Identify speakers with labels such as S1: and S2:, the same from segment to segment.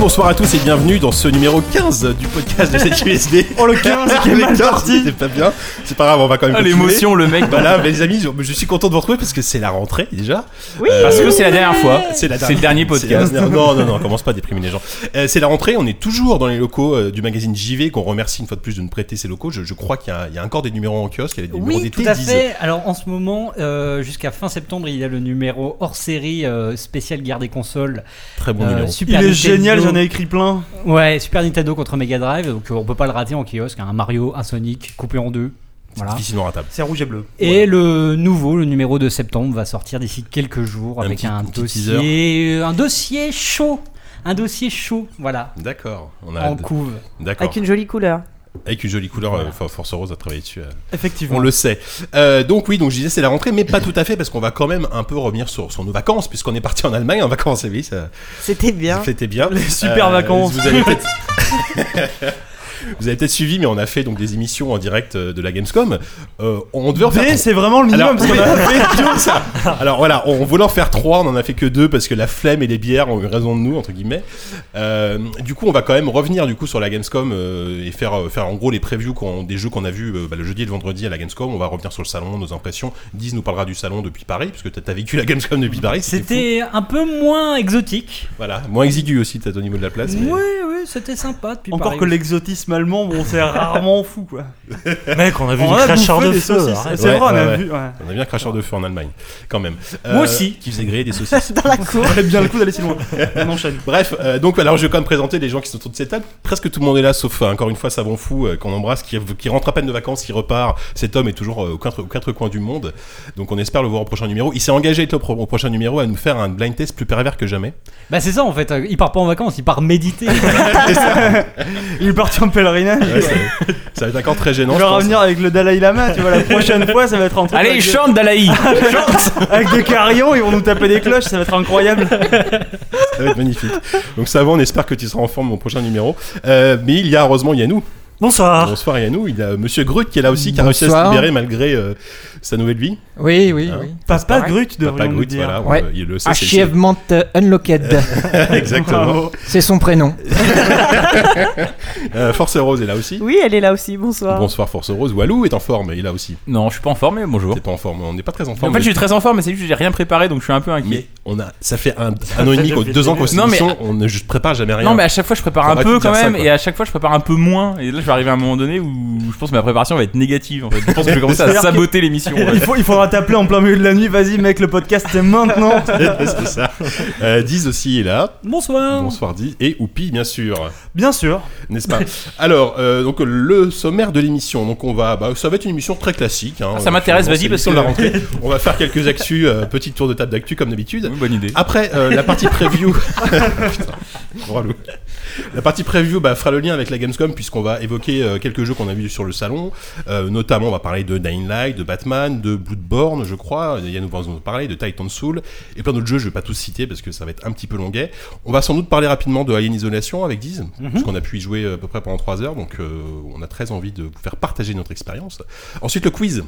S1: Bonsoir à tous et bienvenue dans ce numéro 15 du podcast de cette USB.
S2: Oh le 15, quel mal parti.
S1: C'est pas bien. C'est pas grave, on va quand même.
S3: Ah,
S1: continuer.
S3: l'émotion, le mec.
S1: Voilà, mais les amis, je, je suis content de vous retrouver parce que c'est la rentrée déjà. Euh,
S2: Oui.
S3: Parce que c'est la dernière fois.
S1: C'est la
S3: C'est le dernier
S1: c'est la
S3: podcast.
S1: dernière- Non, non, non, on commence pas à déprimer les gens. Euh, c'est la rentrée, on est toujours dans les locaux euh, du magazine JV, qu'on remercie une fois de plus de nous prêter ces locaux. Je, je crois qu'il y, a- il y a encore des numéros en kiosque, il y a des numéros
S2: Oui,
S1: d'été.
S2: tout à
S1: disent.
S2: fait. Alors en ce moment, euh, jusqu'à fin septembre, il y a le numéro hors série euh, spécial guerre des consoles.
S1: Très bon
S2: Euh,
S1: numéro.
S2: Super
S4: Il est
S2: Nintendo.
S4: génial, j'en ai écrit plein.
S2: Ouais, Super Nintendo contre Mega Drive, donc euh, on peut pas le rater en kiosque. hein. Un Mario, un Sonic, coupé en deux. Voilà.
S1: Difficilement ratable.
S4: C'est rouge et bleu.
S2: Et le nouveau, le numéro de septembre, va sortir d'ici quelques jours
S1: Un
S2: avec
S1: petit-
S2: un,
S1: un petit
S2: dossier, euh, un dossier chaud, un dossier chaud, voilà,
S1: D'accord. On a
S2: en
S1: d-
S2: couve.
S1: D'accord.
S5: Avec une jolie couleur.
S1: Avec une jolie couleur, euh, for- Force Rose a travaillé dessus. euh, On
S4: Effectivement.
S1: le sait. Euh, donc oui, donc je disais c'est la rentrée, mais pas tout à fait parce qu'on va quand même un peu revenir sur, sur nos vacances puisqu'on est parti en Allemagne en vacances. et Oui, ça
S5: C'était bien.
S1: c'était bien. Les
S4: super vacances.
S1: Vous avez peut-être. Vous avez peut-être suivi, mais on a fait donc des émissions en direct euh, de la Gamescom. Euh, on devait en faire
S4: D, c'est vraiment le
S1: alors,
S4: minimum. parce qu'on a-
S1: ça. Alors voilà, on voulait en faire trois, on en a fait que deux parce que la flemme et les bières ont eu raison de nous entre guillemets. Euh, du coup, on va quand même revenir du coup sur la Gamescom euh, et faire euh, faire en gros les previews qu'on- des jeux qu'on a vus euh, bah, le jeudi et le vendredi à la Gamescom. On va revenir sur le salon, nos impressions. Diz nous parlera du salon depuis Paris puisque t'as as vécu la Gamescom depuis Paris. fou.
S2: C'était un peu moins exotique.
S1: voilà moins exigu aussi peut-être au niveau de la place. mais-
S2: Oui, oui, c'était sympa depuis
S4: Encore
S2: Paris.
S4: que l'exotisme allemand, bon, c'est rarement fou, quoi.
S3: Mec, on a vu
S4: On
S3: des
S4: a
S3: cracheurs
S4: bouffé
S3: de
S4: des
S3: feu.
S4: saucisses.
S3: arrête.
S4: C'est
S1: Ouais,
S4: vrai, on
S1: ouais,
S4: a
S1: ouais.
S4: vu. ouais.
S1: On a bien un cracheur de feu en Allemagne quand même. Euh,
S2: Moi aussi.
S1: Qui faisait griller des saucisses.
S5: Dans la cour.
S4: Ça valait bien le coup d'aller si loin. On enchaîne.
S1: Bref, euh, donc alors je vais quand même présenter les gens qui sont autour de cette table. Presque tout le monde est là, sauf euh, encore une fois Savon Fou euh, qu'on embrasse, qui, qui rentre à peine de vacances, qui repart. Cet homme est toujours euh, aux, quatre, aux quatre coins du monde. Donc on espère le voir au prochain numéro. Il s'est engagé avec le pro- au prochain numéro à nous faire un blind test plus pervers que jamais.
S2: Bah c'est ça en fait, euh, il part pas en vacances, il part méditer.
S4: Il est parti en pèlerinage.
S1: Ouais, ça, ça va être encore très gênant.
S4: je
S1: je
S4: vais
S1: pense.
S4: revenir avec le Dalai Lama, tu vois, la prochaine fois, ça va être un truc
S3: Allez,
S4: avec, des-
S3: chante Dalaï.
S4: avec des carillons, ils vont nous taper des cloches, ça va être incroyable.
S1: Ça va être magnifique. Donc Savon, on espère que tu seras en forme au prochain numéro. Euh, mais il y a heureusement Yannou.
S4: Ah.
S3: Bonsoir.
S1: Bonsoir Yannou. Il y a Monsieur Grut qui est là aussi, qui a réussi à se
S6: Bonsoir.
S1: libérer malgré euh, sa nouvelle vie.
S6: Oui, oui,
S1: Hein
S6: oui.
S4: Papa Grut,
S1: Papa
S4: devrions nous
S1: Grut,
S4: dire.
S1: voilà.
S6: Ouais.
S1: on- il le sait. c'est-
S6: Achievement euh, Unlocked,
S1: c'est- Exactement.
S4: Bravo.
S6: c'est son prénom.
S1: Euh, Force Rose est là aussi.
S5: Oui, elle est là aussi. Bonsoir.
S1: Bonsoir Force Rose, Walou est en forme, il a aussi.
S3: Non, je suis pas en forme, mais bonjour.
S1: T'es pas en forme, on n'est pas très en
S3: En
S1: forme.
S3: fait, je
S1: mais-
S3: suis très en forme, mais c'est juste que j'ai rien préparé, donc je suis un peu
S1: mais
S3: inquiet.
S1: on a, ça fait un, un an et demi, quoi, deux ans qu'on se
S3: Non, mais-
S1: sent, on ne je prépare jamais rien.
S3: Non, mais à chaque fois, je prépare
S1: Ça
S3: un
S1: va
S3: peu
S1: te dire
S3: quand
S1: ça,
S3: même,
S1: quoi.
S3: et à chaque fois, je prépare un peu moins. Et là, je vais arriver à un moment donné où je pense que ma préparation va être négative. En fait, je pense que je vais commencer à
S4: C'est-à-dire
S3: saboter l'émission. en
S4: Il,
S3: fait.
S4: faut, il faudra t'appeler en plein milieu de la nuit, vas-y mec, le podcast c'est maintenant.
S1: c'est ça. Euh, Diz aussi est là.
S2: Bonsoir.
S1: Bonsoir Diz et Oupi bien sûr,
S4: Bien sûr.
S1: n'est-ce pas Alors euh, donc le sommaire de l'émission. Donc on va, bah, ça va être une émission très classique. hein.
S3: Ah, ça m'intéresse,
S1: Finalement,
S3: vas-y,
S1: c'est
S3: parce
S1: l'émission
S3: que-
S1: de la rentrée. on va faire quelques actus, euh, petit tour de table d'actu comme d'habitude.
S3: Oui, Bonne idée.
S1: Après euh, la partie preview, Putain, relou. la partie preview bah, fera le lien avec la Gamescom puisqu'on va évoquer euh, quelques jeux qu'on a vus sur le salon. Euh, notamment, on va parler de Dying Light, de Batman, de Bloodborne, je crois. Yann nous va nous parler de Titan Soul et plein d'autres jeux. Je vais pas tous citer parce que ça va être un petit peu longuet. On va sans doute parler rapidement de Alien Isolation avec Diz, puisqu'on a pu y jouer euh, à peu près pendant 3 heures. Donc, euh, on a très envie de vous faire partager notre expérience. Ensuite, le quiz.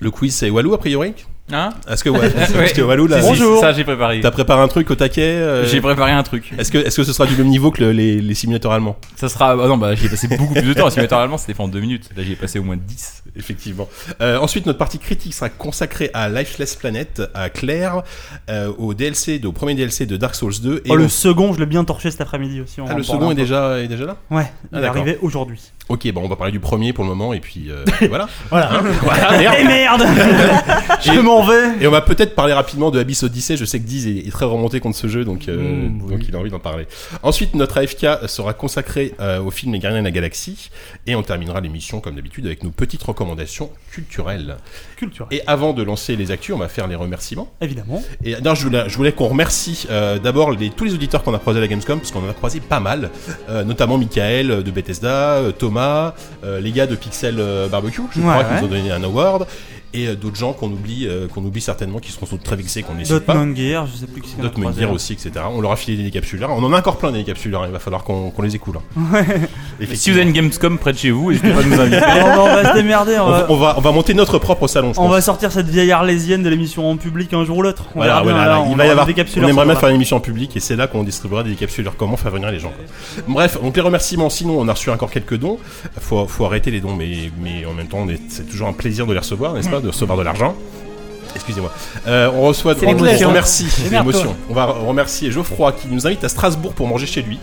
S1: Le quiz, c'est Walou a priori.
S3: Hein
S1: Est-ce que, est-ce que Walou là,
S3: Si, si,
S4: Bonjour.
S3: Ça, j'ai préparé.
S1: T'as préparé un truc au taquet euh,
S3: J'ai préparé un truc.
S1: Est-ce que, est que ce sera du même niveau que le- les, les simulateurs allemands
S3: Ça sera. Ah non, bah j'y ai passé beaucoup plus de temps. Si allemand, c'était fait en deux minutes. Là, j'y ai passé au moins 10.
S1: Effectivement. Euh, ensuite, notre partie critique sera consacrée à Lifeless Planet, à Claire, euh, au DLC, de- au premier DLC de Dark Souls 2. Et
S4: Oh, le
S1: on-
S4: second, je l'ai bien torché cet après-midi aussi. on
S1: Ah,
S4: en
S1: le
S4: parle
S1: second
S4: un
S1: est
S4: peu.
S1: déjà, est déjà là
S4: Ouais, il est
S1: d'accord.
S4: arrivé aujourd'hui.
S1: Ok, bon, on va parler du premier pour le moment, et puis euh, voilà.
S4: Voilà.
S1: voilà merde.
S4: Eh merde Je m'en vais
S1: Et on va peut-être parler rapidement de Abyss Odyssey. Je sais que Diz est, est très remonté contre ce jeu, donc, euh,
S2: Mm, oui.
S1: donc il a envie d'en parler. Ensuite, notre AFK sera consacré euh, au film Les Gardiens de la Galaxie. Et on terminera l'émission, comme d'habitude, avec nos petites recommandations culturelles.
S4: Culturel.
S1: Et avant de lancer les actus, on va faire les remerciements.
S4: Évidemment.
S1: Et d'ailleurs, je voulais, je voulais qu'on remercie euh, d'abord les- tous les auditeurs qu'on a croisés à la Gamescom, parce qu'on en a croisé pas mal, euh, notamment Michael euh, de Bethesda, euh, Thomas, euh, les gars de Pixel euh, Barbecue, je
S4: Ouais,
S1: crois,
S4: ouais.
S1: qui nous ont donné un award. et euh, d'autres gens qu'on oublie, euh, qu'on oublie certainement, qui seront sans doute très vexés qu'on ne les cite pas.
S4: Dotman Gear, je sais plus qui c'est. qu'on a
S1: D'autres me
S4: croisé.
S1: dire aussi, etc. On leur a filé des capsulaires. On en a encore plein des capsulaires. Il va falloir qu'on qu'on les écoule. hein.
S3: Si vous avez une Gamescom près de chez vous, n'hésitez pas à nous inviter.
S4: Ah, on va- on va se démerder, on
S1: on, va,
S4: va,
S1: on, va, on va monter notre propre salon, je
S4: on
S1: pense.
S4: va sortir cette vieille arlésienne de l'émission en public un jour ou l'autre. On
S1: Voilà,
S4: verra bien,
S1: voilà,
S4: là,
S1: il
S4: on
S1: va y
S4: aura
S1: avoir.
S4: des
S1: on
S4: capsules
S1: aimerait
S4: à
S1: même
S4: recevoir.
S1: faire une émission en public et c'est là qu'on distribuera des capsules. Comment faire venir les gens quoi. Bref, donc les remerciements. Sinon, on a reçu encore quelques dons. Faut, faut arrêter les dons, mais, mais en même temps, on est- c'est toujours un plaisir de les recevoir, n'est-ce pas, de recevoir de l'argent. Excusez-moi. Euh, on reçoit.
S5: C'est
S1: on-
S5: l'émotion.
S1: On remercie.
S2: C'est
S1: L'émotion. On va remercier Geoffroy qui nous invite à Strasbourg pour manger chez lui.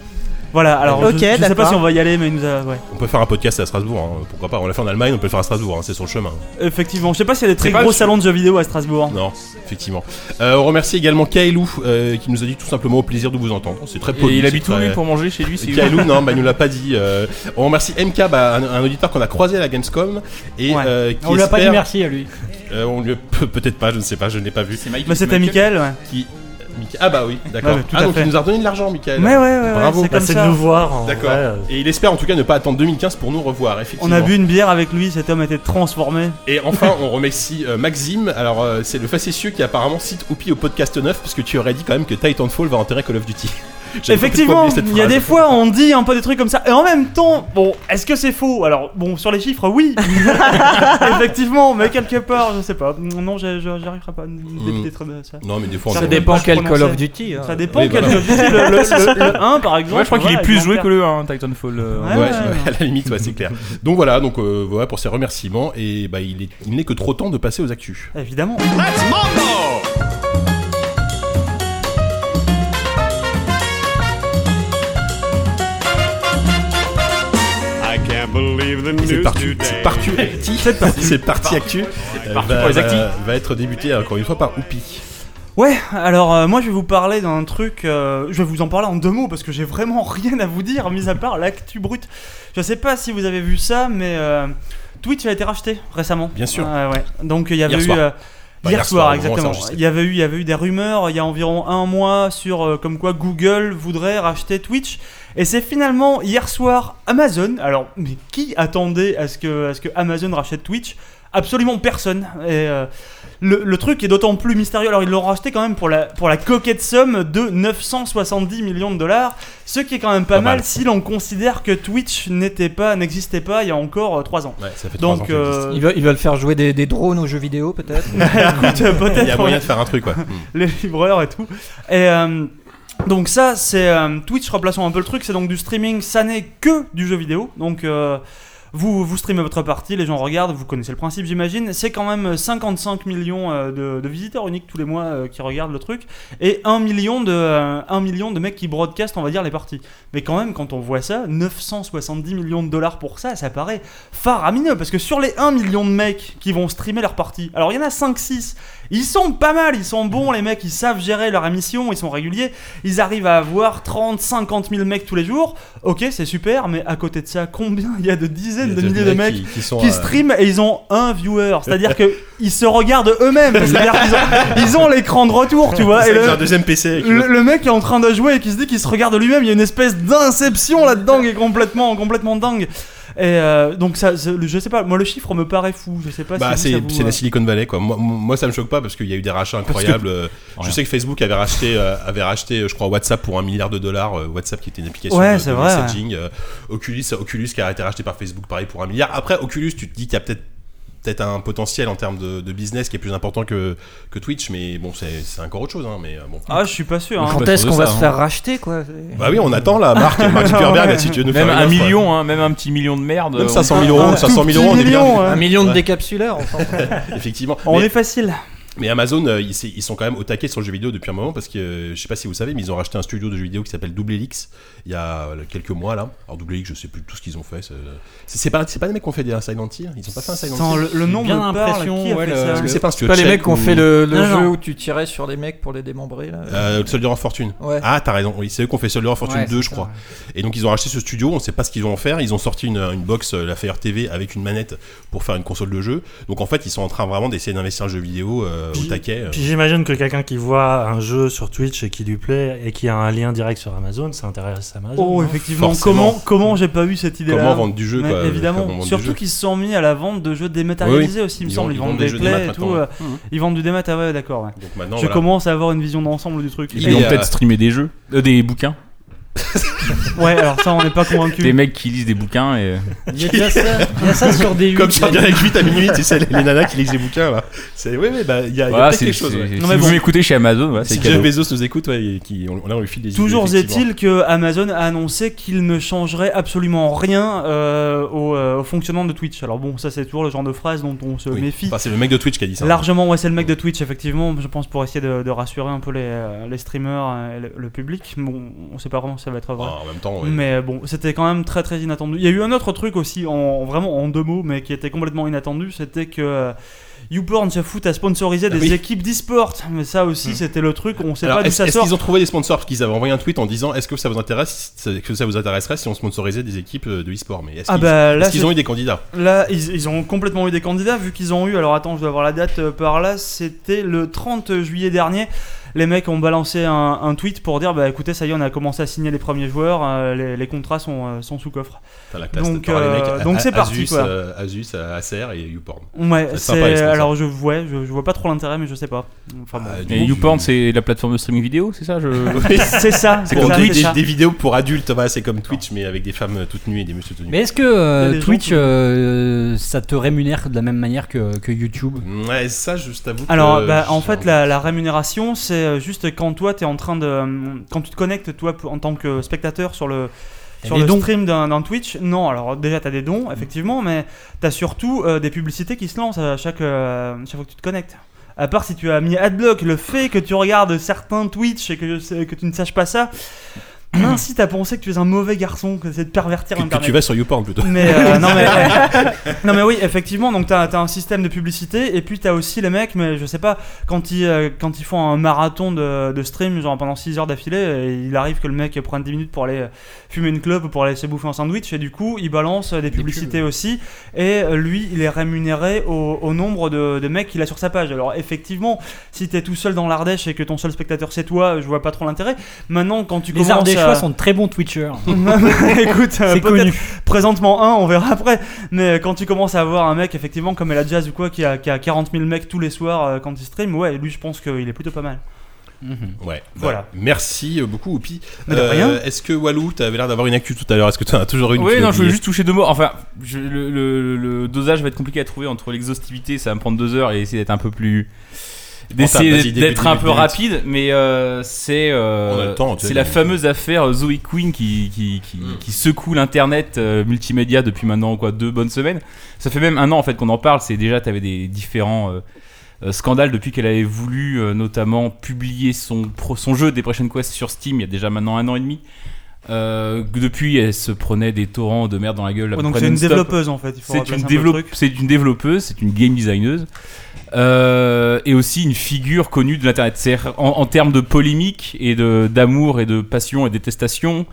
S4: Voilà, alors
S5: Ok,
S4: je, je sais pas
S5: d'accord.
S4: si on va y aller, mais il nous a. Ouais.
S1: On peut faire un podcast à Strasbourg. hein, Pourquoi pas On l'a fait en Allemagne. On peut le faire à Strasbourg. hein, C'est sur le chemin.
S4: Effectivement, je sais pas s'il y a des
S3: C'est
S4: très
S3: pas
S4: gros
S3: le-
S4: salons de jeux vidéo à Strasbourg. hein.
S1: Non, effectivement. Euh, on remercie également Kaelou euh, qui nous a dit tout simplement au plaisir de vous entendre. C'est très poli.
S3: Et il
S1: c'est
S3: habite où
S1: très-
S3: lui pour manger chez lui c'est où
S1: Kailou, non, bah, il nous l'a pas dit. euh, on remercie MK, bah, un, un auditeur qu'on a croisé à la Gamescom et
S4: Ouais.
S1: euh, qui
S2: On lui a pas dit
S1: espère-
S2: merci à lui.
S1: euh, on lui- peut- peut-être pas, je ne sais pas, je ne l'ai pas vu.
S3: C'est Mike-
S4: Mais c'était
S3: Michael.
S4: Michael, ouais.
S1: Qui Mika- Ah bah oui, d'accord.
S4: Ouais, tout
S1: ah
S4: à
S1: donc
S4: fait.
S1: il nous a redonné de l'argent, Michael.
S4: Mais ouais, ouais, ouais,
S1: Bravo. Bah,
S4: c'est comme
S7: Passez de
S4: ça.
S7: nous voir. en
S1: D'accord.
S7: vrai, euh,
S1: Et il espère en tout cas ne pas attendre 2015 pour nous revoir,
S4: On
S1: effectivement.
S4: a bu une bière avec lui, cet homme était transformé.
S1: Et enfin, on remercie euh, Maxime. Alors, euh, c'est le facétieux qui apparemment cite Oupi au podcast 9 parce que tu aurais dit quand même que Titanfall va enterrer Call of Duty. J'avais complètement
S4: Effectivement,
S1: oublié cette
S4: il y a
S1: phrase.
S4: des fois on dit un peu des trucs comme ça, et en même temps, bon, est-ce que c'est faux Alors, bon, sur les chiffres, oui Effectivement, mais quelque part, je sais pas. Non, j'ai- j'ai- j'y arriverai pas à
S3: Mm.
S4: me débattre de ça.
S1: Non, mais des fois, on
S4: Ça
S1: est-
S6: Ça dépend
S4: pas
S6: quel Call
S4: prononcer.
S6: of Duty. hein.
S4: Ça dépend
S1: Oui,
S4: quel
S1: voilà.
S4: jeu. Je dis le, le- le- le 1 par exemple.
S3: bah Ouais, je crois qu'il
S4: voilà,
S3: est plus
S4: ils vont
S3: joué
S4: faire-
S3: que le 1, Titanfall. euh,
S4: Ah Ouais.
S1: Ouais, ouais, à la limite, ouais, c'est clair. Donc voilà, donc euh, voilà pour ces remerciements et bah il est- il n'est que trop temps de passer aux actus.
S4: euh, Évidemment.
S8: Oh. I can't believe the
S1: C'est
S8: news
S1: parti,
S8: today.
S1: c'est parti, c'est parti, c'est parti actu. Euh,
S3: parti
S1: va,
S3: pour les actus.
S1: va, va être débuté encore une fois par Oupi.
S4: Ouais, alors euh, moi je vais vous parler d'un truc, euh, je vais vous en parler en deux mots parce que j'ai vraiment rien à vous dire, mis à part l'actu brute. Je sais pas si vous avez vu ça, mais euh, Twitch a été racheté récemment. Ah
S1: Bien sûr.
S4: Ouais, ouais. Donc il y avait
S1: Hier
S4: eu.
S1: soir.
S4: euh,
S1: Bah,
S4: hier,
S1: hier soir, au
S4: soir,
S1: moment où c'est
S4: exactement.
S1: enregistré.
S4: Il y, avait eu, il y avait eu des rumeurs il y a environ un mois sur euh, comme quoi Google voudrait racheter Twitch. Et c'est finalement hier soir Amazon. Alors, mais qui attendait à ce que, à ce que Amazon rachète Twitch Absolument personne. Et, euh, le, le truc est d'autant plus mystérieux. Alors, ils l'ont racheté quand même pour la, pour la coquette somme de 970 millions de dollars. Ce qui est quand même pas,
S1: Pas mal.
S4: mal, si l'on considère que Twitch n'était pas, n'existait pas il y a encore 3 ans.
S1: Ouais, ça fait trois ans
S4: Donc,
S1: qu'il existe.
S4: euh,
S6: Ils veulent, ils veulent faire jouer des, des drones aux jeux vidéo, peut-être
S4: écoute,
S1: il y a
S4: peut-être.
S1: moyen
S4: ouais.
S1: de faire un truc quoi. Mm.
S4: les livreurs et tout. Et euh, donc ça, c'est euh, Twitch remplaçons un peu le truc, c'est donc du streaming, ça n'est que du jeu vidéo. Donc euh, vous, vous streamez votre partie, les gens regardent, vous connaissez le principe j'imagine. C'est quand même 55 millions euh, de, de visiteurs uniques tous les mois euh, qui regardent le truc et 1 million, de, euh, 1 million de mecs qui broadcastent, on va dire, les parties. Mais quand même, quand on voit ça, 970 millions de dollars pour ça, ça paraît faramineux parce que sur les 1 million de mecs qui vont streamer leur partie, alors il y en a 5-6 ils sont pas mal, ils sont bons, les mecs, ils savent gérer leur émission, ils sont réguliers, ils arrivent à avoir 30, 50 000 mecs tous les jours. Ok, c'est super, mais à côté de ça, combien il y a de
S1: Il
S4: dizaines
S1: y
S4: de
S1: a des
S4: milliers de mecs
S1: qui, qui sont
S4: qui
S1: euh,
S4: stream et ils ont un viewer, c'est-à-dire que ils se regardent eux-mêmes, c'est-à-dire qu'ils ont, ils ont l'écran de retour, tu vois,
S1: c'est
S4: et
S1: avec un
S4: le,
S1: deuxième PC. avec
S4: le,
S1: l'autre.
S4: le mec est en train de jouer et qui se dit qu'il se regarde lui-même, il y a une espèce d'inception là-dedans qui est complètement, complètement dingue. Et euh, donc ça, c'est- je sais pas, moi le chiffre me paraît fou, je sais pas
S1: Bah,
S4: si
S1: c'est
S4: vous, ça vous,
S1: c'est
S4: euh,
S1: la Silicon Valley quoi. Moi, moi, ça me choque pas parce qu'il y a eu des rachats incroyables. euh, Je
S3: Rien.
S1: sais que Facebook avait racheté, euh, avait racheté, euh, je crois, WhatsApp pour un milliard de dollars. euh, WhatsApp qui était une application
S4: Ouais,
S1: de,
S4: c'est
S1: de
S4: vrai,
S1: messaging. euh, Oculus, Oculus qui a été racheté par Facebook, pareil pour un milliard. Après, Oculus, tu te dis qu'il y a peut-être peut-être un potentiel en termes de, de business qui est plus important que, que Twitch, mais bon, c'est c'est encore autre chose. Hein, mais euh, bon.
S4: Ah, je suis pas sûr. hein.
S1: Encore-
S6: Quand
S1: pas
S6: est-ce
S1: sûr de
S6: qu'on va
S1: ça,
S6: se
S1: hein.
S6: faire racheter, quoi
S1: Bah oui, on attend là, Marc, Mark Zuckerberg, là, si tu veux nous
S3: Même
S1: faire une
S3: un
S1: offre.
S3: million, hein, même un petit million de merde.
S1: Même
S3: euh,
S1: 500 000
S4: Un
S1: euros,
S4: tout
S1: 500 000 euros, on est
S4: petit
S1: bien.
S4: million,
S6: Un
S4: hein.
S6: million de
S1: Ouais.
S6: décapsuleurs, enfin.
S1: Effectivement.
S4: On
S1: Mais-
S4: est facile.
S1: Mais Amazon, euh, ils, c'est- ils sont quand même au taquet sur le jeu vidéo depuis un moment parce que euh, je sais pas si vous savez, mais ils ont racheté un studio de jeux vidéo qui s'appelle Double Helix il y a euh, quelques mois là. Alors Double Helix, je sais plus tout ce qu'ils ont fait. c'est- euh, C'est c'est pas, c'est pas des mecs qui ont fait des Silent Hill Ils ont pas fait un Silent
S4: Attends,
S1: Hill
S4: le, le nom
S2: bien
S4: me parle.
S2: l'impression,
S4: Qui a
S2: ouais,
S4: fait
S2: le-
S4: ça
S1: Parce que c'est pas un
S6: Tu
S1: studio
S6: vois
S1: de
S6: les
S1: chèque
S6: mecs qui ont
S1: ou-
S6: fait le, le
S4: Non,
S6: jeu
S4: non.
S6: où tu tirais sur les mecs pour les démembrer, là
S1: Euh, Soldier of Fortune.
S6: Ouais.
S1: Ah, t'as raison. Oui, c'est eux qui ont fait Soldier of Fortune
S2: Ouais,
S1: 2,
S2: c'est
S1: je
S2: ça,
S1: crois.
S2: ouais.
S1: Et donc ils ont racheté ce studio. On sait pas ce qu'ils vont en faire. Ils ont sorti une, une box, euh, la Fire TV, avec une manette pour faire une console de jeu. Donc en fait, ils sont en train vraiment d'essayer d'investir dans le jeu vidéo. euh, euh, au taquet. euh.
S7: Puis j'imagine que quelqu'un qui voit un jeu sur Twitch et qui lui plaît et qui a un lien direct sur Amazon, ça intéresse Amazon.
S4: Oh,
S7: non
S4: effectivement,
S1: Forcément.
S4: comment, comment j'ai pas eu cette idée-là
S1: Comment vendre du jeu,
S4: Mais
S1: quoi. euh, comment
S4: Évidemment,
S1: vendre du
S4: surtout
S1: jeu.
S4: qu'ils se sont mis à la vente de jeux dématérialisés aussi, il me
S1: Ils vendent-
S4: semble. Ils
S1: ils
S4: vendent
S1: vendent
S4: des
S1: des jeux démat
S4: plays et
S1: maintenant,
S4: tout.
S1: ouais.
S4: euh, Ils vendent du démat, ah ouais, d'accord. ouais.
S1: Donc maintenant,
S4: Je
S1: voilà.
S4: commence à avoir une vision d'ensemble du truc.
S3: Ils ont
S1: Et, euh,
S3: peut-être streamé des jeux, euh, des bouquins.
S4: Ouais, alors ça, on n'est pas
S3: Des
S4: convaincu.
S3: mecs qui lisent des bouquins
S1: Ah,
S3: et.
S2: Il y a déjà ça, il y a ça sur des
S1: Comme
S2: 8.
S1: sur Direct 8 à minuit, tu sais, les, les nanas qui lisent les bouquins, là. C'est, ouais, mais bah, il y a, il y a
S3: Voilà,
S1: peut-être
S3: c'est.
S1: quelque chose.
S3: c'est-
S1: ouais.
S3: Si
S4: Non, mais
S3: vous
S4: bon.
S3: m'écoutez chez Amazon, voilà, c'est
S1: Si Jeff
S3: cadeau.
S1: Bezos nous écoute, ouais, et qui, on, là, on lui file des idées,
S4: Toujours
S1: effectivement.
S4: est-il que Amazon a annoncé qu'il ne changerait absolument rien euh, au, euh, au fonctionnement de Twitch. Alors bon, ça c'est toujours le genre de phrase dont on se
S1: Oui.
S4: méfie.
S1: Enfin, c'est le mec de Twitch qui a dit ça.
S4: euh,
S1: hein.
S4: Largement, ouais, c'est le mec de Twitch, effectivement, je pense, pour essayer de, de rassurer un peu les, euh, les streamers euh, et le, le public. Bon, on sait pas vraiment si ça va être
S1: Enfin,
S4: vrai.
S1: Ah, en même temps, ouais.
S4: Mais bon, c'était quand même très très inattendu. Il y a eu un autre truc aussi, en, vraiment en deux mots, mais qui était complètement inattendu, c'était que euh, YouPorn se fout à sponsoriser des
S1: Oui. Hmm.
S4: équipes d'e-sport. Mais ça aussi, c'était le truc, on sait
S1: Alors,
S4: pas d'où
S1: est-ce,
S4: ça
S1: est-ce
S4: sort.
S1: qu'ils ont trouvé des sponsors Parce qu'ils avaient envoyé un tweet en disant est-ce que ça vous intéresse est-ce que ça vous intéresserait si on sponsorisait des équipes euh, de e-sport Mais est-ce
S4: Ah
S1: qu'ils,
S4: bah
S1: est-ce
S4: là,
S1: qu'ils
S4: c'est-
S1: ont eu des candidats
S4: là ils, ils ont complètement eu des candidats vu qu'ils ont eu. Alors attends, je dois avoir la date euh, par là. C'était le 30 juillet dernier. Les mecs ont balancé un, un tweet pour dire bah écoutez, ça y est, on a commencé à signer les premiers joueurs. euh, les, les contrats sont, euh, sont sous coffre.
S1: T'as la classe,
S4: Donc,
S1: t'auras les mecs,
S4: euh,
S1: A-
S4: donc
S1: A-
S4: c'est parti,
S1: Asus,
S4: quoi.
S1: euh, Asus, euh, Acer et YouPorn.
S4: Ouais,
S1: C'est sympa, les
S4: c'est.
S1: sponsors.
S4: Alors je, ouais, je, je vois pas trop l'intérêt, mais je sais pas. Enfin bon.
S1: Ah, du
S3: Et
S1: coup,
S3: YouPorn,
S1: tu-
S3: c'est la plateforme de streaming vidéo, c'est ça je...
S4: C'est ça,
S1: C'est
S4: pour
S1: comme
S4: ça,
S1: Twitch,
S4: c'est
S1: des,
S4: ça.
S1: des vidéos pour adultes, voilà, c'est comme Twitch, mais avec des femmes euh, toutes nues et des messieurs tenus.
S2: Mais est-ce que
S4: Il y a
S2: euh,
S4: des gens
S2: Twitch,
S4: qui-
S2: euh, ça te rémunère de la même manière que, que YouTube
S1: Ouais, ça, je t'avoue. que-
S4: Alors, bah, en
S1: je-
S4: fait, la, la rémunération, c'est euh, juste quand toi, t'es en train de, euh, quand tu te connectes toi pour- en tant que spectateur sur le
S2: T'as
S4: sur
S2: des
S4: le
S2: dons.
S4: stream d'un d'un Twitch. Non, alors déjà t'as des
S1: Mm.
S4: dons, effectivement, mais t'as surtout euh, des publicités qui se lancent à chaque euh, chaque fois que tu te connectes. À part si tu as mis adblock, le fait que tu regardes certains Twitch et que, je- que tu ne saches pas ça, même si t'as pensé que tu es un mauvais garçon, que c'est de pervertir
S1: Que, que
S4: Internet.
S1: tu vas sur YouPorn plutôt.
S4: Mais euh, non, mais, euh, non mais oui, effectivement, donc t'as as un système de publicité et puis t'as aussi les mecs, mais je sais pas, quand ils, euh, quand ils font un marathon de, de stream, genre pendant 6 heures d'affilée, et il arrive que le mec prenne 10 minutes pour aller euh, fumer une clope ou pour aller se bouffer un sandwich et du coup il balance euh, des publicités aussi et euh, lui il est rémunéré au, au nombre de, de mecs qu'il a sur sa page. Alors effectivement, si t'es tout seul dans l'Ardèche et que ton seul spectateur c'est toi, je vois pas trop l'intérêt. Maintenant quand tu
S2: Les
S4: commences
S2: Ardéchois
S4: à-
S2: sont de très bons Twitchers. hein.
S4: Écoute, euh,
S2: C'est
S4: peut-être
S2: connu.
S4: présentement un, on verra après. Mais euh, quand tu commences à avoir un mec, effectivement, comme la Jazz ou quoi, qui a, qui a 40 000 mecs tous les soirs euh, quand il stream, ouais, lui, je pense qu'il est plutôt pas mal.
S1: Ouais. bah,
S4: Voilà.
S1: Merci euh, beaucoup, Oupi.
S4: Mais de rien.
S1: Est-ce que Walou, t'avais l'air d'avoir une actu tout à l'heure Est-ce que t'en as toujours une
S3: Oui,
S1: tu l'as
S3: non, je veux
S1: oubliée
S3: juste toucher deux mots. Enfin, je- le, le- le dosage va être compliqué à trouver entre l'exhaustivité, ça va me prendre deux heures et essayer d'être un peu plus.
S1: Rentable, vas-y,
S3: d'essayer
S1: début,
S3: d'être un
S1: début,
S3: peu
S1: début.
S3: rapide, mais euh, c'est euh,
S1: On a le temps, tu sais,
S3: c'est la
S1: donc.
S3: fameuse affaire Zoe Queen qui, qui, qui,
S4: Mm.
S3: qui secoue l'internet euh, multimédia depuis maintenant quoi deux bonnes semaines. Ça fait même un an en fait qu'on en parle. C'est déjà t'avais des différents euh, euh, scandales depuis qu'elle avait voulu euh, notamment publier son pro- son jeu Depression Quest sur Steam il y a déjà maintenant un an et demi. Euh, depuis, elle se prenait des torrents de merde dans la gueule. à
S4: Ouais,
S3: peu
S4: donc
S3: près
S4: c'est une
S3: non-stop.
S4: développeuse en fait. Il faut
S3: C'est
S4: replacer
S3: une,
S4: un peu le
S3: développe-
S4: truc.
S3: c'est une développeuse, c'est une game designeuse, euh, et aussi une figure connue de l'internet. C'est en, en termes de polémique et de d'amour et de passion et détestation,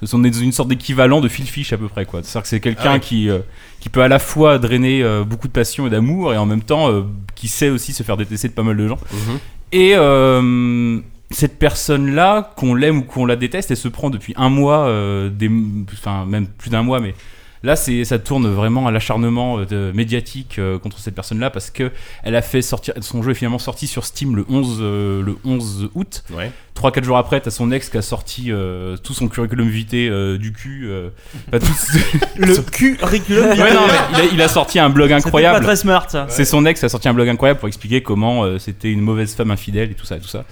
S3: ce sont des- une sorte d'équivalent de Phil Fish à peu près quoi. C'est-à-dire que c'est quelqu'un
S1: Ah ouais.
S3: qui euh, qui peut à la fois drainer euh, beaucoup de passion et d'amour et en même temps euh, qui sait aussi se faire détester de pas mal de gens.
S4: Mmh.
S1: Mhm.
S3: Et euh, cette personne-là, qu'on l'aime ou qu'on la déteste, elle se prend depuis un mois, euh, des, enfin même plus d'un mois, mais là, c'est, ça tourne vraiment à l'acharnement euh, de- médiatique euh, contre cette personne-là parce que elle a fait sortir son jeu est finalement sorti sur Steam le 11 euh, le 11 août.
S1: Ouais.
S3: 3-4 jours après, t'as son ex qui a sorti euh, tout son curriculum vitae euh, du cul. euh, enfin, tout-
S4: Le curriculum vitae.
S3: Ouais, non, mais il, a, il a sorti un blog
S4: C'était pas
S3: incroyable.
S4: très smart ça.
S3: C'est son ex qui a sorti un blog incroyable pour expliquer comment euh, c'était une mauvaise femme infidèle et tout ça, et tout ça.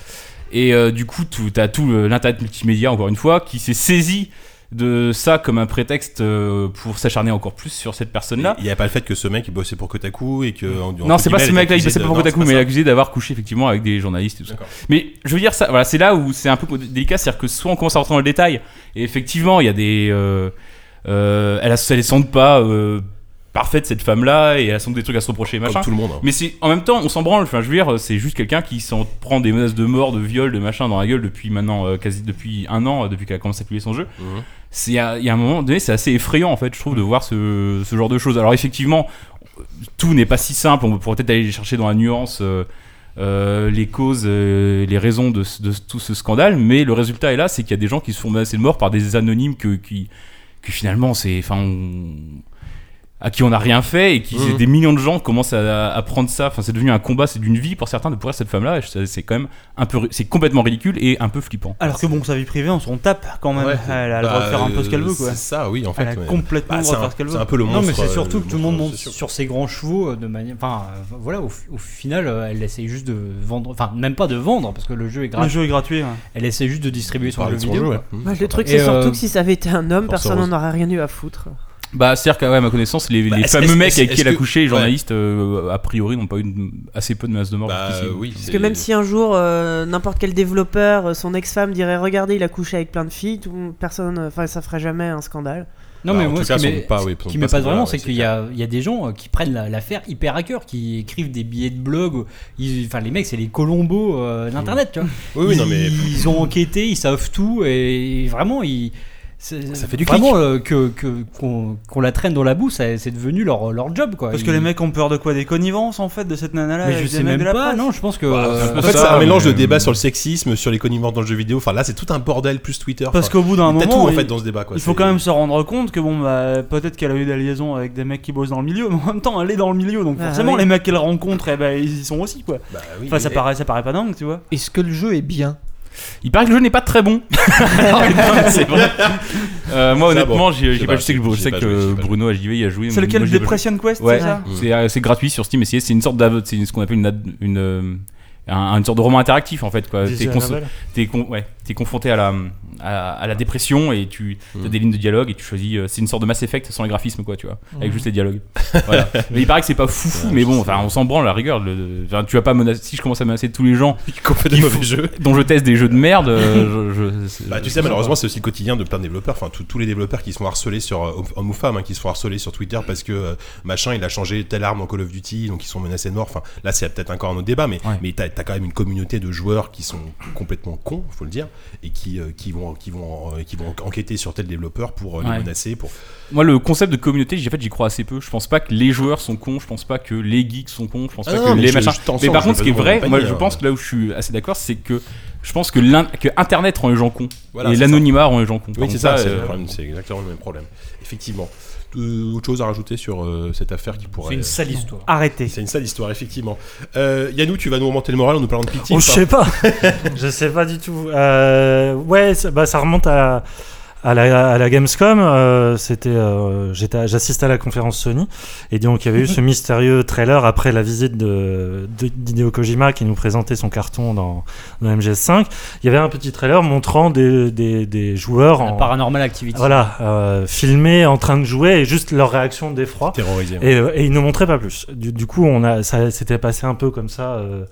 S3: Et euh, du coup, tu as tout euh, l'internet multimédia encore une fois qui s'est saisi de ça comme un prétexte euh, pour s'acharner encore plus sur cette personne-là.
S1: Il n'y a pas le fait que ce mec il bossait pour Kotaku et que. en-
S3: Non,
S1: entre
S3: c'est pas
S1: guillemets,
S3: ce mec-là, il
S1: accusé
S3: passait pas
S1: de-
S3: pour
S1: non,
S3: Kotaku,
S1: c'est pas
S3: mais
S1: ça.
S3: accusé d'avoir couché effectivement avec des journalistes et tout ça.
S1: D'accord.
S3: Mais je veux dire, ça, voilà, c'est là où c'est un peu délicat, c'est-à-dire que soit on commence à rentrer dans le détail, et effectivement, il y a des. euh, euh, elle, a, elle semble pas euh, parfaite, cette femme-là, et elle semble des trucs à se reprocher, machin.
S1: Comme tout le monde. hein.
S3: Mais c'est en même temps, on s'en branle. Enfin, je veux dire, c'est juste quelqu'un qui s'en prend des menaces de mort, de viol, de machin dans la gueule depuis maintenant euh, quasi depuis un an, euh, depuis qu'elle a commencé à publier son jeu.
S1: Mhm.
S3: C'est il y a il y a un moment donné, c'est assez effrayant en fait, je trouve, de voir ce, ce genre de choses. Alors effectivement, tout n'est pas si simple. On pourrait peut-être aller chercher dans la nuance. euh, euh, les causes, euh, les raisons de, ce- de ce- tout ce scandale, mais le résultat est là, c'est qu'il y a des gens qui se font menacer de mort par des anonymes que, qui, que finalement, c'est, enfin, on- à qui on n'a rien fait et qui
S9: Mhm.
S3: des millions de gens commencent à, à prendre ça. Enfin, c'est devenu un combat, c'est d'une vie pour certains de pourrir cette femme-là. Et ça, C'est quand même un peu, c'est complètement ridicule et un peu flippant.
S4: Alors que bon, sa vie privée, on s'en tape quand même.
S1: Ouais.
S4: Elle a le droit de
S1: Bah,
S4: faire un peu ce qu'elle veut, quoi.
S1: C'est ça, oui, en fait.
S4: Elle a
S1: ouais.
S4: complètement
S1: Bah,
S4: le
S1: c'est
S4: droit de
S1: un-
S4: faire ce qu'elle veut.
S1: C'est un peu le monstre.
S2: Non, mais c'est
S1: euh,
S2: surtout que tout le monde monte
S1: sûr.
S2: sur ses grands chevaux euh, de manière. Enfin, euh, voilà, au, fi- au final, euh, elle essaye juste de vendre. Enfin, même pas de vendre, parce que le jeu est
S4: Le
S2: gratuit.
S4: jeu est gratuit. hein. ouais.
S2: Elle essaie juste de distribuer son
S1: Parler
S2: jeu
S1: de son
S2: vidéo.
S1: jeu, ouais.
S2: quoi.
S1: Mmh.
S5: Bah, le truc,
S2: Et,
S5: c'est
S2: euh,
S5: surtout que si ça avait été un homme,
S1: Force
S5: personne
S1: Rose.
S5: n'en aurait rien eu à foutre.
S3: Bah, c'est-à-dire qu'à ouais, à ma connaissance, les,
S1: Bah,
S3: les
S1: est-ce-
S3: fameux
S1: est-ce-
S3: mecs avec
S1: est-ce
S3: qui elle a
S1: que-
S3: couché, les
S1: ouais.
S3: journalistes, euh, a priori, n'ont pas eu de- assez peu de menaces de mort.
S1: Bah,
S3: jusqu'ici.
S1: oui,
S5: Parce que même si un jour, euh, n'importe quel développeur, euh, son ex-femme dirait Regardez, il a couché avec plein de filles, tout, personne, euh, enfin, ça ferait jamais un scandale.
S2: Non,
S1: Bah,
S2: mais
S1: en
S2: moi,
S1: tout
S2: ce
S1: cas,
S2: qui
S1: sans
S2: m'est-
S1: doute pas, oui,
S2: ce
S1: sans doute
S2: qui m'épate
S1: pas,
S2: vraiment,
S1: ouais,
S2: c'est
S1: c'est
S2: qu'il y a, il y a des gens euh, qui prennent la- l'affaire hyper à cœur, qui écrivent des billets de blog. Ils- Enfin, les mecs, c'est les Colombos euh,
S1: Mm.
S2: d'Internet, tu vois.
S1: Oui, oui,
S2: ils,
S1: non, mais.
S2: ils ont enquêté, ils savent tout, et vraiment, ils. c'est-
S1: Ça fait du
S2: Vraiment, euh, que, que- qu'on, qu'on la traîne dans la boue, ça- c'est devenu leur, leur job, quoi.
S4: Parce que
S2: Ils-
S4: les mecs ont peur de quoi Des connivences en fait de cette nana-là
S2: Mais
S4: avec
S2: je
S4: des
S2: sais
S4: mecs
S2: même
S4: de la
S2: pas,
S4: presse
S2: non, je pense que.
S6: Bah,
S1: En
S2: euh,
S1: fait,
S3: ça,
S1: c'est un
S3: mais-
S1: mélange de débat sur le sexisme, sur les connivences dans le jeu vidéo. Enfin, là, c'est tout un bordel plus Twitter.
S4: Parce
S1: Enfin,
S4: qu'au bout d'un
S1: il y a
S4: moment,
S1: tout, en
S4: il-
S1: fait dans ce débat. Quoi.
S4: il faut
S1: C'est-
S4: quand même se rendre compte que bon, bah, peut-être qu'elle a eu des liaisons avec des mecs qui bossent dans le milieu, mais en même temps, elle est dans le milieu, donc
S5: Ah,
S4: forcément,
S5: oui.
S4: les mecs qu'elle rencontre, eh ben, ils y sont aussi, quoi.
S1: Bah oui,
S4: Enfin,
S1: mais-
S4: ça paraît, ça paraît pas dingue, tu vois.
S6: Est-ce que le jeu est bien
S3: Il paraît que le jeu n'est pas très bon. c'est vrai. Euh, moi,
S1: Ça,
S3: honnêtement,
S1: bon,
S3: j'ai
S1: je sais
S3: j'ai pas,
S1: pas,
S3: je sais que,
S1: j'ai-
S3: je
S1: j'ai
S3: sais
S1: pas
S3: que
S1: joué, j'ai pas joué.
S3: Bruno à JV y a joué.
S4: C'est lequel
S3: Moi, j'ai pas joué.
S4: Depression Quest,
S3: Ouais.
S4: c'est ça
S1: Mm.
S3: C'est euh, c'est gratuit sur Steam. et C'est c'est une sorte d'avo- c'est ce qu'on appelle une, ad- une, euh, un- une sorte de roman interactif en fait. quoi. Euh, T'es
S7: Dizzy
S3: cons-
S7: Annabelle.
S3: t'es con- ouais, t'es confronté à la, à, à la dépression et tu
S1: Mm.
S3: as des lignes de dialogue et tu choisis. euh, C'est une sorte de Mass Effect sans les graphismes quoi, tu vois, avec juste les dialogues. Voilà. mais il paraît que c'est pas foufou, mais bon, enfin, on s'en branle à la rigueur. le- le- enfin, tu vas pas menacer. Si je commence à menacer tous les gens
S1: qu'on fait des
S3: Il
S1: mauvais
S3: faut-
S1: jeux.
S3: dont je teste des jeux de merde, euh, je, je-
S1: Bah, tu
S3: je-
S1: sais, malheureusement, c'est aussi le quotidien de plein de développeurs. Enfin, tous- tous les développeurs qui se font harceler sur euh, hommes ou femmes, hein, qui se font harceler sur Twitter parce que euh, machin, il a changé telle arme dans Call of Duty, donc ils sont menacés de mort. Enfin, là, c'est peut-être encore un autre débat, mais
S3: Ouais.
S1: mais t'as as quand même une communauté de joueurs qui sont complètement cons, faut le dire, et qui euh, qui vont qui vont euh, qui vont enquêter sur tel développeur pour euh,
S3: Ouais.
S1: les menacer, pour
S3: Moi, le concept de communauté, j'ai- en fait, j'y crois assez peu. Je pense pas que les joueurs sont cons, je pense pas que les geeks sont cons, je pense
S1: Ah
S3: pas
S1: non,
S3: que
S1: non, mais
S3: les
S1: je-
S3: machins.
S1: je t'en
S3: mais
S1: sors,
S3: par
S1: je
S3: contre,
S1: veux
S3: ce qui est
S1: pas te
S3: vrai, moi,
S1: accompagner,
S3: je
S1: hein.
S3: pense que là où je suis assez d'accord, c'est que je pense que, l'in- que Internet rend les gens cons
S1: Voilà,
S3: et
S1: c'est
S3: l'anonymat rend les gens cons.
S1: Oui,
S3: Par
S1: c'est
S3: contre,
S1: ça, c'est
S3: euh,
S1: le problème, c'est exactement le même problème. Effectivement. Euh, autre chose à rajouter sur euh, cette affaire qui pourrait.
S2: c'est une sale histoire.
S4: Arrêtez.
S1: C'est une sale histoire, effectivement. Euh, Yannou, tu vas nous remonter le moral en nous parlant de Pity.
S7: Oh,
S1: ou
S7: je
S1: pas
S7: sais pas. je sais pas du tout. Euh, ouais, ça- bah, ça remonte à, à, la, à la Gamescom. Euh, C'était, euh, j'étais à- j'assistais à la conférence Sony et donc il y avait eu
S4: Mhm.
S7: ce mystérieux trailer après la visite de, de- d'Hideo Kojima qui nous présentait son carton dans, dans MGS5. Il y avait un petit trailer montrant des, des, des joueurs
S2: La
S7: en,
S2: paranormal activity.
S7: voilà, euh, filmés en train de jouer et juste leur réaction d'effroi.
S1: Terrorisé.
S7: Et, euh, et il ne montrait pas plus. Du, du coup, on a, ça s'était passé un peu comme ça euh,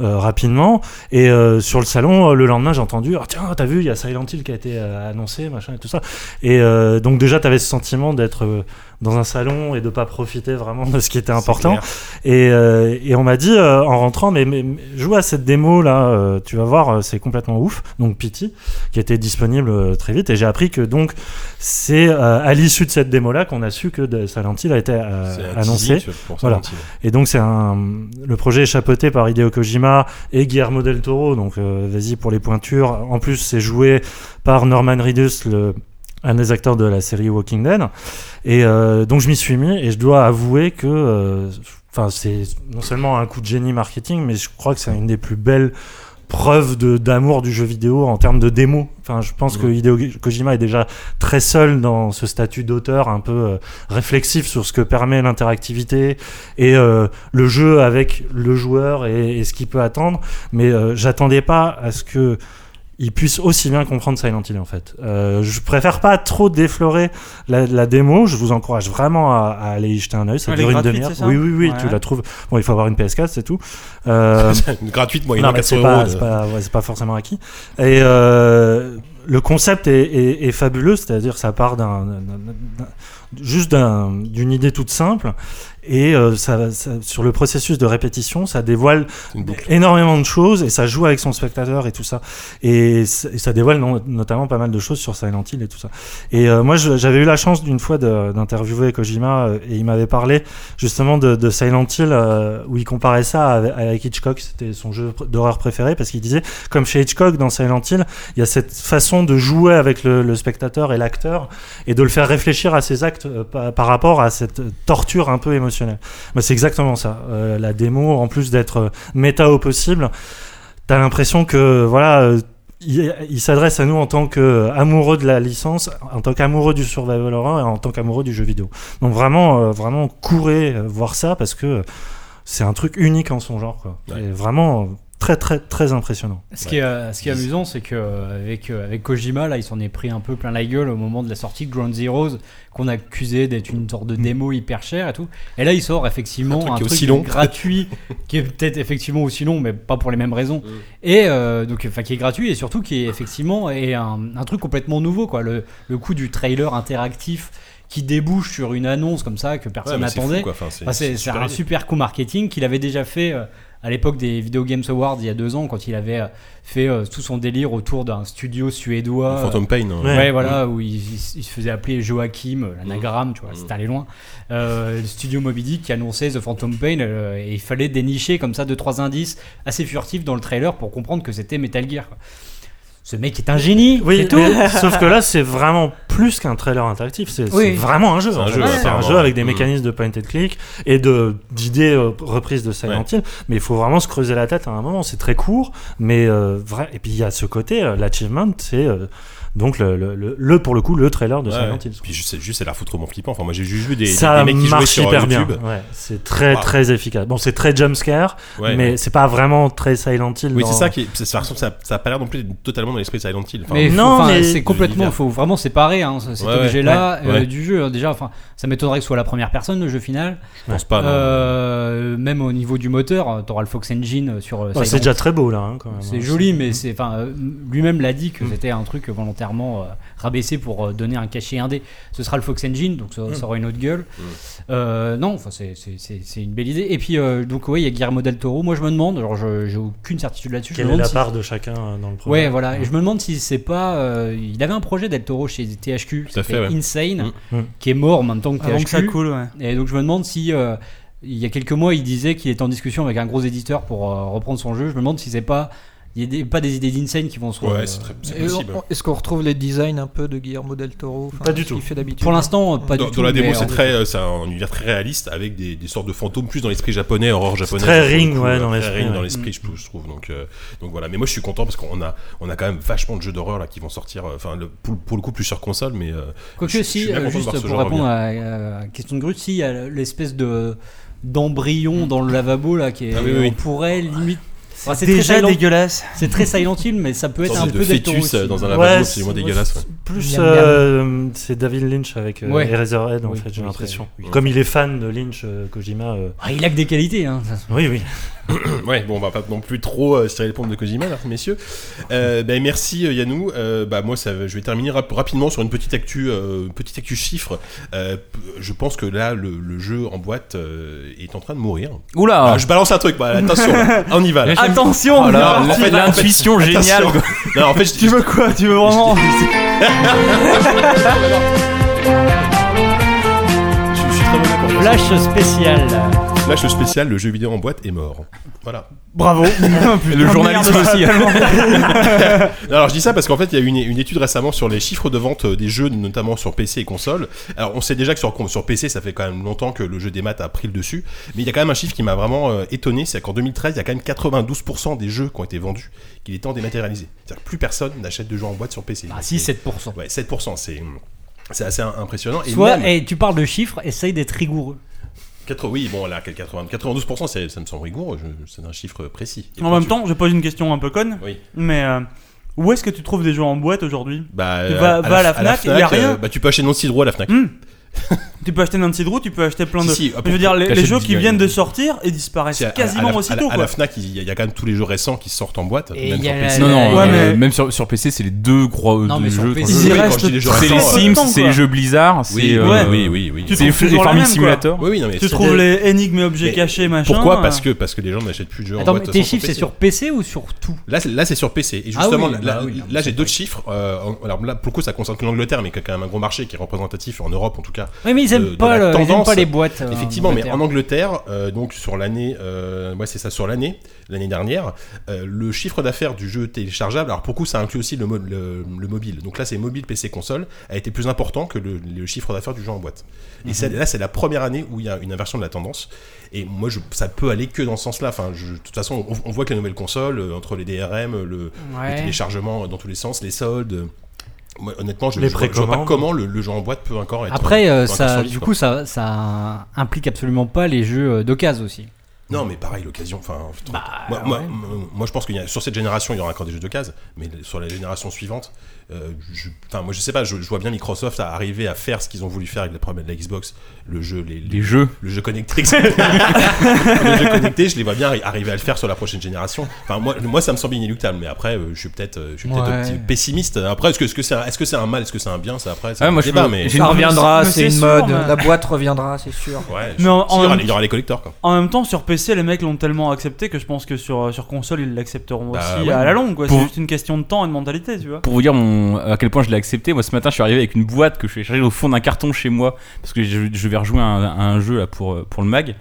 S7: euh, rapidement. Et euh, sur le salon, euh, le lendemain, j'ai entendu Ah, tiens, t'as vu, il y a Silent Hill qui a été euh, annoncé, machin et tout ça. Et euh, donc déjà, t'avais ce sentiment d'être euh, dans un salon et de pas profiter vraiment de ce qui était important. Et, euh, et on m'a dit euh, en rentrant, mais, mais- mais joue à cette démo là, euh, tu vas voir, euh, c'est complètement ouf. Donc Pity, qui était disponible euh, très vite. Et j'ai appris que donc c'est euh, à l'issue de cette démo là qu'on a su que de- Silent Hill a été euh,
S1: C'est un
S7: annoncé.
S1: teasing, tu vois, pour
S7: Voilà.
S1: Silent Hill.
S7: Et donc c'est un le projet est chapeauté par Hideo Kojima et Guillermo del Toro. Donc euh, vas-y pour les pointures. En plus c'est joué par Norman Reedus, le un des acteurs de la série Walking Dead. Et euh, donc je m'y suis mis et je dois avouer que euh, enfin c'est non seulement un coup de génie marketing, mais je crois que c'est une des plus belles preuves de- d'amour du jeu vidéo en termes de démo. Enfin, je pense que Hideo Kojima est déjà très seul dans ce statut d'auteur un peu euh, réflexif sur ce que permet l'interactivité et euh, le jeu avec le joueur et, et ce qu'il peut attendre. Mais euh, j'attendais pas à ce que il puisse aussi bien comprendre Silent Hill en fait. Euh, je préfère pas trop déflorer la, la démo. Je vous encourage vraiment à, à aller y jeter un œil. Ça
S4: Elle est
S7: dure une
S4: gratuite,
S7: demi-heure.
S4: c'est ça
S7: Oui, oui, oui.
S4: Ouais.
S7: Tu la trouves. Bon, il faut avoir une PS4, c'est tout. Euh,
S1: Gratuite, moyennant
S7: non, mais
S1: 400
S7: c'est
S1: euros.
S7: pas,
S1: de-
S7: c'est pas, ouais, c'est pas forcément acquis. Et euh, le concept est, est- est fabuleux, c'est-à-dire ça part d'un, d'un- d'un- juste d'un- d'une idée toute simple et euh, ça- ça- sur le processus de répétition, ça dévoile
S1: C'est une boucle.
S7: énormément de choses et ça joue avec son spectateur et tout ça et, c- et ça dévoile non- notamment pas mal de choses sur Silent Hill et tout ça et euh, moi je- j'avais eu la chance d'une fois de- d'interviewer Kojima euh, et il m'avait parlé justement de, de Silent Hill euh, où il comparait ça avec, avec Hitchcock c'était son jeu pr- d'horreur préféré parce qu'il disait comme chez Hitchcock dans Silent Hill il y a cette façon de jouer avec le, le spectateur et l'acteur et de le faire réfléchir à ses actes euh, pa- par rapport à cette euh, torture un peu émotionnelle mais c'est exactement ça. Euh, la démo, en plus d'être euh, méta au possible, t'as l'impression que voilà, euh, il, il s'adresse à nous en tant qu'amoureux de la licence, en tant qu'amoureux du survival horror et en tant qu'amoureux du jeu vidéo. Donc vraiment, euh, vraiment courez euh, voir ça parce que c'est un truc unique en son genre. Quoi.
S1: Ouais.
S7: Et vraiment euh, très très très impressionnant.
S2: Ce qui est, euh, ce qui est amusant, c'est que euh, avec, euh, avec Kojima, là, il s'en est pris un peu plein la gueule au moment de la sortie de Ground Zeroes, qu'on accusait d'être une sorte de démo hyper chère et tout. Et là, il sort effectivement
S1: Mm. Un truc
S2: un
S1: qui est
S2: truc,
S1: aussi long.
S2: gratuit, qui est peut-être effectivement aussi long, mais pas pour les mêmes
S1: Mm.
S2: raisons. Et euh, donc, enfin, qui est gratuit et surtout qui est effectivement est un, un truc complètement nouveau, quoi. Le, le coup du trailer interactif qui débouche sur une annonce comme ça que
S1: Ouais,
S2: personne
S1: mais c'est
S2: n'attendait.
S1: fou, quoi. Enfin, c'est
S7: Bah,
S2: Enfin, c'est c'est
S1: super
S2: un
S1: idée.
S2: super coup marketing qu'il avait déjà fait euh, à l'époque des Video Games Awards il y a deux ans quand il avait euh, fait euh, tout son délire autour d'un studio suédois. euh,
S1: Phantom Pain. hein.
S7: Ouais.
S2: Ouais, voilà, où il, il se- il se faisait appeler Joachim, euh, l'anagramme, tu vois, c'était allé loin. Euh, le studio Moby Dick qui annonçait The Phantom Pain, euh, et il fallait dénicher comme ça deux trois indices assez furtifs dans le trailer pour comprendre que c'était Metal Gear. quoi. Ce mec est un génie, c'est tout.
S7: mais- sauf que là, c'est vraiment plus qu'un trailer interactif. C'est c'est
S2: Oui.
S7: vraiment un jeu.
S1: un
S7: en fait.
S1: jeu,
S7: C'est un
S1: apparemment.
S7: jeu avec des
S1: Mm.
S7: mécanismes de point and click et de d'idées euh, reprises de Silent
S1: Ouais.
S7: Hill. Mais il faut vraiment se creuser la tête à un moment. C'est très court, mais euh, vrai. Et puis il y a ce côté, euh, l'achievement, c'est euh, donc le, le- le- le- pour le coup le trailer de
S1: Ouais,
S7: Silent
S1: ouais.
S7: Hill.
S1: Puis je sais juste, c'est la foutrement flippant. Enfin, moi, j'ai juste vu des,
S7: ça
S1: des mecs qui jouaient
S7: marche
S1: sur euh,
S7: hyper bien.
S1: YouTube.
S7: Ouais, c'est très
S1: Wow.
S7: très efficace. Bon, c'est très jumpscare,
S1: Ouais.
S7: mais c'est pas vraiment très Silent Hill.
S1: Oui,
S7: dans-
S1: c'est ça qui. est- c'est- Ça, ressemble- ça, ça a pas l'air non plus d'être totalement dans l'esprit de Silent Hill. Enfin,
S2: Mais
S7: Non,
S2: non,
S7: mais-
S2: c'est complètement,
S1: L'univers.
S2: faut vraiment séparer hein, cet
S1: Ouais, ouais.
S2: objet-là
S1: Ouais.
S2: euh,
S1: Ouais.
S2: du jeu. hein. Déjà, enfin, ça m'étonnerait que ce soit la première personne le jeu final.
S1: je pense pas. Ah, non.
S2: Euh, même au niveau du moteur, euh, t'auras le Fox Engine sur. euh,
S7: Ouais,
S2: Silent
S7: c'est déjà très beau là. hein, quand même.
S2: c'est joli, mais c'est, enfin, euh, lui-même l'a dit que
S1: Mm.
S2: c'était un truc volontairement euh, rabaissé pour euh, donner un cachet indé. Ce sera le Fox Engine, donc
S1: Mm.
S2: ça, ça aura une autre gueule. Euh, non, enfin, c'est, c'est, c'est- c'est une belle idée. Et puis, euh, donc, ouais, il y a Guillermo del Toro. Moi, je me demande, alors, je, j'ai aucune certitude là-dessus. je
S7: Quelle
S2: me
S7: est
S2: demande
S7: la
S2: si-
S7: part de chacun euh, dans le projet
S2: Ouais, voilà. Et je me demande si c'est pas. euh, il avait un projet d'El Toro chez THQ,
S1: Tout à
S2: c'était
S1: fait, ouais.
S2: Insane,
S7: Mm. Mm.
S2: qui est mort en même temps que
S4: Avant
S2: THQ.
S4: que Ah, ça coule, ouais.
S2: Et donc je me demande si euh, il y a quelques mois il disait qu'il était en discussion avec un gros éditeur pour euh, reprendre son jeu. Je me demande si c'est pas il y a des- pas des idées d'insane qui vont se.
S1: Ouais,
S2: euh,
S1: c'est très- c'est
S6: Et
S1: possible.
S6: on- Est-ce qu'on retrouve les designs un peu de Guillermo del Toro enfin,
S7: Pas du
S6: ce qu'il
S7: tout.
S6: fait d'habitude
S2: pour l'instant, pas
S1: dans,
S2: du
S1: dans
S2: tout.
S1: la démo,
S2: mais
S1: c'est
S2: en-
S1: très, euh, c'est un univers très réaliste avec des, des sortes de fantômes plus dans l'esprit japonais, horreur japonaise.
S7: très
S1: pour le
S7: Ring,
S1: coup,
S7: ouais,
S1: euh,
S7: dans
S1: très
S7: l'esprit,
S1: Ring
S7: ouais.
S1: dans l'esprit, je, trouve- je trouve. Donc, euh, donc voilà. Mais moi, je suis content parce qu'on a, on a quand même vachement de jeux d'horreur là qui vont sortir. euh, Enfin, le- pour, pour le coup, plus sur console, mais euh, Je-
S2: Quoique
S1: je
S2: si,
S1: suis bien content
S2: euh,
S1: de
S2: juste
S1: voir ce
S2: pour
S1: genre
S2: répondre à euh, à la question de Grut, si il y a l'espèce de d'embryon dans le lavabo là qui est,
S1: Mm. Ah oui, oui, oui.
S2: on pourrait limite. Enfin, c'est très,
S4: Déjà
S2: Silent-
S4: dégueulasse.
S2: c'est très Silent Hill, mais ça peut
S1: une
S2: être un
S1: sorte
S2: peu
S1: de
S2: Del Toro
S1: fœtus euh,
S2: aussi.
S1: dans un
S7: Ouais,
S1: lavabo,
S7: c'est-
S1: c'est moins
S7: ouais,
S1: dégueulasse. ouais.
S7: Plus
S6: Miam,
S7: euh, c'est David Lynch avec euh,
S2: Ouais.
S7: Eraserhead en
S2: Oui,
S7: fait, j'ai
S2: oui,
S7: l'impression.
S1: c'est- oui.
S7: Comme il est fan de Lynch, euh, Kojima. euh,
S2: Ah, il a que des qualités. Hein.
S7: Oui, oui.
S1: Ouais, bon, on va pas non plus trop euh, se tirer les pompes de Kojima, là, messieurs. Euh, ben, merci euh, Yannou. Euh, bah, moi, ça, va- je vais terminer rap- rapidement sur une petite actu, euh, une petite actu chiffre. Euh, p- je pense que là, le, le jeu en boîte euh, est en train de mourir.
S3: Oula
S1: Ah, je balance un truc, bah, attention, là, on y va. Là.
S4: Attention
S1: Oh là là,
S4: on est
S1: en
S4: parti.
S1: fait,
S3: L'intuition géniale
S1: Attention. Non, en fait, je-
S4: Tu veux quoi Tu veux vraiment
S1: je, je suis très mauvais pour faire
S2: Flash spécial.
S1: ça. Flash spécial, le jeu vidéo en boîte est mort. Voilà.
S4: Bravo.
S3: Le
S4: Oh,
S3: journalisme
S7: hein.
S3: aussi.
S1: Alors je dis ça parce qu'en fait il y a eu une, une étude récemment sur les chiffres de vente euh, des jeux notamment sur PC et console. Alors on sait déjà que sur, con- sur PC ça fait quand même longtemps que le jeu des maths a pris le dessus, mais il y a quand même un chiffre qui m'a vraiment euh, étonné, c'est qu'en 2013 il y a quand même 92% des jeux qui ont été vendus qu'il est temps dématérialisé. C'est-à-dire que plus personne n'achète de jeux en boîte sur PC.
S2: Ah si, 7%.
S1: Ouais 7%, c'est c'est assez im- impressionnant. Et
S2: Soit,
S1: même-
S2: et tu parles de chiffres, essaye d'être rigoureux.
S1: Quatre- oui, bon, là, quel 80, 92%, c'est- ça me semble rigoureux, je- c'est un chiffre précis. Et
S4: En
S1: toi,
S4: même
S1: tu-
S4: temps, je pose une question un peu conne,
S1: Oui.
S4: mais euh, où est-ce que tu trouves des jeux en boîte aujourd'hui
S1: Bah,
S4: Va- va à la Fnac, il y a rien.
S1: euh, bah, tu peux acheter non Cidro à la Fnac.
S4: Hmm. Tu peux acheter Nancy Drew, tu peux acheter plein
S1: Si,
S4: de.
S1: si, ah,
S4: je veux dire, les, les
S3: t'achètes
S4: jeux
S3: du
S4: qui
S3: Diane.
S4: viennent de sortir et disparaissent
S1: C'est à- à- à la-
S4: quasiment
S1: à la-
S4: aussitôt.
S1: À
S4: quoi.
S1: la Fnac, il y a- il y a quand même tous les jeux récents qui sortent en boîte.
S2: Et
S1: même
S2: il y
S1: sur
S2: a-
S1: PC.
S3: Non, non,
S4: Ouais,
S3: euh,
S4: mais-
S3: même sur, sur PC, c'est les deux gros
S2: Non,
S3: deux
S2: mais sur
S3: jeux.
S1: Oui,
S2: PC,
S4: Ils y
S1: quand je
S4: restent
S1: dis les jeux
S3: C'est les
S1: récents, euh,
S3: Sims,
S4: temps,
S3: c'est
S4: quoi.
S3: les jeux Blizzard,
S1: Oui,
S3: c'est
S1: oui,
S4: ouais.
S3: euh,
S1: oui, oui, oui.
S4: Tu
S3: c'est
S4: trouves
S3: les
S4: toujours la
S3: Farming
S4: même, quoi.
S3: Simulator.
S1: Oui, oui, non, mais
S4: Tu
S1: c'est-
S4: trouves les énigmes et objets
S1: Mais
S4: cachés, machin.
S1: Pourquoi
S4: euh,
S1: Parce que parce que les gens n'achètent plus de jeux en
S2: Attends, mais
S1: boîte.
S2: tes
S1: sans
S2: chiffres, c'est
S1: PC.
S2: sur PC ou sur tout
S1: Là, c'est- là, c'est sur PC. Et
S2: Ah
S1: justement,
S2: oui,
S1: là,
S2: bah oui, non,
S1: là, j'ai
S2: c'est
S1: d'autres chiffres. euh, en- alors là, pour le coup, ça concerne que l'Angleterre, mais qui a quand même un gros marché qui est représentatif en Europe, en tout cas.
S2: Oui, mais ils aiment,
S1: de
S2: pas,
S1: la
S2: le- ils aiment
S1: tendance.
S2: pas les boîtes. euh,
S1: Effectivement, mais
S2: Angleterre.
S1: en Angleterre, euh, donc sur l'année, euh, ouais, c'est ça, sur l'année, l'année dernière, euh, le chiffre d'affaires du jeu téléchargeable, alors pour coup, ça inclut aussi le, mo- le- le mobile. Donc là, c'est mobile, PC, console, a été plus important que le, le chiffre d'affaires du jeu en boîte.
S2: Mhm.
S1: Et c'est- là, c'est la première année où il y a une inversion de la tendance. Et moi, je, ça peut aller que dans ce sens-là. Enfin, je- de toute façon, on, on voit que la nouvelle console, euh, entre les DRM, le, le
S2: Ouais.
S1: téléchargement dans tous les sens, les soldes. euh, Moi, honnêtement, je,
S7: Les
S1: je vois- je vois pas
S7: précommandes.
S1: comment le, le jeu en boîte peut encore être.
S2: Après, euh,
S1: peut encore
S2: ça,
S1: survivre,
S2: du
S1: quoi.
S2: coup, ça, ça implique absolument pas les jeux euh, d'occasion aussi.
S1: Non, mais pareil, l'occasion. Enfin, putain. moi,
S2: ouais.
S1: moi, moi- moi, je pense qu'il y a, sur cette génération, il y aura encore des jeux de case, mais sur la génération suivante, euh, je, enfin, moi, je sais pas, je, je vois bien Microsoft à arriver à faire ce qu'ils ont voulu faire avec le problème de la Xbox, le jeu, les, les-
S3: Les jeux.
S1: le jeu connecté, le jeu connecté, je les vois bien arri- arriver à le faire sur la prochaine génération. Enfin, moi, moi, ça me semble inéluctable, mais après, euh, je suis peut-être, euh, je suis peut-être
S6: Ouais.
S1: opti- pessimiste. Après, est-ce que, est-ce que c'est, un- est-ce que c'est un mal, est-ce que c'est un bien, ça après, c'est
S3: Ah,
S1: un
S3: moi, je
S1: débat,
S3: peux-
S1: mais
S3: j'ai-
S6: Eh ben, Ça reviendra,
S4: Mais
S6: c'est
S4: c'est
S6: une
S4: sûr,
S6: mode.
S4: mais-
S6: La boîte reviendra, c'est sûr.
S1: ouais,
S4: Mais en-
S1: si, il, y aura,
S4: en-
S1: les- il y aura les collecteurs, quoi.
S4: En même temps, sur PC, les mecs l'ont tellement accepté que je pense que sur, sur console, ils l'accepteront
S1: Bah
S4: aussi
S1: ouais.
S4: à la longue. quoi.
S3: Pour-
S4: C'est juste une question de temps et de mentalité, tu vois.
S3: Pour vous dire mon, à quel point je l'ai accepté, moi ce matin je suis arrivé avec une boîte que je suis chargée au fond d'un carton chez moi parce que je, je vais rejouer à un, à un jeu là pour, euh, pour le mag.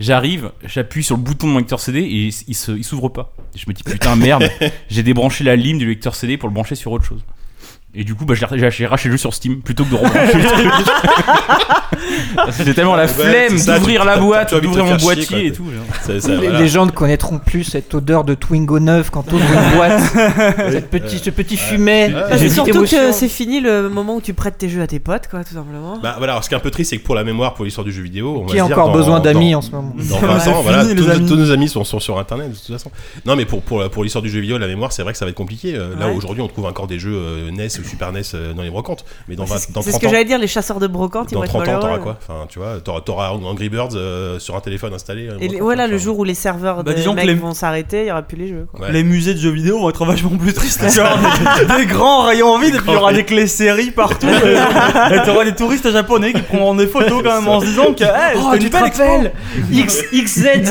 S3: J'arrive, j'appuie sur le bouton de mon lecteur CD et il, s- il se- il s'ouvre pas. Et je me dis putain merde, j'ai débranché la ligne du lecteur CD pour le brancher sur autre chose. Et du coup, bah, je l'ai- j'ai acheté- racheté le jeu sur Steam plutôt que de rebrancher le truc. J'ai tellement la
S1: Ouais,
S3: flemme
S1: c'est ça,
S3: d'ouvrir
S1: tu-
S3: la
S1: t'as-
S3: boîte,
S1: t'as envie de te
S3: d'ouvrir mon
S1: faire chier,
S3: boîtier et
S1: quoi,
S3: tout. genre.
S1: Ça- ça,
S6: Les-
S1: voilà.
S6: Les gens ne connaîtront plus cette odeur de Twingo neuf quand on ouvre une boîte. Cette petit, ce petit fumet.
S1: Ouais.
S6: cette
S5: Bah,
S1: J'ai
S5: C'est
S1: vu
S6: petite
S5: surtout
S6: émotion.
S5: que c'est fini le moment où tu prêtes tes jeux à tes potes, quoi, tout simplement.
S1: Bah voilà, alors ce qui est un peu triste, c'est que pour la mémoire, pour l'histoire du jeu vidéo, on va
S6: Qui a
S1: dire
S6: encore
S1: dans-
S6: besoin
S1: dans-
S6: d'amis hein. en ce moment
S1: dans
S4: Ouais,
S1: 20 ans,
S4: fini,
S1: voilà,
S4: les
S1: tous, nos-
S4: amis.
S1: tous nos amis sont, sont sur internet de toute façon. Non, mais pour, pour, pour l'histoire du jeu vidéo, la mémoire, c'est vrai que ça va être compliqué. Euh, Là,
S4: Ouais.
S1: aujourd'hui, on trouve encore des jeux euh, NES ou Super NES euh, dans les brocantes. Mais dans,
S5: C'est
S1: 20,
S5: ce-
S1: dans
S5: c'est ce
S1: 30
S5: que
S1: ans,
S5: j'allais dire, les chasseurs de brocantes, ils
S1: dans
S5: vont être
S1: 30 ans, t'auras
S5: malheureux.
S1: quoi Enfin, tu vois, t'auras, t'auras Angry Birds euh, sur un téléphone installé. euh,
S5: Et les-
S1: brocante,
S5: voilà, le
S1: enfin.
S5: jour où les serveurs
S4: Bah,
S5: de
S4: disons que
S5: mecs
S4: les-
S5: vont s'arrêter, il n'y aura plus les jeux. Quoi.
S1: Ouais.
S4: Les musées de jeux vidéo vont être vachement plus tristes. Il y aura des, des grands rayons vides, et puis il y aura des clés séries partout. et et t'auras des touristes japonais qui prendront des photos quand même en se disant que hey,
S2: Oh,
S4: c'était
S2: tu
S4: une
S2: te
S4: belle expo.
S2: rappelles X, XZ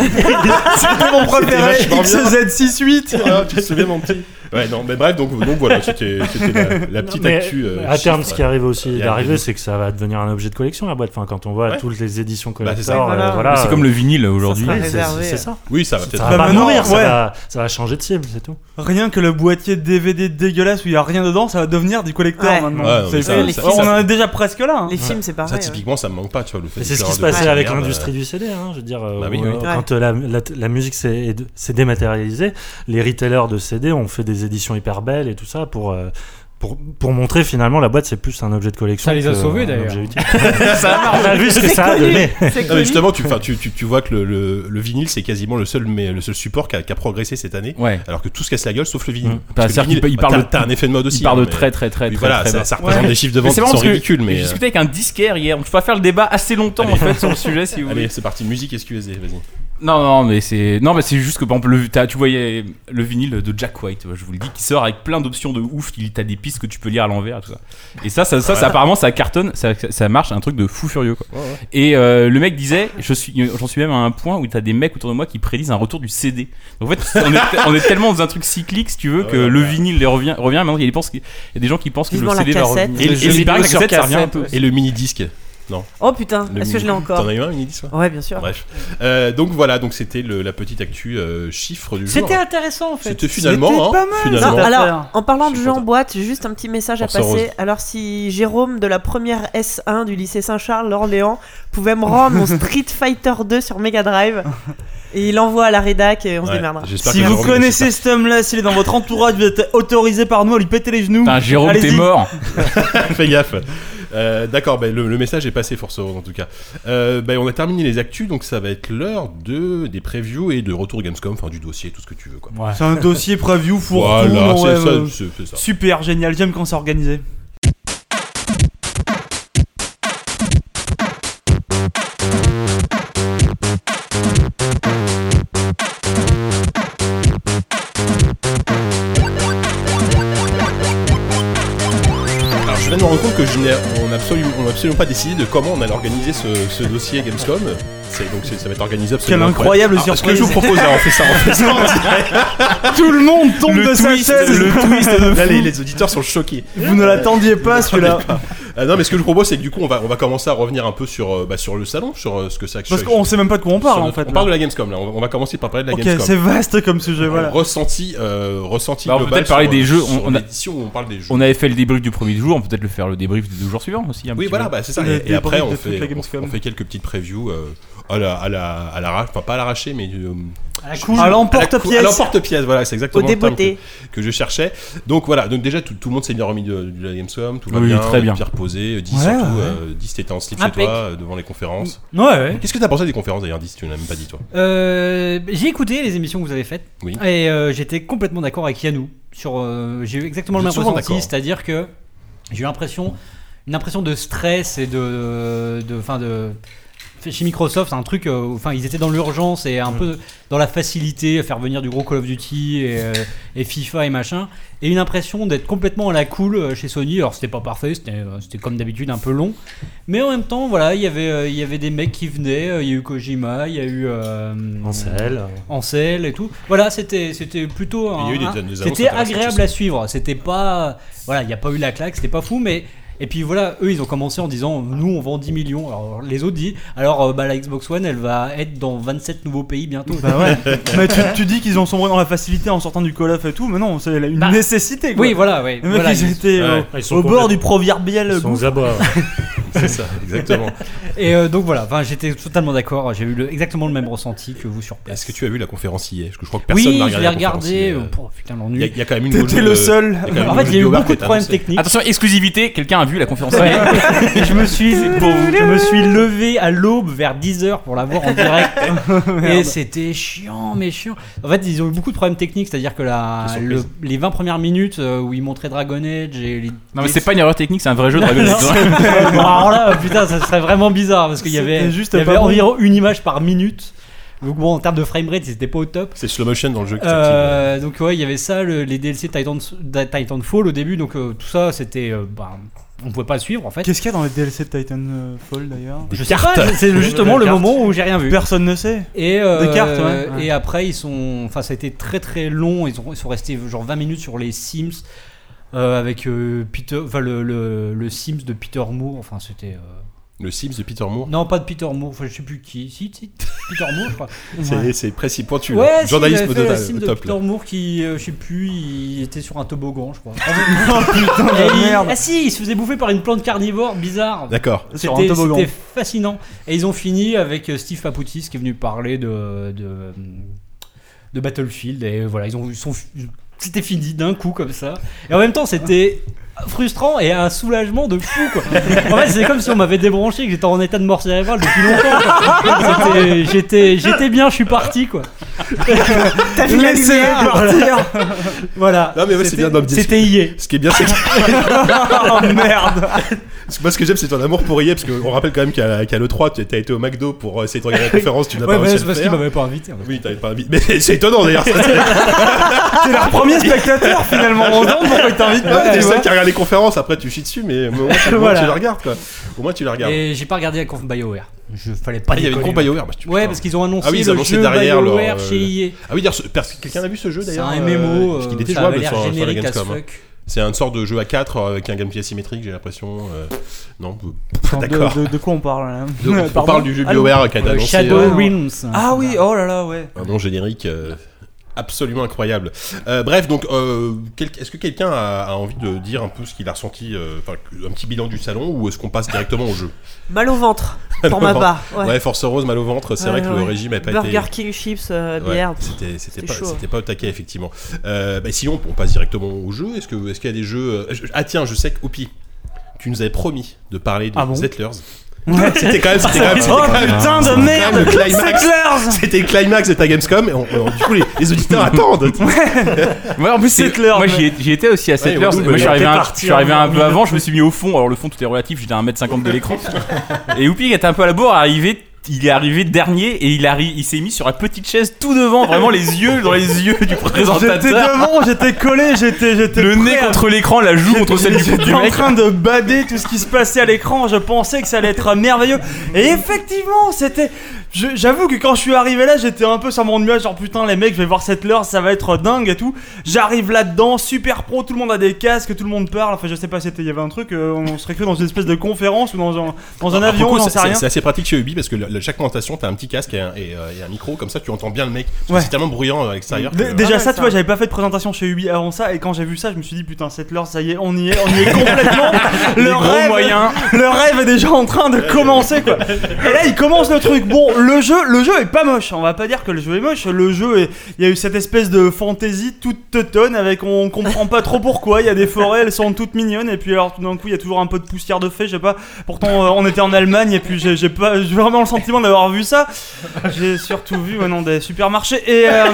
S4: C'était mon préféré,
S1: C'était vachement bien.
S4: XZ68.
S1: Ah, tu te souviens, mon petit Ouais, non, mais bref, donc, donc voilà, c'était c'était la, la petite
S7: Mais
S1: actu. euh,
S7: à terme,
S1: chiffre.
S7: ce qui arrive aussi
S1: Il y a-
S7: d'arriver, c'est que ça va devenir un objet de collection la boîte. Enfin, quand on voit
S1: Ouais.
S7: toutes les éditions
S1: Bah, c'est ça.
S7: collector, euh,
S5: Voilà.
S7: voilà,
S3: C'est comme le vinyle aujourd'hui.
S5: sera
S7: euh, c'est-
S5: réservé.
S7: c'est ça.
S1: Oui, ça va peut-être.
S7: Ça va
S4: Bah,
S7: pas
S4: maintenant,
S7: mourir, ça
S4: ouais.
S7: va- ça va changer de cible, c'est tout.
S4: Rien que le boîtier DVD dégueulasse où il y a rien dedans, ça va devenir du collecteur
S5: Ouais.
S4: maintenant.
S1: Ouais, non, mais
S4: C'est-
S1: ça-
S4: c'est-
S5: ça-
S4: on
S1: ça-
S4: en est déjà presque là. hein.
S5: Les films, c'est pareil.
S1: Ça,
S5: ouais.
S1: typiquement, ça me manque pas, tu vois, le fait
S7: Mais
S1: de
S7: c'est ce
S1: faire
S7: qui
S1: un
S7: se passait
S1: document,
S7: avec
S1: euh,
S7: l'industrie du CD. hein, je veux dire, euh,
S1: Bah oui,
S7: euh,
S1: oui.
S7: quand euh, la, la- la musique s'est s'est dématérialisée, les retailers de CD ont fait des éditions hyper belles et tout ça pour. euh, pour, pour montrer finalement la boîte c'est plus un objet de collection.
S2: Ça les a
S7: qu'un
S2: sauvés, d'ailleurs.
S7: objet utile. On a vu ce que Ah ça a
S5: connu.
S7: donné.
S5: C'est
S1: Non, mais
S5: connu.
S1: justement, tu, enfin, tu, tu, tu vois que le, le, le vinyle, c'est quasiment le seul, mais, le seul support qui a, qui a progressé cette année.
S3: Ouais.
S1: Alors que tout se casse la gueule sauf le vinyle.
S7: Mm.
S1: Parce que
S3: Bah,
S1: le
S3: c'est-à-dire qu'il- il
S1: bah,
S3: parle
S1: t'as-
S3: de-
S1: T'as un effet de mode aussi.
S3: Il parle de
S1: hein, mais-
S3: très très très
S1: Oui,
S3: très
S1: voilà,
S3: très
S1: ça,
S3: bas.
S1: ça représente
S4: Ouais.
S1: des chiffres de
S3: Mais
S1: vente
S3: c'est
S1: qui
S3: marrant
S1: sont
S3: parce que
S1: ridicules, mais.
S3: J'ai
S1: euh,
S3: discuté avec un disquaire hier. On peut pas faire le débat assez longtemps en
S1: Allez.
S3: fait sur le sujet si vous voulez.
S1: euh, Allez, c'est parti, musique excusez, vas-y.
S3: Non, non, mais c'est non, mais c'est juste que par exemple, le, t'as- tu voyais le vinyle de Jack White, je vous le dis, qui sort avec plein d'options de ouf. Il t'as des pistes que tu peux lire à l'envers, et tout ça. Et ça, ça, ça, ça, apparemment, ça cartonne, ça, ça marche, un truc de fou furieux. Quoi.
S1: Ouais, ouais.
S3: Et euh, le mec disait, je suis, j'en suis même à un point où t'as des mecs autour de moi qui prédisent un retour du CD. Donc, en fait, on est, on est tellement dans un truc cyclique, si tu veux, que
S1: Ouais, ouais,
S3: le
S1: ouais.
S3: vinyle les revient, revient. Maintenant, il y a des penses- il y a des gens qui pensent que
S5: Vivement
S3: le
S5: la
S3: CD va
S5: cassette.
S3: revenir. Et,
S6: Le
S3: et
S6: jeu
S3: il
S6: vidéo
S3: paraît que la
S6: sur
S3: cassette, ça revient un
S6: cassette.
S3: peu.
S1: Et le mini-disque.
S5: Oh putain, est-ce que je l'ai encore
S1: T'en as eu un, mini-disque toi
S5: Ouais, bien sûr.
S1: Bref. Euh, donc voilà, donc c'était le- la petite actu euh, chiffre du jour.
S2: C'était intéressant en fait.
S1: C'était finalement, hein,
S4: C'était pas mal,
S5: Non,
S1: finalement.
S4: ça.
S5: alors, en parlant
S1: Je
S5: de
S1: suis
S5: jeux en
S1: content.
S5: boîte, j'ai juste un petit message à
S1: Force rose.
S5: passer. Alors, si Jérôme de la première S1 du lycée Saint-Charles, l'Orléans, pouvait me rendre mon Street Fighter 2 sur Mega Drive, et il envoie à la rédac et on se
S1: Ouais,
S5: démerdera.
S1: j'espère
S4: Si
S1: que
S4: vous
S1: Jérôme-
S4: connaissez cet homme-là, s'il est dans votre entourage, vous êtes autorisé par nous à lui péter les genoux.
S3: Putain, Jérôme, t'es
S4: Allez-y.
S3: mort.
S1: Fais gaffe. Euh, D'accord, ben, le, le message est passé, force heureuse en tout cas. Euh, ben, on a terminé les actus, donc ça va être l'heure de, des previews et de retour Gamescom, enfin du dossier, tout ce que tu veux. Quoi.
S4: C'est un dossier preview pour tout.
S1: voilà,
S4: mon
S1: c'est
S4: rêve.
S1: ça, c'est- c'est ça.
S4: Super génial, j'aime quand c'est organisé.
S1: que je n'ai- on n'a absolument, on n'a absolument pas décidé de comment on allait organiser ce, ce dossier Gamescom. C'est- Donc c'est- ça va être organisé
S4: Quelle
S1: absolument incroyable.
S4: incroyable
S1: Alors, ce que
S4: surprise
S1: je vous propose, alors, on fait ça, on fait ça en direct.
S4: Tout le monde tombe de sa
S3: twist,
S4: chaise
S3: le twist de
S1: Là, les, les auditeurs sont choqués.
S4: Vous ne l'attendiez pas celui-là
S1: Ah, non, mais ce que je propose, c'est que du coup, on va, on va commencer à revenir un peu sur, euh, bah, sur le salon, sur euh, ce que ça.
S4: Parce qu'on sait même pas de quoi on parle en fait.
S1: On parle de
S4: là.
S1: la Gamescom. Là, on va, on va commencer par parler de la
S4: Ok,
S1: Gamescom.
S4: c'est vaste comme sujet, voilà.
S1: Ressenti, euh, ressenti.
S3: Bah, on peut
S1: global
S3: peut-être parler
S1: sur- euh,
S3: des jeux,
S1: sur
S3: on- on a-
S1: l'édition où on parle des jeux.
S3: On avait fait le débrief du premier jour, on peut peut-être le faire le débrief des deux jours suivants aussi. un
S1: Oui,
S3: petit
S1: voilà,
S3: peu.
S1: bah, c'est ça.
S4: Le
S1: Et, et
S4: débrief
S1: après, on
S4: de toute
S1: fait,
S4: la
S1: on, fait-
S4: Gamescom.
S1: on fait quelques petites previews euh, à la, à la, à l'arrache, enfin pas à l'arraché, mais euh,
S2: Ah,
S4: À
S1: à
S4: l'emporte-pièce
S1: l'emporte-pièce. Voilà, c'est exactement
S5: Au
S1: le terme
S5: débeauté.
S1: que, que je cherchais. Donc voilà, donc déjà tout, tout le monde s'est bien remis de, de la Gamescom, tout va
S3: Oui,
S1: bien,
S3: très
S1: on est
S3: bien.
S1: reposé. 10
S4: Ouais,
S1: surtout,
S4: ouais.
S1: euh, 10 t'étais en slip chez
S2: Impec.
S1: toi euh, devant les conférences.
S4: Ouais, ouais.
S1: Qu'est-ce que t'as pensé des conférences d'ailleurs, 10 Tu n'as même pas dit toi.
S2: Euh, j'ai écouté les émissions que vous avez faites
S1: Oui.
S2: et euh, j'étais complètement d'accord avec Yannou. Sur, euh, j'ai eu exactement
S1: Vous
S2: le même
S1: êtes souvent
S2: ressenti,
S1: d'accord.
S2: c'est-à-dire que j'ai eu l'impression, une impression de stress et de, de, enfin de chez Microsoft, c'est un truc, euh, enfin ils étaient dans l'urgence et un
S1: Mm.
S2: peu dans la facilité, faire venir du gros Call of Duty et, euh, et FIFA et machin, et une impression d'être complètement à la cool euh, chez Sony. Alors c'était pas parfait, c'était euh, c'était comme d'habitude un peu long, mais en même temps voilà, il y avait euh, il y avait des mecs qui venaient, euh, il y a eu Kojima, il y a eu euh,
S7: Ansel.
S2: Ansel et tout. Voilà, c'était c'était plutôt
S1: Il y a
S2: un-
S1: eu des-
S2: un-
S1: des annonces
S2: c'était
S1: intéressantes
S2: agréable
S1: aussi.
S2: à suivre. C'était pas voilà, il n'y a pas eu la claque, c'était pas fou, mais et puis voilà, eux ils ont commencé en disant nous on vend 10 millions. Alors les autres disent alors euh, bah la Xbox One elle va être dans 27 nouveaux pays bientôt.
S4: Bah ouais. mais tu, tu dis qu'ils ont sombré dans la facilité en sortant du Call of et tout, mais non, c'est une
S2: Bah,
S4: nécessité quoi.
S2: oui, voilà, oui.
S4: Les mecs,
S2: voilà,
S4: ils étaient euh,
S7: Ouais, ils sont
S4: au bord
S7: complètement-
S4: du proverbial
S7: Ils sont
S4: gouffre.
S7: aux abois.
S1: C'est ça, exactement.
S2: Et euh, donc voilà, enfin j'étais totalement d'accord, j'ai eu le- exactement le même ressenti que vous sur place.
S1: Est-ce que tu as vu la conférence hier Parce que je crois que personne
S2: oui,
S1: n'a regardé.
S2: je l'ai
S1: la conférence
S2: regardé.
S1: hier.
S2: euh, pour- putain,
S1: Il y, a-
S2: l'ennui.
S1: il y a quand même une
S4: T'étais
S1: rejouée
S4: le
S1: de-
S4: seul.
S1: il y a quand même
S2: En
S1: une
S2: fait, il y a
S1: rejouée
S2: eu
S1: bar
S2: beaucoup
S1: qui
S2: de
S1: est
S2: problèmes
S1: annoncée.
S2: techniques.
S3: Attention, exclusivité, quelqu'un a vu la conférence.
S2: Ouais. je me suis je me suis levé à l'aube vers 10h pour la voir en direct et c'était chiant mais chiant. En fait, ils ont eu beaucoup de problèmes techniques, c'est-à-dire que la,
S1: Quelle
S2: le-
S1: surprise.
S2: les 20 premières minutes euh, où ils montraient Dragon Age et les
S3: Non, mais c'est pas une erreur technique, c'est un vrai jeu de Dragon
S2: Non,
S3: Age. hein.
S2: Alors là, putain, ça serait vraiment bizarre parce qu'il y avait
S4: C'était juste
S2: il y avait
S4: pas bon.
S2: environ une image par minute. Donc bon, en termes de framerate, c'était pas au top.
S1: C'est slow motion dans le jeu. qui s'active.
S2: Euh, donc ouais, il y avait ça, le- les DLC Titan, Titanfall au début, donc euh, tout ça, c'était, euh, bah, on pouvait pas suivre en fait.
S4: Qu'est-ce qu'il y a dans les DLC de Titanfall d'ailleurs
S1: Des
S2: Je sais
S1: cartes.
S2: pas, c'est justement le moment où j'ai rien vu.
S4: Personne ne sait.
S2: Et, euh,
S4: Des cartes, ouais. Ouais.
S2: et après, ils sont. Enfin, ça a été très très long. Ils, ont, ils sont restés genre 20 minutes sur les Sims. euh, avec euh, Peter. Enfin, le, le, le Sims de Peter Moore. Enfin, c'était. euh,
S1: Le Sims de Peter Moore.
S2: Non, pas de Peter Moore. Enfin, je sais plus qui. Si, si, Peter Moore, je crois.
S1: C'est- C'est précis pointu. là.
S2: Ouais, si, il
S1: Journalisme
S2: avait fait
S1: total,
S2: le Sims
S1: au
S2: de
S1: top,
S2: Peter
S1: là.
S2: Moore qui. euh, je sais plus, il était sur un toboggan, je crois.
S4: oh putain
S2: Et
S4: de
S2: il-
S4: merde.
S2: Ah si, il se faisait bouffer par une plante carnivore bizarre.
S1: D'accord.
S4: Sur un
S2: C'était
S4: toboggan.
S2: c'était fascinant. Et ils ont fini avec euh, Steve Papoutis qui est venu parler de, de, de Battlefield. Et voilà, ils ont, ils sont, c'était fini d'un coup comme ça. Et en même temps, c'était frustrant et un soulagement de fou quoi. En fait, c'est comme si on m'avait débranché et que j'étais en état de mort cérébrale depuis longtemps. quoi. C'était- J'étais, j'étais bien, je suis parti quoi.
S5: T'as vu la lumière
S2: partir.
S5: hein.
S2: Voilà.
S1: Non, mais ouais, c'est
S2: C'était-
S1: bien d'homme d'esprit.
S2: C'était hier.
S1: Ce qui est bien, c'est que.
S4: Oh merde
S1: Ah, Parce que Moi, ce que j'aime, c'est ton amour pour EA, parce qu'on rappelle quand même qu'à l'E3, tu as été au McDo pour euh, essayer de regarder la conférence, bah, tu n'as
S2: Ouais,
S1: pas
S2: mais
S1: réussi à
S2: c'est
S1: le
S2: parce qu'il
S1: faire.
S2: m'avait pas invité. en fait.
S1: Oui, t'avais pas invité. Mais c'est étonnant d'ailleurs. C'est
S4: T'es leur premier spectateur finalement en ondes, pourquoi ils t'invitent pas
S1: le
S4: tu
S1: seul
S4: vois
S1: qui regarde les conférences, après tu chies dessus, mais au moins, tu- au moins,
S2: Voilà.
S1: tu les regardes quoi. Au moins tu les regardes.
S2: Et j'ai pas regardé la conf BioWare. Je fallait pas
S1: Ah, il y avait une
S2: déconner.
S1: combat BioWare. bah, tu-
S2: Ouais,
S1: putain.
S2: parce qu'ils ont annoncé
S1: Ah oui, ils
S2: le
S1: annoncé
S2: jeu
S1: derrière leur,
S2: BioWare
S1: euh,
S2: chez EA.
S1: Ah oui, d'ailleurs, ce- parce que quelqu'un a vu ce jeu
S2: C'est
S1: d'ailleurs
S2: un
S1: euh,
S2: MMO,
S1: Parce qu'il
S2: euh,
S1: était
S2: ça avait
S1: jouable
S2: l'air
S1: sur, sur la
S2: générique as
S1: Gamescom. hein.
S2: fuck.
S1: C'est une sorte de jeu à 4 avec un gameplay asymétrique, j'ai l'impression. euh, Non, vous-
S4: Attends, de-
S1: D'accord.
S4: De, de quoi on parle là
S1: Donc, on
S4: Pardon
S1: parle du jeu
S4: Ah, le-
S1: BioWare qui a été
S2: Euh,
S1: annoncé.
S2: Shadow
S1: euh,
S2: Realms.
S4: Ah oui, oh là là, ouais.
S1: un nom générique euh, absolument incroyable. Euh, bref, donc, euh, quel- est-ce que quelqu'un a, a envie de dire un peu ce qu'il a ressenti, euh, enfin, un petit bilan du salon, ou est-ce qu'on passe directement au jeu
S5: Mal au ventre, pour ma part.
S1: Ouais.
S5: Ouais.
S1: Force Rose, mal au ventre, c'est
S5: Ouais,
S1: vrai que le
S5: ouais.
S1: régime n'a pas
S5: Burger
S1: été.
S5: King, chips, euh,
S1: Ouais,
S5: bière. pff.
S1: c'était c'était
S5: c'était
S1: pas
S5: chaud.
S1: c'était pas au taquet effectivement. Euh, bah, sinon on passe directement au jeu. Est-ce que est-ce qu'il y a des jeux euh, je- Ah tiens, je sais que Oupi, tu nous avais promis de parler de
S4: Ah bon
S1: Settlers. C'était quand même c'était quand même c'était
S4: Oh
S1: quand même-
S4: putain de
S1: le
S4: merde
S1: climax.
S4: Settlers
S1: c'était le climax de ta Gamescom et on- on- du coup les, les auditeurs attendent.
S3: Moi, en plus, c'est-
S4: Settlers,
S3: moi
S4: ouais.
S3: j'y ai- j'y étais aussi à
S1: Ouais,
S3: 7
S1: ouais,
S3: heures.
S1: ouais,
S3: Moi, je suis
S1: ouais,
S3: arrivé,
S4: t'es
S3: un,
S4: parti
S3: je suis arrivé
S4: en
S3: un
S4: milieu
S3: peu
S4: de
S3: avant, je me suis mis au fond. Alors, le fond, tout est relatif, j'étais à 1m50 de l'écran. Et Whoopi, qui était un peu à la bourre, est arrivé il est arrivé dernier et il, arri- il s'est mis sur la petite chaise tout devant, vraiment les yeux dans les yeux du
S4: Ah, J'étais
S3: présentateur.
S4: devant, j'étais collé, j'étais, j'étais
S3: Le
S4: prêt
S3: nez
S4: à-
S3: contre l'écran, la joue contre celle du,
S4: J'étais
S3: du
S4: en
S3: mec.
S4: train de bader tout ce qui se passait à l'écran. Je pensais que ça allait être merveilleux. Et effectivement, c'était. je- J'avoue que quand je suis arrivé là, j'étais un peu sur mon nuage. Genre putain, les mecs, je vais voir cette leurre, ça va être dingue et tout. J'arrive là-dedans, super pro, tout le monde a des casques, tout le monde parle. Enfin, je sais pas, c'était. Il y avait un truc, euh, on serait cru dans une espèce de conférence ou dans un, dans un
S1: Alors,
S4: avion,
S1: pour le coup,
S4: j'en
S1: Ah, c'est-
S4: sais rien.
S1: c'est- C'est assez pratique chez Ubi parce que le- le- chaque présentation, t'as un petit casque et un, et, euh, et un micro, comme ça tu entends bien le mec. Parce que
S4: Ouais.
S1: C'est tellement bruyant euh, à l'extérieur.
S4: Dé-
S1: que-
S4: déjà
S5: Ah ouais,
S4: ça, tu
S5: ça.
S4: vois, j'avais pas fait de présentation chez Ubi avant ça, et quand j'ai vu ça, je me suis dit putain cette leurre, ça y est, on y est, on y est complètement. le
S3: gros
S4: rêve,
S3: moyens.
S4: le rêve est déjà en train de commencer quoi. Et là, il commence le truc. Bon, le jeu, le jeu est pas moche. hein. On va pas dire que le jeu est moche. Le jeu, est- il y a eu cette espèce de fantaisie toute teutonne avec on comprend pas trop pourquoi. Il y a des forêts, elles sont toutes mignonnes, et puis alors tout d'un coup, il y a toujours un peu de poussière de fée. Je sais pas. Pourtant, euh, on était en Allemagne, et puis j'ai j'ai pas, j'ai vraiment le sentiment d'avoir vu ça. J'ai surtout vu maintenant des supermarchés et. euh,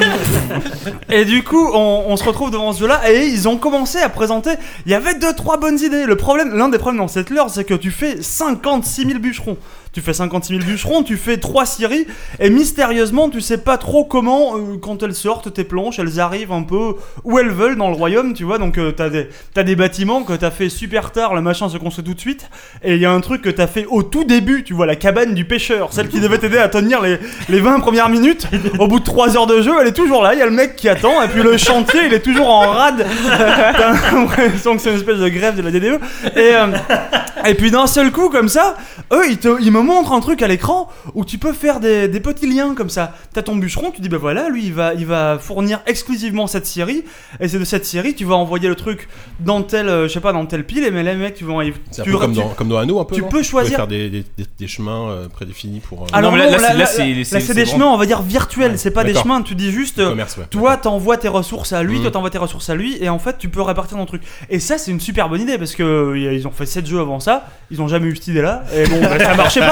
S4: et du coup, on, on se retrouve devant ce jeu-là et ils ont commencé à présenter. Il y avait deux trois bonnes idées. Le problème, l'un des problèmes dans cette leurre, c'est que tu fais 56 000 bûcherons. Tu fais 56 000 bûcherons, tu fais trois scieries et mystérieusement, tu sais pas trop comment, euh, quand elles sortent tes planches, elles arrivent un peu où elles veulent dans le royaume, tu vois. Donc euh, t'as des t'as des bâtiments que t'as fait super tard, le machin se construit tout de suite. Et il y a un truc que t'as fait au tout début, tu vois, la cabane du pêcheur, celle qui devait t'aider à tenir les, les 20 premières minutes. Au bout de 3 heures de jeu, elle est toujours là, il y a le mec qui attend, et puis le chantier, il est toujours en rade. T'as l'impression que c'est une espèce de grève de la DDE. Et, euh, et puis d'un seul coup, comme ça, eux, ils, te- ils me montrent un truc à l'écran où tu peux faire des, des petits liens comme ça. T'as ton bûcheron, tu dis, bah voilà, lui, il va, il va fournir exclusivement cette série, et c'est de cette série, tu vas envoyer le truc dans telle, euh, je sais pas, dans telle pile, et mais les mecs, tu vas... ils-
S1: C'est un
S4: tu-
S1: peu comme
S4: tu-
S1: dans, comme dans Anneau, un peu.
S4: tu
S1: non
S4: peux choisir- Ah,
S1: faire des, des- des- des chemins euh, prédéfinis pour euh,
S4: Alors
S3: Non, mais
S4: là,
S3: là- là, c'est- là, c'est- c'est-
S4: c'est
S3: c'est
S4: des
S3: vraiment-
S4: chemins, on va dire virtuels, c'est pas des
S1: D'accord.
S4: chemins, tu dis juste
S1: le
S4: euh,
S1: commerce. ouais.
S4: toi t'envoies tes ressources à lui,
S1: Mm.
S4: toi t'envoies tes ressources à lui et en fait tu peux répartir ton truc. Et ça c'est une super bonne idée parce que euh, y a- ils ont fait 7 jeux avant ça, ils ont jamais eu cette idée là et bon bah, ça marchait pas.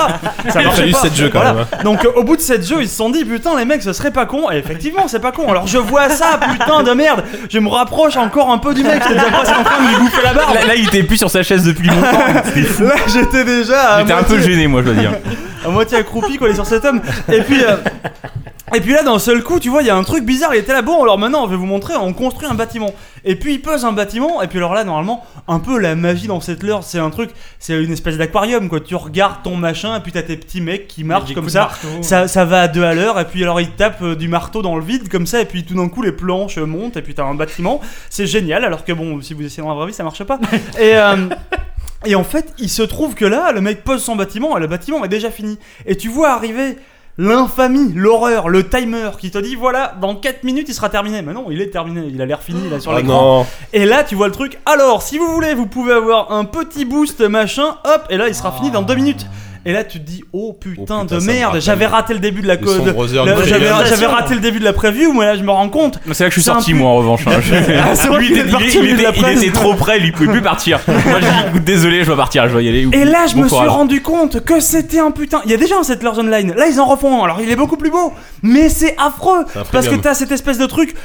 S1: Il
S4: Ça
S1: a
S4: marchait
S1: fallu
S4: pas.
S1: 7 jeux quand
S4: Voilà.
S1: même. hein.
S4: Donc euh, au bout de 7 jeux, ils se sont dit putain les mecs, ce serait pas con et effectivement, c'est pas con. Alors je vois ça putain de merde, je me rapproche encore un peu du mec, j'étais déjà presque en train de lui bouffer la barbe. Ah,
S3: Là, là, il était plus sur sa chaise depuis longtemps. C'était fou.
S4: Là, j'étais déjà à
S3: J'étais un
S4: moitié-
S3: peu gêné, moi, je dois dire.
S4: à moitié accroupi quoi, il est sur cet homme. Et puis, euh, et puis là, d'un seul coup, tu vois, il y a un truc bizarre. Il était là, bon, alors maintenant, je vais vous montrer, on construit un bâtiment. Et puis, il pose un bâtiment. Et puis, alors là, normalement, un peu la magie dans cette leurre, c'est un truc, c'est une espèce d'aquarium quoi. Tu regardes ton machin, et puis t'as tes petits mecs qui marchent comme ça. Ça, ça va à deux à l'heure, et puis alors il tape euh, du marteau dans le vide comme ça, et puis tout d'un coup les planches euh, montent, et puis t'as un bâtiment. C'est génial, alors que bon, si vous essayez dans la vraie vie, ça marche pas. Et, euh, et en fait, il se trouve que là, le mec pose son bâtiment, et le bâtiment est déjà fini. Et tu vois arriver l'infamie, l'horreur, le timer qui te dit voilà, dans 4 minutes il sera terminé. Mais non, il est terminé, il a l'air fini, il est sur
S1: Ah
S4: l'écran.
S1: non,
S4: Et là, tu vois le truc. Alors, si vous voulez, vous pouvez avoir un petit boost, machin, hop, et là, il sera fini dans deux minutes. Et là, tu te dis, oh
S1: Ah.
S4: putain,
S1: Oh, putain, ça
S4: de
S1: me
S4: merde,
S1: rappelle
S4: j'avais raté le début de la
S1: les
S4: code.
S1: sombres heures
S4: Là,
S1: du
S4: J'avais
S1: Pégase.
S4: j'avais raté le début de la preview, moi là, je me rends compte.
S3: C'est là que je suis
S4: C'est un
S3: sorti,
S4: peu-
S3: moi, en revanche. hein. Je-
S4: c'est vrai
S3: Lui,
S4: qu'il
S3: il
S4: est
S3: était-
S4: parti au
S3: il
S4: milieu de la
S3: était- il
S4: presse.
S3: était trop près, il pouvait plus partir. Moi, je dis, écoute, désolé, je dois partir, je dois y aller.
S4: Et là, je
S3: Bon
S4: me suis
S3: courage.
S4: rendu compte que c'était un putain. Il y a déjà un Settlers Online. Là, ils en refont un. Alors, il est beaucoup plus beau. Mais c'est affreux.
S1: un
S4: Parce que
S1: freemium.
S4: t'as cette espèce de truc.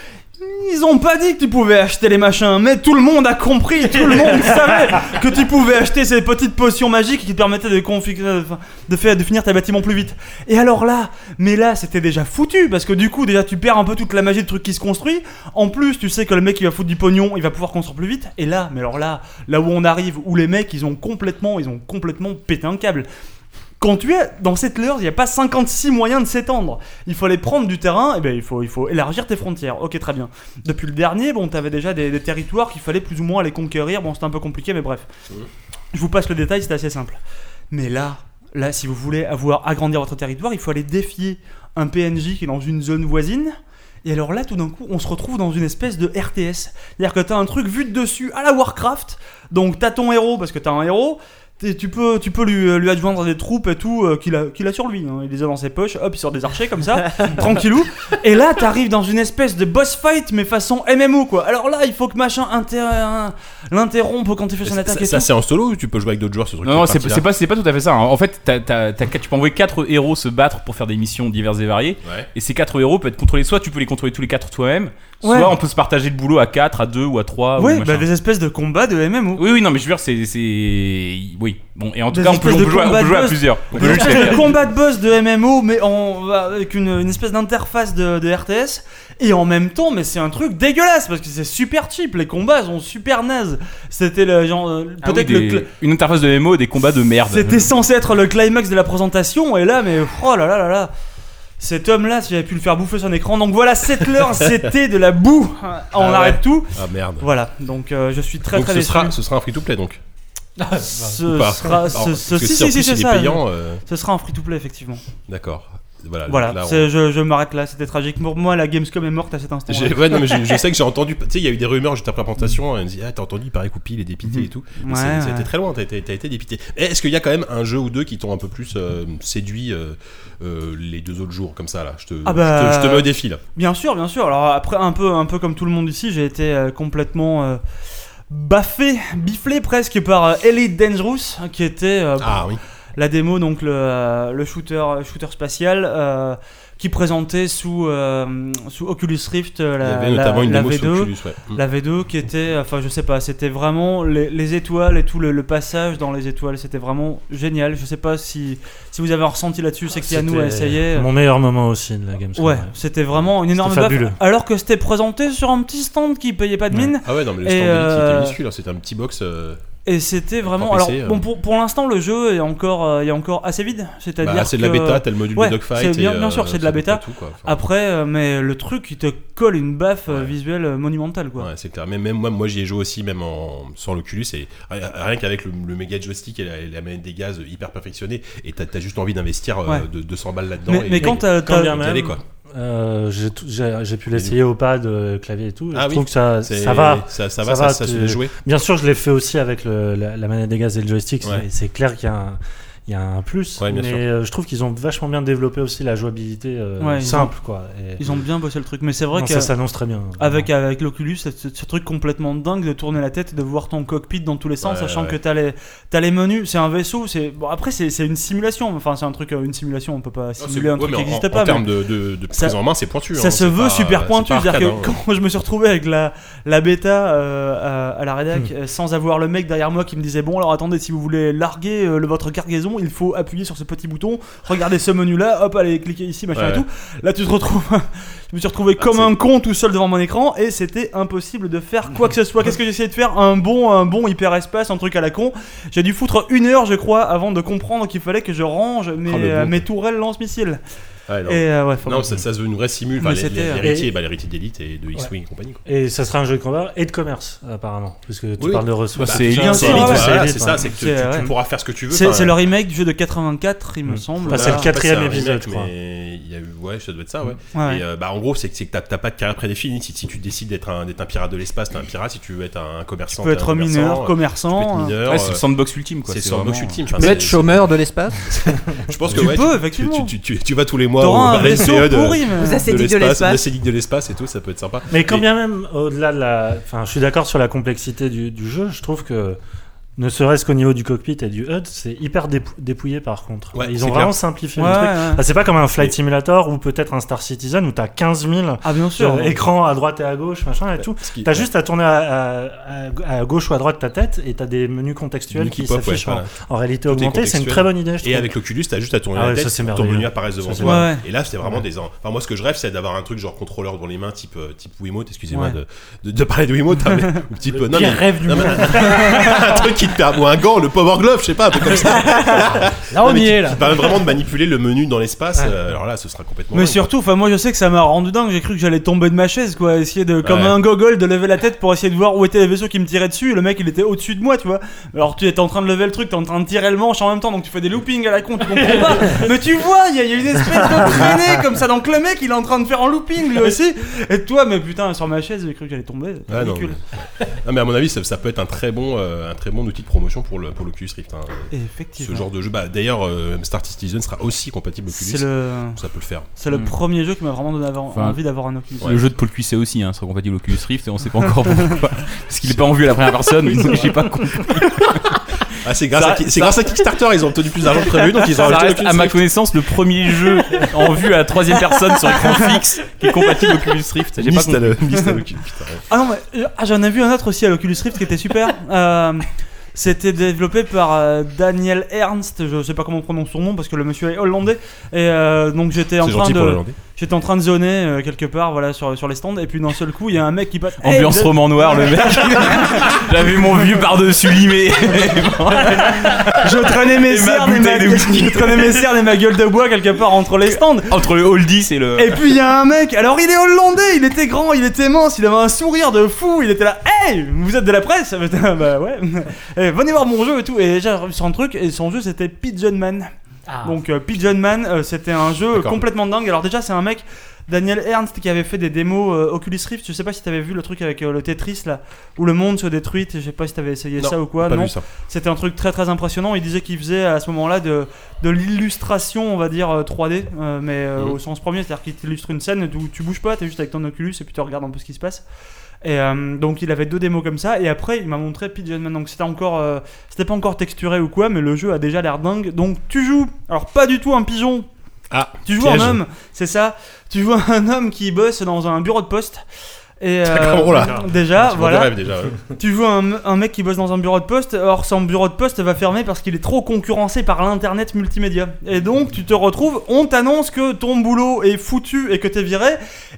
S4: Ils ont pas dit que tu pouvais acheter les machins, mais tout le monde a compris, tout le monde savait que tu pouvais acheter ces petites potions magiques qui te permettaient de, config- euh, enfin, de, faire, de finir tes bâtiments plus vite. Et alors là, mais là c'était déjà foutu, parce que du coup déjà tu perds un peu toute la magie du truc qui se construit, en plus tu sais que le mec il va foutre du pognon, il va pouvoir construire plus vite, et là, mais alors là, là où on arrive, où les mecs ils ont complètement, ils ont complètement pété un câble. Quand tu es dans cette leurre, il n'y a pas 56 moyens de s'étendre. Il faut aller prendre du terrain, et ben il faut, il faut élargir tes frontières. Ok, très bien. Depuis le dernier, bon, t'avais déjà des, des territoires qu'il fallait plus ou moins aller conquérir. Bon, c'était un peu compliqué, mais bref. Je vous passe le détail, c'était assez simple. Mais là, là, si vous voulez avoir agrandir votre territoire, il faut aller défier un PNJ qui est dans une zone voisine. Et alors là, tout d'un coup, on se retrouve dans une espèce de RTS. C'est-à-dire que t'as un truc vu de dessus à la Warcraft. Donc t'as ton héros, parce que t'as un héros. t'es- Tu peux, tu peux lui, lui adjoindre des troupes et tout euh, qu'il a, qu'il a sur lui. hein. Il les a dans ses poches, hop, il sort des archers comme ça, tranquillou. Et là, t'arrives dans une espèce de boss fight, mais façon MMO quoi. Alors là, il faut que machin inter- euh, l'interrompe quand il fait son
S1: Ça,
S4: attaque et
S1: ça,
S4: tout.
S1: c'est en solo ou tu peux jouer avec d'autres joueurs ce truc
S3: Non, non,
S1: cette
S3: c'est
S1: partie-là
S3: c'est pas, c'est pas tout à fait ça. hein. En fait, t'as- t'as- t'as quatre- tu peux envoyer 4 héros se battre pour faire des missions diverses et variées.
S1: Ouais.
S3: Et ces quatre héros peuvent être contrôlés. Soit tu peux les contrôler tous les quatre toi-même,
S4: Ouais.
S3: Soit on peut se partager le boulot à 4, à 2 ou à 3.
S4: Ouais, bah, des espèces de combats de MMO.
S3: Ah Oui, oui, non, mais je veux dire, c'est. c'est- Oui. Bon, et en tout
S4: Des
S3: cas, on peut,
S4: espèces
S3: on
S4: de
S3: peut jouer, à- on
S4: combats
S3: peut
S4: de
S3: jouer à
S4: boss.
S3: plusieurs. On peut
S4: Une
S3: jouer à
S4: espèce de
S3: plusieurs.
S4: combat de boss de MMO, mais en, avec une, une espèce d'interface de, de RTS. Et en même temps, mais c'est un truc dégueulasse parce que c'est super cheap. Les combats sont super nazes. C'était le genre. euh,
S3: Ah oui,
S4: Peut-être
S3: des-
S4: le. cl-
S3: Une interface de MMO, des combats de
S1: Ah, bah,
S3: merde. Euh,
S4: C'était censé être le climax de la présentation. Et là, mais oh là là là là. Cet homme-là, si j'avais pu le faire bouffer son écran. Donc voilà, cette heure, c'était de la boue. On
S1: Ah ouais.
S4: arrête tout.
S1: Ah merde.
S4: Voilà, donc euh, je suis très
S1: Donc
S4: très
S1: ce
S4: déçu.
S1: sera, ce sera un free to play donc.
S4: Ce
S1: Ou pas
S4: sera.
S1: Alors,
S4: ce-
S1: parce
S4: ce-
S1: que
S4: Si,
S1: si, en
S4: si, si,
S1: plus,
S4: c'est
S1: il est
S4: ça.
S1: payant. euh,
S4: Ce sera un free-to-play, effectivement.
S1: D'accord. Voilà.
S4: Voilà,
S1: Ah, là, on-
S4: c'est- je, je m'arrête là, c'était tragique. Pour moi, la Gamescom est morte à cet instant. hein.
S1: J'ai- ouais, non, mais je, je sais que j'ai entendu. Tu sais, il y a eu des rumeurs juste après la présentation. Elle me dit Ah, t'as entendu, il paraît qu'Oupi, il est dépité et tout.
S4: Mhm. Ouais,
S1: Ça ça a
S4: ouais.
S1: été très loin, t'as été, t'as été dépité. Mais Est-ce qu'il y a quand même un jeu ou deux qui t'ont un peu plus euh, séduit euh, euh, les deux autres jours, comme ça, là Je te,
S4: Ah bah,
S1: je te, je te mets au défi, là.
S4: Bien sûr, bien sûr. Alors après, un peu, un peu comme tout le monde ici, j'ai été euh, complètement euh, baffé, biflé presque par euh, Elite Dangerous, hein, qui était euh,
S1: Ah oui.
S4: la démo, donc le, euh, le shooter, shooter spatial, euh, qui présentait sous, euh, sous Oculus Rift
S1: il
S4: euh,
S1: y
S4: la,
S1: avait
S4: la-
S1: notamment une
S4: la
S1: démo sur
S4: V2.
S1: Oculus, ouais. Mm.
S4: La V2 qui était, enfin je sais pas, c'était vraiment les, les étoiles et tout le, le passage dans les étoiles, c'était vraiment génial. Je sais pas si, si vous avez un ressenti là-dessus, c'est qu'il y a nous à
S7: C'était
S4: essayer.
S7: Mon meilleur moment aussi de la Gamescom.
S4: Ouais, c'était vraiment une énorme
S7: C'était
S4: baffe,
S7: fabuleux.
S4: Alors que c'était présenté sur un petit stand qui payait pas de
S7: Ouais.
S4: mine.
S1: Ah ouais, non, mais le
S4: Et,
S1: stand d'Elite, il
S4: euh,
S1: était minuscule, hein, c'était un petit box. euh,
S4: Et c'était vraiment.
S1: Par
S4: Alors,
S1: PC, euh.
S4: bon, pour, pour l'instant, le jeu est encore, euh, il est encore assez vide.
S1: bah,
S4: C'est-à-dire.
S1: c'est de la
S4: que-
S1: bêta, t'as le module
S4: ouais,
S1: de dogfight.
S4: c'est bien-
S1: et,
S4: bien sûr,
S1: euh,
S4: c'est de la
S1: ça donne pas
S4: bêta.
S1: tout, quoi. Enfin,
S4: Après, euh, mais le truc, il te colle une baffe euh,
S1: Ouais.
S4: visuelle euh, monumentale, quoi.
S1: Ouais, c'est clair. Même, même moi, moi j'y ai joué aussi, même en, sans l'Oculus. Et rien rien qu'avec le, le méga joystick et la, et la manette des gaz hyper perfectionnée, et t'as t'as juste envie d'investir euh,
S4: Ouais.
S1: de 200 balles là-dedans.
S4: Mais,
S1: et-
S4: mais quand
S1: et-
S4: t'as.
S7: quand
S4: t'as-
S7: bien
S1: et
S7: même-
S1: y aller, quoi.
S7: Euh, j'ai tout- j'ai j'ai pu l'essayer au pad, euh, clavier et tout.
S1: Ah
S7: je
S1: oui,
S7: trouve que ça,
S1: C'est-
S7: ça va.
S1: Ça, ça
S7: ça
S1: va, ça,
S7: va,
S1: ça
S7: tu-
S1: se fait jouer.
S7: Bien sûr, je l'ai fait aussi avec le- la, la manette des gaz et le joystick. c'est-
S1: Ouais.
S7: C'est clair qu'il y a un, il y a un plus.
S1: Ouais, bien
S7: mais
S1: sûr.
S7: euh, je trouve qu'ils ont vachement bien développé aussi la jouabilité euh,
S4: Ouais, ils
S7: simple. Quoi. Et-
S4: Ils ont bien bossé le truc, mais c'est vrai
S7: non,
S4: que.
S7: ça s'annonce très bien.
S4: Avec, avec l'Oculus, c'est ce, ce truc complètement dingue de tourner la tête et de voir ton cockpit dans tous les sens,
S1: Ouais,
S4: sachant
S1: ouais.
S4: que t'as les, t'as les menus, c'est un vaisseau, c'est. Bon, après, c'est c'est une simulation, enfin, c'est un truc, euh, une simulation, on peut pas
S1: Non, c'est-
S4: simuler un
S1: ouais,
S4: truc
S1: mais
S4: qui
S1: en-
S4: n'existe
S1: en,
S4: pas. mais
S1: termes de, de, de
S4: ça-
S1: prise en main, c'est pointu.
S4: ça
S1: hein,
S4: se
S1: c'est
S4: veut
S1: pas-
S4: super
S1: c'est
S4: pointu,
S1: pas
S4: c'est-à-dire que
S1: arcade, hein.
S4: quand je me suis retrouvé avec la, la bêta euh, à, à la
S1: Hmm.
S4: rédac, euh, sans avoir le mec derrière moi qui me disait Bon, alors attendez, si vous voulez larguer euh, le- votre cargaison, il faut appuyer sur ce petit bouton, regardez ce menu-là, hop, allez, cliquez ici, machin
S1: Ouais,
S4: et
S1: ouais.
S4: tout. Là, tu te retrouves. je me suis retrouvé comme
S1: c'est-
S4: un con tout seul devant mon écran et c'était impossible de faire quoi que ce soit. Qu'est-ce que j'essayais de faire Un bon, un bon hyperespace, un truc à la con. J'ai dû foutre une heure, je crois, avant de comprendre qu'il fallait que je range mes,
S1: Oh, le
S4: euh,
S1: bon.
S4: mes tourelles lance-missiles.
S1: Ouais, non.
S4: Et euh, ouais, faut-
S1: Non, ça, ça se veut une vraie simule. Enfin,
S4: Mais
S1: les- les-
S4: c'était-
S1: L'héritier bah, l'héritier d'élite et de X-Wing et compagnie. quoi.
S7: Et ça sera un jeu de combat et de commerce, apparemment. Parce que tu
S1: Oui.
S7: parles de ressources.
S3: Bah, c'est Elite,
S1: C'est
S4: sûr,
S1: Elite,
S4: ouais,
S1: voilà,
S4: ouais.
S1: c'est ça, c'est que tu,
S4: C'est-
S1: tu- tu
S4: ouais.
S1: pourras faire ce que tu veux.
S4: C'est
S1: enfin,
S4: c'est le remake du jeu de 84, il me
S7: Mm.
S4: semble.
S7: Enfin, c'est le
S4: Ah.
S1: je sais pas si c'est un
S7: quatrième épisode,
S1: remake,
S7: je crois.
S1: Mais il y a eu, ouais, ça doit être ça, ouais.
S4: Ouais.
S1: Et euh, bah, en gros, c'est que c'est que t'as t'as pas de carrière prédéfinie. Si, si tu décides d'être un, d'être un pirate de l'espace, t'es un pirate. Si tu veux être un commerçant,
S4: Tu peux
S1: t'es un
S4: être
S1: commerçant. Tu peux
S4: mineur,
S1: être
S4: commerçant. hein.
S1: mineur.
S3: Ouais, c'est
S1: euh,
S3: le sandbox ultime, quoi.
S1: C'est le sandbox
S3: vraiment-
S1: ultime.
S6: Tu
S1: Enfin,
S6: peux
S1: c'est-
S6: être chômeur de l'espace
S1: Je pense que
S4: Tu
S1: ouais,
S4: peux,
S1: tu,
S4: effectivement.
S1: tu, tu, tu- tu vas tous les mois au
S4: T'auras un
S1: Berlin
S4: vaisseau
S1: PE de-
S4: pourri, mais.
S5: Vous
S1: de
S5: assédiez de
S1: l'espace,
S5: l'espace.
S1: l'assédique de l'espace et tout, ça peut être sympa.
S7: Mais quand
S1: Et-
S7: bien même, au-delà de la. Enfin, je suis d'accord sur la complexité du, du jeu, je trouve que. Ne serait-ce qu'au niveau du cockpit et du HUD, c'est hyper dépou- dépouillé par contre.
S1: Ouais,
S7: Ils
S1: c'est
S7: ont
S1: clair.
S7: vraiment simplifié
S4: Ouais,
S7: le truc.
S4: ouais.
S7: Ah, c'est pas comme un flight simulator ou peut-être un Star Citizen où t'as 15 000
S4: Ah, bien sûr.
S7: euh, écrans à droite et à gauche, macin et tout.
S1: ce qui-
S7: T'as juste à tourner à, à- à- à gauche ou à droite ta tête et t'as des menus contextuels
S1: Menus
S7: qui hein.
S1: qui pop, ouais,
S7: s'affichent en-
S1: voilà.
S7: en, réalité
S1: est
S7: augmentée. C'est une
S1: contextuel.
S7: très bonne idée,
S1: Et
S7: je trouve.
S1: avec l'Oculus, t'as juste à tourner
S7: Ah
S1: la
S7: ouais, ça,
S1: tête,
S7: c'est
S1: ton
S7: merveilleux.
S1: menu apparaît devant
S7: Ça, c'est
S1: toi.
S4: merveilleux.
S1: Et là, c'est vraiment
S7: Ouais.
S1: des. en- Enfin, moi, ce que je rêve, c'est d'avoir un truc genre contrôleur dans les mains, type, euh, type Wiimote, excusez-moi
S4: Ouais.
S1: de, de, de parler de Wiimote, hein, mais- ou type. euh, non,
S7: Pire
S1: mais-
S7: rêve du
S1: non,
S7: monde.
S1: mais- un truc qui te permet. Ou un gant, le Power Glove, je sais pas, un peu comme ça.
S2: Là, on
S1: Non, mais
S2: y
S1: qui-
S2: est, là.
S1: Qui permet vraiment de manipuler le menu dans l'espace. euh, alors là, ce sera complètement.
S4: Mais
S1: dingue,
S4: surtout, enfin moi je sais que ça m'a rendu dingue, j'ai cru que j'allais tomber de ma chaise quoi, essayer de comme
S1: Ouais.
S4: un gogol de lever la tête pour essayer de voir où étaient les vaisseaux qui me tiraient dessus, et le mec il était au-dessus de moi, tu vois. Alors tu étais en train de lever le truc, t'es en train de tirer le manche en même temps, donc tu fais des loopings à la con, tu comprends pas. Mais tu vois, il y, a- il y a une espèce de traînée comme ça, donc le mec il est en train de faire en looping lui aussi. Et toi, mais putain, sur ma chaise, j'ai cru que j'allais tomber.
S1: Ah, non,
S4: Ridicule.
S1: Non, mais à mon avis, ça, ça peut être un très bon, euh, un très bon outil de promotion pour le pour l'Oculus Rift. hein.
S4: Effectivement.
S1: Ce genre de jeu. Bah, d'ailleurs, euh, Star Citizen sera aussi compatible Oculus.
S4: C'est le,
S1: Ça peut le faire.
S4: c'est le
S3: Hmm.
S4: premier jeu qui m'a vraiment donné avoir-
S3: Enfin,
S4: envie d'avoir un Oculus.
S3: Le jeu de Paul Cuisset aussi, hein, sera compatible Oculus Rift et on sait pas encore pourquoi. Parce qu'il est pas en vue à la première personne, donc j'ai pas compris.
S1: Ah, c'est grâce,
S3: Ça-
S1: à, Ki- c'est grâce à Kickstarter, ils ont obtenu plus d'argent que prévu, donc ils ont
S3: Ça
S1: rajouté
S3: reste,
S1: aucune
S3: à ma
S1: Switch.
S3: connaissance, le premier jeu en vue à la troisième personne sur écran fixe qui est compatible Oculus Rift. J'ai pas
S1: Mist à
S3: compris.
S1: le- Mist à le cul, putain.
S4: Ah non, mais euh, ah, j'en ai vu un autre aussi à l'Oculus Rift qui était super. Euh, C'était développé par euh, Daniel Ernst, je sais pas comment on prononce son nom parce que le monsieur est hollandais. Et euh, donc j'étais en,
S1: C'est
S4: train
S1: gentil pour
S4: de,
S1: l'Hollandais.
S4: j'étais en train de zoner euh, quelque part voilà, sur, sur les stands. Et puis d'un seul coup, il y a un mec qui passe. Hey,
S3: Ambiance
S4: je-
S3: roman noir, le mec. J'avais mon vieux par-dessus limé.
S4: Je traînais mes
S3: Et ma
S4: cernes et ma,
S3: bouteille de whisky.
S4: je traînais mes cernes et ma gueule de bois quelque part entre les stands.
S3: Entre le oldies et le.
S1: Euh.
S4: Et puis il y a un mec, alors il est hollandais, il était grand, il était mince, il avait un sourire de fou, il était là, hey, vous êtes de la presse J'étais là, Bah ouais, Eh, venez voir mon jeu et tout. Et j'ai reçu son truc, et son jeu c'était Pigeon Man. Donc euh, Pigeon Man, euh, c'était un jeu
S1: D'accord.
S4: complètement dingue. Alors déjà, c'est un mec, Daniel Ernst, qui avait fait des démos euh, Oculus Rift. Je sais pas si t'avais vu le truc avec euh, le Tetris là, où le monde se détruit. Je sais pas si t'avais essayé
S1: Non,
S4: ça ou quoi.
S1: Pas
S4: non,
S1: vu ça.
S4: c'était un truc très très impressionnant. Il disait qu'il faisait à ce moment-là de, de l'illustration, on va dire euh, 3D, euh, mais euh,
S1: Mhm.
S4: au sens premier, c'est-à-dire qu'il t'illustre une scène où tu bouges pas, t'es juste avec ton Oculus et puis tu regardes un peu ce qui se passe. Et euh, donc il avait deux démos comme ça, et après il m'a montré Pigeon Man. Donc c'était encore, euh, c'était pas encore texturé ou quoi, mais le jeu a déjà l'air dingue. Donc tu joues, alors pas du tout un pigeon,
S1: Ah,
S4: tu joues
S1: piège.
S4: un homme, c'est ça. Tu joues un homme qui bosse dans un bureau de poste. Et euh,
S1: D'accord, oh là.
S4: déjà,
S1: Tu vois
S4: Ah, voilà.
S1: des rêves, déjà. ouais.
S4: Tu vois un, un mec qui bosse dans un bureau de poste, or son bureau de poste va fermer parce qu'il est trop concurrencé par l'internet multimédia. Et donc tu te retrouves, on t'annonce que ton boulot est foutu et que t'es viré,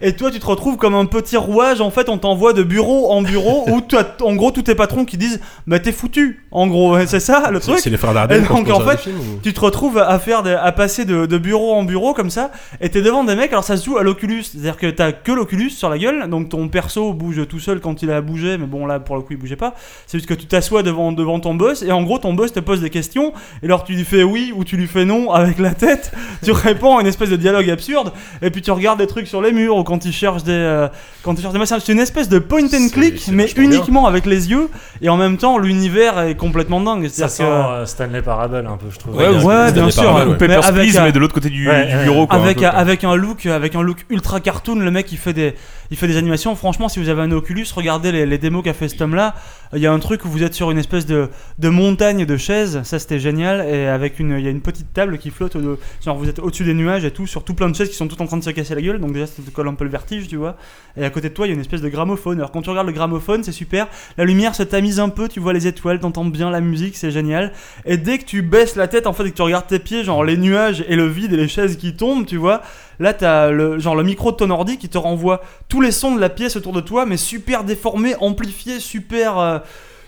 S4: et toi tu te retrouves comme un petit rouage, en fait on t'envoie de bureau en bureau, où t'as- en gros tous tes patrons qui disent bah t'es foutu, en gros, c'est ça le
S1: C'est
S4: truc
S1: c'est les frères Dardenne.
S4: Et
S1: quand
S4: donc,
S1: on
S4: en
S1: sort des
S4: fait,
S1: films, ou-
S4: tu te retrouves à faire des- à passer de, de bureau en bureau comme ça et t'es devant des mecs alors ça se joue à l'oculus c'est à dire que t'as que l'oculus sur la gueule donc ton perso bouge tout seul quand il a bougé mais bon là pour le coup il bougeait pas c'est juste que tu t'assois devant, devant ton boss et en gros ton boss te pose des questions et alors tu lui fais oui ou tu lui fais non avec la tête tu réponds à une espèce de dialogue absurde et puis tu regardes des trucs sur les murs ou quand il cherche des euh, quand il cherche des machins c'est une espèce de point and
S1: C'est-
S4: click
S1: c'est
S4: mais
S1: vachement bien.
S4: uniquement avec les yeux et en même temps l'univers est complètement dingue
S7: Ça
S4: c'est-à-dire
S7: sent
S4: que-
S7: euh, Stanley Parable un peu, je trouve.
S1: Ouais,
S7: Ouais,
S1: ouais,
S7: ouais.
S1: ouais. bien sûr,
S3: Ou
S1: ouais.
S3: Papers,
S4: Mais avec
S3: Please,
S4: un-
S3: mais de l'autre côté du,
S7: Ouais,
S3: du
S7: ouais.
S3: bureau. Quoi,
S4: avec,
S3: un peu, quoi.
S4: avec un look avec un look ultra cartoon le mec il fait des il fait des animations franchement si vous avez un Oculus regardez les, les démos qu'a fait cet homme là il y a un truc où vous êtes sur une espèce de, de montagne de chaises ça c'était génial et avec une il y a une petite table qui flotte au- genre vous êtes au-dessus des nuages et tout sur tout plein de chaises qui sont toutes en train de se casser la gueule donc déjà ça te colle un peu le vertige tu vois et à côté de toi il y a une espèce de gramophone alors quand tu regardes le gramophone c'est super la lumière se tamise un peu tu vois les étoiles t'entends bien la musique c'est génial et dès que tu baisses la tête en fait et que tu regardes tes pieds genre les nuages et le vide et les chaises qui tombent tu vois Là, t'as le, genre le micro de ton ordi qui te renvoie tous les sons de la pièce autour de toi, mais super déformé, amplifié, super. euh,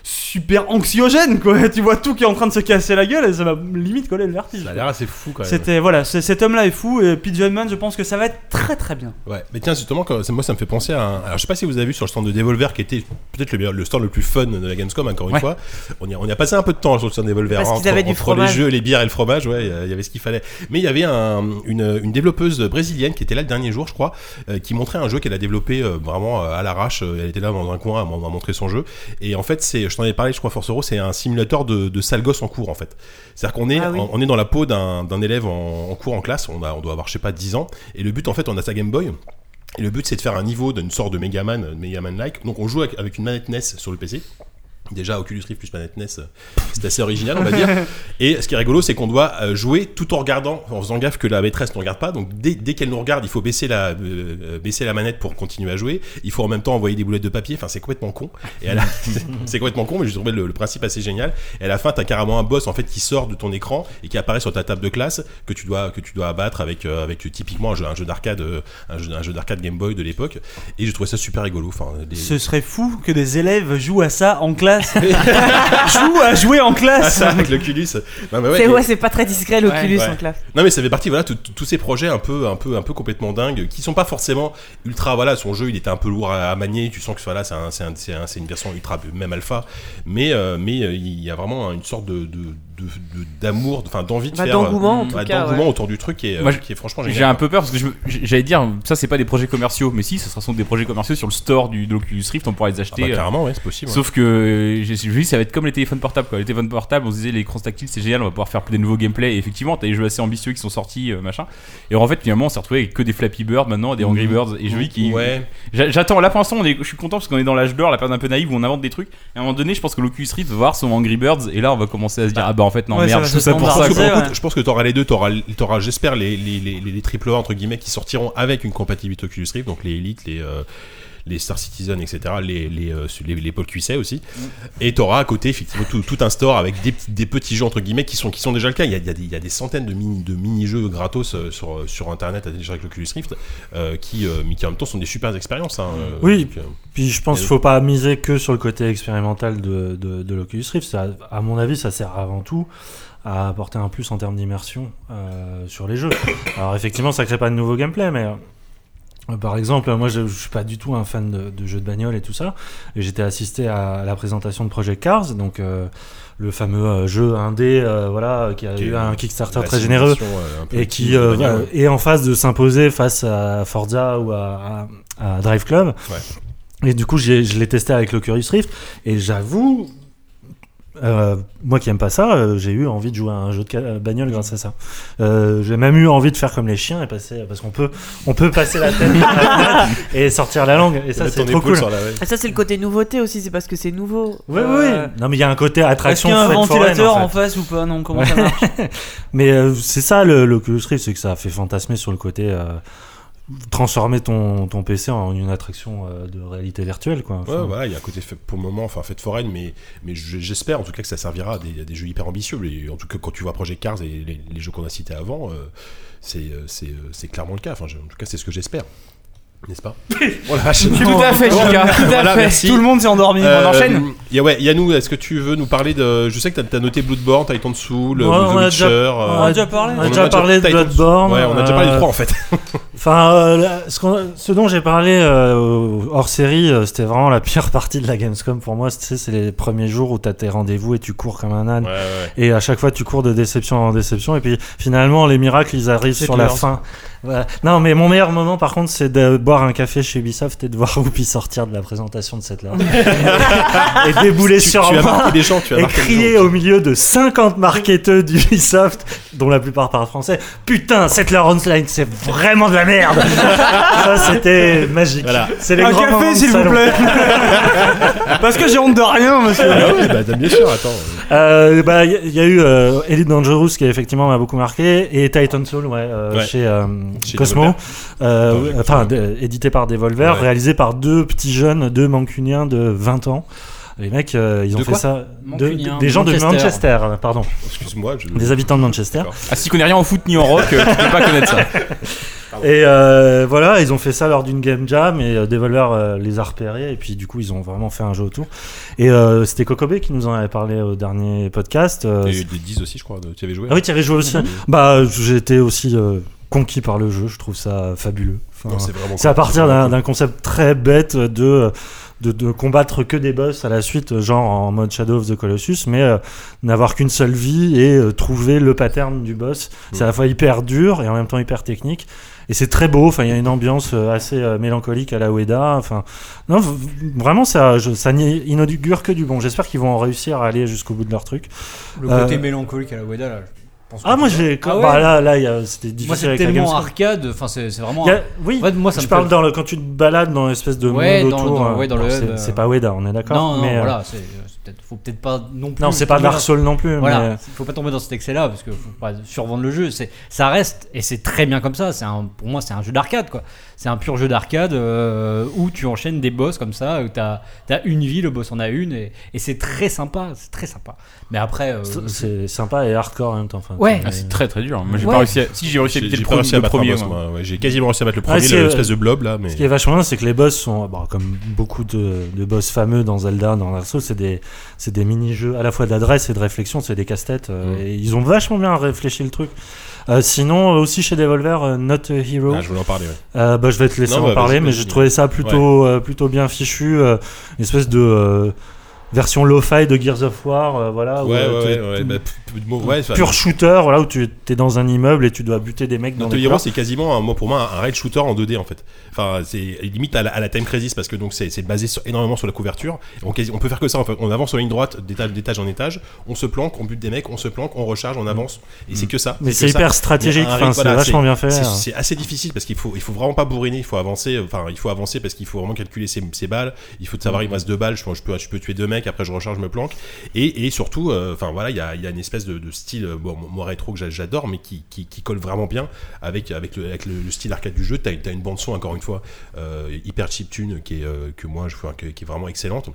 S4: super anxiogène, quoi. Tu vois tout qui est en train de se casser la gueule et ça m'a limite collé le vertige.
S1: Ça a l'air assez fou quand même.
S4: C'était, voilà, c'est- cet homme-là est fou et Pigeon Man, je pense que ça va être très très bien.
S1: Ouais, mais tiens, justement, quand- ça- moi ça me fait penser à. un- Alors, je sais pas si vous avez vu sur le stand de Devolver qui était peut-être le, meilleur- le stand le plus fun de la Gamescom, encore une
S3: Ouais.
S1: fois. On y, a, on y a passé un peu de temps sur le stand Devolver.
S5: Parce
S1: hein,
S5: qu'ils
S1: entre
S5: avaient du
S1: entre les
S5: fromage.
S1: jeux, les bières et le fromage, ouais, il y a- il y avait ce qu'il fallait. Mais il y avait un- une, une développeuse brésilienne qui était là le dernier jour, je crois, euh, qui montrait un jeu qu'elle a développé euh, vraiment euh, à l'arrache. Euh, Elle était là dans un coin à, mon- à montrer son jeu. Et en fait, c'est, je t'en ai parlé, je crois, Force Euro, c'est un simulateur de, de sale gosse en cours, en fait. C'est-à-dire qu'on est,
S5: Ah oui.
S1: on, on est dans la peau d'un d'un élève en, en cours, en classe. On, a, on doit avoir, je sais pas, 10 ans. Et le but, en fait, on a sa Game Boy. Et le but, c'est de faire un niveau d'une sorte de Megaman, euh, Megaman-like. Donc, on joue avec, avec une manette NES sur le PC. Déjà, Oculus Rift plus manette NES, euh, c'est assez original, on va dire. Et ce qui est rigolo, c'est qu'on doit euh, jouer tout en regardant, en faisant gaffe que la maîtresse ne regarde pas. Donc, dès, dès qu'elle nous regarde, il faut baisser la, euh, euh, baisser la manette pour continuer à jouer. Il faut en même temps envoyer des boulettes de papier. Enfin, c'est complètement con. Et elle a- c'est complètement con, mais j'ai trouvé le, le principe assez génial. Et à la fin, t'as carrément un boss en fait qui sort de ton écran et qui apparaît sur ta table de classe que tu dois que tu dois abattre avec euh, avec euh, typiquement un jeu un jeu d'arcade euh, un jeu, un jeu d'arcade Game Boy de l'époque. Et j'ai trouvé ça super rigolo. Enfin, des-
S4: Ce serait fou que des élèves jouent à ça en classe. jouent à jouer en
S1: Ah,
S4: classe.
S1: ça avec l'Oculus. Non mais ouais,
S5: C'est
S1: et-
S5: ouais, c'est pas très discret l'Oculus
S1: Ouais.
S5: en classe.
S1: Non mais ça fait partie voilà tout- tout- tous ces projets un peu un peu un peu complètement dingues qui sont pas forcément ultra voilà son jeu il était un peu lourd à, à manier tu sens que voilà c'est un- c'est un- c'est un- c'est une version ultra même alpha mais euh, mais euh, il y a vraiment une sorte de de- de- de- d'amour enfin d'envie de
S5: Bah,
S1: faire euh,
S5: d'engouement, en tout
S1: bah,
S5: cas,
S1: d'engouement
S5: ouais.
S1: autour du truc qui est, euh,
S3: Moi, je-
S1: qui est franchement
S3: J'ai
S1: génial
S3: un peu peur parce que je me- j'allais dire, ça c'est pas des projets commerciaux, mais si, ce sera sans doute des projets commerciaux sur le store du de l'Oculus Rift, on pourra les
S1: Ah
S3: acheter.
S1: bah,
S3: euh,
S1: carrément ouais c'est possible ouais.
S3: Sauf que j'ai j'ai vu ça va être comme les téléphones portables quoi. Les téléphones portables, on se disait les écrans tactiles c'est génial, on va pouvoir faire des nouveaux gameplays. Et effectivement, t'as des jeux assez ambitieux qui sont sortis, euh, machin. Et en fait, finalement, on s'est retrouvé avec que des Flappy Bird maintenant, des Angry Birds et jeux qui.
S1: Ouais.
S3: J'a- J'attends, là pour l'instant, on est- je suis content parce qu'on est dans l'âge d'or, la période un peu naïve où on invente des trucs. Et à un moment donné, je pense que l'Oculus Rift va voir son Angry Birds et là on va commencer à se dire ah bah en fait non
S4: Ouais,
S3: merde,
S4: ça va se
S3: tout ça pour ça.
S1: Parce que,
S3: quoi.
S1: par
S4: ouais.
S1: contre, je pense que t'auras les deux, t'auras, t'auras j'espère, les, les, les, les, les AAA, entre guillemets, qui sortiront avec une compatibilité Oculus Rift, donc les Elite, les, euh, les Star Citizen, etc., les, les, euh, les, les Paul Cuisset aussi. Et t'auras à côté, effectivement, tout, tout un store avec des, petits- des petits jeux, entre guillemets, qui sont, qui sont déjà le cas. Il y a, il y a des, il y a des centaines de, mini, de mini-jeux gratos euh, sur, sur Internet à télécharger avec l'Oculus Rift, euh, qui, euh, mais qui, en même temps, sont des super expériences. hein, euh,
S7: Oui.
S1: donc, euh,
S7: Puis je pense qu'il faut pas miser que sur le côté expérimental de, de, de l'Oculus Rift. Ça, à mon avis, ça sert avant tout à apporter un plus en termes d'immersion euh, sur les jeux. Alors effectivement, ça crée pas de nouveau gameplay, mais euh, par exemple, moi je, je suis pas du tout un fan de, de jeux de bagnole et tout ça. Et j'étais assisté à la présentation de Project Cars, donc euh, le fameux euh, jeu indé, euh, voilà, qui a
S1: Qui est
S7: eu un Kickstarter
S1: la
S7: très généreux
S1: simulation, euh, un peu
S7: et
S1: ultime
S7: qui
S1: de
S7: euh,
S1: manière,
S7: euh,
S1: ouais.
S7: est en phase de s'imposer face à Forza ou à, à- à Drive Club. Et du coup, j'ai- je l'ai testé avec l'Oculus Rift et j'avoue, euh, moi qui aime pas ça, euh, j'ai eu envie de jouer à un jeu de ca- euh, bagnole grâce à ça. Euh, j'ai même eu envie de faire comme les chiens et passer parce qu'on peut, on peut passer la tête par la fenêtre et sortir la langue et ça
S1: Mettre
S7: c'est
S1: ton
S7: trop
S1: épaule
S7: cool.
S1: sur la- ouais.
S5: Ah, ça, c'est le côté nouveauté aussi, c'est parce que c'est nouveau.
S7: Oui, oui,
S4: Euh,
S7: oui. Non, mais il y a un côté
S4: Est-ce
S7: attraction.
S4: qu'il y a un
S7: fête foraine,
S4: ventilateur
S7: fait.
S4: en face ou pas Non, comment ça marche
S7: Mais euh, c'est ça le, l'Oculus Rift, c'est que ça a fait fantasmer sur le côté euh, transformer ton, ton PC en une attraction euh, de réalité virtuelle. Quoi.
S1: Ouais, bah,
S7: Enfin,
S1: voilà, il y a un côté fait- pour le moment, enfin fête foraine, mais, mais je- j'espère en tout cas que ça servira à des, à des jeux hyper ambitieux. Et en tout cas, quand tu vois Project Cars et les, les jeux qu'on a cités avant, euh, c'est, euh, c'est, euh, c'est clairement le cas. Enfin, je- en tout cas, c'est ce que j'espère. N'est-ce pas Oh la vache.
S3: Tout à fait, Chika, tout à
S1: Voilà,
S3: fait.
S1: merci.
S4: Tout le monde s'est endormi.
S1: Euh,
S4: On enchaîne
S1: y a- ouais, Yannou, est-ce que tu veux nous parler de. Je sais que t'as, t'as noté Bloodborne, Titan Soul,
S7: Ouais,
S1: The
S7: on a
S1: Witcher.
S7: déjà-
S1: euh,
S4: On a déjà parlé.
S1: en
S7: on a déjà parlé de
S1: Titan-
S7: Bloodborne,
S1: Ouais, on a déjà parlé de
S7: euh,
S1: trois en fait.
S7: Enfin, euh, là, ce, qu'on- ce dont j'ai parlé euh, au- hors série, euh, c'était vraiment la pire partie de la Gamescom pour moi. C'est, c'est les premiers jours où t'as tes rendez-vous et tu cours comme un âne. Et à chaque fois, tu cours de déception en déception. Et puis finalement, les miracles, ils arrivent
S4: C'est
S7: sur
S4: tout
S7: la
S4: leur-
S7: fin. Voilà. Non, mais mon meilleur moment, par contre, c'est de boire un café chez Ubisoft et de voir Whoopi sortir de la présentation de cette larme. et débouler
S1: Tu, tu
S7: sur
S1: as
S7: moi.
S1: marqué des gens, tu as
S7: Et
S1: marqué des
S7: crier
S1: gens.
S7: au milieu de 50 marketeurs d'Ubisoft, dont la plupart parlent français, putain, cette Lawrence Line, c'est vraiment de la merde! Ça, c'était magique.
S1: Voilà.
S7: C'est les
S4: Un
S7: grands moments
S4: café,
S7: de
S4: s'il vous
S7: salon.
S4: plaît. Parce que j'ai honte de rien, monsieur.
S1: Ah ouais, bah, bien sûr, attends.
S7: Euh, bah, il y, y a eu euh, Elite Dangerous qui effectivement m'a beaucoup marqué et Titan Soul, ouais, euh,
S1: Ouais.
S7: chez, euh,
S1: Chez
S7: Cosmo,
S1: Devolver.
S7: Euh,
S1: Ouais, effectivement.
S7: enfin d- édité par Devolver,
S1: Ouais.
S7: réalisé par deux petits jeunes, deux Mancuniens de 20 ans. Les mecs, euh, ils ont
S1: De
S7: fait
S1: quoi
S7: ça. de-
S2: Mancuniens,
S7: des gens de
S2: Manchester.
S7: Manchester, pardon,
S1: Excuse-moi. Je...
S7: des habitants de Manchester.
S3: Ah si tu connais rien en foot ni en rock, euh, tu peux pas connaître ça.
S7: Et euh, voilà, ils ont fait ça lors d'une game jam et euh, Devolver euh, les a repérés et puis du coup ils ont vraiment fait un jeu autour. Et euh, c'était Kokobé qui nous en avait parlé au dernier podcast. euh,
S1: Il y a eu des 10 aussi, je crois. de- Tu avais joué
S7: Ah oui, tu avais joué aussi. Bah, j'ai été aussi euh, conquis par le jeu. Je trouve ça fabuleux. Enfin,
S1: hein. Non, c'est vraiment
S7: c'est à
S1: cool.
S7: partir
S1: C'est
S7: d'un
S1: vraiment
S7: d'un concept très bête de, de de combattre que des boss à la suite, genre en mode Shadow of the Colossus, mais euh, n'avoir qu'une seule vie et euh, trouver le pattern du boss. C'est à la fois hyper dur et en même temps hyper technique. Et c'est très beau. Enfin, il y a une ambiance euh, assez euh, mélancolique à la Ueda. Enfin, non, v- vraiment ça, je- ça n'y- inaugure que du bon. J'espère qu'ils vont en réussir à aller jusqu'au bout de leur truc.
S2: Le
S7: Euh,
S2: côté mélancolique à la Weda, là. je pense que
S7: Ah moi
S2: tu-
S7: j'ai
S2: Ah ouais
S7: bah, là là il y a- c'était difficile
S2: Moi, c'est
S7: avec la
S2: tellement
S7: Gamescom.
S2: arcade. Enfin, c'est c'est vraiment.
S7: Il y a-
S2: un-
S7: oui,
S2: En fait, moi, ça
S7: je
S2: me
S7: parle
S2: fait-
S7: dans le quand tu te balades dans l'espèce de
S2: Ouais,
S7: monde
S2: dans le-
S7: autour.
S2: dans-
S7: euh,
S2: ouais, dans le
S7: alors,
S2: hub,
S7: c'est-
S2: euh,
S7: c'est pas Weda, on est d'accord.
S2: Non, non,
S7: mais, euh,
S2: voilà. c'est- c'est peut-être- Faut peut-être pas non plus.
S7: non, c'est pas
S2: tomber
S7: Dark Souls non plus.
S2: Voilà,
S3: euh,
S7: mais-
S2: faut pas tomber dans cet excès-là parce que faut pas survendre le jeu. C'est, ça reste et c'est très bien comme ça. C'est un, pour moi, c'est un jeu d'arcade quoi. C'est un pur jeu d'arcade euh, où tu enchaînes des boss comme ça. Où t'as, t'as une vie, le boss en a une et, et c'est très sympa. C'est très sympa. Mais après, euh,
S7: c'est- C'est sympa et hardcore en même temps. enfin,
S2: Ouais.
S7: t'es-
S3: Ah, c'est très très dur. Moi j'ai
S2: Ouais.
S3: pas réussi. À... Si j'ai réussi à
S1: J'ai
S3: éviter
S1: j'ai
S3: le,
S1: pas
S3: pro-
S1: réussi à
S3: le
S1: battre un
S3: premier.
S1: boss,
S3: moi.
S1: moi, Mm. ouais, J'ai quasiment réussi à battre le premier,
S7: Ah, c'est,
S1: le-
S7: euh,
S1: l'espèce de blob là. Mais...
S7: Ce qui est vachement bien, c'est que les boss sont, bon, comme beaucoup de, de boss fameux dans Zelda, dans Dark Souls, c'est des, c'est des mini-jeux à la fois d'adresse et de réflexion, c'est des casse-têtes. euh,
S1: Mm.
S7: et ils ont vachement bien réfléchi le truc. Euh, sinon, euh, aussi chez Devolver, euh, Not a Hero.
S1: Ah, je voulais en parler. ouais.
S7: Euh, bah, je vais te laisser
S1: Non,
S7: en
S1: bah,
S7: parler,
S1: vas-y,
S7: mais
S1: vas-y.
S7: j'ai trouvé ça plutôt, euh, plutôt bien fichu. euh, une espèce de. euh, version lo-fi de Gears of War, euh, voilà. où,
S1: Ouais, ouais,
S7: euh, t'es-
S1: ouais, ouais, bah, p- p- bon, ouais, enfin,
S7: pur shooter, voilà, où tu es dans un immeuble et tu dois buter des mecs dans
S1: Notre
S7: des
S1: Hero,
S7: plans.
S1: c'est quasiment, un- moi, pour moi, un raid shooter en 2D en fait. Enfin, c'est limite à la, à la Time Crisis parce que donc c'est c'est basé sur- énormément sur la couverture. On, quasi- on peut faire que ça. En fait. On avance en ligne droite, d'étage d'étage en étage. On se planque, on bute des mecs, on se planque, on recharge, on avance. Et c'est que ça.
S7: Mm. Mais
S1: que
S7: c'est
S1: ça.
S7: hyper stratégique,
S1: Mais un
S7: enfin,
S1: raid,
S7: c'est
S1: voilà,
S7: vachement bien fait. hein.
S1: C'est- C'est assez difficile parce qu'il faut, il faut vraiment pas bourriner, il faut avancer, euh, enfin il faut avancer parce qu'il faut vraiment calculer ses, ses balles, il faut savoir il
S7: Mm.
S1: me reste deux balles, je, peux- je peux, je peux tuer deux mecs, après je recharge, je me planque. Et, et surtout, euh, enfin voilà, il y a, il y a une espèce de, de style, euh, bon, moi rétro que j'a- j'adore, mais qui, qui, qui colle vraiment bien avec, avec, le, avec le, le style arcade du jeu. T'as as une bande son encore une fois euh, hyper chiptune qui est, euh, que moi je enfin, que- qui est vraiment excellente.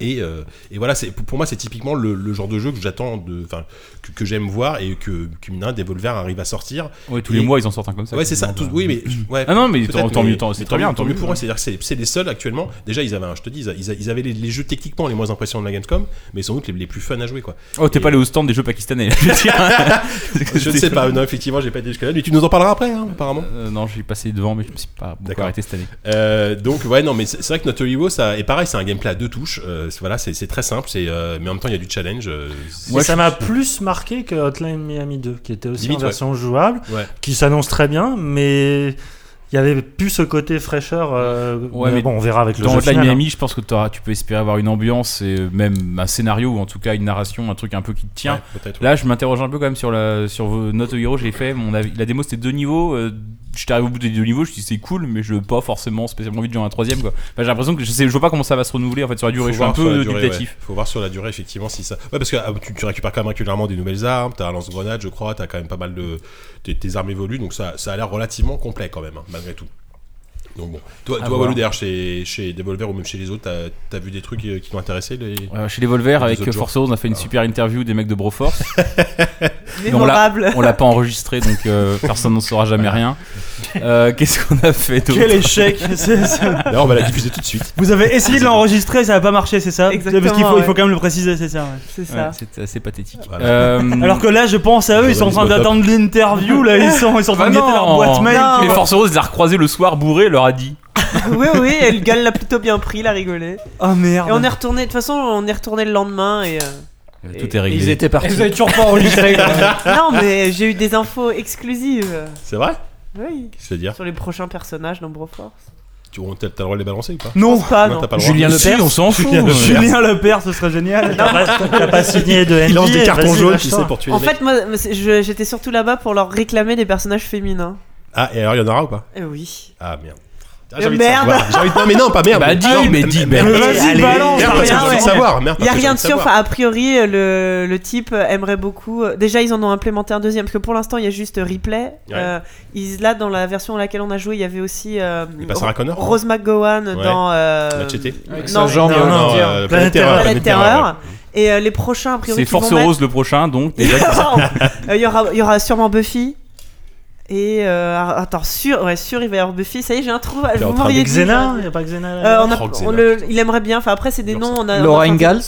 S1: Et, euh, et voilà, c'est pour pour moi c'est typiquement le, le genre de jeu que j'attends, de- enfin que, que j'aime voir et que, que mine de rien, Devolver arrive à sortir.
S3: Ouais, tous les
S1: Et-
S3: mois, ils en sortent un comme ça.
S1: Ouais, c'est ça.
S3: Tout-
S1: tout- oui, mais ouais.
S3: Ah non, mais
S1: Peut-être,
S3: tant, tant
S1: mais-
S3: mieux, tant- c'est
S1: mais
S3: très bien.
S1: Tant mieux pour eux. C'est-à-dire que c'est- c'est les seuls actuellement. Déjà, ils avaient, un- je te dis, ils a- ils a- ils avaient les, les jeux techniquement les moins impressionnants de la Gamescom, mais sans doute les, les plus fun à jouer, quoi.
S3: Oh, t'es pas allé au stand des jeux pakistanais. je veux dire.
S1: Je ne sais pas. Non, effectivement, j'ai pas été jusque là, mais tu nous en parleras après, hein, apparemment.
S3: Euh, non, je suis passé devant, mais je me suis pas beaucoup
S1: D'accord.
S3: arrêté cette année.
S1: Euh, donc ouais non mais c'est c'est vrai que notre Hero ça et pareil c'est un gameplay à deux touches euh, c'est- voilà c'est c'est très simple c'est euh, mais en même temps il y a du challenge euh, c'est-
S7: Et
S3: Moi,
S7: ça
S3: je-
S7: m'a plus marqué que Hotline Miami 2, qui était aussi
S1: Limite,
S7: en version jouable,
S1: ouais.
S7: qui s'annonce très bien, mais il y avait plus ce côté fraîcheur. euh,
S3: Ouais,
S7: mais
S3: mais
S7: bon, on verra avec le
S3: Dans
S7: jeu
S3: Hotline
S7: final, hein.
S3: Miami, je pense que t'auras- tu peux espérer avoir une ambiance et même un scénario, ou en tout cas une narration, un truc un peu qui te tient.
S1: Ouais, peut-être ouais.
S3: Là, je m'interroge un peu quand même sur, la, sur vos notes Hero. J'ai fait mon avis- la démo, c'était deux niveaux. euh, J'étais arrivé au bout des deux niveaux, je me suis dit c'est cool, mais je veux pas forcément spécialement envie de jouer à un troisième. Quoi. Enfin, j'ai l'impression que je, sais, je vois pas comment ça va se renouveler en fait sur la durée.
S1: Faut
S3: je suis un
S1: voir sur la
S3: peu
S1: durée,
S3: dubitatif.
S1: ouais. Faut voir sur la durée effectivement si ça. Ouais parce que ah, tu, tu récupères quand même régulièrement des nouvelles armes, t'as un lance-grenade je crois, t'as quand même pas mal de tes, tes armes évoluent donc ça, ça a l'air relativement complet quand même hein, malgré tout. Donc bon, toi,
S3: À
S1: toi
S3: voir.
S1: Walou, d'ailleurs chez, chez Devolver ou même chez les autres, t'as as vu des trucs euh, qui t'ont intéressé les...
S3: Euh, chez les Volvers,
S1: Les
S3: avec
S1: autres
S3: euh,
S1: jours. Ah.
S3: Force Rose, on a fait une super interview des mecs de Broforce. on l'a-
S5: Mémorable.
S3: on l'a pas enregistré, donc euh, personne n'en saura jamais rien. Euh, Qu'est-ce qu'on a fait d'autre
S4: Quel échec C'est- c'est-
S1: Là on va la diffuser tout de suite.
S4: Vous avez essayé de l'enregistrer, ça n'a pas marché, c'est ça
S5: Exactement,
S4: Parce qu'il faut, il faut
S5: ouais.
S4: quand même le préciser, c'est ça. ouais.
S5: C'est
S3: Ouais,
S5: ça.
S3: C'est assez pathétique.
S1: Voilà.
S3: Euh,
S4: Alors que là, je pense à eux, ils sont en train
S1: Journalisme
S4: d'attendre l'interview, là, ils sont, ils sont en train de
S3: Bah
S4: guetter leur
S3: non.
S4: boîte mail.
S5: Non.
S4: tu
S3: mais
S4: vois.
S3: Force Rose les a recroisés le soir bourré, leur a dit
S5: oui, oui, et le gars l'a plutôt bien pris, l'a rigolé.
S4: Ah merde.
S5: Et on est retourné, de toute façon, on est retourné le lendemain et. euh,
S3: Euh,
S5: Et-
S3: Tout est réglé.
S6: Ils étaient
S2: Et
S6: partis.
S2: vous avez toujours pas enregistré. quoi.
S5: Non, mais j'ai eu des infos exclusives.
S1: C'est vrai
S5: Oui.
S1: C'est-à-dire
S5: Sur les prochains personnages dans Broforce.
S1: tu on- T'as t'as le droit de les balancer ou pas
S4: Non.
S5: Pas, Ah, non.
S1: Bah, t'as pas le droit.
S3: Julien Lepers, on s'en fout.
S4: Julien Lepers, ce serait génial.
S7: T'as pas signé de
S1: Il lance
S7: NDA,
S1: des cartons
S7: vas-y,
S1: jaunes, tu
S7: lâche-toi.
S1: sais, pour tuer
S5: En
S1: les mecs.
S5: fait, moi, c'est- je- j'étais surtout là-bas pour leur réclamer des personnages féminins.
S1: Ah, et alors il y en aura ou pas
S5: Eh oui.
S1: Ah merde. Ah,
S5: Mais
S1: j'ai envie de savoir.
S5: Euh, merde.
S1: Voilà, j'ai envie de- Non mais non, pas merde
S3: Bah, dis, mais dis, merde.
S4: Vas-y,
S5: Allez, Merde,
S1: Merde,
S4: balance.
S1: parce que
S5: rien,
S1: j'ai envie
S5: ouais.
S1: de savoir. Merde,
S5: Il y a
S1: parce que j'ai
S5: rien de sûr.
S1: envie savoir.
S5: Enfin, a priori, le, le type euh, aimerait beaucoup. Déjà, ils en ont implémenté un deuxième parce que pour l'instant, il y a juste replay.
S1: Ouais.
S5: Euh, ils- là, dans la version à laquelle on a joué, il y avait aussi euh,
S1: Il passera à Connor
S5: Rose McGowan
S1: Ouais.
S5: dans euh,
S1: La TT.
S6: Avec
S5: Non,
S6: sa jambe,
S7: non,
S6: euh,
S7: non,
S6: dire.
S1: euh,
S7: Planète Terreur.
S5: Planète Terreur. Et euh, les prochains, a priori,
S3: C'est
S5: qu'ils vont
S3: Force
S5: mettre-
S3: Rose le prochain, donc déjà
S5: Euh, Il y, aura, il y aura sûrement Buffy. Et euh, attends, sûr, ouais, sûr, il va y avoir Buffy. Ça y est, j'ai un trou.
S1: T'es en
S5: Vous
S1: train
S5: m'auriez dit.
S7: Xena, y a pas hein. Xena là
S5: Euh, on a-
S1: Oh,
S5: on
S1: Xena.
S5: le- il aimerait bien. Enfin, après, c'est des noms. On a, on
S6: Laura
S5: a-
S6: Ingalls.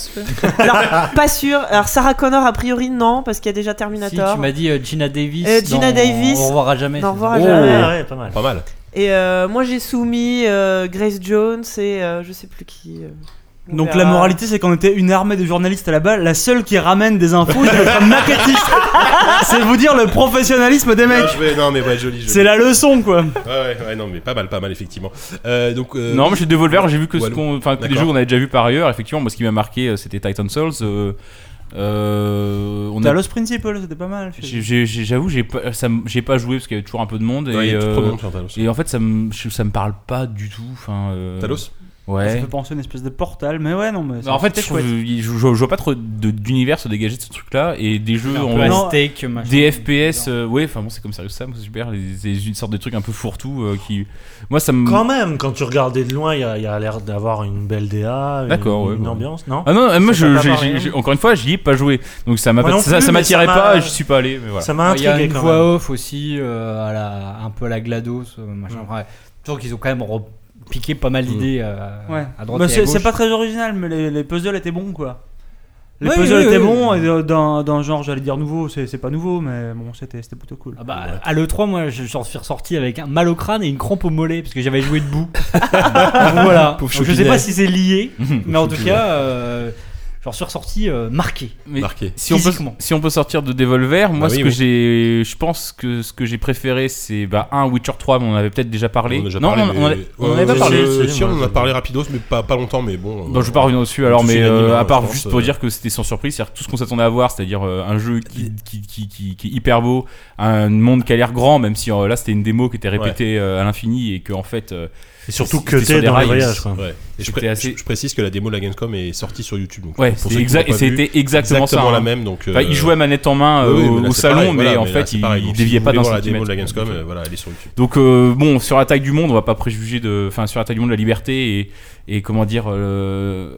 S5: Alors, pas sûr. Alors, Sarah Connor, a priori, non, parce qu'il y a déjà
S2: Si,
S5: Terminator.
S2: tu m'as dit euh, Gina Davis.
S5: Euh, Gina
S2: dans-
S5: Davis.
S2: On reverra jamais.
S5: Au revoir à
S7: Ouais,
S5: jamais.
S7: Ah ouais, ouais, pas mal.
S1: Pas mal.
S5: Et euh, moi, j'ai soumis euh, Grace Jones et euh, je sais plus qui. euh, on
S4: Donc
S5: verra.
S4: la moralité, c'est qu'on était une armée de journalistes là-bas. La seule qui ramène des infos, c'est notre maquettiste. c'est vous dire le professionnalisme des
S1: Bien
S4: mecs.
S1: joué, Non mais ouais, joli. joli.
S4: C'est la leçon, quoi.
S1: Ouais, ouais, ouais, non mais pas mal, pas mal effectivement. Euh, donc. euh,
S3: Non, mais chez Devolver, j'ai vu que ce
S1: Walou.
S3: qu'on, enfin, que des
S1: D'accord.
S3: jeux qu'on avait déjà vu par ailleurs. Effectivement, moi, ce qui m'a marqué, euh, c'était Titan Souls. euh, euh, on
S4: T'as
S3: a.
S4: Lost Principle, c'était pas mal.
S3: j'ai- j'ai- j'ai- J'avoue, j'ai pas, ça me- j'ai pas joué parce qu'il y avait toujours un peu de monde.
S1: ouais, il
S3: et,
S1: y a tout
S3: euh,
S1: trop de monde sur Talos.
S3: et en fait, ça me, je- ça me parle pas du tout. Enfin, euh,
S1: Talos
S4: Ça
S3: Ouais.
S4: fait penser à une espèce de portal, mais ouais, non, mais.
S3: Mais en fait, je,
S4: c'est chouette.
S3: trouve- je, je vois pas trop de- d'univers se dégager de ce truc-là et des jeux
S2: Un
S3: en
S2: peu
S4: Non.
S2: aztèque, machin.
S3: Des FPS, euh, ouais, enfin bon, c'est comme ça, ça, c'est super. les- C'est une sorte de truc un peu fourre-tout euh, qui. Moi, ça me.
S7: Quand même, quand tu regardais de loin, il y a, y a l'air d'avoir une belle DA, une,
S3: D'accord, ouais,
S7: une
S3: ouais.
S7: ambiance, non
S3: Ah non, euh, moi,
S7: Ça
S3: je,
S7: t'a pas
S3: j'ai-
S7: parlé,
S3: j'ai-
S7: hein
S3: encore une fois, j'y ai pas joué. Donc ça m'a
S7: Moi
S3: pas-
S7: non
S3: ça,
S7: plus,
S3: ça
S7: mais
S3: m'attirait
S7: ça
S3: pas,
S7: m'a-
S3: je suis pas allé, mais voilà.
S7: Ça m'a
S2: Il y a
S7: intrigué
S2: une
S7: quand
S2: voix
S7: même.
S2: off aussi, euh, à la, un peu à la GLaDOS, euh, machin. Ouais. Je trouve qu'ils ont quand même piqué pas mal d'idées euh,
S4: Ouais.
S2: à droite
S4: Bah,
S2: et à
S4: c'est
S2: gauche.
S4: c'est pas très original, mais les, les puzzles étaient bons, quoi. Les
S2: Oui,
S4: puzzles
S2: oui,
S4: étaient
S2: oui.
S4: bons, et euh, d'un d'un genre, j'allais dire nouveau, c'est c'est pas nouveau, mais bon, c'était c'était plutôt cool.
S2: Ah bah, À l'E3, moi, je- j'en suis ressorti avec un mal au crâne et une crampe au mollet parce que j'avais joué debout. voilà.
S1: Pauvre
S2: Donc, je sais
S1: Choupinet.
S2: pas si c'est lié, mais en tout cas, euh, j'en suis ressorti euh, marqué.
S3: Mais
S1: Marqué.
S3: si on, peut,
S2: Physiquement.
S3: si on peut sortir de Devolver,
S1: Bah
S3: moi ce
S1: oui,
S3: que
S1: oui.
S3: j'ai, je pense que ce que j'ai préféré c'est bah un Witcher 3, mais on en avait peut-être déjà parlé.
S1: On en a déjà
S3: non,
S1: parlé,
S3: on, on en
S1: mais-
S3: avait, on en
S1: Ouais,
S3: avait pas
S1: si,
S3: parlé.
S1: si,
S7: Oui,
S1: si, on en
S7: moi,
S1: a
S7: je-
S1: parlé rapidos, mais pas, pas longtemps, mais bon.
S3: Bon, je vais
S1: euh,
S3: pas revenir dessus alors,
S1: Tous
S3: mais
S1: unanimes,
S3: euh,
S1: hein,
S3: à
S1: je
S3: part
S1: pense,
S3: juste
S1: euh.
S3: pour dire que c'était sans surprise, c'est-à-dire tout ce qu'on s'attendait à voir, c'est-à-dire euh, un jeu qui, qui, qui, qui- qui est hyper beau, un monde qui a l'air grand, même si euh, là c'était une démo qui était répétée euh, à l'infini et que en fait. euh,
S7: Et surtout
S3: C'était
S7: que
S3: sur
S7: t'es
S3: des
S7: dans le
S3: rails,
S7: voyage, quoi.
S1: euh, Ouais. Et je,
S3: C'était
S1: pré-
S3: assez-
S1: je précise que la démo de la Gamescom est sortie sur YouTube. Donc
S3: ouais,
S1: pour
S3: c'était
S1: ceux qui
S3: exact-
S1: l'ont pas vu,
S3: c'était exactement, ça.
S1: exactement la
S3: hein.
S1: même. Donc,
S3: Enfin, il
S1: euh,
S3: jouait manette en main euh,
S1: oui, oui, mais
S3: au,
S1: là,
S3: au
S1: c'est pareil,
S3: salon,
S1: voilà,
S3: mais en
S1: là,
S3: fait
S1: c'est
S3: il,
S1: pareil. Donc, si
S3: déviait
S1: vous
S3: pas
S1: voulez
S3: d'un
S1: voir la démo de la
S3: centimètre.
S1: Gamescom, euh, voilà, elle est sur YouTube.
S3: Donc euh, bon, sur la taille du monde, on va pas préjuger de, enfin sur la taille du monde, la liberté et, et comment dire euh,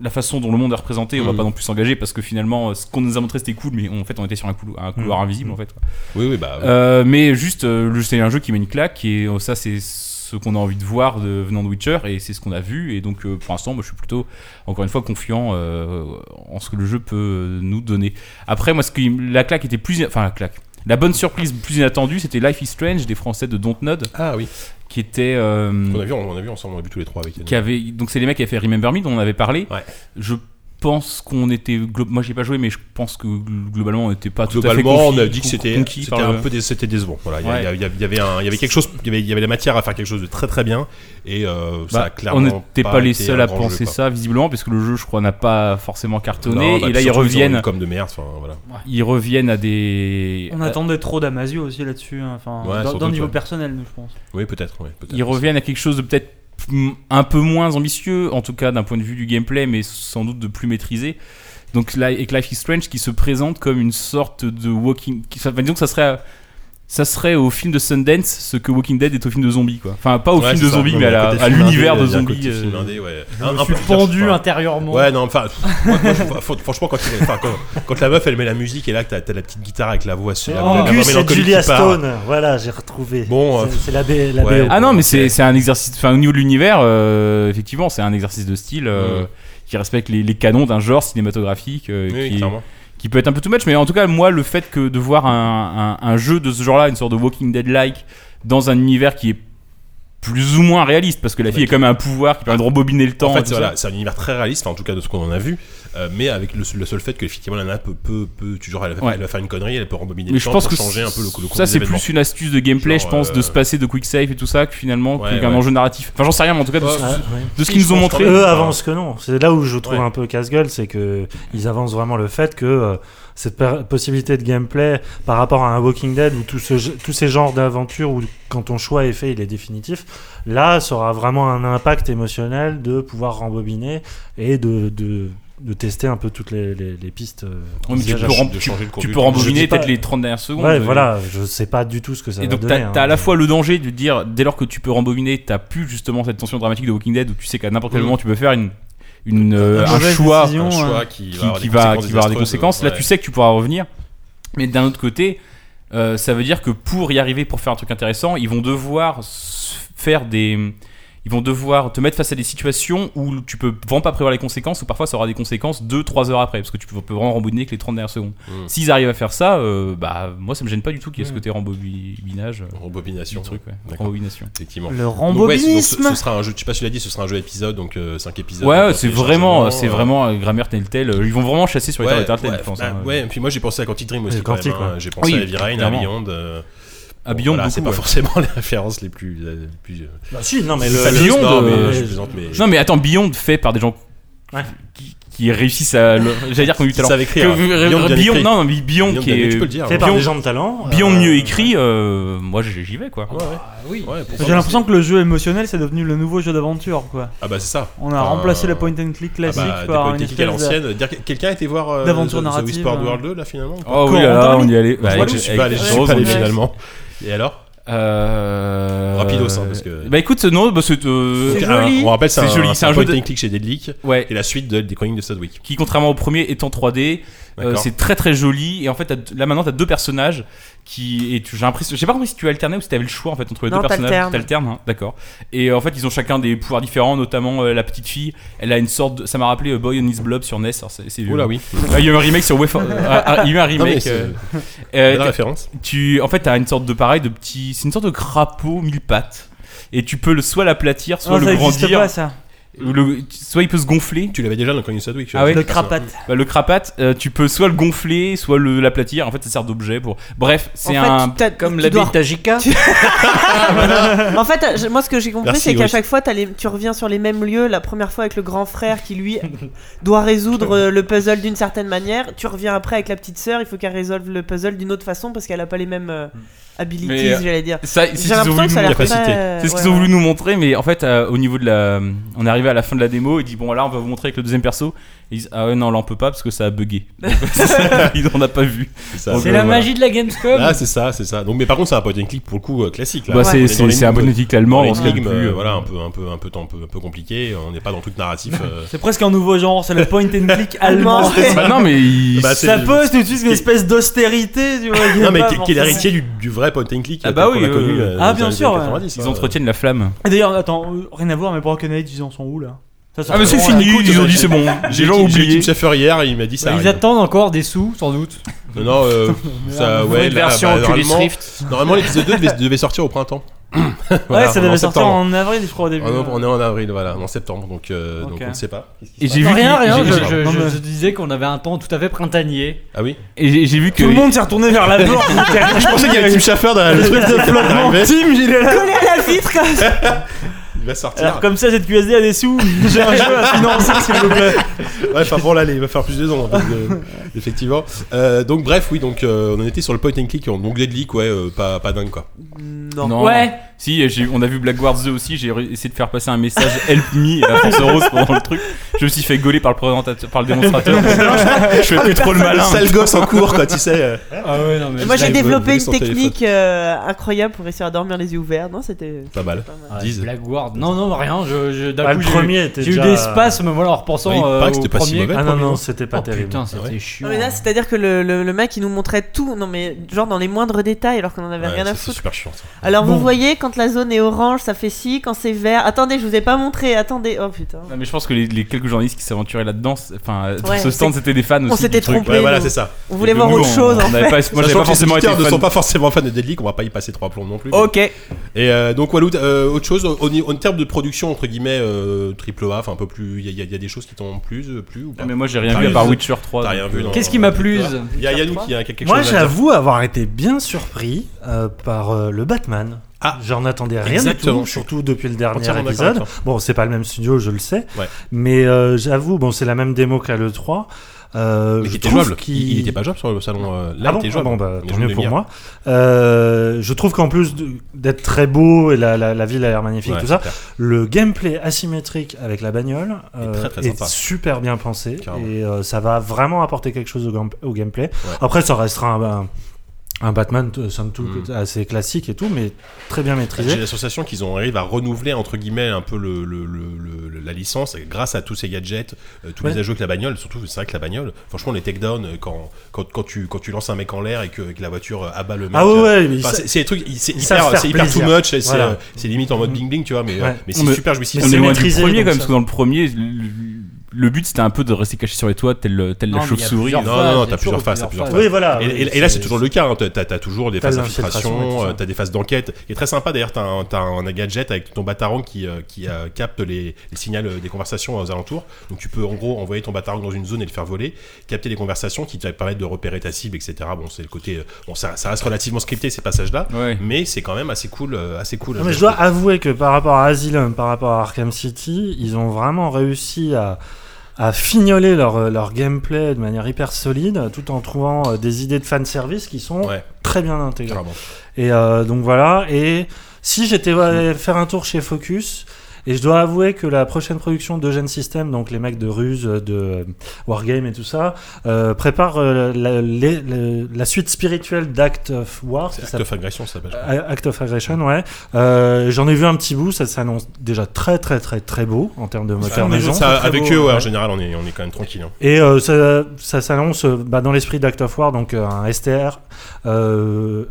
S3: la façon dont le monde est représenté, on va
S1: Mm.
S3: pas non plus s'engager parce que finalement euh, ce qu'on nous a montré c'était cool, mais on- en fait on était sur un, coulo- un couloir
S7: Mm.
S3: invisible en fait.
S1: Oui, oui, bah.
S3: Euh, mais juste, euh, le- c'est un jeu qui met une claque et euh, ça c'est ce qu'on a envie de voir de, venant de Witcher et c'est ce qu'on a vu et donc euh, pour l'instant moi je suis plutôt encore une fois confiant euh, en ce que le jeu peut euh, nous donner. Après moi ce qui m- la claque était plus enfin la claque la bonne surprise plus inattendue c'était Life is Strange des Français de Dontnod
S1: Ah oui,
S3: qui était euh,
S1: on a, vu, on, a vu ensemble, on a vu tous les trois avec Yannick.
S3: qui avait donc c'est les mecs qui avaient fait Remember Me dont on avait parlé.
S1: Ouais.
S3: Je pense qu'on était glo- moi j'ai pas joué mais je pense que gl- globalement on n'était pas tout à fait
S1: Globalement, on a
S3: confi-
S1: dit que
S3: con-
S1: c'était
S3: conquis
S1: c'était
S3: par
S1: un
S3: le-
S1: peu dé- c'était décevant. Voilà, il y
S3: Ouais.
S1: a- il y, a- il y avait un- il y avait quelque chose, il y avait, il y avait la matière à faire quelque chose de très très bien et euh, ça a
S3: Bah,
S1: clairement
S3: on n'était pas, les
S1: été
S3: seuls
S1: un
S3: à
S1: grand jeu,
S3: penser
S1: quoi.
S3: ça, visiblement, parce que le jeu, je crois, n'a pas forcément cartonné.
S1: Non, bah,
S3: et là, ils
S1: surtout, ont eu
S3: reviennent,
S1: une com de merde. Enfin voilà.
S3: ils reviennent à des.
S4: On
S3: à-
S4: attendait trop d'Amazio aussi là-dessus, hein, enfin,
S1: Ouais,
S4: dans,
S1: sans
S4: dans
S1: doute,
S4: le niveau
S1: ouais.
S4: personnel, nous, je pense.
S1: Oui, peut-être. ouais, peut-être.
S3: Ils reviennent à quelque chose de peut-être mm, un peu moins ambitieux, en tout cas d'un point de vue du gameplay, mais sans doute de plus maîtrisé. Donc, là, avec Life is Strange qui se présente comme une sorte de Walking. qui- enfin, disons que ça serait. à- Ça serait au film de Sundance ce que Walking Dead est au film de zombies, quoi. Enfin, pas au
S1: Ouais,
S3: film
S1: c'est
S3: de
S1: ça.
S3: zombies,
S1: Non,
S3: mais à
S1: il y a
S3: la-
S1: côté
S3: à
S1: film indé,
S3: l'univers de
S1: il y a un
S3: zombies.
S1: côté film
S3: euh,
S1: indé, ouais.
S2: Je
S1: Un-
S2: me
S1: un
S2: suis
S1: peu-
S2: pendu
S1: enfin,
S2: intérieurement.
S1: Ouais, non, enfin, moi, moi, je- faut- franchement, quand, il- enfin, quand- quand la meuf elle met la musique et là que t'as t'as la petite guitare avec la voix, c'est la,
S7: Oh,
S1: Ah, la voix
S7: Gus et
S1: mélancolique
S7: Julia
S1: qui part.
S7: Stone, voilà, j'ai retrouvé.
S1: Bon, euh,
S7: C'est- c'est la B. La
S1: ouais.
S7: BO.
S3: Ah non, mais c'est c'est un exercice. Enfin, au niveau de l'univers, euh, effectivement, c'est un exercice de style euh,
S1: Mm.
S3: qui respecte les, les canons d'un genre cinématographique euh,
S1: Oui,
S3: qui,
S1: clairement.
S3: qui peut être un peu too much. Mais en tout cas, moi, le fait que de voir un, un- un jeu de ce genre-là, une sorte de Walking Dead-like, dans un univers qui est plus ou moins réaliste, parce que la fille est quand même un pouvoir qui permet de rembobiner le temps.
S1: Ah. En
S3: et
S1: fait,
S3: tout ça.
S1: voilà, c'est un univers très réaliste, enfin, en tout cas de ce qu'on en a vu, euh, mais avec le, le seul fait qu'effectivement la nana peut, peut, peut toujours elle, va-
S3: Ouais.
S1: elle va faire une connerie, elle peut rembobiner
S3: mais
S1: le
S3: je
S1: temps
S3: pense
S1: pour
S3: que
S1: changer un peu le, le cours
S3: ça
S1: des
S3: c'est
S1: événements.
S3: plus une astuce de gameplay je
S1: Genre,
S3: pense de
S1: euh,
S3: se passer de quick save et tout ça que finalement
S1: Ouais,
S3: qu'un
S1: ouais.
S3: enjeu narratif enfin j'en sais rien mais en tout cas de,
S1: Ouais,
S3: ce-
S7: Ouais, Ah, ouais.
S3: de ce
S1: Si,
S3: qu'ils
S1: je
S3: nous ont
S1: pense
S3: montré
S1: quand même.
S7: Eux
S1: Enfin,
S7: avancent que non. C'est là où je trouve
S1: ouais.
S7: un peu casse-gueule, c'est que ils avancent vraiment le fait que euh, cette per- possibilité de gameplay par rapport à un Walking Dead ou tout ce, tous ces genres d'aventures où quand ton choix est fait, il est définitif, là, ça aura vraiment un impact émotionnel de pouvoir rembobiner et de, de, de tester un peu toutes les, les- les pistes. euh,
S3: Ouais, mais tu
S7: envisageables.
S3: peux rem-
S1: de changer le cours
S3: tu
S1: du
S3: peux
S1: temps.
S7: Je
S3: rembobiner
S7: dis pas-
S3: peut-être les 30 dernières secondes euh,
S7: Ouais,
S3: et-
S7: voilà, je sais pas du tout ce que ça
S3: Et
S7: va
S3: donc,
S7: donner.
S3: t'as
S7: hein.
S3: t'as à la fois le danger de dire, dès lors que tu peux rembobiner, t'as plus justement cette tension dramatique de Walking Dead où tu sais qu'à n'importe quel
S1: Mm.
S3: moment tu peux faire une, une, euh, un
S4: mauvaise
S3: choix
S4: décision,
S1: un
S4: hein,
S1: choix qui,
S3: qui,
S1: va avoir
S3: qui
S1: des conséquences
S3: va, qui va avoir des
S1: désastreuses,
S3: conséquences. Là,
S1: ouais.
S3: tu sais que tu pourras revenir, mais d'un autre côté, euh, ça veut dire que pour y arriver, pour faire un truc intéressant, ils vont devoir s- faire des. Ils vont devoir te mettre face à des situations où tu peux vraiment pas prévoir les conséquences, ou parfois ça aura des conséquences 2-3 heures après, parce que tu peux peux vraiment rembobiner que les 30 dernières secondes.
S1: Mm.
S3: S'ils arrivent à faire ça, euh, bah moi ça me gêne pas du tout qu'il y ait ce
S7: Hmm.
S3: côté rembobinage. euh,
S1: Rembobination,
S3: du truc, ouais.
S1: D'accord.
S3: Rembobination.
S1: effectivement.
S4: Le
S1: Donc, ouais, c'est- donc,
S4: rembobinisme
S1: ce, ce sera un jeu, je sais pas si tu l'as dit, ce sera un jeu épisode, donc 5 épisodes.
S3: Ouais,
S1: donc,
S3: c'est
S1: les
S3: vraiment,
S1: chargements,
S3: c'est
S1: euh,
S3: vraiment euh, grammaire Telltale. Ils vont vraiment chasser sur les
S1: Ouais,
S3: terres de Telltale,
S1: ouais,
S3: je pense.
S1: bah,
S3: hein.
S1: ouais, et puis moi j'ai pensé à Quantic Dream aussi.
S7: Et
S1: quand
S7: Quantic,
S1: même, hein.
S7: ouais.
S1: J'ai pensé
S3: Oui,
S1: à Heavy Rain, à
S3: clairement.
S1: Beyond. euh,
S3: À
S1: bon,
S3: Ah, Beyond,
S1: voilà, c'est
S3: beaucoup,
S1: pas
S3: ouais.
S1: forcément les références les plus. euh, les plus, euh,
S7: Bah, si, non, mais le.
S1: fabuleuses,
S3: Beyond,
S1: non, mais,
S7: euh,
S1: je plaisante, mais.
S3: Non, mais attends, Beyond fait par des gens
S7: Ouais.
S3: qui, qui réussissent à. le- J'allais dire qu'on ont eu
S1: Qui
S3: talent.
S1: savent écrire.
S3: Que- euh,
S1: Beyond, bien
S3: Beyond,
S1: écrit.
S3: non, non, mais Beyond,
S1: Beyond,
S3: qui
S1: bien-
S3: est.
S1: tu peux le dire.
S7: Fait
S1: ouais.
S7: par
S3: Beyond-
S7: des gens de talent.
S3: Beyond
S7: euh,
S3: mieux écrit, euh, moi j'y j'y vais quoi.
S1: Ouais, ouais.
S2: oui.
S1: Ouais, pourquoi
S4: J'ai
S1: pas.
S4: l'impression que le jeu émotionnel, c'est devenu le nouveau jeu d'aventure, quoi.
S1: Ah bah c'est ça.
S4: On a
S1: Enfin,
S4: remplacé la point and click
S1: Ah
S4: classique
S1: bah, des
S4: par une
S1: politiques à
S4: espèce de...
S1: l'ancienne. Dire que- Quelqu'un était voir euh,
S4: d'aventure
S1: The- The
S4: narrative,
S1: Whispered
S4: hein.
S1: World 2 là finalement
S3: Oh
S4: Corentin,
S3: oui, là, là, on
S4: lui
S3: y allait. Bah,
S1: Je
S3: avec-
S1: je suis
S3: avec-
S1: pas allé, je suis
S3: heureusement.
S1: pas allé
S4: Rose,
S1: finalement. Et alors
S3: Euh,
S1: Rapidos, hein, parce que-
S3: Bah écoute, non, bah, c'est. euh,
S1: Donc,
S5: C'est
S1: un-
S5: joli.
S1: On rappelle c'est
S3: C'est joli,
S1: un,
S3: c'est
S1: c'est
S3: un
S1: un
S3: jeu
S1: point
S3: de-
S1: and click chez Deadleak
S3: Ouais.
S1: et la suite de, des chroniques de Studwick.
S3: qui contrairement au premier est en 3D. Euh,
S1: D'accord.
S3: c'est très très joli et en fait t'as- là maintenant t'as deux personnages qui et tu- j'ai l'impression j'ai pas compris si tu alternais ou si t'avais le choix en fait entre les
S5: Non,
S3: deux personnages
S5: t'alternes.
S3: t'alternes hein, d'accord et euh, en fait ils ont chacun des pouvoirs différents notamment euh, la petite fille elle a une sorte de, ça m'a rappelé euh, Boy on His Blob sur NES alors c'est c'est vieux.
S1: Oula oui.
S3: Ah, il y a eu un remake sur Wave ah, ah, il y a eu un
S1: Non, mais
S3: remake
S1: c'est-
S3: euh, euh,
S1: Belle référence.
S3: tu en fait t'as une sorte de pareil de petit c'est une sorte de crapaud mille pattes et tu peux le soit l'aplatir soit
S4: Non,
S3: le
S4: ça existe
S3: grandir
S4: pas, ça.
S3: Ou le- soit il peut se gonfler.
S1: Tu l'avais déjà dans Coin Sadwick.
S3: Ah ouais
S4: Le crapat.
S3: Bah, le crapatte, euh, tu peux soit le gonfler, soit le- l'aplatir. En fait, ça sert d'objet pour.
S5: En
S3: Bref,
S5: fait,
S3: c'est un.
S5: tu t'as-
S6: Comme
S5: tu
S6: la
S5: dois-
S6: Tajika.
S5: En fait, je- moi, ce que j'ai compris,
S1: Merci,
S5: c'est qu'à
S1: Ghost.
S5: chaque fois, t'as les- tu reviens sur les mêmes lieux. La première fois avec le grand frère qui, lui, doit résoudre euh, le puzzle d'une certaine manière. Tu reviens après avec la petite sœur. Il faut qu'elle résolve le puzzle d'une autre façon parce qu'elle a pas les mêmes euh, abilities,
S3: Mais, euh,
S5: j'allais dire.
S3: Ça, c'est ce
S5: J'ai
S3: qu'ils ont
S5: l'impression
S3: voulu
S5: que ça a
S3: nous
S5: l'air
S3: montrer.
S1: capacité.
S5: très,
S3: C'est ce qu'ils
S5: ouais,
S3: ont
S5: ouais.
S3: voulu nous montrer, mais en fait, euh, au niveau de la. On est arrivé à la fin de la démo, ils disent Bon, là, on va vous montrer avec le deuxième perso. Ils disent Ah ouais, non, là, on peut pas parce que ça a bugué. Donc, ils n'en a pas vu.
S1: C'est ça.
S3: C'est
S2: C'est
S3: Ouais,
S2: la
S3: voilà.
S2: magie de la Gamescom.
S1: Ah, c'est ça, c'est ça. Donc, mais par contre, c'est un point and click pour le coup euh, classique. Là.
S3: Bah,
S1: On est
S3: c'est-
S1: dans
S3: c'est
S1: les
S3: c'est un
S1: mondes-
S3: bon éthique
S1: dans
S3: allemand.
S1: les
S3: on
S1: énigmes,
S3: peut
S1: euh,
S3: plus, euh,
S1: voilà, un peu, un peu, un peu, un peu, un peu compliqué. On n'est pas dans le truc narratif. euh.
S4: C'est presque un nouveau genre, c'est le point and click allemand.
S3: Bah, non, mais. ils-
S1: Bah, c'est-
S4: Ça pose tout de suite une
S1: Qui-
S4: espèce d'austérité, tu vois. qui est
S1: Non, mais
S4: pas
S1: qui, qui est
S4: forcément-
S1: l'héritier du, du vrai point and click
S3: Ah
S1: euh,
S3: bah
S1: qu'on
S3: oui,
S1: a connu.
S3: euh,
S1: euh,
S4: ah,
S1: dans
S4: bien
S1: les
S4: sûr,
S1: années
S4: ouais.
S1: 90,
S3: Ils
S1: hein.
S3: entretiennent la flamme.
S4: Et D'ailleurs, attends, euh, rien à voir, mais Broken Age, ils en sont où là Ça sort
S3: Ah, mais c'est
S4: vraiment, là.
S3: fini,
S1: écoute,
S3: ils ont
S1: euh,
S3: dit c'est bon.
S1: J'ai
S3: Les gens ont
S1: Tim- j'ai
S3: oublié. Bah,
S1: Tim Schafer hier, il m'a dit ça.
S2: Ils
S1: arrive.
S2: attendent encore des sous, sans doute.
S1: Non, non, euh, ça, ouais,
S6: Une
S1: là,
S6: version
S1: bah,
S6: Oculus
S1: normalement-
S6: Rift.
S1: Normalement, l'épisode 2 devait, devait sortir au printemps.
S4: ouais, ça devait sortir en avril, je crois, au début. euh.
S1: On est, Ah, on est en avril, voilà, en septembre, donc, euh,
S4: Ok.
S1: donc on ne sait pas. Qu'est-ce qui se
S3: Et
S1: passe
S3: j'ai vu
S2: rien,
S3: qu'il-
S2: rien.
S3: j'ai-
S2: Je,
S3: j'ai-
S2: je-
S4: non,
S2: je-
S4: mais-
S2: je disais qu'on avait un temps tout à fait printanier.
S1: Ah oui
S3: Et j'ai j'ai vu que.
S4: Tout le monde s'est retourné vers la porte.
S1: Je pensais qu'il y avait Tim Schafer dans le truc, c'est qu'il arrivait,
S4: Tim, il est là.
S5: Collé à la vitre, comme ça.
S1: il va sortir.
S4: Alors, comme ça, cette QSD a des sous. J'ai un jeu à financer, s'il vous plaît.
S1: Ouais, enfin bon, là, il va faire plus de ans, effectivement. Euh, donc, bref, oui, donc euh, on en était sur le point and click, donc Dead Leak, ouais, euh, pas, pas dingue quoi.
S5: Non.
S3: Non.
S2: Ouais.
S3: Si, j'ai- on a vu Black Wars 2 aussi, j'ai ré- essayé de faire passer un message Help me à la Force Rose pendant le truc. Je me suis fait gauler par le présentateur, par le démonstrateur. je fais plus trop le
S1: Le
S3: malin.
S1: sale gosse en cours, quoi, tu sais. euh.
S2: Ah ouais, non, mais.
S5: Moi,
S1: Ils
S5: j'ai
S1: veulent
S5: développé
S1: voler
S5: une
S1: son téléphone.
S5: technique euh, incroyable pour réussir à dormir les yeux ouverts. Non, c'était.
S1: Pas mal.
S5: pas mal.
S2: Ouais,
S1: Disent.
S2: Black Ward. Non, non, rien. Je, je, d'un
S7: Ah,
S2: coup,
S7: le
S2: j'ai eu-
S7: premier était
S2: J'ai eu
S7: déjà-
S2: des spasmes, voilà, en repensant.
S1: Oui, il paraît
S2: euh,
S1: que c'était
S2: au
S1: pas si
S2: premier.
S1: mauvais.
S7: Ah
S1: Ouais,
S7: non,
S1: premier.
S7: non, c'était pas
S2: Oh
S7: terrible.
S2: putain, c'était
S1: Ah ouais.
S2: chiant.
S5: Non, mais là, c'est-à-dire que le, le- le mec, il nous montrait tout, non, mais genre dans les moindres détails, alors qu'on en avait
S1: Ouais,
S5: rien à
S1: ça,
S5: foutre.
S1: c'est super chiant. ça.
S5: Alors vous voyez, quand la zone est orange, ça fait ci, quand c'est vert. Attendez, je vous ai pas montré, attendez. Oh putain.
S3: Non, mais je pense que les, les quelques journalistes qui s'aventuraient là-dedans, c'est- enfin, euh, dans
S5: Ouais,
S3: ce stand, c'était des fans aussi.
S5: On s'était
S3: du truc.
S5: trompé.
S1: Ouais, voilà,
S5: nous.
S1: c'est ça.
S5: On voulait
S3: Nous,
S5: voir
S3: on-
S5: autre chose.
S3: on
S5: en
S3: avait
S5: fait.
S3: pas- Moi, j'avais
S1: Sachant
S3: pas
S1: que les
S3: forcément été
S1: auditeurs ne
S3: fan.
S1: sont pas forcément fans de Dead Leak, on va pas y passer trois plombs non plus.
S4: Ok.
S1: Et euh, donc Walou, euh, autre chose, en, en termes de production entre guillemets euh, triple A, enfin un peu plus, il y, a- il y a des choses qui t'ont plus, euh, plus ou pas
S3: Ah, Mais moi, j'ai rien
S1: T'as
S3: vu à
S1: rien
S3: part
S1: vu.
S3: Witcher 3.
S1: T'as
S3: donc,
S1: rien vu.
S3: euh,
S1: dans-
S2: Qu'est-ce qui m'a plu
S1: Il y a Yannou qui a quelque chose.
S7: Moi,
S1: à dire.
S7: j'avoue avoir été bien surpris euh, par euh, le Batman.
S1: Ah.
S7: J'en attendais rien
S1: Exactement.
S7: du tout, surtout depuis le dernier
S1: Entièrement d'accord
S7: épisode.
S1: avec
S7: Bon, c'est pas le même studio, je le sais.
S1: Ouais.
S7: Mais euh, j'avoue, bon, c'est la même démo qu'à l'E3. Euh,
S1: Mais
S7: je
S1: qui était
S7: trouve
S1: jouable.
S7: qu'il-
S1: Il il était pas jouable sur le salon. euh, Là,
S7: Ah bon,
S1: il était
S7: Ah
S1: jouable.
S7: bon,
S1: On
S7: bah,
S1: est
S7: tant
S1: joué
S7: mieux pour
S1: demi-heure.
S7: moi. Euh, je trouve qu'en plus de- d'être très beau et la, la- la ville a l'air magnifique,
S1: Ouais,
S7: tout ça,
S1: c'est clair.
S7: le gameplay asymétrique avec la bagnole euh,
S1: très, très
S7: est
S1: sympa.
S7: super bien pensé
S1: Carrément.
S7: et euh, ça va vraiment apporter quelque chose au, gam- au gameplay. Après, ça restera un, un- un Batman, euh, somme toute, assez classique et tout, mais très bien
S1: Mm. J'ai
S7: maîtrisé.
S1: l'association qu'ils ont arrivé à renouveler entre guillemets un peu le, le- le- le- la licence et grâce à tous ces gadgets, euh, tous les
S7: Ouais.
S1: ajouts avec la bagnole. Surtout, c'est vrai que la bagnole, franchement, les takedowns euh, quand, quand, quand, tu, quand tu lances un mec en l'air et que, que la voiture euh, abat le mec.
S7: Ah ouais,
S1: euh,
S7: ouais, mais
S1: enfin,
S7: ça-
S1: c'est c'est des trucs, il- c'est
S7: ils savent
S1: hyper,
S7: faire
S1: c'est hyper too
S7: plaisir.
S1: much, c'est
S7: Voilà.
S1: euh, c'est limite en mode bling bling, tu vois, mais, euh,
S7: Ouais.
S1: mais c'est
S3: Mais-
S1: super
S7: Mais
S1: jouissif.
S3: On
S7: c'est
S3: est loin du
S7: maîtrisé,
S3: premier,
S7: donc
S3: quand même,
S7: ça-
S3: parce que dans le premier, le, le but, c'était un peu de rester caché sur les toits, telle, telle
S2: Non,
S3: la
S2: mais il y a
S3: chauve-souris.
S2: plusieurs
S1: Non,
S2: phases,
S1: non, non,
S2: il y a
S1: t'as plusieurs
S2: toujours
S1: phases, t'as plusieurs
S7: Ah Oui, voilà.
S1: Et, et- et là, c'est toujours le cas. hein. T'as- T'as t'as toujours des
S7: T'as
S1: phases
S7: l'infiltration et
S1: d'infiltration,
S7: tout ça.
S1: euh, t'as des phases d'enquête. qui est très sympa d'ailleurs. T'as un, t'as un gadget avec ton batarang qui, euh, qui euh, capte les, les signaux euh, des conversations aux alentours. Donc tu peux en gros envoyer ton batarang dans une zone et le faire voler, capter les conversations qui te permettent de repérer ta cible, etc. Bon, c'est le côté. euh, Bon, ça, ça reste relativement scripté ces passages-là,
S3: Ouais.
S1: mais c'est quand même assez cool, euh, assez cool.
S7: Non, mais je dois avouer que par rapport à Asylum, par rapport à Arkham City, ils ont vraiment réussi à, à fignoler leur, euh, leur gameplay de manière hyper solide, tout en trouvant euh, des idées de fanservice qui sont
S1: Ouais,
S7: très bien intégrées.
S1: clairement.
S7: Et euh, donc voilà. Et si j'étais allé faire un tour chez Focus, et je dois avouer que la prochaine production de Gen System, donc les mecs de Ruse, de Wargame et tout ça, euh, prépare euh, la, les- le- la suite spirituelle d'Act of War.
S1: C'est
S7: qui
S1: Act of Aggression, ça s'appelle, je crois.
S7: A- Act of Aggression, ouais. Euh, J'en ai vu un petit bout, ça s'annonce déjà très très très très beau en termes de moteur maison.
S1: Ça,
S7: Très
S1: avec
S7: beau,
S1: eux, ouais,
S7: ouais.
S1: en général, on est, on est quand même tranquille. hein.
S7: Et euh, ça, ça s'annonce euh, bah, dans l'esprit d'Act of War, donc euh, un STR. euh,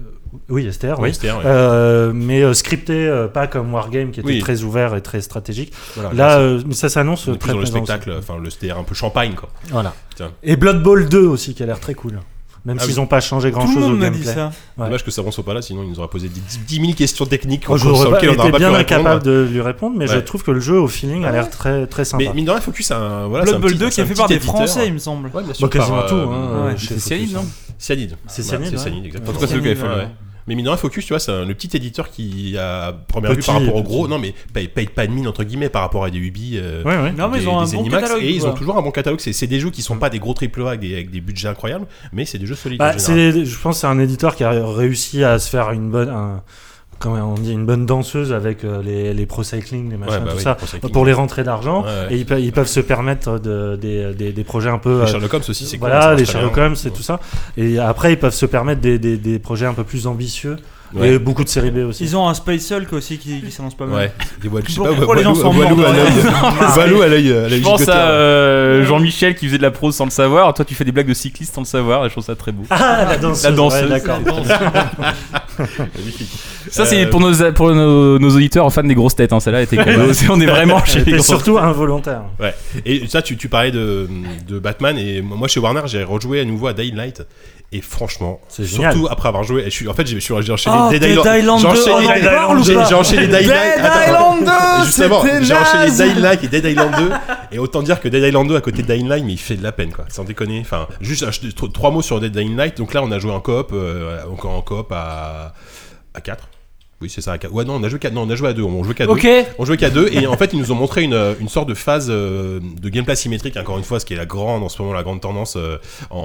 S7: oui, STR, oui.
S1: Mystère, ouais.
S7: Euh, mais euh, scripté, euh, pas comme Wargame qui était
S1: Oui.
S7: très ouvert et très stratégique.
S1: Voilà,
S7: Là, euh, mais ça s'annonce
S1: on est
S7: très
S1: plus dans le
S7: plaisant,
S1: spectacle, enfin le STR un peu champagne quoi.
S7: ça. Voilà.
S1: Putain.
S7: Et Blood Bowl 2 aussi qui a l'air très cool. même
S1: Ah
S7: s'ils
S1: oui.
S7: n'ont pas changé grand
S4: Tout le
S7: chose au
S4: monde me dit
S7: gameplay.
S4: ça.
S7: Ouais.
S1: Dommage que Savon soit pas là, sinon il nous aurait posé 10 000 questions techniques
S7: Moi,
S1: qu'on-
S7: je
S1: sur
S7: j'aurais
S1: lesquelles on
S7: été
S1: n'aurait pas pu
S7: bien
S1: répondre.
S7: incapable de lui répondre, mais je
S1: Ouais.
S7: trouve que le jeu au feeling
S4: Ah
S7: a l'air très très sympa.
S1: Mais mine de rien, Focus, c'est un. Voilà, c'est
S4: Blood
S1: un
S4: Bowl
S1: petit-
S4: 2 qui
S1: c'est
S4: est
S1: un
S4: fait par
S1: petit
S4: des
S1: éditeur.
S4: Français, il me semble.
S1: Ouais, bien
S7: Bah,
S1: sûr.
S7: quasiment
S1: par,
S7: tout.
S1: euh,
S7: Hein,
S4: ouais.
S7: chez
S3: C'est
S7: Focus,
S3: Cyanide, non
S7: hein.
S1: Cyanide.
S7: C'est
S1: Voilà,
S7: Cyanide, ouais.
S1: exactement.
S3: En tout cas, c'est au
S4: Cyanide,
S3: KFL, ouais.
S1: Ouais. Mais mine de rien, Focus, tu vois, c'est un- le petit éditeur qui, à première vue,
S7: Petit,
S1: par rapport au
S7: petit.
S1: gros, non mais paye, paye pas de mine entre guillemets par rapport à des Ubi. euh,
S7: Ouais, ouais.
S4: Non, mais
S1: des-
S4: ils ont un
S1: des
S4: bon
S1: Animax,
S4: catalogue.
S1: et ils
S4: quoi.
S1: ont toujours un bon catalogue. C'est c'est des jeux qui sont pas des gros triple A avec des, avec des budgets incroyables, mais c'est des jeux solides.
S7: Mm. Bah,
S1: en général.
S7: c'est, je pense que c'est un éditeur qui a réussi à se faire une bonne, un- comment on dit, une bonne danseuse avec euh, les, les pro cycling, les machins,
S1: Ouais, bah
S7: tout
S1: oui,
S7: ça,
S1: pour ça qui-
S7: pour les rentrées d'argent.
S1: Ouais, ouais.
S7: Et ils, pe- ils peuvent se permettre de, des, des, des projets un peu.
S1: Les
S7: euh,
S1: Sherlock Holmes aussi, c'est cool, ça
S7: voilà,
S1: marche
S7: les
S1: très
S7: Sherlock
S1: bien.
S7: Holmes et tout ça. Et après, ils peuvent se permettre des, des, des projets un peu plus ambitieux.
S1: Ouais.
S7: Et beaucoup de série B aussi.
S4: Ils ont un Space Hulk aussi qui, qui s'annonce pas mal.
S1: Ouais, des voix- je sais
S4: Bon,
S1: pas,
S4: pourquoi les gens
S1: Walou
S4: sont
S1: Walou
S4: morts
S1: à
S4: de
S1: l'œil. Walou à l'œil. euh, à l'œil
S3: Je pense
S1: gigoté,
S3: à
S1: ouais.
S3: euh, Jean-Michel qui faisait de la prose sans le savoir. Toi, tu fais des blagues de cycliste sans le savoir. et Je trouve ça très beau.
S7: Ah, la danseuse.
S3: La danseuse.
S7: ouais, d'accord.
S1: Magnifique.
S3: Ça, c'est
S1: Euh,
S3: pour, nos, pour nos, nos auditeurs fans des grosses têtes. Hein. Celle-là était cadeau. C'est- On est vraiment chez les
S7: Et
S3: grosses
S7: surtout involontaire.
S1: Et ça, tu, tu parlais de, de Batman, et moi chez Warner, j'ai rejoué à nouveau à Daylight. Et franchement,
S7: C'est
S1: surtout
S7: génial.
S1: après avoir joué, je suis, en fait, j'ai je suis- j'ai enchaîné
S4: Ah,
S1: Dead
S4: Dead
S1: Island-
S4: Island
S1: j'ai
S4: 2,
S1: enchaîné
S4: on en
S1: Dead Island-
S4: parle ou
S1: j'ai-
S4: pas
S1: J'ai enchaîné Dead Island.
S4: Dead
S1: attends,
S4: Island 2,
S1: Et Justement,
S4: c'était
S1: j'ai enchaîné
S4: naze.
S1: Dying Light et Dead Island 2, et autant dire que Dead Island 2 à côté de Dying Light, mais il fait de la peine, quoi. Sans déconner. Enfin, juste un- je- tro- trois mots sur Dead Dying Light. Donc là, on a joué en coop, euh, encore en coop à, à 4. Oui, c'est ça, à 4. Ouais, non, on a joué, quatre- non, on a joué à 2. On jouait qu'à 2.
S2: Ok,
S1: On jouait qu'à deux et en fait ils nous ont montré une, une sorte de phase euh, de gameplay symétrique encore une fois ce qui est la grande en ce moment la grande tendance euh, en,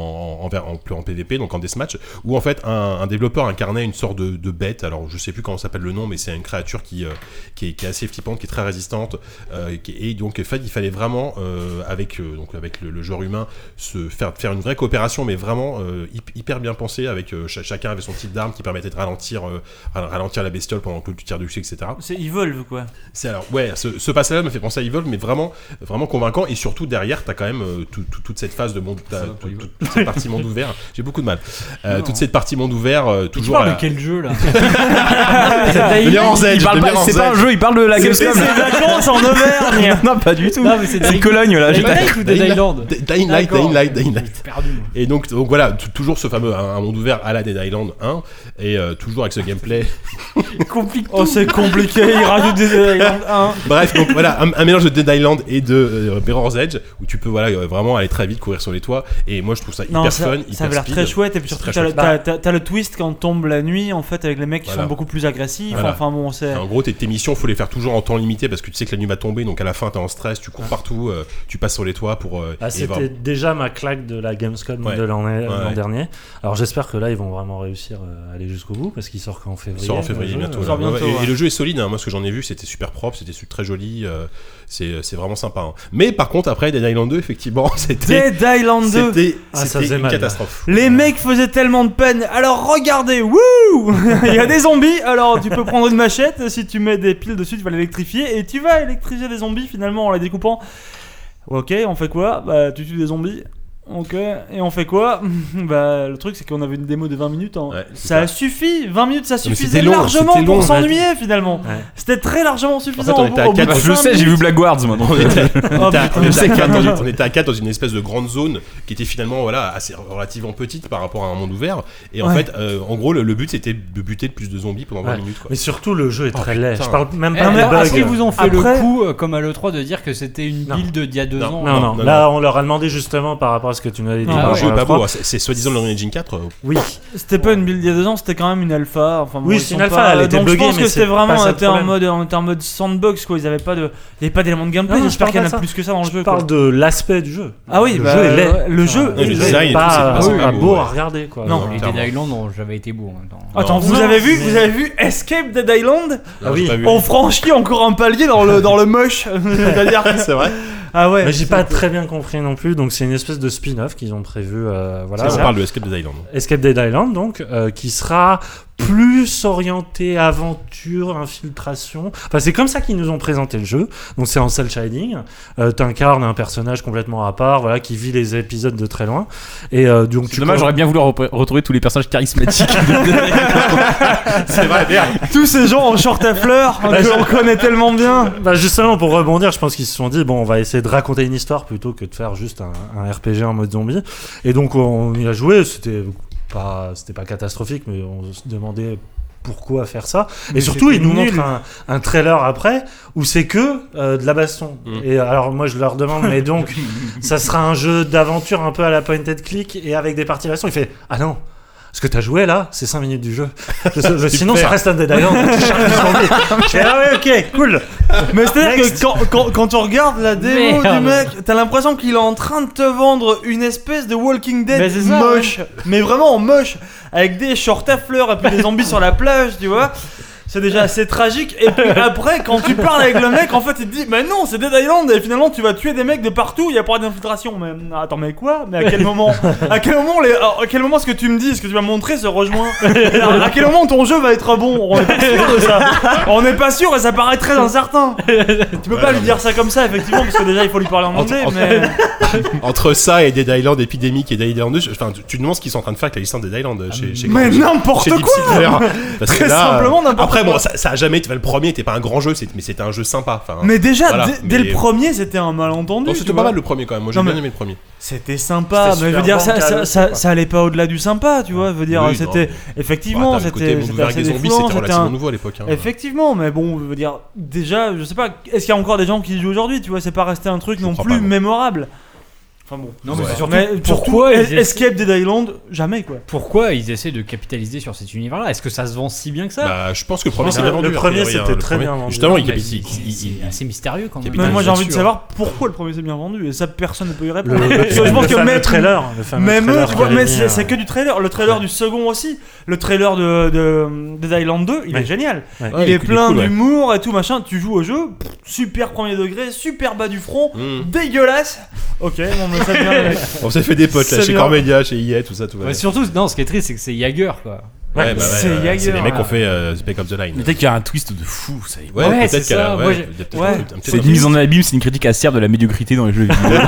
S1: en, en, en- en PVP donc en deathmatch où en fait un, un développeur incarnait une sorte de, de bête alors je sais plus comment s'appelle le nom mais c'est une créature qui, euh, qui, est, qui est assez flippante qui est très résistante euh, qui- et donc en fait il fallait vraiment euh, avec, euh, donc, avec le, le joueur humain se faire, faire une vraie coopération mais vraiment euh, hyp- hyper bien pensée avec euh, ch- chacun avait son type d'arme qui permettait de ralentir, euh, ra- ralentir la bestiole pendant que tu tires dessus etc
S4: C'est Evolve quoi.
S1: c'est alors ouais, ce, ce passage-là me fait penser à Evolve, mais vraiment, vraiment convaincant. Et surtout derrière, t'as quand même euh, tout- tout- toute cette phase de monde, t'as- tout- tout- toute cette partie monde ouvert. J'ai beaucoup de mal. Euh, toute cette partie monde ouvert, euh, toujours. à la-
S2: quel jeu là
S1: De Mirror's Edge,
S3: Il parle
S1: de
S3: pas-
S1: Mirror's
S3: C'est pas un
S1: Edge.
S3: jeu, il parle de la
S4: C'est
S3: Gamescom.
S4: des vacances en Auvergne.
S3: Non, pas du tout.
S2: Non, mais c'est
S3: C'est
S2: Dying
S3: Cologne là.
S2: Dying
S3: J'ai-
S2: Light ou Dead
S1: Dying
S2: Island
S1: D- Dying Light,
S2: D'accord.
S1: Dying Light, Dying Light.
S2: Je suis perdu, moi.
S1: Et donc, donc voilà, t- toujours ce fameux un, un monde ouvert à la Dead Island 1, et euh, toujours avec ce gameplay.
S4: Oh c'est compliqué, il rajoute des Island 1.
S1: Bref, donc voilà, un, un mélange de Dead Island et de euh, Mirror's Edge, où tu peux voilà euh, vraiment aller très vite, courir sur les toits. Et moi, je trouve ça hyper
S4: Non, ça,
S1: fun, hyper
S4: ça avait l'air
S1: speed.
S4: très chouette et puis
S1: C'est
S4: surtout
S1: très
S4: t'as le-
S1: chouette.
S4: t'as t'as- t'as le twist quand tombe la nuit en fait avec les mecs qui
S1: Voilà.
S4: sont beaucoup plus agressifs.
S1: Voilà.
S4: Enfin bon c'est.
S1: Et En gros, tes, tes missions, faut les faire toujours en temps limité parce que tu sais que la nuit va tomber, donc à la fin, t'es en stress, tu cours partout, euh, tu passes sur les toits pour. euh,
S7: Ah,
S1: et
S7: c'était
S1: voir-
S7: déjà ma claque de la Gamescom
S1: Ouais.
S7: de l'an
S1: Ouais,
S7: l'an
S1: ouais.
S7: dernier. Alors j'espère que là ils vont vraiment réussir euh, à aller jusqu'au bout parce qu'il sort qu'en février. Euh,
S1: Il sort en
S7: le
S1: février
S7: jeu.
S1: bientôt.
S4: Il sort
S1: là. Ouais,
S4: bientôt,
S1: ouais. Et,
S4: ouais.
S1: et le jeu est solide, hein. moi ce que j'en ai vu, c'était super propre, c'était su- très joli, euh, c'est c'est vraiment sympa. hein. Mais par contre, après Dead Island 2, effectivement, c'était.
S4: Dead Island 2.
S1: C'était
S7: Ah, ça
S1: c'était
S7: faisait
S1: une
S7: mal, là.
S1: catastrophe.
S4: Les mecs faisaient tellement de peine. Alors regardez, wouh Il y a des zombies. Alors tu peux prendre une machette. Si tu mets des piles dessus, tu vas l'électrifier. Et tu vas électrifier les zombies finalement en les découpant. Ok, on fait quoi Bah tu tues des zombies. Ok, et on fait quoi Bah le truc c'est qu'on avait une démo de 20 minutes. hein.
S1: Ouais, c'est
S4: ça
S1: ça.
S4: suffit, 20 minutes ça
S1: mais
S4: suffisait
S1: c'était long,
S4: largement
S1: c'était long,
S4: pour
S1: ouais.
S4: s'ennuyer finalement.
S7: Ouais.
S4: C'était très largement suffisant.
S1: on était à
S4: au bout- au bout
S1: quatre-
S4: de
S3: Je
S4: cinq
S3: sais, j'ai
S4: minutes.
S3: vu Black Guards moi. donc-
S1: On était, on était à-
S4: putain.
S1: on était à quatre dans une- on était à 4 dans une espèce de grande zone qui était finalement voilà, assez relativement petite par rapport à un monde ouvert. Et en
S4: Ouais.
S1: fait, euh, en gros, le, le but c'était de buter le plus de zombies pendant 20
S7: Ouais.
S1: minutes. Quoi.
S7: Mais surtout le jeu est
S1: Oh,
S7: très laid.
S1: putain.
S7: Je parle même
S2: Eh, mais
S7: pas
S2: Est-ce
S7: des
S2: qu'ils
S7: bugs.
S2: vous ont fait le
S4: Après-
S2: coup, euh, comme à l'E3, de dire que c'était une
S7: Non.
S2: build d'il y a deux
S1: Non.
S2: ans
S7: Non, non,
S1: Non, non,
S7: là on leur a demandé justement par rapport à ce que tu nous
S2: Ah,
S7: avais dit.
S4: Non,
S7: par
S1: le
S4: ouais.
S1: jeu
S7: rapport
S1: est
S7: à
S1: pas
S7: la
S1: beau,
S7: trois.
S1: hein. c'est c'est soi-disant l'Unreal Engine 4. euh,
S7: Oui,
S4: C'était pas une build il y a deux ans, c'était quand même une alpha. Enfin, bon,
S7: Oui,
S4: ils
S7: c'est
S4: sont
S7: une alpha,
S4: pas-
S7: elle était
S4: donc
S7: buggée,
S4: je pense que
S7: mais
S4: c'était
S7: c'est
S4: vraiment,
S7: pas ça
S4: on
S7: le
S4: était en
S7: problème.
S4: mode, on était en mode sandbox quoi. Ils avaient pas de, il y avait pas d'éléments de gameplay.
S7: Non, non, je
S4: J'espère
S7: parle
S4: qu'il y en
S7: pas
S4: a
S7: de ça.
S4: plus que ça dans le
S7: je
S4: jeu.
S7: parle
S4: quoi.
S7: de l'aspect du jeu.
S4: Ah oui,
S7: le
S4: bah,
S7: jeu est laid.
S4: euh, le jeu.
S1: le
S7: le jeu
S1: design et tout, c'est
S7: est
S1: pas-
S7: pas,
S1: c'est pas
S7: pas
S1: beau,
S7: beau
S1: ouais.
S7: à regarder quoi.
S4: Non.
S2: Les Dead
S1: clairement.
S2: Island ont jamais été beaux. hein, dans-
S4: Attends,
S1: Non.
S4: vous
S7: Non,
S4: avez vu,
S7: mais- Ah,
S4: vous avez vu Escape Dead Island
S1: non,
S7: oui.
S1: j'ai pas vu.
S4: On franchit encore un palier dans le dans le moche. C'est-à-dire,
S1: C'est vrai.
S4: ah ouais.
S7: Mais j'ai pas très bien compris non plus, donc c'est une espèce de spin-off qu'ils ont prévu. euh, voilà,
S1: on parle de Escape des Island.
S7: Escape Dead Island, donc, euh, qui sera plus orienté aventure, infiltration. Enfin, c'est comme ça qu'ils nous ont présenté le jeu. Donc, c'est en cel shading. Euh, T'incarnes un personnage complètement à part, voilà, qui vit les épisodes de très loin. Et euh, donc,
S3: C'est dommage,
S7: peux-
S3: j'aurais bien voulu re- retrouver tous les personnages charismatiques.
S1: C'est vrai, merde.
S4: Tous ces gens en short à fleurs
S7: Bah,
S4: que
S7: je-
S4: on connaît tellement bien.
S7: Bah, justement, pour rebondir, je pense qu'ils se sont dit, bon, on va essayer de raconter une histoire plutôt que de faire juste un, un RPG en mode zombie. Et donc, on y a joué, c'était pas, c'était pas catastrophique, mais on se demandait pourquoi faire ça.
S4: Mais
S7: et surtout,
S4: c'était
S7: ils nous
S4: nul.
S7: montrent un, un trailer après où c'est que euh, de la baston.
S1: Mm.
S7: Et alors, moi, je leur demande, mais donc, ça sera un jeu d'aventure un peu à la point and click et avec des parties baston. Il fait, ah non. Ce que t'as joué là, c'est 5 minutes du jeu. Je- je- sinon, ça
S1: Super.
S7: reste un Dead Island. Tu charges les zombies. Je fais, ah ouais, ok, cool.
S4: Mais c'est-à-dire
S7: Next.
S4: que quand, quand, quand on regarde la démo
S2: Merde.
S4: du mec, t'as l'impression qu'il est en train de te vendre une espèce de Walking Dead
S2: Mais c'est ça,
S4: moche. Mais vraiment moche. Avec des shorts à fleurs et puis des zombies sur la plage, tu vois. C'est déjà assez tragique. Et puis après, quand tu parles avec le mec, en fait, il te dit Mais non, c'est Dead Island. Et finalement, tu vas tuer des mecs de partout. Il n'y a pas d'infiltration. Mais attends, mais quoi Mais à quel moment À quel moment, les... à quel moment ce que tu me dis, ce que tu vas me montrer se rejoint À quel moment ton jeu va être bon On n'est pas sûr de ça. On n'est pas sûr et ça paraît très incertain. Tu peux
S1: Ouais,
S4: pas
S1: non,
S4: lui dire ça comme ça, effectivement, parce que déjà, il faut lui parler en
S1: En-
S4: anglais.
S1: en-
S4: mais...
S1: Entre ça et Dead Island épidémique et Dead Island 2, je- enfin, tu, tu te demandes ce qu'ils sont en train de faire avec la licence Dead Island chez, chez,
S4: Mais
S1: chez-
S4: n'importe
S1: chez Deep
S4: quoi
S1: Silver. Parce que
S4: Très
S1: là, euh,
S4: simplement, n'importe
S1: Après,
S4: quoi.
S1: bon, ça, ça a jamais été. enfin, Le premier était pas un grand jeu, c'est- mais c'était un jeu sympa. Enfin,
S4: Mais déjà,
S1: Voilà,
S4: dès, dès
S1: mais-
S4: le premier, c'était un malentendu.
S1: bon,
S4: tu
S1: c'était pas
S4: vois.
S1: mal le premier quand même. Moi j'ai
S4: Non,
S1: bien
S4: mais-
S1: aimé le premier.
S4: C'était sympa,
S7: C'était
S4: mais je veux
S7: super
S4: dire, ça,
S7: bancal,
S4: ça, ça,
S7: quoi.
S4: ça allait pas au-delà du sympa, tu vois. Je veux dire, hein,
S1: Oui, non,
S4: c'était. Effectivement,
S1: Bah, t'as le côté
S4: c'était.
S1: Moon
S4: C'était
S1: Berg
S4: assez
S1: et zombies,
S4: défoulant,
S1: c'était
S4: c'était
S1: relativement
S4: un-
S1: nouveau à l'époque. hein.
S4: Effectivement, mais bon, je veux dire, déjà, je sais pas, est-ce qu'il y a encore des gens qui y jouent aujourd'hui, tu vois, c'est pas resté un truc non
S1: crois
S4: plus
S1: pas, non.
S4: mémorable. Enfin bon.
S2: Non, mais
S1: Ouais.
S2: c'est surtout
S4: Mais
S2: pourquoi
S4: surtout,
S2: ils essaient-
S4: Escape Dead Island, jamais quoi.
S2: pourquoi ils essaient de capitaliser sur cet univers-là Est-ce que ça se vend si bien que ça
S1: Bah, je pense que le premier
S7: pense
S1: c'était
S7: que
S1: vendu.
S7: le
S1: a
S7: premier,
S1: priori, hein,
S7: c'était
S1: le
S7: très
S1: premier.
S7: bien vendu.
S1: Justement, il
S2: Bah,
S1: capit- il-
S2: c'est-
S1: il-
S2: c'est
S1: il-
S2: assez mystérieux quand même.
S1: Capitaine,
S4: Mais moi
S1: bien
S4: j'ai envie de
S1: sûr.
S4: savoir pourquoi le premier s'est bien vendu et ça personne ne peut y
S7: Le,
S4: répondre.
S7: le,
S4: Parce que je pense
S7: le
S4: que
S7: fameux
S4: même-
S7: trailer. Le fameux
S4: Même eux,
S7: trailer
S4: tu vois,
S7: qui
S4: mais
S7: avait
S1: hein.
S4: c'est
S7: mis,
S4: c'est
S7: euh,
S4: que du trailer. Le trailer du second aussi. Le trailer de, de, de Dead Island 2, il
S7: Ouais.
S4: est génial.
S7: Ouais.
S1: Ouais,
S4: il est
S1: cool,
S4: plein
S1: cool, ouais.
S4: d'humour et tout machin. Tu joues au jeu, pff, super premier degré, super bas du front,
S1: Mm.
S4: dégueulasse. Ok, bon, mais ça devient.
S1: On s'est fait des potes là,
S4: C'est
S1: chez
S4: bien.
S1: Cormedia, chez IA, tout ça, tout va.
S2: Ouais,
S1: bien.
S2: surtout, non, ce qui est triste, c'est que c'est Jagger quoi.
S1: Ouais, bah, ouais,
S4: c'est
S1: ouais,
S4: Jagger,
S1: c'est les mecs qui
S4: ouais.
S1: ont fait euh, Spec Ops The Line.
S3: Peut-être qu'il y a un twist de fou, ça y est.
S1: Ouais,
S2: Ouais, c'est
S1: peut-être qu'elle
S2: ça,
S1: a.
S2: moi,
S1: Ouais,
S2: j'ai-
S1: peut-être
S4: ouais.
S1: un petit- un petit-
S3: C'est une mise en abîme, c'est une critique acerbe de la médiocrité dans les jeux vidéo.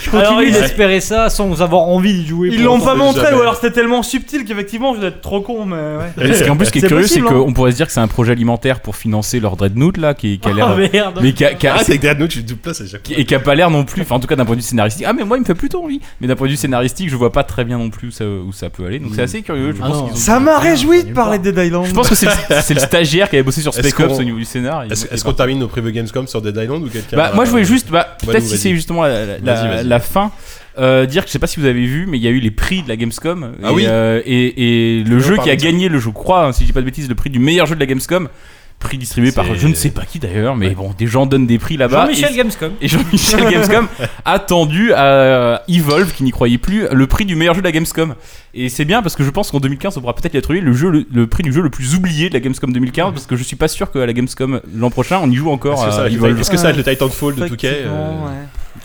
S2: Je continue
S4: ils-
S2: d'espérer ça sans avoir envie d'y jouer.
S4: Ils
S2: pour
S4: l'ont
S2: l'instant.
S4: pas montré,
S1: jamais.
S4: ou alors c'était tellement subtil qu'effectivement je dois être trop con, mais ouais.
S3: Et ce qui, en plus, ce qui est
S4: C'est
S3: curieux,
S4: possible,
S3: c'est
S4: hein.
S3: qu'on pourrait se dire que c'est un projet alimentaire pour financer leur Dreadnought là, qui, qui a
S2: Ah
S3: l'air.
S2: merde.
S3: mais qui a- qui a-
S1: Ah, c'est avec Dead Note, tu te places à chaque
S3: qui- et qui a pas l'air non plus, enfin en tout cas d'un point de vue scénaristique. Ah mais moi il me fait plutôt envie. Mais d'un point de vue scénaristique, je vois pas très bien non plus où ça, où ça peut
S1: Mm.
S3: aller. Donc c'est assez curieux. Je
S2: Ah
S3: pense,
S2: non.
S3: qu'ils ont-
S4: Ça m'a réjoui de
S2: nulle
S4: parler de Dead Island.
S3: je pense que c'est le, c'est le stagiaire qui avait bossé sur
S1: Est-ce
S3: Spec Ops
S1: qu'on-
S3: au niveau du scénar. et-
S1: Est-ce est-ce qu'on termine nos preview Gamescom sur Dead Island ou quelqu'un
S3: Bah,
S1: a-
S3: moi je voulais juste, bah,
S1: Walou,
S3: peut-être si
S1: vas-y.
S3: c'est justement la, la- la-
S1: Vas-y, vas-y.
S3: la fin, euh, dire que je sais pas si vous avez vu, mais il y a eu les prix de la Gamescom.
S1: Ah
S3: et,
S1: oui.
S3: euh, et, et le
S1: veux
S3: jeu
S1: en
S3: qui a
S1: parler de ça.
S3: gagné, le, je crois, hein, si je dis pas de bêtises, le prix du meilleur jeu de la Gamescom, prix distribué par
S1: C'est-
S3: je ne sais pas qui d'ailleurs, mais
S1: Ouais.
S3: bon, des gens donnent des prix là-bas.
S2: Jean-Michel
S3: Et-
S2: Gamescom.
S3: et Jean-Michel Gamescom attendu à euh, Evolve qui n'y croyait plus le prix du meilleur jeu de la Gamescom et c'est bien parce que je pense qu'en 2015 on pourra peut-être y trouver le jeu le, le prix du jeu le plus oublié de la Gamescom 2015 parce que je suis pas sûr qu'à la Gamescom l'an prochain on y joue encore
S1: Est-ce que Ah, ça
S3: à
S1: va être le-
S3: Evolve
S1: est-ce que ça va être le Titanfall de Touquet
S4: Effectivement, ouais.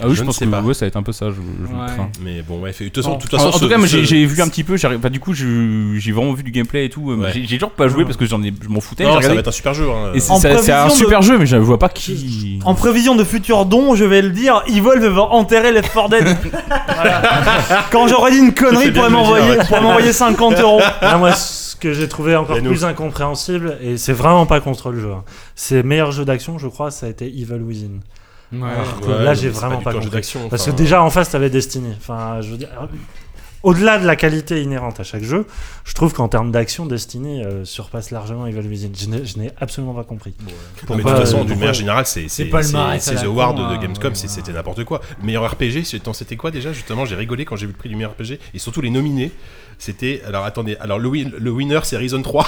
S3: ah oui
S1: Je
S3: je,
S1: ne
S3: pense
S1: sais
S3: que
S1: pas.
S3: ouais, ça va être un peu ça je, je-
S2: Ouais.
S3: enfin.
S1: Mais bon, ouais, fait- de toute façon, de toute
S3: En,
S1: façon,
S3: en tout
S1: ce-
S3: cas, moi
S1: ce-
S3: j'ai j'ai vu un petit peu, j'ai- bah, du coup je- j'ai vraiment vu du gameplay et tout. euh, mais
S1: Ouais.
S3: J'ai j'ai toujours pas joué parce que j'en ai, je m'en foutais. j'ai
S1: Non, ça
S3: regardé.
S1: va être un super jeu. hein.
S3: Et c'est-
S4: En
S3: c'est- c'est un
S4: prévision de-
S3: super jeu, mais je vois pas qui.
S4: En prévision de futurs dons, je vais le dire, Evolve va enterrer Left 4 Dead. Voilà. Quand j'aurais dit une
S1: Ça
S4: connerie,
S1: fait
S4: il pourrait
S1: bien de le dire,
S4: m'envoyer
S1: ouais.
S4: pourrait m'envoyer 50 euros.
S7: Ah, moi, ce que j'ai trouvé encore
S1: Et nous.
S7: plus incompréhensible, et c'est vraiment pas contre le jeu, hein. c'est meilleur jeu d'action, je crois, ça a été Evil Within. Alors que
S1: Ouais,
S7: là, j'ai
S1: mais c'est
S7: vraiment
S1: du
S7: pas
S1: tout un jeu
S7: compris.
S1: d'action,
S7: Parce que
S1: enfin.
S7: déjà, en face, t'avais Destiny. Enfin, je veux dire, euh, au-delà de la qualité inhérente à chaque jeu, je trouve qu'en termes d'action, Destiny euh, surpasse largement Evil Within. Je n'ai- je n'ai absolument pas compris.
S1: Mais de
S7: Pourquoi-
S1: toute façon,
S7: pourquoi-
S1: d'une manière générale, c'est c'est-
S2: pas le
S1: c'est-
S2: marais,
S1: c'est
S2: ça,
S1: The
S2: la
S1: Award
S2: con,
S1: de
S2: hein,
S1: Gamescom,
S2: ouais,
S1: c'est-
S2: voilà.
S1: c'était n'importe quoi. Meilleur RPG, c'est- attends, c'était quoi déjà Justement, j'ai rigolé quand j'ai vu le prix du meilleur RPG et surtout les nominés. C'était alors attendez, alors le, win- le winner c'est Horizon 3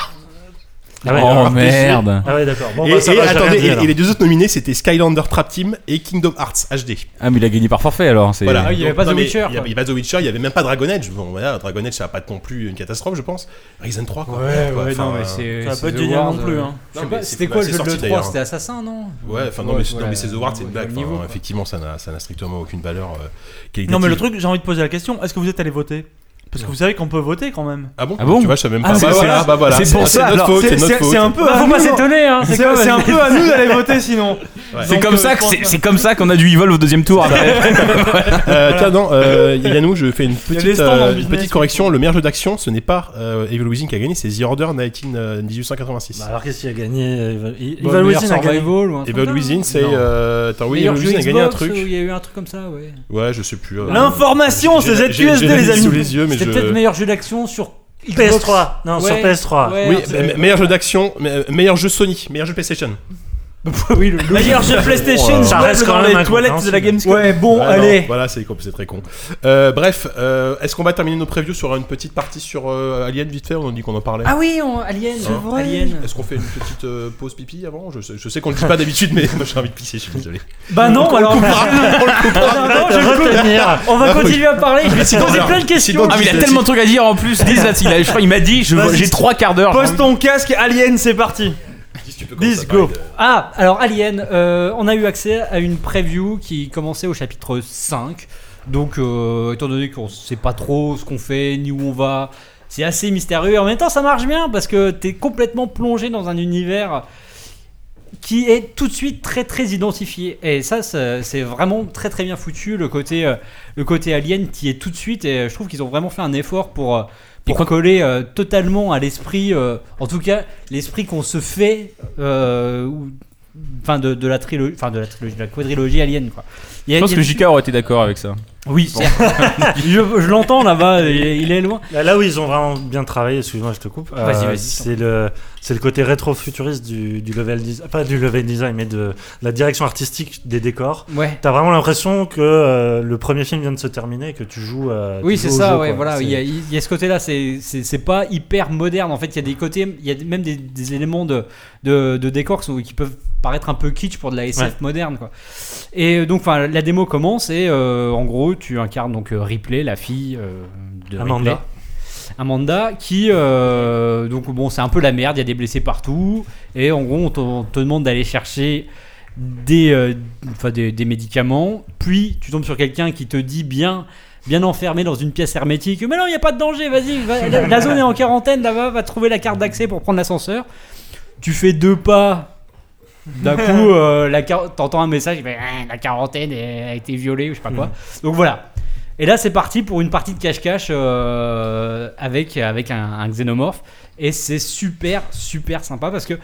S7: Ah ouais,
S3: oh
S7: alors-
S3: merde!
S7: Ah ouais, d'accord. Bon,
S1: et,
S7: bah, ça
S1: et
S7: va, j'ai rien
S1: attendez,
S7: dit,
S1: et-
S7: alors.
S1: et les deux autres nominés c'était Skylander Trap Team et Kingdom Hearts HD.
S3: Ah, mais il a gagné par forfait alors. c'est-
S1: Voilà.
S2: Ah, il y avait
S1: Donc,
S2: pas
S1: non,
S2: The
S1: mais
S2: Witcher,
S1: Il y
S2: quoi.
S1: avait pas The Witcher, il y avait même pas Dragon Age. Bon voilà, Dragon Age ça va pas être non plus une catastrophe, je pense. Horizon 3 quoi. Quoi, enfin, euh,
S2: c'est.
S4: Ça va
S2: c'est
S4: pas être
S2: The
S4: génial
S2: Wars,
S4: non plus.
S2: euh, Je
S4: Hein.
S1: Non,
S2: sais
S1: mais
S2: pas,
S1: c'est-
S2: c'était
S1: bah,
S2: quoi
S1: c'est
S2: le jeu
S1: sorti,
S2: de
S1: d'ailleurs.
S2: l'E3 C'était Assassin, non
S1: euh, Ouais, enfin non mais, non, mais c'est The Ward, c'est une
S2: ouais,
S1: blague.
S2: le
S1: Enfin,
S2: niveau, quoi.
S1: effectivement, ça n'a ça n'a strictement aucune valeur euh,
S4: Non, mais le
S1: qualitative.
S4: truc, j'ai envie de poser la question est-ce que vous êtes allé voter Parce que vous savez qu'on peut voter quand même.
S1: Ah bon,
S3: Ah bon
S1: Tu vois, je savais même
S4: Ah,
S1: pas.
S4: c'est-
S1: bah,
S4: c'est-
S1: voilà, bah voilà.
S3: c'est pour ça,
S1: notre
S3: alors.
S1: faute, c'est
S4: C'est-
S1: notre
S4: c'est-
S1: faute.
S4: c'est un peu à
S2: Faut
S4: nous.
S2: pas s'étonner, hein
S4: C'est c'est un peu à nous d'aller voter sinon.
S1: Ouais.
S3: C'est
S4: Donc,
S3: comme,
S4: euh,
S3: ça
S4: je
S3: que
S4: pense
S3: c'est-
S4: pas.
S3: c'est comme ça qu'on a du Evil au deuxième tour. après.
S1: Euh, Tiens, non, euh, Yannou, je fais une
S4: y a
S1: petite,
S4: des stands en
S1: euh, une
S4: business,
S1: petite correction. Le meilleur jeu d'action, ce n'est pas euh, Evil Within qui a gagné, c'est The Order 19, euh, 1886.
S7: Bah, alors, qu'est-ce qu'il a gagné Evil- Evil
S2: Bon, le meilleur
S7: Within a gagné.
S2: survival ou un truc
S1: Evil
S2: comme
S1: Within,
S2: ça.
S1: Eh ben, c'est.
S2: Non.
S1: Euh... Attends, oui, Evil
S2: Meilleur jeu
S1: Within a gagné un
S2: Xbox,
S1: truc.
S2: ou Il y a eu un truc comme ça, ouais.
S1: Ouais, je sais plus. euh,
S4: L'information,
S1: j'ai-
S4: c'est
S1: j'ai- j'ai la
S4: ZQSD,
S1: liste
S4: les
S1: sous
S4: amis.
S1: les yeux, mais je
S2: C'est peut-être meilleur jeu d'action sur Xbox.
S7: PS3 Non, sur
S2: Ouais,
S7: PS3.
S2: ouais,
S1: Oui,
S2: un truc-
S1: me- meilleur jeu d'action, me- meilleur jeu Sony, meilleur jeu PlayStation.
S2: oui, le- le-
S4: D'ailleurs, jeu PlayStation,
S7: Ça
S4: meuble
S7: reste quand
S4: dans
S7: même
S4: les toilettes de la Gamescom.
S2: Ouais, bon,
S1: Ah, non,
S2: allez.
S1: voilà, c'est con- c'est très con. Euh, bref, euh, est-ce qu'on va terminer nos previews sur une petite partie sur euh, Alien vite fait On a dit qu'on en parlait.
S2: Ah oui, on- Alien,
S1: C'est
S5: vrai.
S2: Alien.
S1: Est-ce qu'on fait une petite euh, pause pipi avant je sais, je sais qu'on le dit pas d'habitude, mais moi j'ai envie de pisser, je suis désolé.
S2: Bah non, alors.
S4: Non, je le coupe.
S7: Retenir
S2: On va
S1: Ah oui.
S2: continuer à parler. Je vais te
S1: Sinon,
S2: poser
S1: alors,
S2: plein de questions.
S1: sinon,
S3: Ah, mais il a tellement de trucs à dire en plus. Dis, là, il, a- je crois, il m'a dit, je-
S4: Vas-y.
S3: j'ai trois quarts d'heure.
S4: Pose ton casque, Alien, c'est parti.
S1: Dis, tu peux
S4: Dis,
S1: commencer à parler
S4: go.
S1: de-
S2: Ah, alors Alien, euh, on a eu accès à une preview qui commençait au chapitre 5. Donc, euh, étant donné qu'on sait pas trop ce qu'on fait ni où on va, c'est assez mystérieux. Et en même temps, ça marche bien parce que t'es complètement plongé dans un univers qui est tout de suite très très identifié. Et ça, ça- c'est vraiment très très bien foutu. Le côté, euh, le côté alien qui est tout de suite. Et euh, je trouve qu'ils ont vraiment fait un effort pour, euh, pour coller euh, totalement à l'esprit, euh, en tout cas, l'esprit qu'on se fait. euh, ou- Enfin de, de la trilogie, enfin de la trilogie, de la quadrilogie alien quoi. Il y a-
S3: Je pense
S2: il y
S3: que
S2: a-
S3: JK aurait été d'accord avec ça.
S2: oui, certes. je, je l'entends là-bas, il, est- il est loin.
S7: Là, là où ils ont vraiment bien travaillé, excuse-moi, je te coupe. euh,
S2: Vas-y, vas-y.
S7: C'est le, c'est le côté rétro-futuriste du, du level design, pas du level design, mais de la direction artistique des décors.
S2: Ouais.
S7: T'as vraiment l'impression que euh, le premier film vient de se terminer et que tu joues. euh, tu
S2: Oui,
S7: joues
S2: c'est
S7: au
S2: ça,
S7: jeu,
S2: ouais,
S7: quoi.
S2: voilà.
S7: C'est-
S2: Il y, a- il y a ce côté-là, c'est- c'est c'est pas hyper moderne. En fait, il y a des côtés, il y a même des, des éléments de, de, de décor qui, sont- qui peuvent paraître un peu kitsch pour de la SF
S7: Ouais.
S2: moderne, quoi. Et donc, enfin, la démo commence et euh, en gros, tu incarnes donc euh, Ripley, la fille euh, de
S7: Amanda.
S2: Ripley. Amanda, qui euh, donc bon, c'est un peu la merde. Il y a des blessés partout et en gros, on te, on te demande d'aller chercher des, euh, enfin, des, des médicaments. Puis tu tombes sur quelqu'un qui te dit bien, bien enfermé dans une pièce hermétique. Mais non, il n'y a pas de danger. Vas-y, va- la, la zone est en quarantaine là-bas. Va trouver la carte d'accès pour prendre l'ascenseur. Tu fais deux pas. D'un coup, euh, la quar- t'entends un message, mais, Ah, la quarantaine a été violée ou je sais pas quoi. Donc voilà. Et là, c'est parti pour une partie de cache-cache euh, avec, avec un, un xénomorphe. Et c'est super, super sympa parce que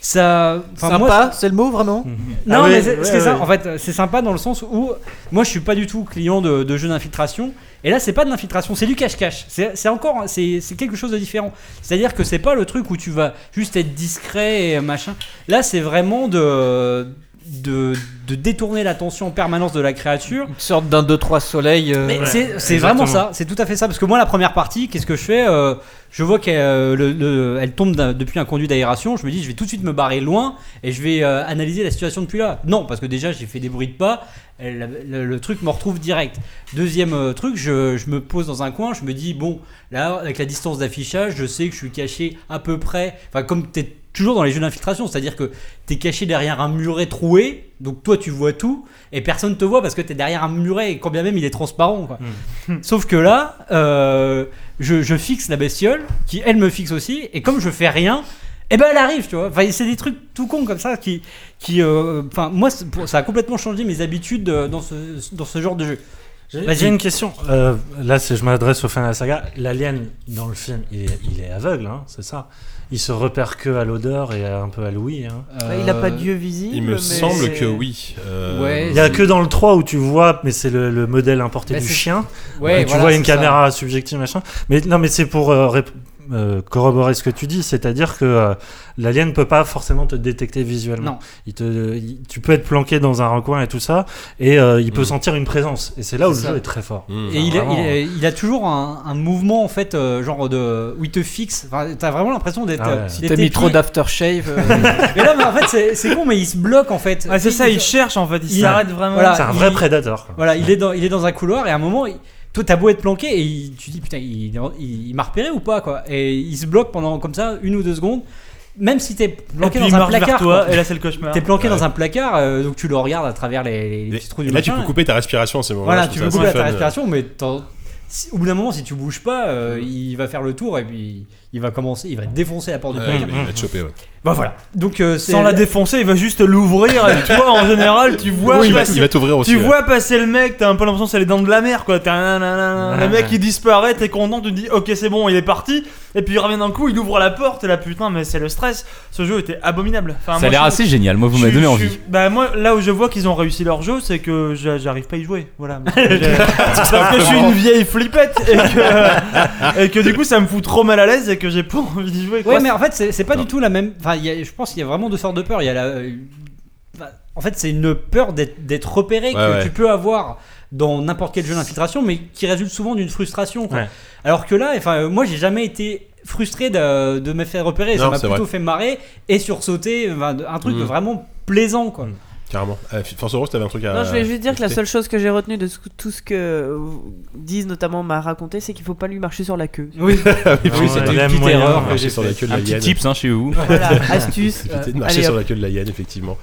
S2: ça. enfin, moi,
S6: Sympa, c'est le mot vraiment
S2: non,
S7: Ah
S2: mais
S7: oui,
S2: c'est
S7: ouais,
S2: c'est ça.
S7: ouais.
S2: En fait, c'est sympa dans le sens où moi, je suis pas du tout client de, de jeux d'infiltration. Et là, c'est pas de l'infiltration, c'est du cache-cache. C'est c'est encore, c'est c'est quelque chose de différent. C'est-à-dire que c'est pas le truc où tu vas juste être discret et machin. Là, c'est vraiment de, de, de détourner l'attention en permanence de la créature.
S6: Une sorte d'un 2-3 soleil. euh,
S2: Mais c'est- c'est
S7: exactement.
S2: vraiment ça, c'est tout à fait ça. Parce que moi, la première partie, qu'est-ce que je fais Euh, Je vois qu'elle euh, le- le- elle tombe d'un- depuis un conduit d'aération. Je me dis, je vais tout de suite me barrer loin et je vais euh, analyser la situation depuis là. Non, parce que déjà, j'ai fait des bruits de pas. elle- le, le truc me retrouve direct. Deuxième euh, truc, je, je me pose dans un coin. Je me dis, bon, là, avec la distance d'affichage, je sais que je suis caché à peu près. Enfin, comme t'es toujours dans les jeux d'infiltration, c'est-à-dire que t'es caché derrière un muret troué. Donc toi, tu vois tout et personne te voit parce que t'es derrière un muret et quand bien même il est transparent. Quoi. Sauf que là, euh, je, je fixe la bestiole, qui elle me fixe aussi, et comme je fais rien, eh ben elle arrive, tu vois. Enfin, c'est des trucs tout cons comme ça qui, qui, euh, enfin, moi, c'est pour- ça a complètement changé mes habitudes euh, dans ce, dans ce genre de jeu.
S7: J'ai
S2: Vas-y.
S7: j'ai une question. Euh, là, c'est- je m'adresse aux fans de la saga. L'alien dans le film, il est, il est aveugle, hein, c'est ça. Il se repère que à l'odeur et un peu à l'ouïe. hein.
S5: Bah, il a pas d'yeux visibles.
S1: Il me
S5: mais
S1: semble
S5: c'est-
S1: que oui. euh,
S2: Ouais,
S7: Il y a que dans le 3 où tu vois, mais c'est le, le modèle importé
S2: Bah,
S7: du
S2: c'est-
S7: chien. Et tu vois une caméra subjective, machin. Mais non, mais c'est pour euh, rép- euh, corroborer ce que tu dis, c'est-à-dire que euh, l'alien ne peut pas forcément te détecter visuellement.
S2: Non.
S7: Il te, il- tu peux être planqué dans un recoin et tout ça, et euh, il peut
S1: Mhm.
S7: sentir une présence. Et c'est là où
S2: Mm. C'est
S7: le
S2: ça.
S7: jeu est très fort.
S1: hmm.
S2: Et il a,
S7: Vraiment, hein.
S2: il a- il a toujours un, un mouvement en fait, euh, genre de où il te fixe. Enfin, t'as vraiment l'impression d'être.
S7: Ah ouais.
S2: euh,
S7: Si
S2: d'être
S6: T'as mis
S2: épié.
S6: trop d'aftershave.
S1: bah,
S6: euh,
S2: Mais là, mais en fait, c'est- c'est con, mais il se bloque en fait.
S4: Ouais, Ah, c'est ça, il
S2: se-
S4: cherche en fait, il
S2: Il-
S4: s'arrête vraiment.
S2: Voilà.
S7: c'est un vrai
S2: il-
S7: prédateur. quoi.
S2: Voilà, il est dans, il est dans un couloir et à un moment, il- toi, t'as beau être planqué et il- tu dis putain, il, il- il m'a repéré ou pas quoi. Et il se bloque pendant comme ça une ou deux secondes, même si t'es
S4: Et
S2: planqué
S4: puis il
S2: dans un
S4: marche vers
S2: placard.
S4: toi,
S2: quoi.
S4: et là c'est le cauchemar.
S2: T'es planqué
S1: Ouais.
S2: dans un placard, euh, donc tu le regardes à travers les, les petits trous du
S1: Et là, tu
S2: machin.
S1: peux couper ta respiration à ces moments-là.
S2: Voilà,
S1: je
S2: tu
S1: trouve
S2: peux
S1: ça assez
S2: couper à ta
S1: fun.
S2: respiration, mais t'en- si- au bout d'un moment, si tu bouges pas, euh, il va faire le tour et puis il va commencer, il va défoncer la porte du
S1: Ouais,
S2: placard.
S1: mais il va te choper, ouais.
S2: Bah voilà. Donc euh, c'est
S4: Sans la défoncer, il va juste l'ouvrir, et toi en général, tu vois.
S1: Oui, il va-
S4: passer-
S1: il va t'ouvrir aussi.
S4: Tu
S1: ouais.
S4: vois passer le mec, t'as un peu l'impression que c'est les dents de la mer quoi. T'as un- un- un- un- Le mec il disparaît, t'es content, tu te dis ok c'est bon, il est parti. Et puis il revient d'un coup, il ouvre la porte et là putain, mais c'est le stress. Ce jeu était abominable. Enfin,
S3: Ça
S4: moi,
S3: a l'air
S4: je-
S3: assez génial. Ah, Moi, vous
S4: je-
S3: m'avez donné
S4: je-
S3: envie.
S4: Bah moi, là où je vois qu'ils ont réussi leur jeu, c'est que j'a- j'arrive pas à y jouer. Voilà. Parce que j'ai- parce que je suis une vieille flippette et que, et que du coup ça me fout trop mal à l'aise et que j'ai pas envie d'y jouer. quoi.
S2: Ouais, mais en fait, c'est c'est pas
S3: Non.
S2: du tout la même. Enfin, il y a- je pense qu'il y a vraiment deux sortes de peurs. Il y a la. euh, bah, En fait, c'est une peur d'être d'être repéré que
S1: Ouais, ouais.
S2: tu peux avoir dans n'importe quel jeu d'infiltration, mais qui résulte souvent d'une frustration. quoi.
S7: Ouais.
S2: Alors que là, enfin, euh, moi, j'ai jamais été frustré de, de me faire repérer.
S1: Non,
S2: ça m'a
S1: c'est
S2: plutôt fait marrer et sursauter. enfin, de- un truc
S1: Mm.
S2: vraiment plaisant, quoi.
S1: Carrément. Euh, Force Rose, t'avais un truc à.
S5: Non, je voulais juste dire que la
S1: ajouter
S5: seule chose que j'ai retenue de ce- tout ce que euh, disent notamment m'a raconté, c'est qu'il faut pas lui marcher sur la queue.
S2: Oui.
S1: Ah oui,
S7: Oui, c'était une
S3: petite erreur
S1: marcher sur la queue de la
S3: Un petit
S1: hyène.
S3: tips hein, chez vous.
S5: Voilà, astuce.
S1: Éviter
S5: Euh,
S1: de marcher
S5: allez,
S1: sur
S5: hop.
S1: la queue de la hyène, effectivement.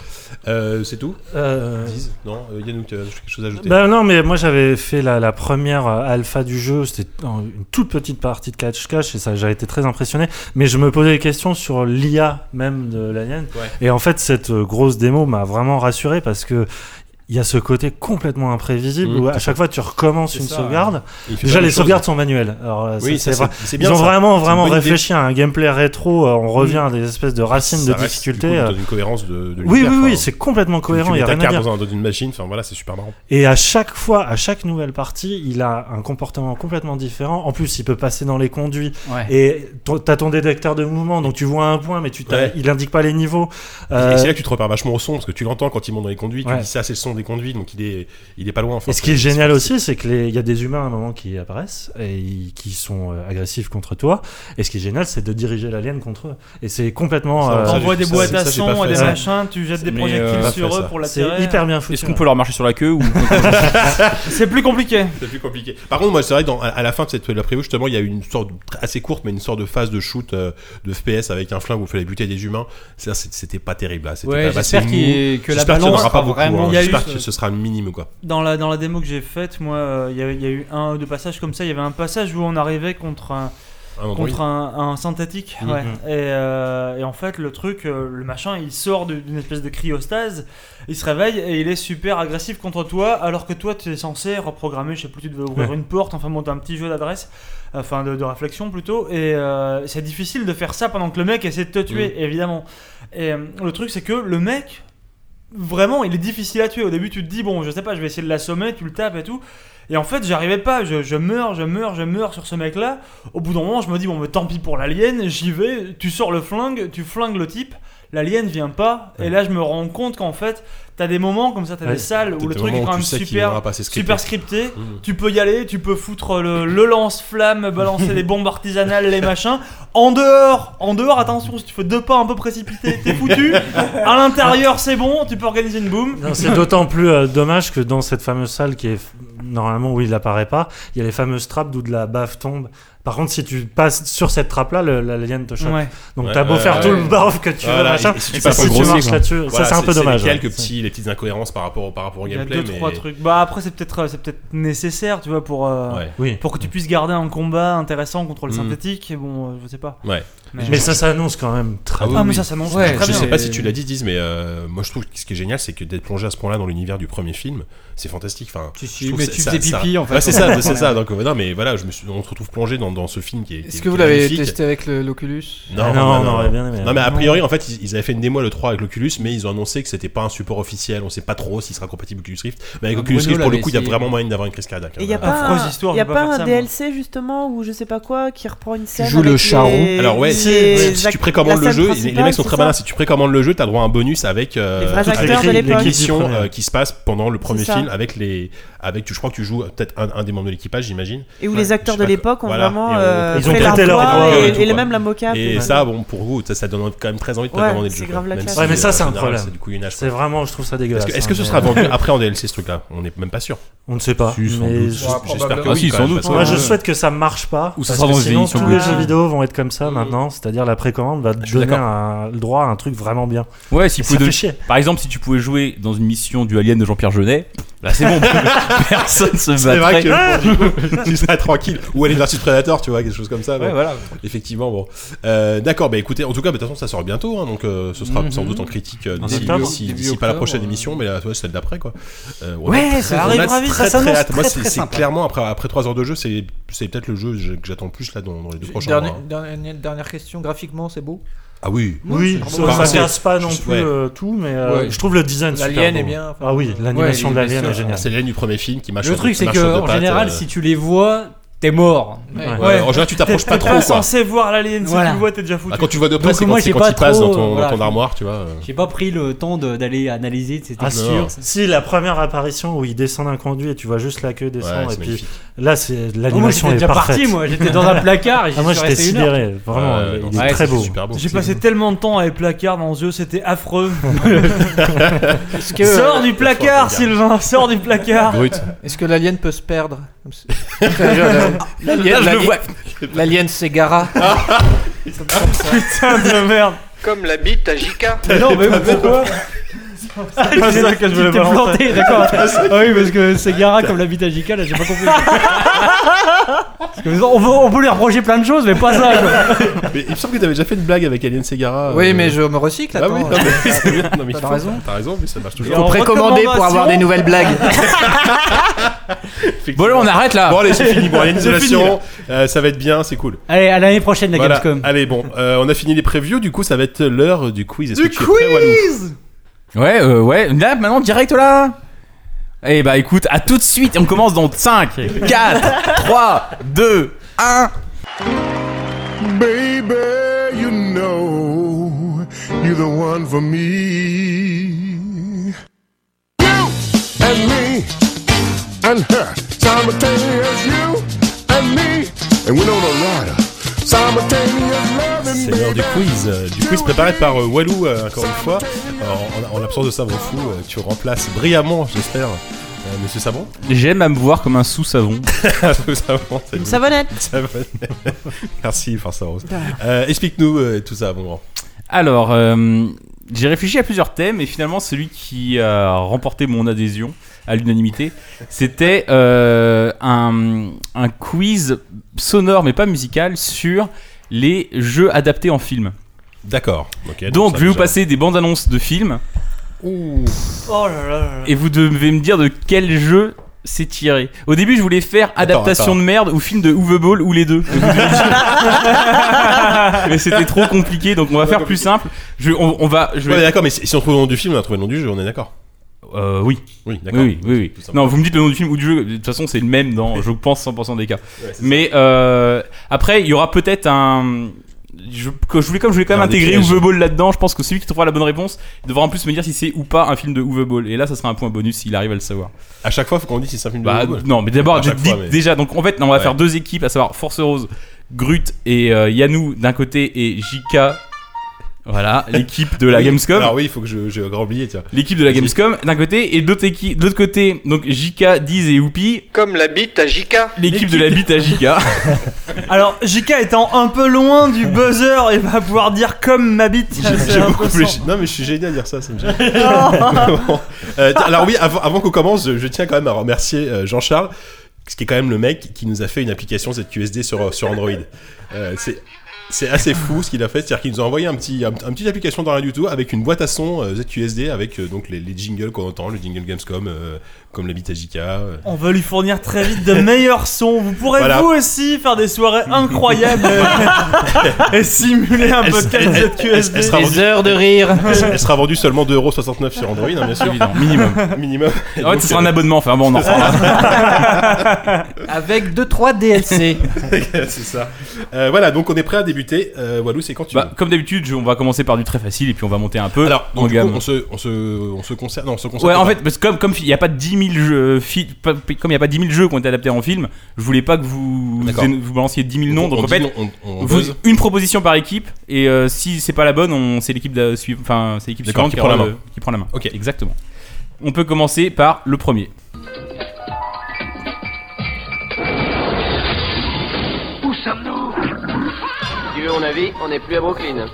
S1: Euh, c'est tout
S7: Euh,
S1: Diz Non, euh, Yannou, tu as quelque chose à ajouter
S7: Bah non, mais moi j'avais fait la, la première euh, alpha du jeu, c'était en- une toute petite partie de cache-cache et ça j'avais été très impressionné. Mais je me posais des questions sur l'IA même de l'alien.
S1: Ouais.
S7: Et en fait, cette euh, grosse démo m'a vraiment rassuré parce que il y a ce côté complètement imprévisible
S1: Mmh,
S7: où à chaque fois tu recommences
S3: C'est
S7: une
S3: ça,
S7: sauvegarde.
S1: Il fait pas
S7: Déjà, les
S1: grand-chose.
S7: sauvegardes sont manuelles. Alors, euh, ça,
S1: Oui,
S7: c'est
S1: ça, c'est
S7: vrai.
S1: c'est
S7: Ils
S1: bien.
S7: ont
S1: ça.
S7: vraiment,
S1: une
S7: vraiment
S1: bonne idée. Mm.
S7: réfléchi à un gameplay rétro. euh, On revient à des espèces de racines
S1: Ça
S7: de
S1: reste, du
S7: difficulté.
S1: coup,
S7: euh.
S1: dans une cohérence de. de
S7: Oui,
S1: l'univers,
S7: oui,
S1: enfin,
S7: oui, c'est complètement cohérent.
S1: Tu
S7: Il y
S1: mets
S7: a
S1: ta
S7: rien à
S1: carte
S7: dire.
S1: dans, un- dans une machine, enfin voilà, c'est super marrant.
S7: Et à chaque fois, à chaque nouvelle partie, il a un comportement complètement différent. En plus, il peut passer dans les conduits.
S2: Ouais.
S7: Et ton- t'as ton détecteur de mouvement, donc tu vois un point, mais tu t'as-
S1: Ouais.
S7: il indique pas les niveaux.
S1: Et-
S7: Euh,
S1: Et c'est là que tu te repères vachement au son, parce que tu l'entends quand il monte dans les conduits, tu
S7: Ouais.
S1: dis ça, c'est le son des conduits, donc il est, il est pas loin. Enfin,
S7: et ce qui est
S1: c'est-
S7: génial
S1: c'est-
S7: aussi, c'est que les- il y a des humains à un moment qui apparaissent et ils- qui sont euh, agressifs contre toi. Et ce qui est génial, c'est de diriger l'alien contre eux. Et c'est complètement.
S1: Ça,
S7: euh,
S1: ça,
S4: T'envoies des
S1: ça,
S4: boîtes
S1: ça,
S4: à
S1: j'ai pas
S4: son,
S1: fait
S4: des
S7: ça.
S4: machins, tu jettes des
S3: Mais,
S4: projectiles
S3: euh,
S1: pas
S4: sur
S1: fait
S4: eux
S1: ça.
S4: pour
S7: c'est
S4: l'attirer.
S1: hein.
S7: hyper bien foutu.
S3: Est-ce qu'on
S7: ouais.
S3: peut leur marcher sur la queue ou
S4: C'est plus compliqué.
S1: C'est plus compliqué. Par contre, moi, c'est vrai que dans, à, à la fin de cette la preview, justement, il y a une sorte de- assez courte, mais une sorte de phase de shoot euh, de FPS avec un flingue où il fallait buter des humains. Ça, c'est- c'était pas terrible là. C'était
S2: Ouais,
S1: pas- bah,
S2: j'espère
S1: c'est
S2: qu'il-
S1: mou.
S2: que la
S1: J'espère qu'il y en
S2: balance
S1: aura pas
S2: sera
S1: beaucoup.
S2: vraiment-
S1: hein.
S4: Il y a eu
S1: J'espère
S4: ce-
S1: que ce sera minime quoi.
S4: Dans la, dans la démo que j'ai faite, moi, euh, il y avait- il y, a eu un ou deux passages comme ça. Il y avait un passage où on arrivait contre un,
S1: Un endroit,
S4: contre un, un synthétique.
S7: Mhm.
S4: ouais. et, euh, et en fait, le truc, euh, le machin, il sort de- d'une espèce de cryostase, il se réveille et il est super agressif contre toi, alors que toi, tu es censé reprogrammer, je sais plus, tu devais ouvrir
S7: Ouais.
S4: une porte, enfin monter un petit jeu d'adresse, enfin de, de réflexion plutôt. Et euh, c'est difficile de faire ça pendant que le mec essaie de te tuer,
S7: Mm.
S4: évidemment. Et euh, le truc, c'est que le mec, vraiment, il est difficile à tuer. Au début, tu te dis, bon, je sais pas, je vais essayer de l'assommer, tu le tapes et tout. Et en fait, j'arrivais pas, je, je meurs, je meurs, je meurs sur ce mec-là. Au bout d'un moment, je me dis, bon, mais tant pis pour l'alien, j'y vais, tu sors le flingue, tu flingues le type, l'alien vient pas. Et là, je me rends compte qu'en fait, t'as des moments comme ça, t'as
S7: Ouais,
S4: des salles
S1: peut-être
S4: où le
S1: au
S4: truc est
S1: moment où
S4: quand même
S1: tu sais qu'il
S4: super,
S1: aura pas, c'est scripté.
S4: super scripté.
S1: Mm.
S4: Tu peux y aller, tu peux foutre le, le lance-flamme, balancer les bombes artisanales, les machins. En dehors, en dehors, attention, si tu fais deux pas un peu précipités, t'es foutu. À l'intérieur, c'est bon, tu peux organiser une boom.
S7: Non, C'est d'autant plus euh, dommage que dans cette fameuse salle qui est normalement où il n'apparaît pas, il y a les fameuses trappes d'où de la baffe tombe. Par contre, si tu passes sur cette trappe-là, le- l'alien te chope.
S4: Ouais.
S7: Donc
S1: Ouais,
S7: t'as beau
S1: ouais,
S7: faire
S1: ouais.
S7: tout le barf que tu veux,
S1: Voilà,
S7: machin.
S1: et- et si tu
S7: et ça,
S1: passes en
S7: si tu
S1: grossier,
S7: marches
S3: quoi.
S7: là-dessus, ça
S1: Voilà,
S7: c'est un peu dommage.
S1: C'est les quelques
S7: ouais.
S1: petits, les petites incohérences par rapport au, par rapport au
S4: Il y a
S1: gameplay.
S4: deux,
S1: mais...
S4: trois trucs. Bah après, c'est peut-être peut être nécessaire, tu vois, pour, euh,
S1: Ouais. Mmh.
S7: Oui.
S4: pour que tu puisses garder un combat intéressant contre le
S1: Mm.
S4: synthétique. Et bon, euh, je sais pas.
S1: Ouais.
S7: Mais ça s'annonce quand même très
S1: Ah oui,
S4: Ah, mais
S1: oui.
S4: ça s'annonce
S2: Ouais,
S4: très
S1: Je
S4: bien.
S1: sais pas si tu l'as dit, Diz, mais euh, moi je trouve que ce qui est génial, c'est que d'être plongé à ce point-là dans l'univers du premier film, c'est fantastique. Enfin,
S2: Tu,
S1: je
S2: tu,
S1: trouve
S2: mais
S1: ça-
S2: tu
S1: ça-
S2: faisais
S1: ça-
S2: pipi en fait.
S1: Ouais, c'est ça, c'est ça. Donc, euh, non, mais voilà, je me suis- on se retrouve plongé dans, dans ce film qui est. qui
S9: Est-ce
S1: est-
S9: que vous
S1: qui est
S9: l'avez
S1: magnifique.
S9: testé avec le- l'Oculus
S7: Ah
S1: Non,
S7: non,
S1: non,
S7: on
S1: non,
S7: aurait
S1: non.
S7: bien aimé. hein.
S1: Non, mais a priori, en fait, ils, ils avaient fait une démo le 3 avec l'Oculus, mais ils ont annoncé que c'était pas un support officiel. On sait pas trop s'il sera compatible Oculus Rift. Mais avec
S2: Ah,
S1: Oculus
S2: Bruno
S1: Rift, pour le
S2: l'avait
S1: coup, il y a
S2: essayé.
S1: vraiment moyen d'avoir une crise cardiaque.
S5: Et il n'y a
S1: hein.
S5: pas,
S4: affreuse
S5: un-
S4: histoire,
S5: y a
S4: je vais
S5: pas
S4: pas faire
S5: un
S4: ça, moi.
S5: DLC justement ou je sais pas quoi qui reprend une scène.
S6: joues le
S5: avec
S6: charron.
S5: les-
S1: Alors ouais,
S5: les
S1: si, si- si
S5: ac-
S1: tu précommandes
S5: la scène
S1: le jeu, les- les
S5: principale,
S1: mecs sont
S5: c'est
S1: très
S5: ça
S1: malins. Si tu précommandes le jeu, t'as droit à un bonus avec euh,
S5: Les vrais
S1: toutes
S5: acteurs de
S1: les-
S5: l'époque.
S1: les missions
S7: L'équipe du
S1: euh, qui se passent pendant le premier
S5: C'est ça.
S1: film avec les avec tu je crois que tu joues euh, peut-être un, un des membres de l'équipage, j'imagine.
S5: Et où
S1: Ouais,
S5: les acteurs
S1: je sais
S5: de
S1: pas,
S5: l'époque ont
S1: voilà.
S5: vraiment
S1: Et on-
S5: euh,
S7: Ils ont
S5: fait
S7: prêté leurs
S5: voix
S7: droits
S5: et,
S1: et tout,
S5: et
S1: quoi.
S5: même la mocap.
S1: Et
S5: et-
S1: ça bon pour vous, ça, ça donne quand même très envie de te
S5: Ouais,
S1: demander le
S5: c'est
S1: jeu.
S5: grave
S1: quoi.
S5: la
S1: Même
S5: classe.
S1: si,
S7: Ouais, mais ça,
S1: euh,
S7: c'est un
S1: en général,
S7: problème.
S1: C'est du couillonnage. quoi.
S7: C'est vraiment, je trouve ça dégueulasse.
S1: Est-ce que, est-ce que ce
S7: hein,
S1: sera
S7: mais-
S1: vendu après en DLC ce truc-là On n'est même pas sûr.
S7: On ne sait pas.
S3: Si, sans
S7: mais
S3: doute.
S7: je-
S9: Ouais,
S1: J'espère que
S9: probablement.
S1: oui,
S3: Ah, si,
S1: quand
S3: sans
S1: même,
S3: doute.
S1: parce que-
S7: Moi, je
S9: Ouais.
S7: souhaite que ça marche pas.
S3: Ou ça
S7: parce
S3: sera
S7: que
S3: dans une
S7: sinon,
S3: édition
S7: tous les
S5: Gold.
S7: jeux vidéo vont être comme ça maintenant. C'est-à-dire, la précommande va
S1: Mm. suis
S7: donner
S1: d'accord.
S7: un- le droit à un truc vraiment bien.
S3: Ouais, si
S7: Et
S3: vous pouvez
S7: ça fait
S3: donner-
S7: chier.
S3: Par exemple, si tu pouvais jouer dans une mission du Alien de Jean-Pierre Jeunet, Bah, c'est bon, personne se
S1: C'est vrai
S3: battrait.
S1: que pour du coup, Bah, tu seras tranquille. Ou Alien versus Predator, tu vois, quelque chose comme ça.
S3: Ouais,
S1: mais-
S3: voilà.
S1: Effectivement, bon. Euh, D'accord, bah écoutez, en tout cas, bah, de toute façon, ça sort bientôt, hein, donc euh, ce sera sans doute en critique euh,
S3: En
S1: d'ici-
S7: octobre,
S1: si,
S9: début
S1: si pas la
S9: octobre,
S1: prochaine
S9: euh.
S1: émission, mais la, ouais, celle d'après, quoi. Euh,
S4: Ouais,
S1: on a
S4: ça
S1: très-
S4: arrivera
S1: on a
S4: vite,
S1: très,
S4: ça
S1: très
S4: s'annonce
S1: hâte. Moi,
S4: très,
S1: c'est
S4: très
S1: c'est
S4: sympa.
S1: clairement, après, après 3 heures de jeu, c'est c'est peut-être le jeu je- que j'attends le plus là dans, dans les deux prochains
S6: Dernier-
S1: mois.
S6: dernière, dernière question, graphiquement, c'est beau.
S1: Ah oui.
S7: Oui,
S1: c'est
S7: ça,
S1: vraiment-
S7: ça casse pas non
S1: je-
S7: plus
S1: ouais.
S7: euh, tout, mais euh,
S9: Ouais.
S7: je trouve le design super
S6: L'alien
S7: beau.
S6: est bien, enfin,
S7: ah oui,
S6: euh,
S7: l'animation
S9: ouais,
S7: de l'alien
S9: l'animation,
S7: est géniale.
S1: C'est l'alien du premier film qui marche
S2: Le truc, c'est que en général, si tu les vois, t'es mort.
S7: Ouais.
S1: euh, Ouais, en général, tu
S4: T'es
S1: t'approches
S4: t'es
S1: pas trop,
S4: pas
S1: quoi.
S4: censé voir l'alien, si tu
S2: Voilà.
S4: le vois, t'es déjà foutu.
S1: Bah, quand tu vois de près,
S2: Donc,
S1: c'est quand,
S2: moi,
S1: c'est
S2: j'ai
S1: quand
S2: pas
S1: il passe dans
S2: trop,
S1: ton,
S2: voilà.
S1: dans ton armoire, tu vois. euh.
S2: J'ai pas pris le temps de- d'aller analyser, c'était
S7: Ah,
S2: sûr.
S1: non.
S7: Si la première apparition où il descend d'un conduit et tu vois juste la queue descendre,
S1: Ouais,
S7: et
S1: c'est
S7: puis
S1: magnifique.
S7: là c'est
S2: Non, moi
S7: l'animation
S2: j'étais
S7: est
S2: déjà
S7: parfaite.
S2: parti, moi j'étais dans un placard et
S7: Ah,
S2: j'ai
S7: moi
S2: suis
S7: j'étais
S2: resté une heure.
S7: sidéré, vraiment,
S1: Ouais,
S7: il
S1: non,
S7: est
S1: Euh, c'est
S7: très beau.
S1: super beau.
S4: J'ai passé tellement de temps avec placard dans les yeux, c'était affreux.
S6: euh,
S4: Sors du placard, Sylvain, sors du placard.
S1: Brut.
S6: Est-ce que l'alien peut se perdre Comme ça. L'alien-
S3: Là, je le
S6: l'alien-
S3: vois.
S6: L'alien s'égara.
S4: Putain de merde.
S9: Comme la bite à Jika.
S2: Mais non, mais pourquoi
S4: Ah, c'est ça que je voulais
S2: T'es
S4: balancer.
S2: planté, d'accord. Ah oui, parce que c'est Gara comme l'habitat Jika, là j'ai pas compris. Parce que on, peut, on peut lui reprocher plein de choses, mais pas ça. quoi.
S1: Mais il me semble que t'avais déjà fait une blague avec Alien Segara.
S6: Oui,
S1: euh,
S6: mais je me recycle,
S1: Ah oui,
S6: attends.
S1: non, mais c'est bien. Non, mais
S6: T'as
S1: il faut-
S6: raison.
S1: T'as raison, mais ça marche
S4: Et
S1: toujours.
S6: Faut
S4: en
S6: précommander pour avoir des
S4: recommandation-
S6: nouvelles blagues.
S1: Effectivement.
S3: Bon, là, on arrête là.
S1: Bon, allez, c'est fini. Bon, Alien
S4: C'est fini,
S1: Isolation, euh, ça va être bien, c'est cool.
S2: Allez, à l'année prochaine, la
S1: Voilà.
S2: Gamescom.
S1: Allez, bon, euh, on a fini les previews. Du coup, ça va être l'heure du quiz. Du quiz
S3: Ouais, euh, ouais. Là, maintenant, direct là. Eh bah écoute, à tout de suite. On commence dans 5, 4, 3, 2, 1.
S8: Baby, you know you're the one for me. You and me and her simultaneous. You and me and Winona Ryder simultaneous loving.
S1: C'est l'heure du
S8: baby.
S1: quiz. euh, Du quiz préparé par euh, Walou, euh, encore une fois. En- en, en l'absence de Savon Fou, euh, tu remplaces brillamment, j'espère, euh, Monsieur Savon.
S3: J'aime à me voir comme un sous-savon.
S1: Monsieur Savon, c'est
S5: Une savonnette.
S1: Savon. Merci, Force Rose. Euh, Explique-nous euh, tout ça, mon grand.
S3: Alors, euh, j'ai réfléchi à plusieurs thèmes et finalement, celui qui a remporté mon adhésion à l'unanimité, c'était euh, un, un quiz sonore mais pas musical sur les jeux adaptés en film.
S1: D'accord. ok,
S3: Donc,
S1: ça,
S3: je vais vous
S1: déjà-
S3: passer des bandes annonces de films
S4: Oh là là là là.
S3: et vous devez me dire de quel jeu c'est tiré. Au début, je voulais faire adaptation
S1: attends.
S3: de merde ou film de Uwe Ball ou les deux. Et vous devez me dire. Mais c'était trop compliqué, donc on va faire plus simple. Je, on, on va, je vais-
S1: Ouais, d'accord, mais si si on trouve le nom du film, on a trouvé le nom du jeu, on est d'accord.
S3: Euh, oui.
S1: Oui, d'accord.
S3: Oui, oui, oui, oui.
S1: Tout simplement.
S3: Non, vous me dites le nom du film ou du jeu, de toute façon c'est le même dans, je pense, 100% des cas.
S1: Ouais, c'est ça.
S3: Mais euh, après, il y aura peut-être un... Je, que je voulais, comme je voulais quand même
S1: Un
S3: intégrer
S1: décalage.
S3: Uwe Ball là-dedans, je pense que celui qui trouvera la bonne réponse devra en plus me dire si c'est ou pas un film de Uwe Ball. Et là, ça sera un point bonus s'il arrive à le savoir.
S1: À chaque fois, faut qu'on dise si c'est un film de
S3: Bah,
S1: Google.
S3: non, mais d'abord,
S1: À
S3: je
S1: chaque
S3: dis
S1: fois, mais-
S3: déjà, donc en fait, non, on va
S1: Ouais.
S3: faire deux équipes, à savoir Force Rose, Grut et euh, Yanou d'un côté et JK. Voilà, l'équipe de la
S1: Oui.
S3: Gamescom.
S1: Alors oui, il faut que je- j'ai encore oublié, tiens.
S3: L'équipe de la
S1: Vas-y.
S3: Gamescom d'un côté et de l'autre équi- de l'autre côté, donc JK, Diz et Youpi,
S9: Comme la bite à Jika.
S3: l'équipe de la bite à JK.
S4: Alors, JK étant un peu loin du buzzer et va pouvoir dire comme ma bite.
S1: J'ai
S4: c'est
S1: beaucoup
S4: impressionnant.
S1: réfléchi. Non, mais je suis gêné à dire ça, ça me gêne. Bon. Euh, tiens, alors oui, avant, avant qu'on commence, je, je tiens quand même à remercier euh, Jean-Charles, ce qui est quand même le mec qui nous a fait une application ZQSD sur, sur Android. Euh, c'est. C'est assez fou ce qu'il a fait, c'est-à-dire qu'il nous a envoyé un petit, un, un petit application dans rien du tout avec une boîte à son euh, ZQSD avec euh, donc les, les jingles qu'on entend, le jingle Gamescom, euh, comme la bite à JK, euh,
S4: On va lui fournir très vite de meilleurs sons. Vous pourrez
S1: Voilà.
S4: vous aussi faire des soirées incroyables et simuler un
S1: Elle-
S4: podcast
S1: elle- elle-
S4: ZQSD.
S1: elle sera vendue-
S6: Des heures de rire.
S1: Elle sera vendue seulement 2,69€ sur Android, hein, bien sûr.
S3: Évidemment, minimum.
S1: Minimum. Et
S3: En fait,
S1: donc,
S3: ce sera
S1: euh,
S3: un abonnement. Enfin bon, on en reparlera.
S6: Avec 2-3 DLC.
S1: c'est ça. Euh, voilà, donc on est prêt à débuter. Euh, Walou, c'est quand tu
S3: Bah, comme d'habitude, je- on va commencer par du très facile et puis on va monter un
S1: veux.
S3: peu
S1: Alors, donc,
S3: en
S1: du
S3: gamme.
S1: coup, on se, on se, on se concerne. Non, on se concerne
S3: Ouais, en
S1: pas.
S3: fait, parce que comme comme il n'y a pas 10 000 jeux, euh, fi- pas- comme il n'y a pas 10 000 jeux qui ont été adaptés en film, je voulais pas que vous
S1: D'accord.
S3: vous balanciez 10 000 noms.
S1: on
S3: Donc en
S1: dit
S3: fait,
S1: non, on, on
S3: vous-
S1: buzz.
S3: une proposition par équipe et euh, si c'est pas la bonne, on c'est l'équipe d'a- suiv- enfin c'est l'équipe
S1: D'accord,
S3: suivante
S1: qui prend la
S3: aura
S1: main.
S3: le- qui prend la main.
S1: Ok.
S3: exactement. On peut commencer par le premier.
S9: Où sommes-nous Dieu mon avis, on n'est plus à Brooklyn.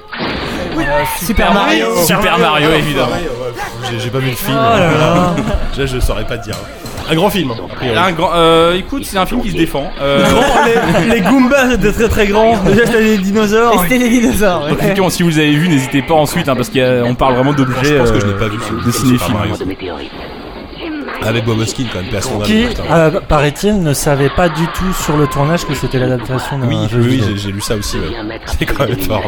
S2: Super Mario
S3: Super Mario, évidemment. Oh
S1: J'ai- J'ai pas vu le film. Déjà, je saurais pas te dire. Un grand film. a priori.
S3: Là, un grand- euh, écoute, c'est un film qui se défend. Euh,
S4: les, les Goombas étaient très très grands. Déjà, c'était des
S5: Et
S4: dinosaures.
S5: c'était des dinosaures.
S3: donc, effectivement, si vous l'avez vu, n'hésitez pas ensuite, hein, parce qu'on parle vraiment d'objets.
S1: Je pense que je
S3: euh,
S1: l'ai pas vu.
S3: de
S1: cinéphile
S3: cinéphile.
S1: Avec Bob Hoskin quand même, paix à son âme,
S7: Qui,
S1: putain.
S7: euh, paraît-il, ne savait pas du tout sur le tournage que c'était l'adaptation d'un
S1: Oui,
S7: jeu
S1: oui,
S7: vidéo.
S1: j'ai- j'ai lu ça aussi. ouais. C'est quand même fort.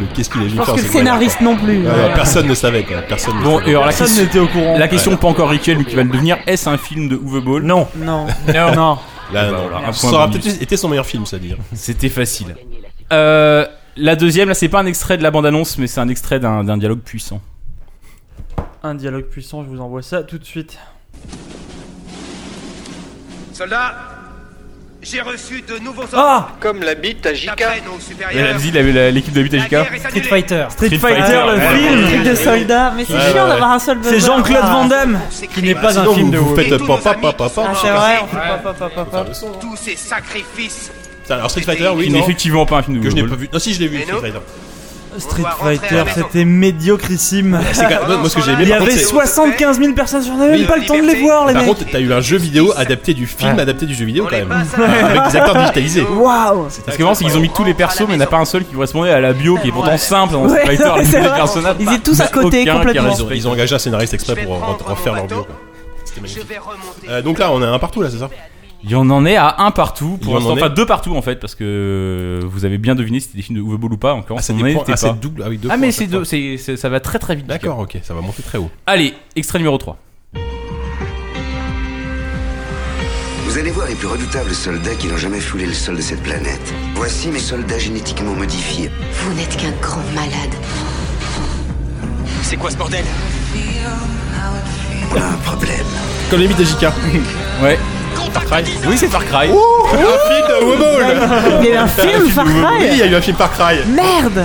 S1: Mais Qu'est-ce qu'il a vu
S5: Je pense
S1: faire
S5: que
S1: ce
S5: le
S1: gars-là,
S5: scénariste non plus.
S1: quoi. Ouais, ouais, Personne ne savait quoi. Personne. ne
S3: Bon,
S1: savait.
S3: et alors la
S4: Personne
S3: question,
S4: n'était au courant.
S3: la question pas encore rituelle, mais qui va le devenir, est-ce un film de Uwe Ball
S7: Non,
S5: Non.
S4: Non.
S1: Là,
S3: bah,
S1: non,
S3: voilà,
S1: là,
S3: un
S1: ça
S3: point
S1: aura
S3: bonus.
S1: peut-être été son meilleur film, ça dire.
S3: C'était facile. Euh, la deuxième, là, c'est pas un extrait de la bande-annonce, mais c'est un extrait d'un d'un dialogue puissant.
S4: Un dialogue puissant, je vous envoie ça tout de suite.
S10: Soldats, j'ai reçu de nouveaux ordres
S4: Ah
S9: Comme la bite à Jika.
S10: d'après nos
S3: La
S10: supérieurs.
S3: Labzi, la- la- l'équipe de
S10: La guerre
S3: BTJK.
S10: est
S2: Street
S10: annulée.
S2: Fighter.
S4: Street
S3: Fighter,
S4: Fighter, le
S3: ouais.
S4: film
S5: Truc de soldat, mais c'est
S1: Ouais,
S5: chiant
S1: ouais.
S5: d'avoir un seul buzzer.
S4: C'est Jean-Claude
S5: Ah.
S4: Van Damme
S10: Qui
S4: n'est pas un
S1: Sinon,
S4: film
S1: vous
S4: de
S1: vous
S4: ouf.
S1: faites
S10: Et tous
S1: papa,
S10: nos
S1: papa,
S10: amis
S1: papa.
S5: Ah, c'est vrai, on fait pas, pas, pas, pas, pas.
S1: Faire le son, hein.
S10: Tous ces sacrifices.
S1: Putain, Alors Street Fighter, oui,
S3: Qui n'est
S1: non.
S3: effectivement pas un film de
S1: Que je n'ai
S3: Uwe
S1: pas
S3: Ball.
S1: vu. Non, si, je l'ai vu.
S10: Mais
S1: Street
S10: non.
S1: Fighter.
S4: Street Fighter, c'était médiocrissime.
S1: C'est quand même- moi, moi, ce que j'ai aimé,
S4: Il y
S1: par contre,
S4: avait
S1: c'est-
S4: 75 000 personnes sur la même pas le temps de les voir, les
S1: Par
S4: mecs.
S1: contre, t'as eu un jeu vidéo adapté du film,
S7: Ouais.
S1: adapté du jeu vidéo
S10: On
S1: quand
S10: les
S1: même.
S10: passe à-
S1: Avec des acteurs digitalisés.
S5: Waouh
S3: Parce que vraiment, c'est qu'ils ont mis tous les persos, mais il n'y en a pas un seul qui correspondait à la bio qui est pourtant simple
S5: Ouais,
S3: dans Street Fighter.
S5: ouais,
S3: les
S5: c'est vrai.
S3: personnages,
S5: Ils
S3: pas-
S5: étaient tous à
S3: aucun
S5: côté,
S3: qui a
S5: complètement.
S1: Ils ont,
S3: respecté.
S1: ils ont engagé un scénariste exprès
S10: Je vais
S1: pour re-
S10: prendre
S1: refaire
S10: mon
S1: leur bio.
S10: bateau.
S1: quoi. C'était
S10: Je
S1: magnifique.
S10: vais remonter.
S1: Euh, donc là, on a un partout là, c'est ça
S3: Il y en en est à un partout,
S1: Il
S3: pour
S1: y en
S3: l'instant,
S1: en est-
S3: enfin deux partout en fait, parce que euh, vous avez bien deviné si c'était des films de Uwe Ball ou pas, encore.
S1: Ah, c'est
S3: on
S1: des
S3: en
S1: points.
S3: était
S1: Ah, c'est
S3: pas.
S1: double avec deux
S3: Ah,
S1: points
S3: mais
S1: à
S3: c'est
S1: chaque
S3: deux,
S1: fois.
S3: c'est- c'est- ça va très très vite.
S1: D'accord, ok, ça va monter très haut.
S3: Allez, extrait numéro 3.
S11: Vous allez voir les plus redoutables soldats qui n'ont jamais foulé le sol de cette planète. Voici mes soldats génétiquement modifiés.
S12: Vous n'êtes qu'un grand malade.
S10: C'est quoi ce bordel
S11: On a un problème.
S1: Comme les mythes de JK.
S3: Ouais. Far Cry Oui, c'est Far Cry.
S1: Rapide, Wobble
S5: Il y a eu un film Far
S1: Oui, il
S5: Cry
S1: y a eu un film Far Cry.
S5: Merde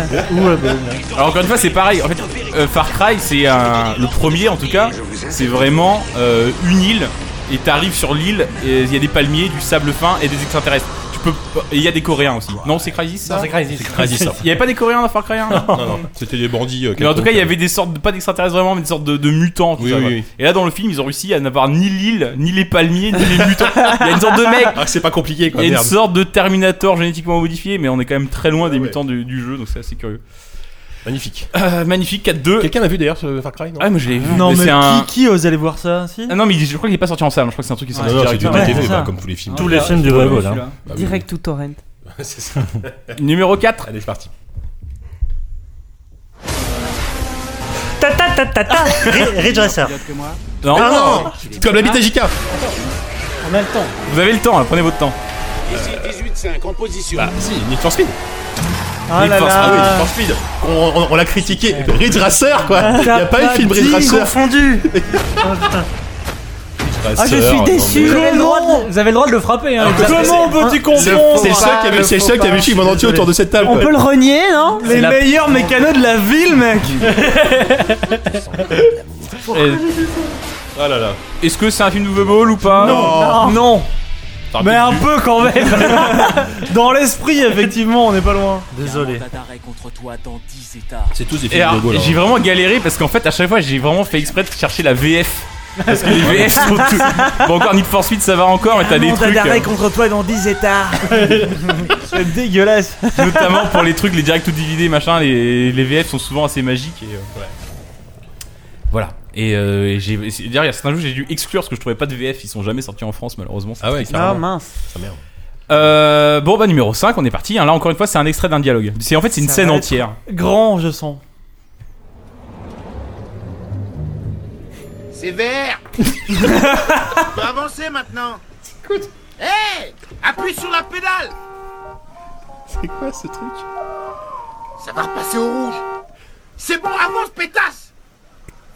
S3: Alors encore une fois, c'est pareil. En fait, euh, Far Cry, c'est un... le premier en tout cas. C'est vraiment euh, une île et t'arrives sur l'île et il y a des palmiers, du sable fin et des extraterrestres. Tu peux. pas- Et il y a des Coréens aussi. Non, c'est Crysis. ça
S2: Crisis.
S1: Vas-y, ça.
S3: Il y avait pas des Coréens dans Far Cry 1
S1: Non, non, c'était des bandits. euh,
S3: Mais en tout
S1: quelconques,
S3: cas, il y
S1: euh.
S3: avait des sortes de, pas d'extraterrestres vraiment, mais des sortes de, de mutants. tout
S1: Oui,
S3: ça,
S1: oui,
S3: quoi.
S1: oui.
S3: Et là, dans le film, ils ont réussi à n'avoir ni l'île, ni les palmiers, ni les mutants. Il y a une sorte de mec.
S1: Ah, c'est pas compliqué
S3: Il
S1: quoi,
S3: y a une
S1: merde. Ah
S3: sorte de Terminator génétiquement modifié, mais on est quand même très loin des
S1: Ouais, ouais.
S3: mutants du, du jeu, donc c'est assez curieux.
S1: Magnifique.
S3: Euh, magnifique, 4-2.
S1: Quelqu'un a vu d'ailleurs ce Far Cry non
S3: Ah, moi je l'ai vu.
S4: Non, mais
S3: c'est un.
S4: qui, qui ose aller voir ça si
S3: Ah non, mais je crois qu'il est pas sorti en salle. Je crois que c'est un truc qui est sorti
S1: Non, non, c'est du
S3: directement.
S4: ouais,
S1: DTV,
S4: c'est
S1: bah,
S4: ça.
S1: comme tous les films.
S7: tous les films du
S4: Ouais,
S7: Webo, là.
S4: celui-là.
S1: Bah, oui.
S5: Direct ou torrent.
S1: C'est ça.
S3: Numéro 4.
S1: Allez, c'est parti.
S7: Ta ta ta ta ta Ri- Ridge Racer.
S3: Non,
S1: Ah non Comme la bite à JK.
S2: On a le temps.
S3: vous avez le temps, là, prenez votre temps.
S10: Ici 18-5, en position.
S1: Bah, si, Need for Speed.
S4: Ah
S3: Need
S4: là
S3: for
S1: Ah oui,
S4: là.
S1: Need for Speed. On, on- on l'a critiqué. Ridge Racer,
S3: Ah,
S1: quoi. Il n'y a pas eu de film Ridge
S4: dit,
S1: Racer.
S4: confondu.
S1: Ridge
S5: Ah, je
S1: Racer,
S5: suis
S1: non,
S5: déçu.
S1: mais-
S5: Vous avez le droit de-
S2: Vous avez le droit de le frapper. Hein, les gars.
S4: Comment peux-tu
S1: C'est
S4: confondre
S1: le seul qui a vu- c'est le seul qui a vu le film en entier autour de cette table.
S5: On
S1: quoi.
S5: peut le renier, non
S4: les
S3: la-
S4: meilleurs mécanos de la ville, mec
S3: Euh,
S1: Ah là là.
S3: Est-ce que c'est un film de Ball ou pas
S1: Non.
S4: Ah, Non,
S3: T'aurais
S4: mais
S3: peut-être
S4: un
S3: vu.
S4: peu quand même Dans l'esprit, effectivement, on n'est pas loin.
S7: Désolé.
S1: C'est tous des
S3: Et
S1: films
S3: alors,
S1: de Gaulle. hein.
S3: j'ai vraiment galéré parce qu'en fait, à chaque fois, j'ai vraiment fait exprès de chercher la VF. Parce que les VF sont tout. Bon, encore Need for Speed, ça va encore, mais t'as
S4: Ah
S3: des trucs. euh,
S4: contre toi dans 10 états C'est dégueulasse
S3: Notamment pour les trucs, les directs ou dividés, machin, les, les VF sont souvent assez magiques. Et, euh, Voilà. Et, euh, et j'ai- et c'est- d'ailleurs, il y a certains jeux, j'ai dû exclure parce que je trouvais pas de VF, ils sont jamais sortis en France, malheureusement.
S1: Ah ouais,
S5: Ah
S1: carrément.
S5: mince.
S1: Ça merde.
S3: Euh, bon, bah, numéro 5, on est parti. hein. Là, encore une fois, c'est un extrait d'un dialogue. C'est En fait, c'est une
S4: Ça
S3: scène
S4: va être-
S3: entière.
S4: Grand, je sens.
S10: C'est vert On peut avancer maintenant Écoute Hey Appuie sur la pédale
S1: C'est quoi ce truc
S10: Ça va repasser au rouge C'est bon, avance, pétasse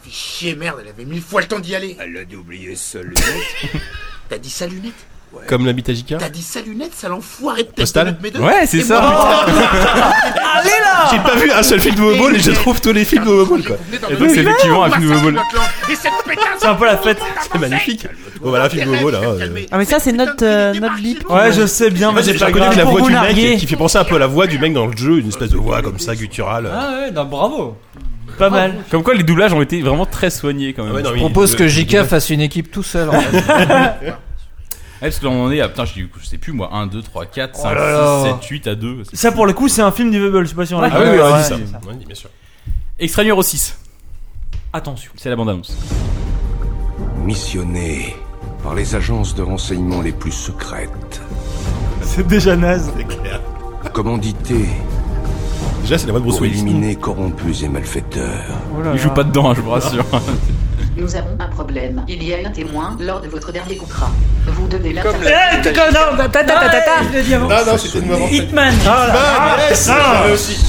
S10: Fais chier, merde, elle avait mille fois le temps d'y aller Elle a oublié sa lunette T'as dit sa lunette
S1: Comme l'ami Tajika
S10: T'as dit sa lunette, ça l'enfoiré de tête
S1: Postal
S10: de mes deux.
S1: Ouais, c'est
S10: Et
S1: ça.
S10: moi-
S5: Allez là
S1: J'ai pas vu un seul film de Bobol et je trouve tous les films de Bobol quoi.
S10: Et donc, c'est effectivement un film de
S1: Bobol.
S10: Et cette pétasse
S4: C'est un peu la fête.
S1: C'est magnifique. Bon voilà, un film de Bobol là. euh.
S5: Ah, mais ça, c'est notre, euh, notre bip.
S4: Ouais, je sais bien,
S1: Moi,
S4: mais
S1: j'ai
S4: c'est
S1: pas
S4: pas
S1: reconnu
S4: grave.
S1: que la
S4: Pour
S1: voix
S4: vous
S1: du mec
S4: narguer.
S1: qui fait penser un peu à la voix du mec dans le jeu, une espèce de voix comme ça gutturale.
S2: Ah ouais, non, bravo.
S4: Pas mal.
S3: Comme quoi, les doublages ont été vraiment très soignés quand même.
S1: Ah Ouais, non,
S6: Je
S1: mais
S6: propose
S1: le-
S6: que
S1: le
S6: JK
S1: doublage-
S6: fasse une équipe tout seul. en fait.
S3: Ouais, Eh, parce que là, on en est à. Putain, je, dis- je sais plus moi. 1, 2, 3, 4, 5,
S4: là là.
S3: 6, 7, 8 à 2.
S4: Ça pour le coup, c'est un film du Bubble, je sais pas si on l'a
S3: Ah oui, oui,
S4: Ouais,
S3: on a
S4: ouais.
S3: dit ça.
S1: On a dit, bien sûr.
S3: Extrait numéro 6.
S4: Attention.
S3: C'est la bande-annonce.
S11: Missionné par les agences de renseignement les plus secrètes,
S4: C'est déjà naze.
S11: commandité
S1: Déjà, c'est la voix de Bruce
S11: pour
S1: Willis.
S11: éliminer corrompus et malfaiteurs.
S3: Il joue pas dedans, hein, je vous rassure.
S12: Nous avons un problème. Il y a un témoin lors de votre dernier coup franc. Vous devez
S9: Comme
S12: l'interroger.
S9: la
S4: Eh, non, non, ta, ta, ta, ta, ta.
S1: Non, non, c'était une voix
S4: Hitman.
S1: aussi.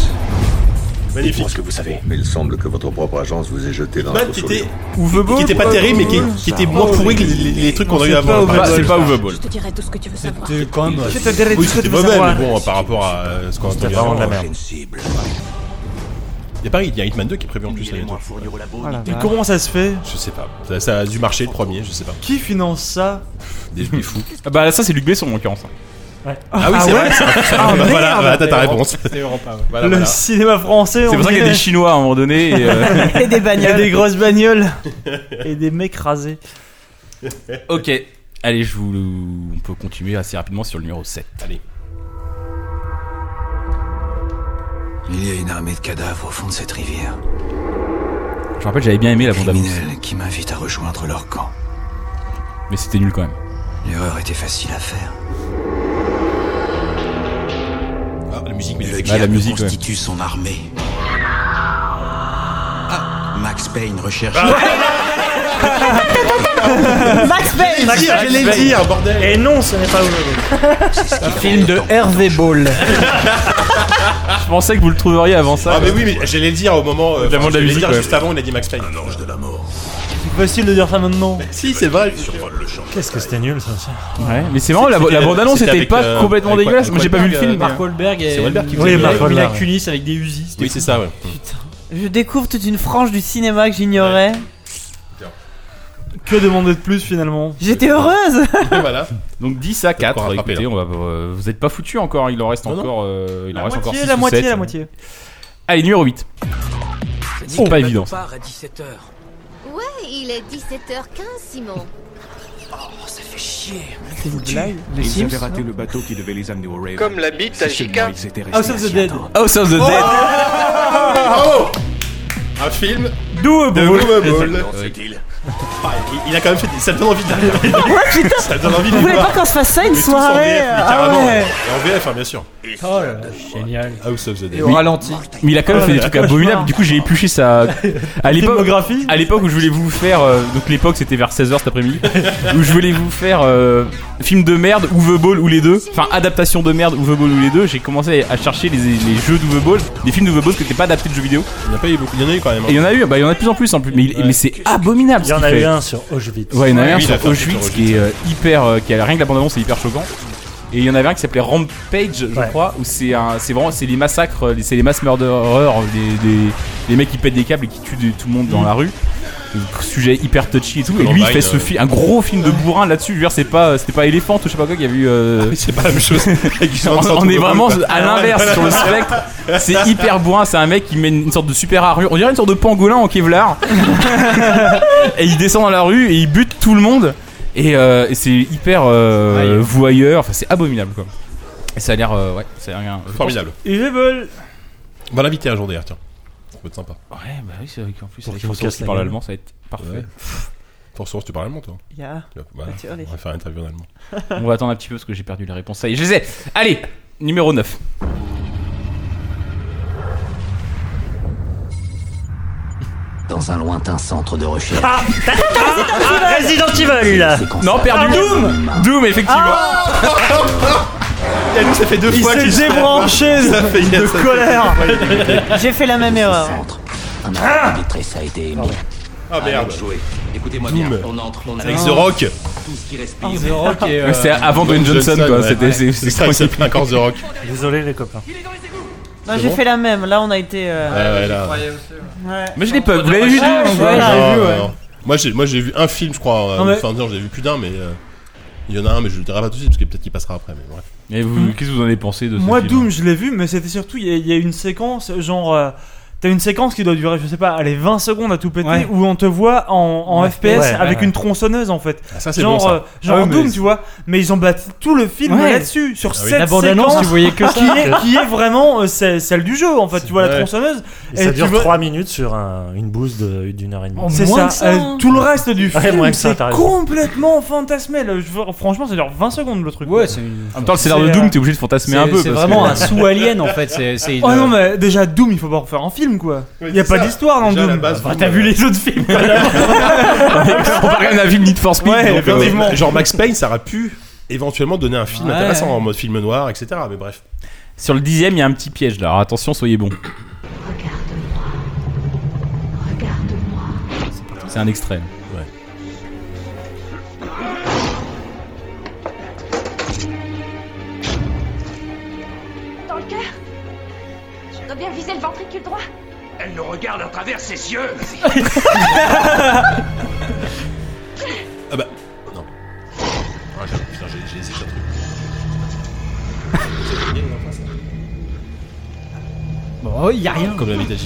S1: Magnifique.
S13: que vous savez. Mais il semble que votre propre agence vous ait jeté dans
S1: Batman
S13: la
S1: qui
S13: fosse aux
S1: était,
S13: lions.
S1: qui était pas terrible, mais qui, qui était moins pourri que les, les- les trucs qu'on a eu avant. Par exemple.
S3: Overball.
S12: Je te dirai tout ce que tu veux savoir.
S2: C'est quand même.
S4: Je te dirai tout
S1: Oui,
S4: ce que
S1: c'était
S4: tu
S1: pas
S4: veux
S1: mal,
S4: savoir.
S1: mais bon, par rapport à euh, ce qu'on a
S7: C'était
S1: entendu
S7: vraiment de la
S1: avant.
S7: merde.
S1: Il y a pareil, il y a Hitman 2 qui est prévu en plus. là, bientôt.
S4: Et comment ça se fait
S1: Je sais pas. Ça, ça a dû marcher le premier, je sais pas.
S4: Qui finance ça
S1: Des, des fous.
S3: Ah Bah, ça, c'est Luc Besson en l'occurrence.
S1: Ah oui, c'est
S4: ouais
S1: vrai. c'est vrai.
S4: Ah,
S1: Bah,
S4: merde.
S1: Voilà, voilà, t'as ta réponse.
S2: C'est Europa, ouais.
S1: Voilà,
S4: Le
S1: Ah, voilà.
S4: cinéma français,
S3: C'est
S4: on
S3: pour ça qu'il y a
S4: dirait.
S3: des Chinois à un moment donné. et, euh,
S5: Et des
S4: Il y a
S5: bagnoles.
S4: des grosses bagnoles et des mecs rasés.
S3: ok. Allez, je vous. On peut continuer assez rapidement sur le numéro 7.
S1: Allez.
S11: Il y a une armée de cadavres au fond de cette rivière.
S3: Je rappelle, j'avais bien aimé la bande-annonce.
S11: Criminels qui m'invitent à rejoindre leur camp.
S3: Mais c'était nul quand même.
S11: L'erreur était facile à faire.
S1: Ah, la musique, mais
S13: Le
S3: Ah, la
S13: diable
S3: musique, ouais.
S13: constitue son armée. Ah, Max Payne recherche.
S5: Max Payne
S1: J'allais le dire, bordel.
S4: Et non, ce n'est pas Overball.
S6: Un film de Hervé Ball.
S3: Je pensais que vous le trouveriez avant ça.
S1: Ah, mais oui, mais j'allais le dire au moment. euh,
S3: Au moment de la
S1: j'allais le
S3: musique,
S1: dire
S3: ouais.
S1: juste avant, il a dit Max Payne.
S4: C'est facile de dire ça maintenant.
S1: Si, c'est vrai.
S7: Qu'est-ce que c'était nul ça aussi.
S3: Ouais, mais c'est marrant, la,
S1: C'était-
S3: la bande-annonce
S1: c'était
S3: était
S1: avec,
S3: pas
S1: euh,
S3: complètement
S1: avec
S3: dégueulasse.
S1: Mark
S3: Moi, j'ai pas vu
S1: Wahlberg,
S3: le film.
S1: euh,
S2: Mark Wahlberg et
S1: C'est Wahlberg qui
S7: Oui,
S1: faisait-
S7: Mark
S2: Mila- Mila
S7: Wahlberg.
S2: Kunis avec des Uzi. c'était
S1: Oui, c'est ça, ouais.
S5: Je découvre toute une frange du cinéma que j'ignorais.
S4: Que demander de plus finalement
S5: J'étais heureuse
S1: Voilà.
S3: Donc 10 à
S1: encore
S3: 4.
S1: rattrapé,
S3: Écoutez, on va, euh, vous êtes pas foutu encore, il en reste
S1: Non, non.
S3: encore euh, il en
S4: La
S3: reste encore
S4: moitié,
S3: six
S4: la
S3: ou
S4: moitié,
S3: sept.
S4: la moitié.
S3: Allez, numéro 8. C'est pas évident. ça.
S12: Ouais, il est 17h15, Simon.
S6: Les Sims,
S13: le bateau qui devait les amener au Raven.
S9: Comme la bite à Chica.
S4: House of the Dead.
S3: House of the Dead.
S1: Bravo Un film
S4: D'où
S1: de Bobol.
S13: cette île.
S1: Il- Il a quand même fait. des- Ça donne envie de.
S5: Ouais, putain
S1: Ça donne envie de.
S5: Vous
S1: le
S5: voulez
S1: voir.
S5: pas qu'on se fasse ça une
S1: Mais tous en VF,
S5: soirée
S1: mais
S5: euh,
S1: carrément,
S5: ah ouais.
S1: Et en VF, hein, bien sûr. Ah,
S2: Oh là là, génial.
S1: House of the Dead.
S6: au ralenti.
S3: Mais il a quand même fait des trucs abominables. Du coup, j'ai épluché ça à l'époque.
S4: Filmographie
S3: À l'époque où je voulais vous faire, euh, donc l'époque c'était vers 16h cet après-midi, où je voulais vous faire euh, film de merde, Uwe Ball ou les deux, enfin adaptation de merde, Uwe Ball ou les deux, j'ai commencé à chercher les, les jeux d'Uwe Ball, des films d'Uwe Ball qui n'étaient pas adaptés de jeux vidéo.
S1: Il y en a pas eu beaucoup. Il y en a eu quand même. hein.
S3: Et il y en a eu, bah il y en a de plus en plus en plus, mais, il-
S1: Ouais.
S3: mais c'est abominable
S7: Il
S3: ce
S7: y en
S3: qu'il
S7: a eu
S3: fait.
S7: un sur Auschwitz.
S3: Ouais, il y en a
S1: Ouais,
S3: un
S1: oui, il a
S3: sur
S1: fait un film
S3: Auschwitz
S1: sur
S3: qui est euh, hyper, euh, qui a rien que la bande-annonce, c'est hyper choquant. Et il y en avait un qui s'appelait Rampage, je
S7: Ouais.
S3: crois, où c'est un, c'est vraiment, c'est les massacres, euh, les- c'est les mass murderers, les, les, les mecs qui pètent des câbles et qui tuent des- tout le monde
S7: Mm.
S3: dans la rue. Le Sujet hyper touchy et tout. Et lui, il
S1: Columbine,
S3: fait ce
S1: euh.
S3: fi- un gros film de bourrin là-dessus. Je veux dire, c'est pas, euh, c'était pas éléphant ou je sais pas quoi qu'il y a eu. euh,
S1: Ah C'est pas la même chose.
S3: on, on est vraiment à l'inverse sur le spectre. C'est hyper bourrin. C'est un mec qui met une sorte de super armure. On dirait une sorte de pangolin en Kevlar. et il descend dans la rue et il bute tout le monde. Et, euh, et c'est hyper euh, voyeur. Enfin, c'est abominable quoi. Et ça a l'air. euh, ouais, ça a l'air. euh,
S1: Formidable.
S4: Evil.
S1: On va l'inviter un jour d'ailleurs, tiens. Ça peut être sympa.
S3: Ouais, bah oui, c'est vrai qu'en plus,
S7: Pour
S3: avec
S7: qu'il nous
S3: François
S7: casse
S3: qui
S7: la
S3: parle
S7: gueule.
S3: allemand, ça va être parfait.
S1: Ouais. Pour source, tu parles allemand, toi
S5: Yeah.
S1: Tu vas- voilà,
S5: tu vas aller.
S1: On va faire une interview en allemand.
S3: On va attendre un petit peu parce que j'ai perdu la réponse. Ça y est, je les ai. Allez, numéro 9.
S12: Dans un lointain centre de recherche.
S4: Ah, Resident Evil
S3: Non, perdu. Doom Doom, effectivement.
S1: Et nous, ça fait deux
S4: Il s'est débranché de colère
S5: J'ai fait la même erreur.
S4: Ah.
S12: Centre. Un homme arbitré, ça a été émis.
S1: Ah merde.
S14: Écoutez-moi
S1: Doom.
S14: bien, on entre, on
S1: Avec
S14: avance.
S1: The Rock.
S14: Tout ce qui respire.
S1: The Rock et, euh,
S3: Mais C'est avant Dwayne Johnson, quoi. C'était c'est- c'est
S1: ça, il s'appelait encore The Rock.
S7: Désolé les copains.
S5: Non,
S1: C'est
S5: j'ai
S1: bon Ah
S5: fait la même. Là, on a été. euh,
S1: Ouais, ouais, là. J'y croyais
S5: Ouais.
S3: Mais je l'ai pas. Vous l'avez vu
S5: Ouais,
S3: Doom
S5: ouais, ouais,
S1: Non,
S5: j'ai vu,
S1: non,
S5: ouais.
S1: non. Moi j'ai moi j'ai vu un film je crois. euh,
S5: Non, mais-
S1: Enfin non, j'ai vu plus d'un mais euh, il y en a un mais je le dirai pas tout de suite parce que peut-être qu'il passera après mais bref.
S3: Et vous, qu'est-ce que vous en avez pensé de ce
S4: Moi,
S3: film
S4: Doom, je l'ai vu, mais c'était surtout, il y, a- il y a une séquence, genre, euh, t'as une séquence qui doit durer, je sais pas, allez, 20 secondes à tout péter,
S7: Ouais.
S4: où on te voit en, en
S7: Ouais.
S4: FPS
S7: Ouais,
S4: avec
S7: ouais.
S4: une tronçonneuse, en fait.
S7: Ah, ça, c'est
S4: genre,
S7: bon, ça.
S4: euh, genre
S7: Ah ouais,
S4: Doom,
S7: mais-
S4: tu vois. Mais ils ont bâti tout le film
S7: Ouais.
S4: là-dessus, sur
S7: Ah oui.
S4: cette
S7: La bande-annonce,
S4: séquence
S7: tu voyais que ça.
S4: qui, est, qui est vraiment euh, celle celle du jeu, en fait. Tu vois la
S7: Ouais.
S4: tronçonneuse.
S7: Et ça
S4: tu
S7: dure
S4: vois-
S7: 3 minutes sur un- une bouse de- d'une heure et demie.
S4: C'est ça. euh, tout le reste du
S7: Ouais, moins
S4: film,
S7: que ça,
S4: c'est
S7: t'as raison.
S4: complètement fantasmé. Le- je veux- Franchement, ça dure 20 secondes le truc. Ouais,
S2: c'est
S3: En même temps, le scénario de Doom, t'es obligé de fantasmer un peu.
S2: C'est
S3: parce
S2: vraiment
S3: que-
S2: un sous-alien en fait. c'est- c'est
S4: Oh
S2: une-
S4: non, mais déjà Doom, il faut pas en faire un film quoi. Il y a
S2: c'est
S4: pas
S2: ça.
S4: d'histoire dans
S2: Déjà, à la
S4: Doom.
S2: base,
S4: Enfin,
S2: Doom,
S4: t'as
S2: euh,
S4: vu les autres films quoi.
S3: On parle rien à film Need for Speed.
S4: Ouais,
S3: donc, euh,
S4: effectivement.
S1: Genre Max Payne ça aurait pu éventuellement donner un film
S3: Ouais.
S1: intéressant en mode film noir etc mais bref.
S3: Sur le dixième, il y a un petit piège là. Alors attention, soyez bons. C'est un extrême.
S15: Dans le cœur Je dois bien viser le ventricule droit.
S9: Elle nous regarde à travers ses yeux.
S1: Ah bah non. Ah, j'ai- putain j'ai j'ai hésité un truc. C'est génial, non, pas ça
S2: Bon, il y a rien.
S1: Comme la vitesse.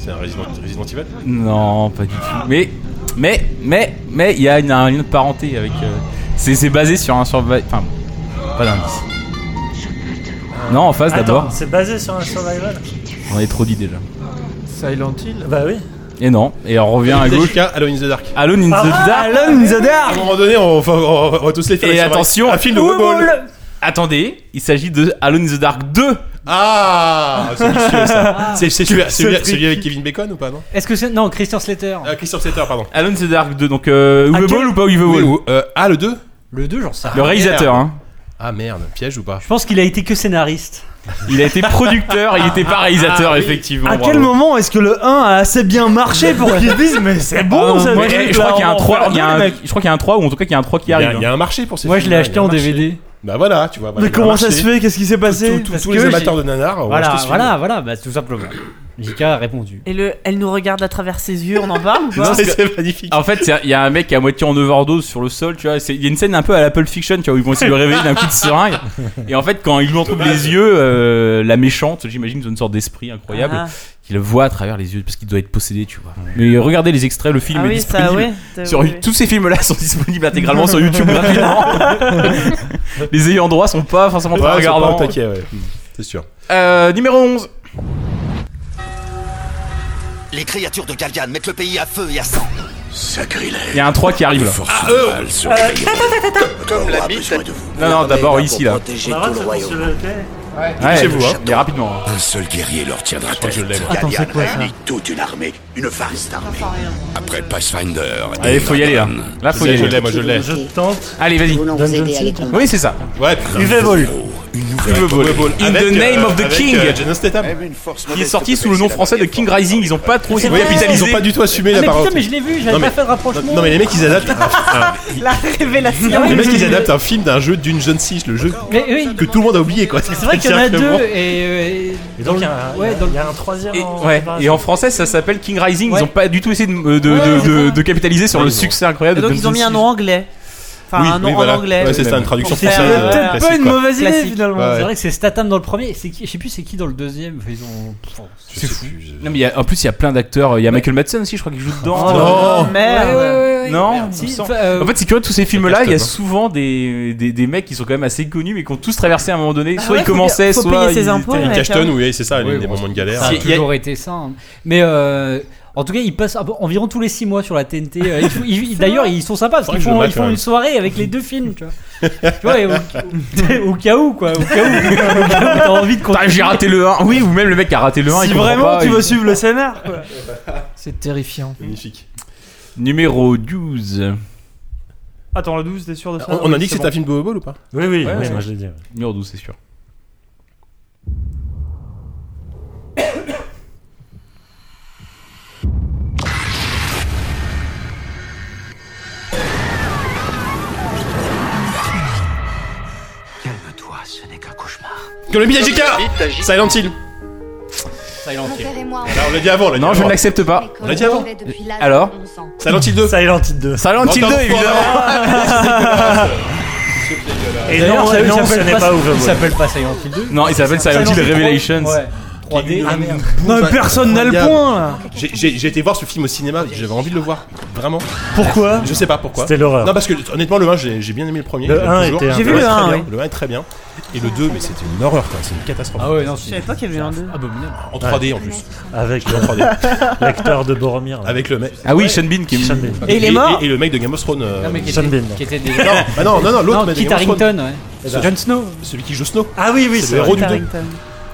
S1: C'est un Resident, Resident Evil
S3: Non, pas du tout. Mais, mais, mais, mais, il y a une, un lien de parenté avec. euh, c'est c'est basé sur un survival. Enfin, bon, pas d'indice. Non, en face
S7: Attends,
S3: d'abord.
S7: C'est basé sur un survival
S3: On est trop dit déjà.
S7: Silent Hill Bah oui.
S3: Et non. Et on revient à gauche.
S1: Alone in the Dark.
S3: Alone in
S7: Ah,
S3: the Dark.
S4: Alone in the
S1: À un
S4: Dark
S1: moment donné, on, va- on va- on va tous les faire.
S3: Et
S1: les survivre.
S3: attention,
S1: un film de Wobble.
S3: Attendez, il s'agit de Alone in the Dark 2.
S1: Ah, c'est vicieux, ça. C'est c'est celui,
S3: C'est
S1: celui-
S3: tricky.
S1: celui avec Kevin Bacon ou pas non
S2: Est-ce que c'est. Non, Christian Slater.
S1: Ah, Christian Slater, pardon.
S3: Alone in the Dark 2, donc euh, Uwe Boll ou pas Uwe Boll
S1: Ah, le 2
S2: Le 2, j'en sais
S3: Le réalisateur,
S1: merde.
S3: hein.
S1: Ah merde, piège ou pas
S2: Je pense qu'il a été que scénariste.
S3: Il a été producteur, il était pas réalisateur,
S1: Ah, oui.
S3: effectivement.
S4: À
S3: bravo.
S4: quel moment est-ce que le 1 a assez bien marché pour qu'ils se disent mais c'est bon
S3: Ah,
S4: ça
S3: moi, je, je crois qu'il y a un 3, il y a un- je crois qu'il y a un 3 ou en tout cas qu'il y a un 3
S1: Il y
S3: qui
S1: a-
S3: arrive. hein.
S1: il y a un marché pour ces
S2: Moi, je
S1: films-là, il y
S2: l'ai acheté
S1: a un
S2: en
S1: marché.
S2: DVD.
S1: Bah voilà, tu vois. voilà,
S4: Mais
S1: il y a un
S4: comment ça
S1: marché.
S4: se fait Qu'est-ce qui s'est passé
S1: Tous-
S4: Parce
S1: Tous
S4: que
S1: les
S4: j'ai-
S1: amateurs de euh, nanar ont
S2: Voilà,
S1: acheté ce film.
S2: voilà, voilà, bah, tout simplement. JK a répondu.
S5: Et le, elle nous regarde à travers ses yeux, on en parle ou
S3: Non,
S5: pas
S3: parce que-
S1: magnifique.
S3: En fait, c'est- il y a un mec qui est à moitié en overdose sur le sol, tu vois. c'est- Il y a une scène un peu à l'Apple Fiction, tu vois, où ils vont essayer de le réveiller d'un coup de seringue. Et en fait, quand il lui en trouve les yeux, euh, la méchante, j'imagine, une sorte d'esprit incroyable,
S5: Ah.
S3: qui le voit à travers les yeux, parce qu'il doit être possédé, tu vois. Mais regardez les extraits, le film
S5: Ah
S3: est
S5: oui, ça,
S3: disponible.
S5: ouais,
S3: sur,
S5: oui, oui.
S3: Tous ces films-là sont disponibles intégralement sur YouTube gratuitement. les ayants droit sont pas forcément
S1: Ouais,
S3: très
S1: ils sont pas
S3: regardants.
S1: au taquet, ouais. C'est sûr.
S3: Euh, numéro 11.
S14: Les créatures de Galgan mettent le pays à feu et à sang. Sacrilège.
S3: Il y a un 3 qui arrive là.
S14: Ah,
S9: Comme la bite.
S3: Non,
S13: Ah,
S3: non, d'abord ici là.
S14: Protéger tout le royaume.
S3: Ouais, chez vous, hein. Et rapidement.
S13: Un seul guerrier leur tiendra
S3: Oh,
S13: tête.
S7: Attends, c'est quoi, ça
S13: réunit toute une armée, une vaste armée. Après Pathfinder.
S3: Allez, faut Ah, y aller là. Là, faut y aller.
S7: Je tente.
S3: Allez, vas-y. Oui, c'est ça.
S1: Ouais, putain.
S3: Uwe Boll. Uwe Boll.
S1: Uwe Boll.
S3: In
S1: Avec,
S3: the name
S1: euh,
S3: of the
S1: avec,
S3: king.
S1: euh, Jason Statham.
S3: Qui est sorti sous le nom français de King Rising. Ils ont pas trop
S1: Oui,
S3: essayé de
S1: puis ils
S3: capitaliser.
S1: ont pas du tout assumé
S2: Ah,
S1: la
S2: mais
S1: parole.
S2: putain, mais je l'ai vu, j'avais
S1: Non, mais-
S2: pas fait de rapprochement.
S1: Non, mais les mecs, ils adaptent. un-
S5: La révélation.
S1: un- Les mecs, ils adaptent un film d'un jeu d'une jeune fille, le jeu
S2: Mais oui.
S1: que tout le monde a oublié, quoi.
S2: C'est vrai qu'il y en a
S1: Exactement.
S2: deux et. euh,
S7: Et donc, il y a un-
S2: Ouais,
S7: il y a- il y a un troisième. en
S3: Ouais,
S7: préparation.
S3: et en français ça s'appelle King Rising.
S2: Ouais.
S3: Ils ont pas du tout essayé de, de- de-
S5: Oh, Ouais,
S3: de- de capitaliser sur
S1: Ouais,
S3: le
S1: ils ont-
S3: succès incroyable
S5: Et
S3: de
S5: donc, ils ont mis un
S3: Dungeon
S5: nom anglais. Enfin,
S1: Oui,
S5: un nom
S1: oui, voilà.
S5: en anglais.
S1: Ouais, c'est ça, une traduction
S5: Pour faire,
S1: française.
S5: euh,
S1: euh, classique, quoi.
S4: mauvaise idée,
S5: Classique.
S4: finalement.
S1: Ouais, ouais.
S2: C'est vrai que c'est Statham dans le premier, et c'est qui- je sais plus c'est qui dans le deuxième. Ils ont.
S1: C'est fou.
S3: City. Non, mais il y a- en plus il y a plein d'acteurs. Il y a Michael Madsen aussi, je crois qu'il joue dedans.
S5: Oh, merde.
S3: Non,
S2: Si,
S3: il me semble.
S2: enfin, euh,
S3: En fait, c'est curieux, tous ces films-là,
S1: Castop,
S3: il y a
S1: hein.
S3: souvent des, des, des mecs qui sont quand même assez connus, mais qui ont tous traversé à un moment donné. soit
S5: ouais,
S3: ils
S5: faut
S3: commençaient,
S5: bien- faut
S3: soit.
S5: payer ses
S3: ils
S5: impôts,
S3: étaient-
S5: ouais.
S1: Nick Ashton, oui, c'est ça,
S2: Oui,
S1: les, des
S2: bon,
S1: moments de
S2: Ça
S1: galère.
S2: a
S3: Si, il y a-
S2: toujours été ça. hein. Mais euh, en tout cas, ils passent un peu- environ tous les 6 mois sur la TNT. euh, ils font- ils- ils- D'ailleurs, ils sont sympas parce
S1: C'est vrai
S2: qu'ils
S1: que je
S2: font,
S1: le
S2: ils
S1: mate,
S2: font
S1: ouais.
S2: une soirée avec les deux films. Tu vois, Tu vois, et au, au cas où, quoi. Au cas où, au cas où t'as envie de
S3: Putain, j'ai
S2: continuer.
S3: raté le 1. Oui, ou même le mec qui a raté le 1.
S4: Si
S3: il comprend
S4: vraiment
S3: pas,
S4: tu
S3: il-
S4: veux suivre le scénar quoi.
S6: C'est terrifiant.
S1: Magnifique.
S3: Numéro 12.
S4: Attends, le 12, t'es sûr de ça
S1: On, on a
S4: Oui,
S1: dit que
S4: c'est
S1: c'était un film de Bobol ou pas
S7: Oui, oui,
S3: Ouais,
S7: oui,
S3: ouais.
S7: moi je l'ai dit. ouais.
S3: Numéro 12, c'est sûr.
S1: Que le Miyajika Silent Hill
S2: Silent Hill.
S1: Là, on l'a dit avant, là.
S3: Non, je ne l'accepte pas.
S1: On l'a dit avant.
S3: Alors
S1: Silent Hill 2.
S7: Silent Hill 2.
S3: Silent Hill 2, évidemment
S7: Et non,
S2: ça- il
S7: non, ce
S2: s'appelle
S7: n'est
S2: pas-
S7: pas Overwatch.
S2: Il s'appelle pas Silent Hill 2.
S3: Non, il s'appelle hein. Silent Hill Revelations.
S2: Ouais. 3D.
S1: Ah, merde.
S4: Non, mais personne n'a le
S1: Incroyable.
S4: point, là.
S1: J'ai- J'ai j'ai été voir ce film au cinéma, j'avais envie de le voir. Vraiment.
S7: Pourquoi
S1: Je sais pas pourquoi.
S7: C'était l'horreur.
S1: Non, parce que honnêtement, le 1, j'ai j'ai bien aimé le premier.
S7: Le
S1: j'aime
S7: 1
S1: toujours.
S7: était J'ai vu
S1: Ouais,
S7: le
S1: très
S7: 1,
S1: bien.
S7: oui.
S1: Le 1 est très bien. Et le 2, mais c'était une horreur, quoi, c'est une catastrophe.
S2: Ah ouais, non,
S5: Je savais pas qu'il y avait un 2.
S2: Abominable.
S1: En 3D en plus.
S7: Avec
S1: En 3D.
S7: l'acteur de Boromir. là.
S1: Avec le mec.
S3: Ah oui, Sean Bean qui
S7: Sean Bean.
S5: Et il est mort
S1: Et, et le mec de Game of Thrones. euh,
S2: Non, mais qui
S7: Sean
S2: était-
S7: Bean.
S2: qui était des-
S1: Non, bah non, non, non, l'autre
S2: Non,
S1: mec de
S2: Kit
S1: Game of Thrones.
S2: Harrington, ouais.
S1: Eh ben,
S2: Jon Snow.
S1: Celui qui joue Snow.
S7: Ah oui, oui,
S1: c'est
S7: c'est
S1: le
S7: vrai.
S1: héros du 2.
S5: Carrington.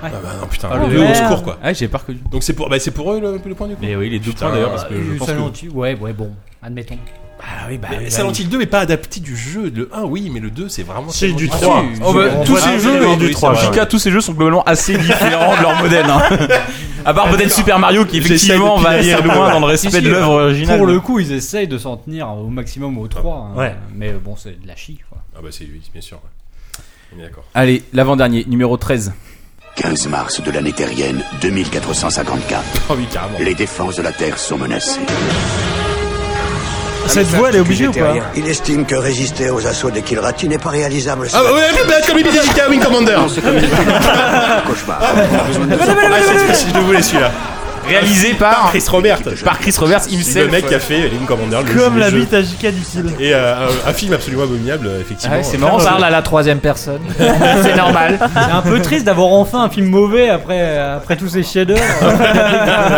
S1: Ah bah non, putain,
S2: Ah,
S1: le
S2: le
S1: 2 au
S2: merde.
S1: secours quoi.
S3: Ah, j'ai pas reconnu.
S1: Donc c'est pour, bah, c'est pour eux le, le point du coup.
S3: Mais oui, les deux
S1: Putain,
S3: points d'ailleurs, parce que
S2: Euh,
S3: je pense que.
S2: Silent Hill, Ouais, ouais, bon. Admettons.
S3: Ah oui, bah.
S1: Mais
S3: oui,
S1: Silent
S3: bah,
S1: Hill 2 est pas adapté du jeu. Le 1, oui, mais le 2, c'est vraiment.
S7: C'est du
S2: Ah,
S1: tellement-
S7: 3.
S3: oui. Oh, bah,
S1: On
S3: tous
S1: voit
S3: ces
S1: les
S3: jeux,
S1: éléments
S3: oui,
S1: du
S3: c'est
S1: trois,
S3: vrai.
S1: ouais.
S3: JK, tous ces jeux sont globalement assez différents de leur modèle. hein. À part peut-être Super Mario qui
S1: J'essaye de
S3: effectivement va
S1: piler
S3: aller
S1: ça.
S3: loin dans le
S2: Si,
S3: respect
S2: si,
S3: de l'œuvre originale.
S2: Pour le coup, ils essayent de s'en tenir au maximum aux 3.
S7: Ouais.
S2: Mais bon, c'est de la chie. quoi.
S1: Ah bah c'est lui, bien sûr. ouais. On est d'accord.
S3: Allez, l'avant-dernier, numéro 13.
S14: 15 mars de l'année terrienne 2454.
S1: Oh oui, carrément.
S14: Les défenses de la Terre sont menacées.
S4: Cette voix, elle est obligée ou pas
S13: Il estime que résister aux assauts des Kilrati n'est pas réalisable.
S1: Ah bah ouais, bah, comme il dit JK Wing Commander
S13: Cauchemar.
S1: Ah, c'est- Si je le voulais celui-là.
S3: Réalisé
S1: Ah,
S3: par,
S1: Chris Robert.
S3: par Chris Roberts
S1: C'est
S3: himself.
S1: le mec qui a fait Wing Commander. le-
S4: Comme
S1: le
S4: la
S1: jeu.
S4: bite à JK du film.
S1: Et euh, un- un film absolument abominable, euh, effectivement.
S3: Ah ouais, c'est
S6: On
S3: marrant, ça.
S6: parle à la troisième personne. c'est normal.
S2: C'est un peu triste d'avoir enfin un film mauvais après, après tous ces chefs-d'œuvre.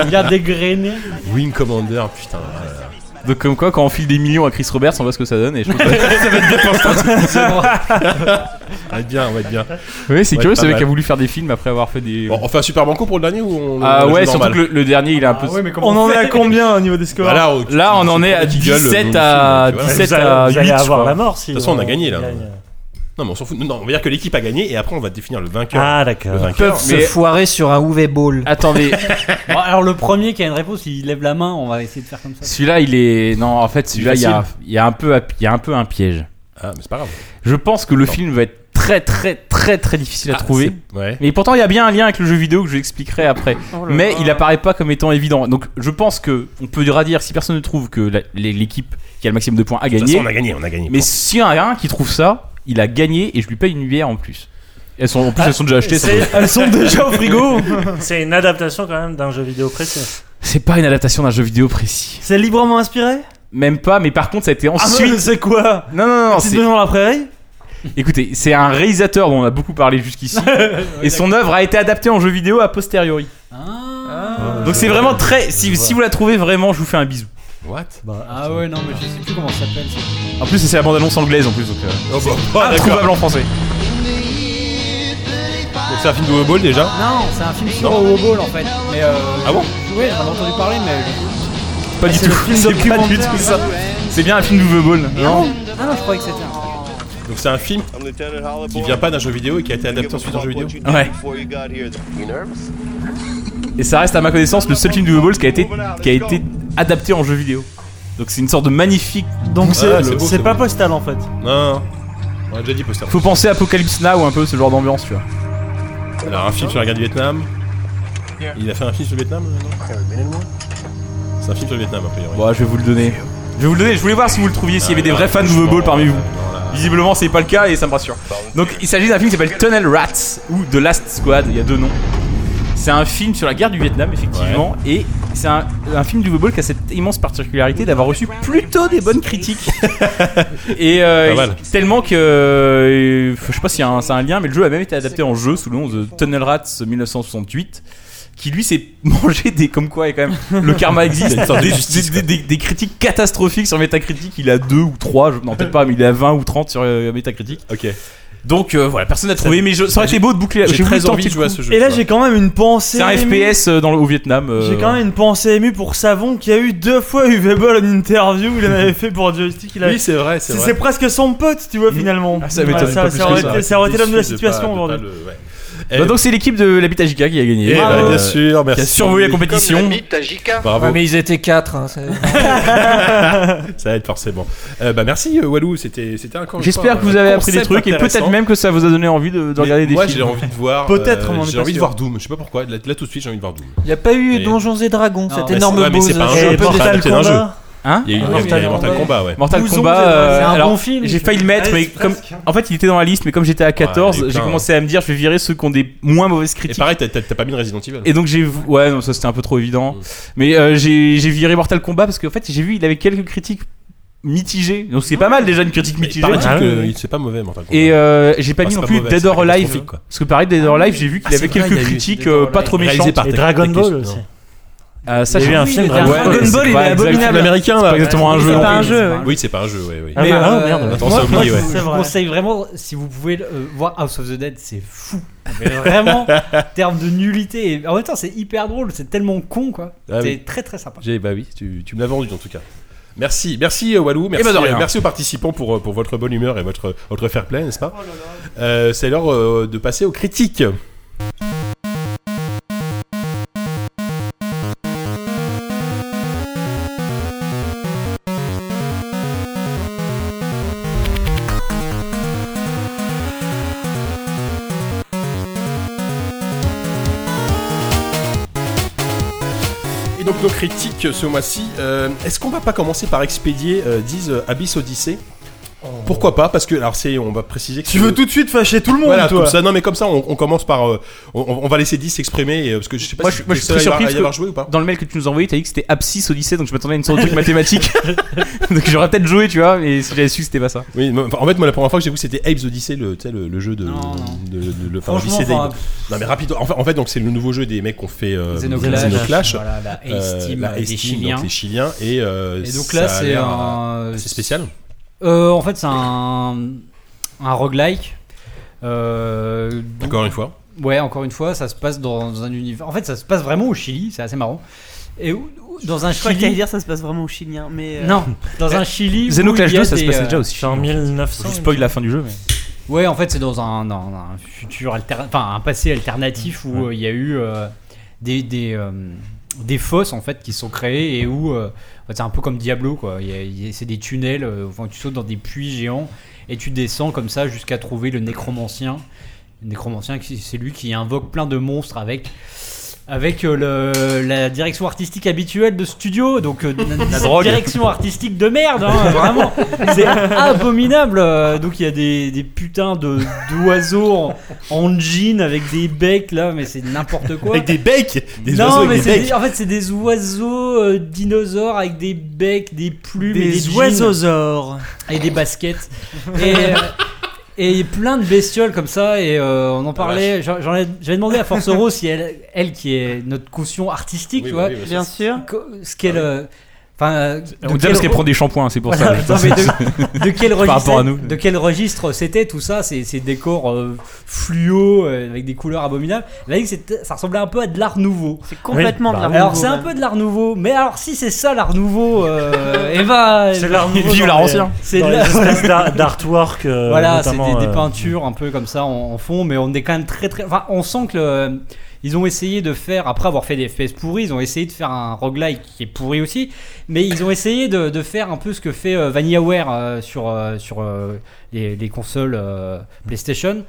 S2: Il a dégrainé.
S1: Wing Commander, putain. euh, voilà.
S3: Donc, comme quoi, quand on file des millions à Chris Roberts, on voit ce que ça donne. Et je trouve que-
S1: On va être bien, on va être bien.
S3: Oui, c'est
S1: Ouais,
S3: curieux,
S1: pas
S3: ce mec
S1: mal.
S3: a voulu faire des films après avoir fait des.
S1: Bon, on fait un super banco pour le dernier ou on
S3: Ah
S1: on joue
S3: ouais,
S1: normal
S3: surtout que le, le dernier, il a un peu.
S7: Ah
S4: On en est à combien au niveau des scores
S1: Voilà, au-
S3: Là, on en est à
S1: qui gueule,
S3: 17
S1: euh,
S3: à
S1: tu vois.
S3: 17
S7: Vous allez-
S3: à
S7: vous allez
S3: 8. je
S7: avoir
S3: crois.
S7: la mort si.
S1: De toute façon, on a gagné, là.
S7: gagne.
S1: Non, mais on s'en fout. Non, Non, on va dire que l'équipe a gagné et après on va définir le vainqueur.
S7: Ah,
S1: le
S7: d'accord.
S1: vainqueur.
S6: Se foirer sur un UV ball.
S3: Attendez,
S2: Bon, alors le premier qui a une réponse, il lève la main, on va essayer de faire comme ça.
S3: celui-là, il est. Non, en fait, celui-là, il y a, il y, a un peu à- il y a un peu un piège.
S1: Ah, mais c'est pas grave.
S3: Je pense que le film va être très, très, très, très difficile à
S1: Ah,
S3: trouver.
S1: Ouais.
S3: Mais pourtant, il y a bien un lien avec le jeu vidéo que je vous
S1: Oh
S3: expliquerai après. Mais il apparaît pas comme étant évident. Donc, je pense que on peut dire si personne ne trouve que la- l'équipe qui a le maximum de points a
S1: De toute façon,
S3: gagné.
S1: on a gagné, on a gagné.
S3: Mais s'il y en a un qui trouve ça, il a gagné et je lui paye une bière en plus. Ah, Elles sont, en plus, elles sont déjà achetées.
S7: c'est-
S3: ça doit-
S4: Elles sont déjà au frigo
S7: C'est une adaptation quand même d'un jeu vidéo précis.
S3: C'est pas une adaptation d'un jeu vidéo précis.
S4: C'est librement inspiré
S3: Même pas, mais par contre, ça a été
S4: Ah
S3: ensuite.
S4: mais c'est quoi
S3: non, non, non, non,
S4: C'est
S3: c'est-
S4: deux dans la prairie
S3: écoutez, c'est un réalisateur dont on a beaucoup parlé jusqu'ici. et son œuvre a été adaptée en jeu vidéo a posteriori. Donc c'est vraiment très. Si, si vous la trouvez vraiment, je vous fais un bisou.
S1: What
S2: Ah ouais, non, mais je sais plus comment ça s'appelle. ça.
S3: En plus, c'est la bande-annonce anglaise en plus. Donc, euh,
S1: Oh, bah, bah, d'accord.
S3: trouvable en français.
S1: Donc c'est un film de Wobble déjà.
S2: Non, c'est un film sur
S1: Non.
S2: Hobo Ball en fait. Mais euh,
S1: Ah bon
S2: ouais, j'en ai entendu parler, mais.
S3: Pas du
S2: Ah, c'est
S3: tout.
S2: le film
S3: C'est pas du
S2: documentaire.
S3: tout ça. C'est bien un film de Ball. Non
S2: Ah non, je croyais que c'était un.
S1: Donc c'est un film qui vient pas d'un jeu vidéo et qui a été adapté ensuite en jeu vidéo.
S2: Ah
S3: Ouais. Et ça reste à ma connaissance le seul film de Ball qui a été qui a été adapté en jeu vidéo. Donc c'est une sorte de magnifique.
S4: Donc c'est
S1: Ah, c'est beau,
S4: c'est
S1: c'est
S4: pas
S1: beau.
S4: postal en fait.
S1: Non, non, non. On a déjà dit poster.
S3: Faut penser Apocalypse Now un peu ce genre d'ambiance, tu vois.
S1: Alors un film sur la guerre du Vietnam. Il a fait un film sur le Vietnam euh, non C'est un film sur le Vietnam a priori.
S3: Bon, je vais vous le donner. Je vais vous le donner. Je voulais voir si vous le trouviez, s'il y avait des vrais fans de
S1: Franchement,
S3: Ball parmi vous.
S1: euh, non, là.
S3: Visiblement, c'est pas le cas et ça me rassure. Donc, il s'agit d'un film qui s'appelle Tunnel Rats ou The Last Squad, il y a deux noms. C'est un film sur la guerre du Vietnam, effectivement, et c'est un, un film du Ball qui a cette immense particularité d'avoir reçu plutôt des bonnes critiques. et euh,
S1: Pas mal.
S3: tellement que. euh, je sais pas si y a un- c'est un lien, mais le jeu a même été adapté en jeu sous le nom de Tunnel Rats 1968 qui lui s'est mangé des comme quoi et quand même le karma existe des, des- des- des critiques catastrophiques sur Metacritic il a 2 ou 3 non peut-être pas mais il a 20 ou 30 sur euh, Metacritic
S1: Ok.
S3: donc euh, voilà personne n'a trouvé mais je- ça aurait été beau de boucler
S1: J'ai
S3: voulu
S1: très envie de
S3: tenter le
S1: jouer à
S3: coup.
S1: ce jeu.
S4: Et là
S1: tu
S4: j'ai quand même une pensée.
S3: c'est un
S4: émue.
S3: FPS euh, dans le, au Vietnam euh,
S4: J'ai quand même une pensée émue pour Savon qui a eu deux fois UV Ball en interview, il en avait fait pour Joystick, il
S1: vois.
S4: avait
S1: Oui, c'est vrai, c'est
S4: C'est
S1: vrai.
S4: c'est presque son pote, tu vois, finalement.
S3: Ah, ça m'étonne
S4: Ouais,
S3: pas plus
S4: ça aurait
S3: que ça.
S4: été- ça aurait été l'homme de la
S1: Déçu pas-
S4: situation
S1: pas
S4: aujourd'hui.
S1: le- ouais. Eh,
S3: Bah, donc c'est l'équipe de l'Habit Ajika qui a gagné.
S1: Eh, bah,
S3: Euh,
S1: bien sûr, merci.
S3: Qui a survolé la compétition.
S1: Bravo.
S6: Ouais, mais ils étaient quatre. hein, c'est-
S1: Ça va être forcément. Euh, bah merci euh, Walou, c'était c'était encore. une
S3: J'espère
S1: fois
S3: que vous
S1: un
S3: avez appris des
S1: concept
S3: trucs et peut-être
S1: intéressant.
S3: même que ça vous a donné envie de, de regarder des
S1: Moi
S3: films.
S1: j'ai envie de voir.
S3: Peut-être,
S1: euh,
S3: on en est
S1: J'ai
S3: pas
S1: envie de
S3: sûr.
S1: voir Doom. Je sais pas pourquoi. Là, là, tout de suite j'ai envie de voir Doom.
S6: Il n'y a pas eu
S1: Et-
S6: Donjons et Dragons,
S1: Non,
S6: cette
S1: mais
S6: énorme
S1: c'est- ouais, mais
S6: bose.
S1: c'est pas un jeu,
S6: Et
S1: peut-être
S6: Mortal
S1: c'est un jeu.
S6: Kombat.
S3: Hein
S1: Il y a eu
S3: Mortal
S1: il y a eu
S3: Kombat.
S1: Mortal Kombat, ouais.
S3: Mortal
S1: Bouzon,
S3: Kombat.
S1: c'est vrai.
S3: euh,
S1: C'est un
S3: alors,
S1: bon film.
S3: J'ai failli le mettre,
S1: Ouais,
S3: mais
S1: c'est
S3: comme en fait il était dans la liste, mais comme j'étais à 14,
S1: il y en a
S3: j'ai
S1: plein, hein.
S3: commencé à me dire je vais virer ceux qui ont des moins mauvaises critiques.
S1: Et pareil, t'as- t'as t'as pas mis de Resident Evil.
S3: Et donc j'ai ouais non ça c'était un peu trop
S1: Mm.
S3: évident mais euh, j'ai j'ai viré Mortal Kombat parce qu'en fait j'ai vu il avait quelques critiques mitigées donc c'est pas mal déjà une critique mitigée
S1: paraît-il
S3: Ah,
S1: que
S3: ouais.
S1: il- c'est pas mauvais, Mortal Kombat.
S3: et euh, j'ai pas
S1: Enfin,
S3: mis
S1: c'est
S3: non
S1: pas
S3: plus
S1: mauvais,
S3: Dead
S1: c'est
S3: or
S1: pas
S3: Alive
S1: catastrophique, quoi.
S3: parce que pareil Dead or Alive j'ai vu
S1: Ah,
S3: qu'il
S1: c'est vrai,
S3: avait
S1: il y a
S3: quelques
S1: eu Ah,
S3: critiques
S1: Dead or
S3: euh, pas
S1: Alive.
S3: trop
S1: Réalisé
S3: méchantes
S1: par Et Dragon Takeshi, Ball non. aussi.
S3: Euh, ça
S1: Il y a
S3: j'ai
S1: eu un film Dragon Ball.
S3: c'est
S1: Ball, il
S3: pas
S1: est
S3: exact-
S1: abominable.
S3: c'est
S1: Américain,
S3: pas
S1: là.
S3: exactement un
S1: C'est
S3: jeu
S1: pas
S3: non
S1: un
S3: plus.
S1: jeu, ouais. Oui, c'est pas un jeu, ouais, ouais. Ah,
S2: Mais,
S1: bah,
S2: euh,
S1: ah, merde. Attends,
S2: moi,
S1: ça oublie,
S2: je
S1: ouais.
S2: vous
S1: C'est vrai.
S2: conseille vraiment, si vous pouvez euh, voir House of the Dead, c'est fou. Mais vraiment, en termes de nullité. Et en même temps, c'est hyper drôle, c'est tellement con, quoi.
S1: Ah
S2: c'est
S1: oui.
S2: très très sympa.
S1: J'ai- Bah oui, tu, tu me l'as vendu en tout cas. Merci, merci euh, Walou, merci,
S3: ben, de
S1: euh,
S3: rien.
S1: merci aux participants pour, euh, pour votre bonne humeur et votre, votre fair play, n'est-ce
S2: Oh
S1: pas Euh, C'est l'heure euh, de passer aux critiques. Et donc nos critiques ce mois-ci, euh, est-ce qu'on va pas commencer par expédier, euh, disent euh, Abyss Odyssey Oh. Pourquoi pas Parce que, alors c'est, on va préciser que
S4: Tu
S1: c'est-
S4: veux tout de suite fâcher tout le monde,
S1: Voilà,
S4: toi.
S1: comme ça, non mais comme ça, on, on commence par, euh, on, on va laisser 10 s'exprimer, et, euh, parce que je sais pas
S3: Moi,
S1: si
S3: je, moi, je suis
S1: ça
S3: très
S1: va y avoir-
S3: surpris.
S1: y
S3: parce
S1: avoir
S3: que
S1: joué ou pas.
S3: Dans le mail que tu nous as envoyé, t'as dit que c'était abscisse au lycée, donc je m'attendais à une sorte de truc mathématique. donc j'aurais peut-être joué, tu vois, mais si j'avais su, c'était pas ça.
S1: Oui, mais, enfin, en fait, moi, la première fois que j'ai vu, c'était Apes Odyssey, le, tu sais, le, le jeu de. de- de- de- le- enfin,
S2: Franchement,
S1: Odyssey
S2: enfin,
S1: d'Apes. Non, mais rapide. En fait, en fait, donc, c'est le nouveau jeu des mecs qu'on fait. Euh,
S2: Xenoclash,
S1: Xenoclash.
S2: voilà, la Ace
S1: Euh,
S2: Team,
S1: la
S2: euh,
S1: Ace
S2: des
S1: Team, donc,
S2: Chiliens.
S1: les Chiliens. Et, euh,
S2: Et donc là,
S1: ça a
S2: c'est
S1: l'air,
S2: un-
S1: euh, C'est spécial.
S2: Euh, en fait, c'est un, un roguelike. Euh,
S1: Encore une fois.
S2: Ouais, encore une fois, ça se passe dans un univers. En fait, ça se passe vraiment au Chili, c'est assez marrant. Et où- où- dans un
S5: Je crois que t'allais
S2: Ah, Chili.
S5: dire ça se passe vraiment au Chilien, mais. euh,
S2: Non, dans un Chili. où
S3: Eh, Xenoclash
S2: il y a
S3: 2, ça se
S2: des,
S3: passait
S2: euh,
S3: déjà aussi. En
S7: 1900.
S3: Je spoil la fin du jeu, mais.
S2: Ouais, en fait, c'est dans un, dans un futur alter- enfin un passé alternatif où euh, il y a eu euh, des des, euh, des fosses en fait qui sont créées et où euh, en fait, c'est un peu comme Diablo quoi. Il y a- il y a- c'est des tunnels, euh, enfin, tu sautes dans des puits géants et tu descends comme ça jusqu'à trouver le nécromancien. Le nécromancien, qui- c'est lui qui invoque plein de monstres avec. Avec euh, le- la direction artistique habituelle de studio, donc euh,
S4: La
S2: cette
S4: drogue.
S2: direction artistique de merde, hein, vraiment. C'est abominable. euh, Donc il y a des, des putains de d'oiseaux en, en jean avec des becs là, mais c'est n'importe quoi.
S1: Avec des becs Des
S2: non,
S1: oiseaux avec
S2: mais
S1: des
S2: c'est
S1: becs.
S2: des- en fait c'est des oiseaux euh, dinosaures avec des becs, des plumes, et
S4: Des
S2: jeans.
S4: oiseaux-saures.
S2: et des baskets et, euh, et plein de bestioles comme ça. Et euh, on en parlait. j'en- j'en ai- J'avais demandé à Force Rose si elle, elle qui est notre caution artistique,
S1: Oui,
S2: tu
S1: bah
S2: vois,
S1: oui, Ah bah ça,
S5: Bien sûr.
S2: co- ce qu'elle. euh, Enfin, euh, de
S3: On dirait
S2: quel-
S3: parce qu'elle prend des shampoings, c'est pour
S2: Voilà.
S3: ça.
S2: Non, mais de, de quel
S3: Par rapport
S2: registre,
S3: à nous.
S2: de quel registre c'était tout ça, ces, ces décors euh, fluo euh, avec des couleurs abominables. Là, c'était- ça ressemblait un peu à de l'art nouveau. C'est
S5: complètement Oui, de bah l'art oui.
S2: Alors
S5: nouveau,
S2: c'est un
S5: ouais.
S2: peu de l'art nouveau, mais alors si c'est ça l'art nouveau, et ben
S7: C'est l'art nouveau.
S2: vive
S7: dans
S2: l'art
S7: les-
S2: ancien. C'est
S7: dans
S2: de
S7: les
S2: l'art-
S7: espèces d'ar- d'artwork. euh,
S2: voilà, c'est
S7: notamment,
S2: des, des
S7: euh,
S2: peintures un peu comme ça en, en fond, mais on est quand même très très. Enfin, on sent que le- ils ont essayé de faire, après avoir fait des FPS pourris, ils ont essayé de faire un roguelike qui est pourri aussi, mais ils ont essayé de, de faire un peu ce que fait euh, VanillaWare euh, sur, euh, sur euh, les, les consoles euh, PlayStation.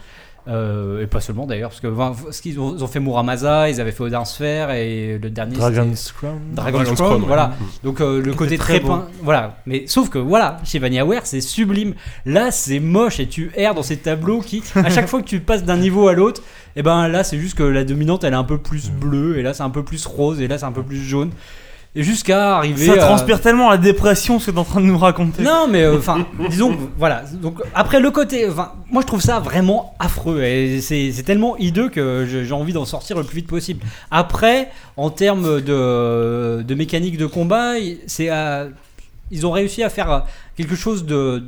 S2: euh, et pas seulement d'ailleurs, parce que enfin, ce qu'ils ont, ils ont fait Muramasa, ils avaient fait Odin Sphere et le dernier
S7: Dragon's
S2: c'était-
S7: Crown.
S2: Dragon's
S7: Dragon's
S2: Crown,
S7: Crown, ouais.
S2: voilà.
S7: Mhm.
S2: Donc euh, le
S7: Qui
S2: côté
S7: était
S2: très,
S7: très beau.
S2: peint- voilà. Mais sauf que voilà, chez VanillaWare, c'est sublime. Là, c'est moche et tu erres dans ces tableaux qui, à chaque fois que tu passes d'un niveau à l'autre, et ben là, c'est juste que la dominante, elle est un peu plus bleue, et là, c'est un peu plus rose, et là, c'est un peu plus jaune. Et jusqu'à arriver.
S4: Ça
S2: à-
S4: transpire tellement la dépression ce que t'es en train de nous raconter.
S2: non, mais euh, enfin, disons, que, voilà. Donc après le côté, enfin, moi je trouve ça vraiment affreux et c'est c'est tellement hideux que je- j'ai envie d'en sortir le plus vite possible. Après, en termes de, de euh, mécanique de combat, c'est à- ils ont réussi à faire quelque euh, chose de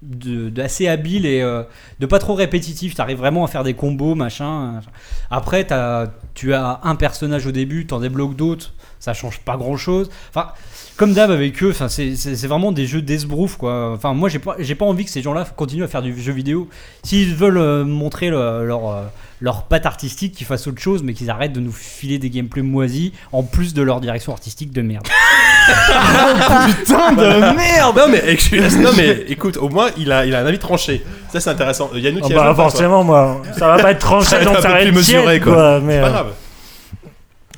S2: de- d'assez habile et euh, de pas trop répétitif. T'arrives vraiment à faire des combos, machin. machin. Après, t'as- tu as un personnage au début, t'en débloques d'autres, ça change pas grand chose. Enfin, comme d'hab avec eux, enfin, c'est- c'est c'est vraiment des jeux d'esbrouf, quoi. Enfin, moi, j'ai pas, j'ai pas envie que ces gens-là continuent à faire du jeu vidéo. S'ils veulent euh, montrer le- leur. euh, leur patte artistique, qu'ils fassent autre chose, mais qu'ils arrêtent de nous filer des gameplays moisis en plus de leur direction artistique de merde.
S1: Putain
S2: de merde
S1: Non mais, excuse- non, mais écoute, au moins il a, il a un avis tranché. Ça c'est intéressant. Euh, Yannou,
S7: Ah
S1: t'y as
S7: bah,
S1: joué ou pas, toi
S7: forcément, moi, ça va pas être tranché,
S1: va
S7: donc
S1: un
S7: ça
S1: peu
S7: va
S1: plus
S7: être
S1: mesuré
S7: tiède,
S1: quoi.
S7: quoi, mais,
S1: c'est pas
S7: euh,
S1: grave.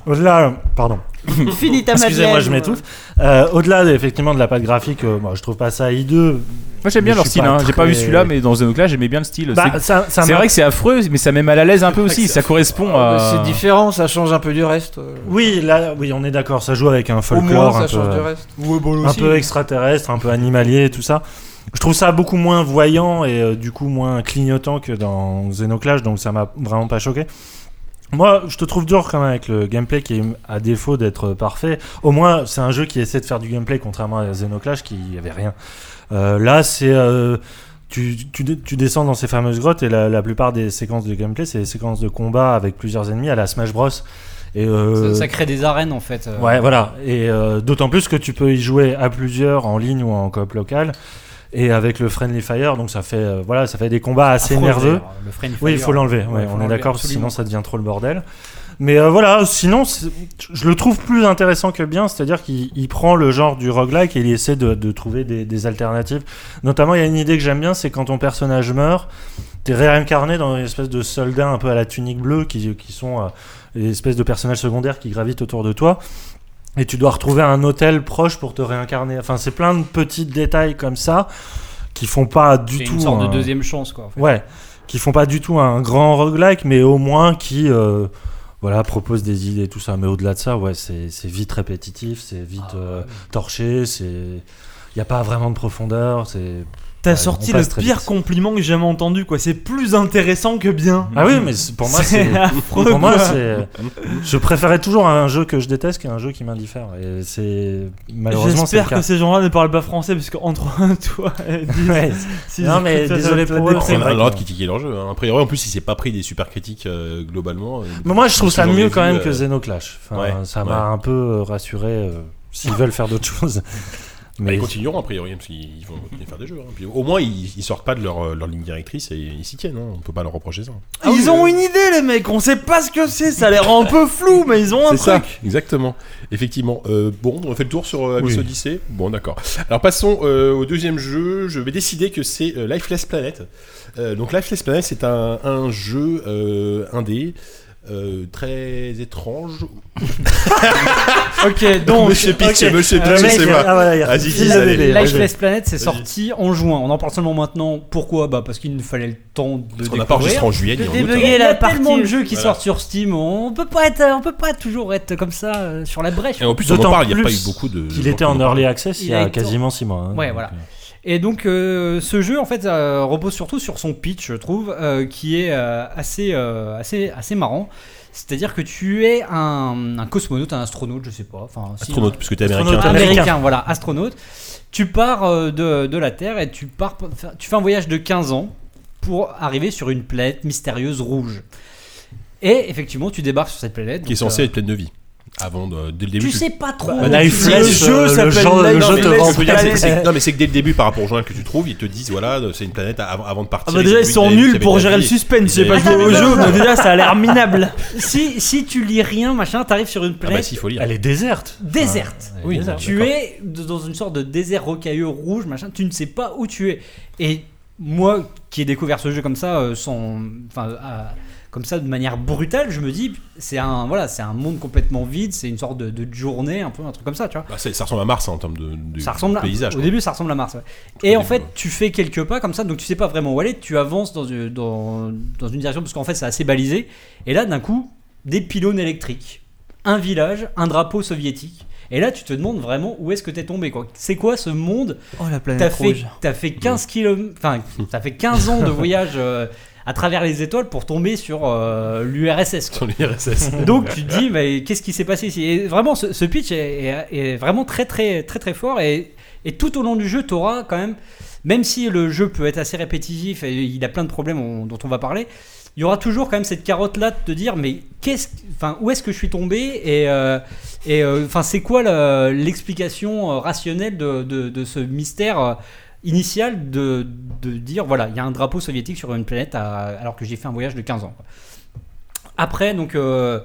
S7: Au-delà, pardon.
S5: Finis ta
S7: Excusez-moi,
S5: Madeleine.
S7: je m'étouffe. Euh, Au-delà effectivement de la patte graphique, euh, moi je trouve pas ça hideux.
S3: Moi j'aime bien
S7: Mais
S3: leur
S7: je suis
S3: style, hein. j'ai pas vu
S7: très-
S3: celui-là, mais dans Xenoclash j'aimais bien le style.
S7: Bah,
S3: C'est-
S7: ça- ça
S3: c'est
S7: m'a-
S3: vrai que c'est affreux, mais ça met mal à l'aise un peu aussi, ça correspond à.
S6: C'est différent, ça change un peu du reste. euh.
S7: Oui, là, oui, on est d'accord, ça joue avec un folklore
S6: moins, ça
S7: un
S6: change
S7: peu,
S6: du reste.
S7: un
S6: Ouais, bon, aussi.
S7: peu extraterrestre, un peu animalier, tout ça. Je trouve ça beaucoup moins voyant et euh, du coup moins clignotant que dans Xenoclash, donc ça m'a vraiment pas choqué. Moi, je te trouve dur quand même avec le gameplay qui, est, à défaut d'être parfait, au moins c'est un jeu qui essaie de faire du gameplay, contrairement à Xenoclash qui y avait rien. Euh, là, c'est euh, tu, tu- tu descends dans ces fameuses grottes et la, la plupart des séquences de gameplay, c'est des séquences de combat avec plusieurs ennemis à la Smash Bros. Et euh,
S2: Ça, ça crée des arènes en fait. euh.
S7: Ouais, voilà. Et euh, d'autant plus que tu peux y jouer à plusieurs en ligne ou en coop local. Et avec le Friendly Fire, donc ça fait, euh, voilà, ça fait des combats assez
S2: Affreux,
S7: nerveux.
S2: d'ailleurs, le Friendly
S7: oui, il
S2: Fire.
S7: faut l'enlever, ouais,
S2: Ouais, faut
S7: on est
S2: l'enlever,
S7: d'accord,
S2: absolument.
S7: sinon ça devient trop le bordel. Mais euh, voilà, sinon, c'est- je le trouve plus intéressant que bien, c'est-à-dire qu'il il prend le genre du roguelike et il essaie de, de trouver des, des alternatives. Notamment, il y a une idée que j'aime bien, c'est quand ton personnage meurt, t'es réincarné dans une espèce de soldat un peu à la tunique bleue, qui, qui sont euh, des espèces de personnages secondaires qui gravitent autour de toi. Et tu dois retrouver un hôtel proche pour te réincarner. Enfin, c'est plein de petits détails comme ça qui font pas du
S2: C'est
S7: tout.
S2: une sorte de
S7: un-
S2: deuxième chance, quoi, en fait.
S7: Ouais, qui font pas du tout un grand roguelike, mais au moins qui euh, voilà, propose des idées et tout ça. Mais au-delà de ça, ouais, c'est c'est vite répétitif, c'est vite euh, torché, c'est. Il n'y a pas vraiment de profondeur, c'est.
S4: T'as
S7: ouais,
S4: sorti
S7: on
S4: le
S7: passe très
S4: pire
S7: vite.
S4: compliment que j'ai jamais entendu, quoi. C'est plus intéressant que bien.
S7: Ah oui, mais c'est- pour moi, c'est.
S4: affreux,
S7: Pour moi,
S4: quoi.
S7: c'est. Je préférais toujours un jeu que je déteste qu'un jeu qui m'indiffère. Et c'est. Malheureusement, c'est le
S4: J'espère
S7: cas.
S4: que ces gens-là ne parlent pas français, parce qu'entre toi et Diz,
S7: Ouais.
S4: si
S7: Non,
S4: ils
S7: mais
S4: écoutent ça, ça
S7: désolé
S4: va te
S7: pour
S4: la
S7: eux,
S4: déprimer.
S7: c'est
S1: On a
S7: vrai
S1: le droit
S7: que-
S1: de critiquer leur jeu. hein. A priori, en plus, il s'est pas pris des super critiques euh, globalement.
S7: Mais moi, je trouve ça
S1: Toujours
S7: mieux
S1: des
S7: quand
S1: vues,
S7: même
S1: euh,
S7: que Xenoclash. Enfin,
S1: ouais,
S7: ça
S1: ouais.
S7: m'a un peu euh, rassuré euh, s'ils veulent faire d'autres choses.
S1: Bah, ils continueront a priori parce qu'ils vont continuer à faire des jeux. hein. Puis, au moins ils, ils sortent pas de leur, euh, leur ligne directrice et ils s'y tiennent. hein. On peut pas leur reprocher ça.
S7: Ah
S4: Ils ont une idée, les mecs. On sait pas ce que c'est. Ça a l'air un peu flou, mais ils ont un
S1: C'est ça,
S4: truc.
S1: exactement. Effectivement. Euh, bon, on a fait le tour sur euh, Abyss
S7: Oui.
S1: Odyssey. Bon, d'accord. Alors passons euh, au deuxième jeu. Je vais décider que c'est euh, Lifeless Planet. Euh, donc Lifeless Planet, c'est un, un jeu euh, indé. euh, très étrange.
S4: ok, donc.
S1: Monsieur Pitch,
S4: ok.
S1: Monsieur
S4: Euh,
S1: Pitch,
S4: mec,
S1: c'est
S4: euh,
S1: moi.
S4: ah, voilà, il y a-
S1: Vas-y,
S4: il
S1: Kiz,
S4: l'avait,
S1: allez.
S4: il l'avait.
S2: Lifeless Planet, c'est
S1: Vas-y.
S2: sorti en juin. On en parle seulement maintenant. Pourquoi Bah parce qu'il nous fallait le temps de.
S1: qu'on
S2: découvrir.
S1: n'a pas enregistré en juillet,
S2: De
S1: ni en août,
S2: débugger
S1: hein.
S2: la Il y a
S1: partie.
S2: tellement de jeux qui
S1: Voilà.
S2: sortent sur Steam. On peut pas être, on peut pas toujours être comme ça euh, sur la brèche.
S1: Et en plus, on en
S7: D'autant
S1: parle, il n'y a pas eu
S7: plus
S1: beaucoup de.
S7: qu'il était en early access il y a
S2: été-
S7: quasiment 6 mois. hein.
S2: ouais,
S7: Donc,
S2: voilà.
S7: euh,
S2: Et donc, euh, ce jeu, en fait, euh, repose surtout sur son pitch, je trouve, euh, qui est euh, assez, euh, assez, assez marrant. C'est-à-dire que tu es un, un cosmonaute, un astronaute, je sais pas. Enfin, si-
S1: Astronaute, puisque t'es américain.
S2: Astronaute
S1: Américain.
S2: américain, voilà, astronaute. Tu pars euh, de, de la Terre et tu, pars, pour faire- tu fais un voyage de 15 ans pour arriver sur une planète mystérieuse rouge. Et effectivement, tu débarques sur cette planète.
S1: Qui est
S2: donc,
S1: censé
S2: euh,
S1: être pleine de vie. Avant de, dès le début.
S2: Tu sais pas trop.
S1: Bah,
S2: Le
S1: Lifeless,
S2: jeu
S1: euh,
S2: s'appelle
S1: genre-
S2: Lifeless
S1: genre de-
S2: Planet.
S1: je veux dire, c'est- c'est-
S2: Ouais.
S1: Non, mais c'est que dès le début, par rapport au journal que tu trouves, ils te disent voilà, c'est une planète avant, avant de partir.
S4: Ah bah déjà, ils sont nuls pour gérer le suspense. J'ai pas joué au jeu, mais déjà, ça a l'air minable.
S2: si, si tu lis rien, machin, t'arrives sur une planète.
S1: Ah bah si, faut lire.
S7: Elle est déserte.
S2: Déserte.
S7: Ah, oui, déserte,
S2: tu
S7: d'accord.
S2: es d- dans une sorte de désert rocailleux rouge, machin. Tu ne sais pas où tu es. Et moi, qui ai découvert ce jeu comme ça, euh, sans, enfin, euh, comme ça de manière brutale, je me dis, c'est un, voilà, c'est un monde complètement vide. C'est une sorte de, de journée, un peu un truc comme ça, tu vois.
S1: Bah, c'est- ça ressemble à Mars hein, en termes de, de-
S2: Ça ressemble
S1: de
S2: à-
S1: paysage.
S2: Au début, ça ressemble à Mars. ouais. Et en fait, tu fais quelques pas comme ça, donc tu sais pas vraiment où aller. Tu avances dans, une- dans, dans une direction parce qu'en fait, c'est assez balisé. Et là, d'un coup, des pylônes électriques, un village, un drapeau soviétique. Et là, tu te demandes vraiment où est-ce que t'es tombé. quoi. C'est quoi ce monde
S4: Oh, la planète
S2: T'as fait,
S4: rouge.
S2: t'as fait 15 kilomètres, enfin, t'as fait 15 ans de voyage. euh, à travers les étoiles pour tomber sur euh, l'URSS. quoi. Donc tu te dis, mais qu'est-ce qui s'est passé ici Et vraiment, ce, ce pitch est, est- est vraiment très, très, très, très fort. Et Et tout au long du jeu, t'auras quand même, même si le jeu peut être assez répétitif et il a plein de problèmes on- dont on va parler, il y aura toujours quand même cette carotte là de te dire mais qu'est-ce, enfin où est-ce que je suis tombé et euh, et euh, enfin c'est quoi la- l'explication euh, rationnelle de, de- de ce mystère euh, initial de, de dire voilà il y a un drapeau soviétique sur une planète à- alors que j'ai fait un voyage de 15 ans. quoi. Après, donc euh,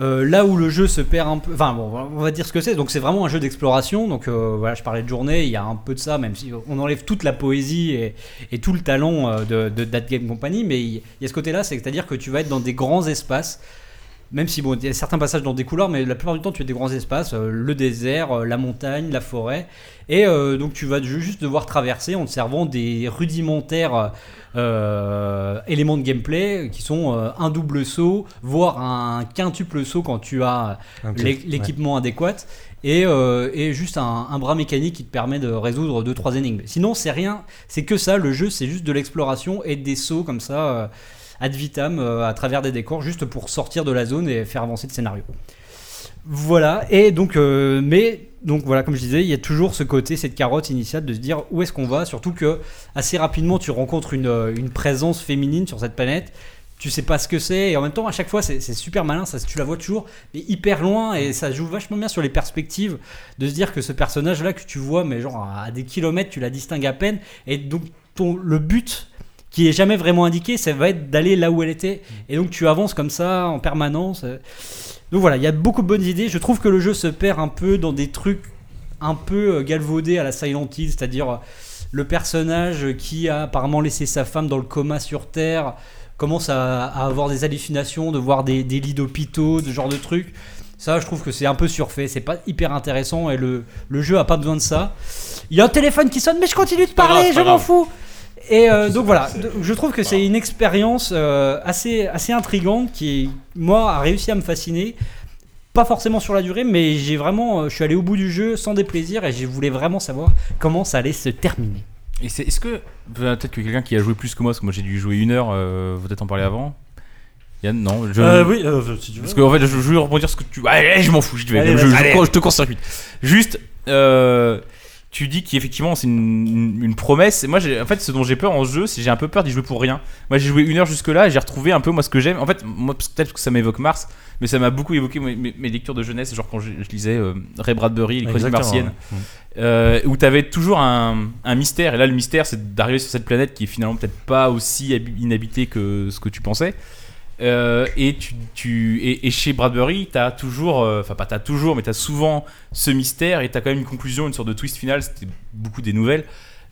S2: euh, là où le jeu se perd un peu, enfin bon, on va dire ce que c'est. Donc c'est vraiment un jeu d'exploration. Donc euh, voilà, je parlais de journée, il y a un peu de ça, même si on enlève toute la poésie et, et tout le talent euh, de, de That Game Company, mais il il y a ce côté-là, c'est-à-dire que tu vas être dans des grands espaces. Même si bon, il y a certains passages dans des couloirs, mais la plupart du temps, tu as des grands espaces, euh, le désert, euh, la montagne, la forêt, et euh, donc tu vas ju- juste devoir traverser en te servant des rudimentaires euh, éléments de gameplay qui sont euh, un double saut, voire un quintuple saut quand tu as
S7: Un quin-
S2: l'é- l'équipement adéquat, et, euh, et juste un, un bras mécanique qui te permet de résoudre deux trois énigmes. Sinon, c'est rien, c'est que ça. Le jeu, c'est juste de l'exploration et des sauts comme ça. euh, ad vitam euh, à travers des décors juste pour sortir de la zone et faire avancer le scénario. Voilà, et donc, euh, mais, donc voilà, comme je disais, il y a toujours ce côté, cette carotte initiale de se dire où est-ce qu'on va, surtout que assez rapidement tu rencontres une, euh, une présence féminine sur cette planète, tu sais pas ce que c'est, et en même temps, à chaque fois, c'est c'est super malin, ça, tu la vois toujours, mais hyper loin, et ça joue vachement bien sur les perspectives de se dire que ce personnage-là que tu vois, mais genre à des kilomètres, tu la distingues à peine, et donc ton, le but qui est jamais vraiment indiqué, ça va être d'aller là où elle était. Et donc tu avances comme ça en permanence. euh. Donc voilà, il y a beaucoup de bonnes idées. Je trouve que le jeu se perd un peu dans des trucs un peu euh, galvaudés à la Silent Hill, c'est-à-dire euh, le personnage qui a apparemment laissé sa femme dans le coma sur Terre commence à, à avoir des hallucinations, de voir des, des lits d'hôpitaux, ce genre de trucs. Ça, je trouve que c'est un peu surfait, c'est pas hyper intéressant et le, le jeu a pas besoin de ça. Il y a un téléphone qui sonne, mais je continue de
S16: pas grave,
S2: parler, je
S16: pas
S2: m'en
S16: grave.
S2: fous. Et euh, donc voilà, de- je trouve que c'est une expérience euh, assez, assez intrigante qui, moi, a réussi à me fasciner. Pas forcément sur la durée, mais j'ai vraiment, euh, je suis allé au bout du jeu sans déplaisir et je voulais vraiment savoir comment ça allait se terminer.
S3: Et c'est, est-ce que ben, peut-être que quelqu'un qui a joué plus que moi, parce que moi j'ai dû jouer une heure, euh, peut-être en parler avant. Yann, non. Je...
S7: Euh, oui, euh, si tu veux.
S3: Parce qu'en fait, je, je voulais rebondir ce que tu. Allez, je m'en fous, je vais.
S7: Allez,
S3: je,
S7: vas-y.
S3: je-
S7: Allez.
S3: je- je te court-circuite. Juste, euh, tu dis qu'effectivement c'est une, une promesse. Et moi, j'ai- en fait, ce dont j'ai peur en ce jeu, c'est j'ai un peu peur d'y jouer pour rien. Moi, j'ai joué une heure jusque-là et j'ai retrouvé un peu moi ce que j'aime. En fait, moi, parce que peut-être que ça m'évoque Mars, mais ça m'a beaucoup évoqué mes, mes- mes lectures de jeunesse, genre quand je, je lisais euh, Ray Bradbury, les Chroniques
S7: Exactement,
S3: martiennes,
S7: ouais.
S3: euh, où t'avais toujours un, un mystère. Et là, le mystère, c'est d'arriver sur cette planète qui est finalement peut-être pas aussi hab- inhabitée que ce que tu pensais. Euh, et tu, tu et, et chez Bradbury, t'as toujours, euh, enfin pas t'as toujours, mais t'as souvent ce mystère et t'as quand même une conclusion, une sorte de twist final. C'était beaucoup des nouvelles.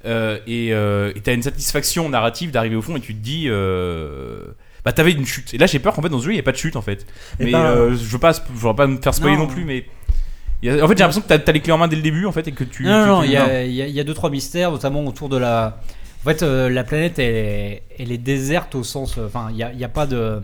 S3: Euh, et euh, et t'as une satisfaction narrative d'arriver au fond et tu te dis. euh, bah t'avais une chute et là j'ai peur qu'en fait dans ce jeu il n'y ait pas de chute en fait
S7: Eh
S3: mais
S7: ben,
S3: euh, je veux pas sp- je voudrais pas me faire spoiler non,
S2: Non.
S3: plus mais il y a- en fait j'ai l'impression que t'as as les clés en main dès le début en fait et que tu
S2: non,
S3: tu-
S2: non,
S3: tu-
S2: il y,
S3: non.
S2: a- il y a- il y a deux trois mystères, notamment autour de la. En fait, euh, la planète elle est, elle est déserte au sens, euh, enfin, il n'y a, il y a pas de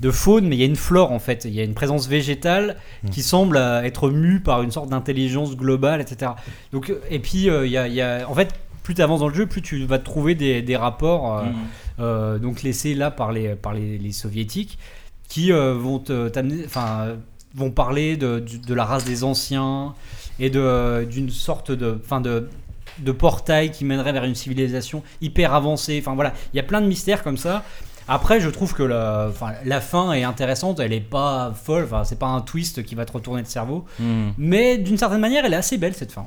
S2: de faune, mais il y a une flore en fait. Il y a une présence végétale
S3: Hmm.
S2: qui semble euh, être mue par une sorte d'intelligence globale, etc. Donc, euh, et puis euh, il y, a, il y a- en fait, plus tu avances dans le jeu, plus tu vas trouver des, des rapports euh,
S3: Mhm.
S2: euh, donc laissés là par les par les, les soviétiques qui euh, vont te- t'amener, enfin, euh, vont parler de, du- de la race des anciens et de d'une sorte de, enfin de de portail qui mènerait vers une civilisation hyper avancée. Enfin voilà, il y a plein de mystères comme ça. Après, je trouve que la, enfin, la fin est intéressante, elle est pas folle, enfin, c'est pas un twist qui va te retourner le cerveau,
S3: Hmm.
S2: mais d'une certaine manière, elle est assez belle cette fin.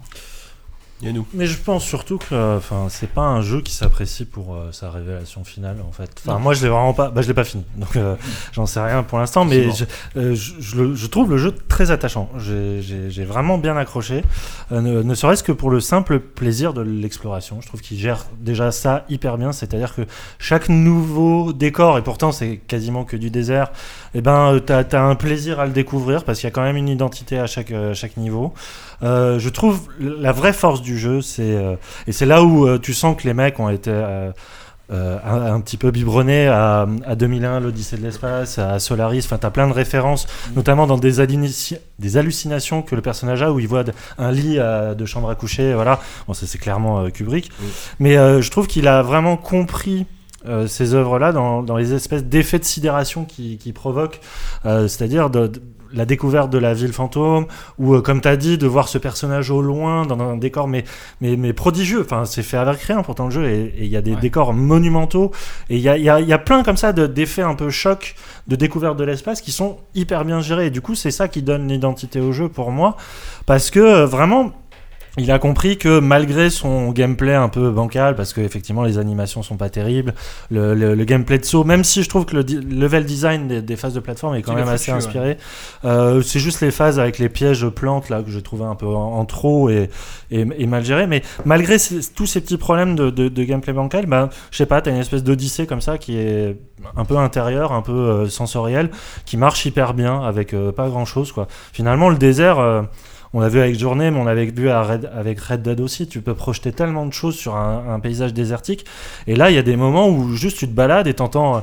S7: Mais je pense surtout que euh, enfin c'est pas un jeu qui s'apprécie pour euh, sa révélation finale en fait. Enfin
S2: Non.
S7: moi je l'ai vraiment pas bah je l'ai pas fini. Donc euh, j'en sais rien pour l'instant mais
S2: C'est bon.
S7: je, euh, je, je le- je trouve le jeu très attachant. J'ai- J'ai j'ai vraiment bien accroché Euh, ne, ne serait-ce que pour le simple plaisir de l'exploration. Je trouve qu'il gère déjà ça hyper bien, c'est-à-dire que chaque nouveau décor et pourtant c'est quasiment que du désert, et ben euh, t'as as un plaisir à le découvrir parce qu'il y a quand même une identité à chaque euh, chaque niveau. Euh, je trouve la vraie force du jeu, c'est euh, et c'est là où euh, tu sens que les mecs ont été euh, euh, un, un petit peu biberonnés à, à 2001, l'Odyssée de l'espace, à Solaris. Enfin, t'as plein de références, notamment dans des, halluci- des hallucinations que le personnage a où il voit d- un lit euh, de chambre à coucher. Voilà, bon, ça c'est clairement euh, Kubrick. Mais euh, je trouve qu'il a vraiment compris euh, ces œuvres-là dans, dans les espèces d'effets de sidération qui, qui provoquent, euh, c'est-à-dire de- de- la découverte de la ville fantôme, ou euh, comme tu as dit, de voir ce personnage au loin dans un décor mais, mais, mais prodigieux. Enfin, c'est fait avec rien pourtant le jeu, et il y a des décors monumentaux, et il y a, il y a- il y a plein comme ça de- d'effets un peu choc, de découverte de l'espace qui sont hyper bien gérés. Et du coup, c'est ça qui donne l'identité au jeu pour moi, parce que euh, vraiment. Il a compris que malgré son gameplay un peu bancal, parce que effectivement les animations sont pas terribles, le, le- le gameplay de saut, même si je trouve que le di- level design des, des phases de plateforme est quand
S16: Il est
S7: même
S16: foutu,
S7: assez
S16: ouais.
S7: inspiré, euh, c'est juste les phases avec les pièges plantes là que je trouvais un peu en, en trop et, et- et mal géré. Mais malgré ces- tous ces petits problèmes de, de- de gameplay bancal, bah, je sais pas, t'as une espèce d'odyssée comme ça qui est un peu intérieure, un peu euh, sensorielle, qui marche hyper bien avec euh, pas grand chose quoi. Finalement, le désert. euh, on l'a vu avec Journée, mais on l'avait vu à Red- avec Red Dead aussi. Tu peux projeter tellement de choses sur un, un paysage désertique. Et là, il y a des moments où juste tu te balades et t'entends euh,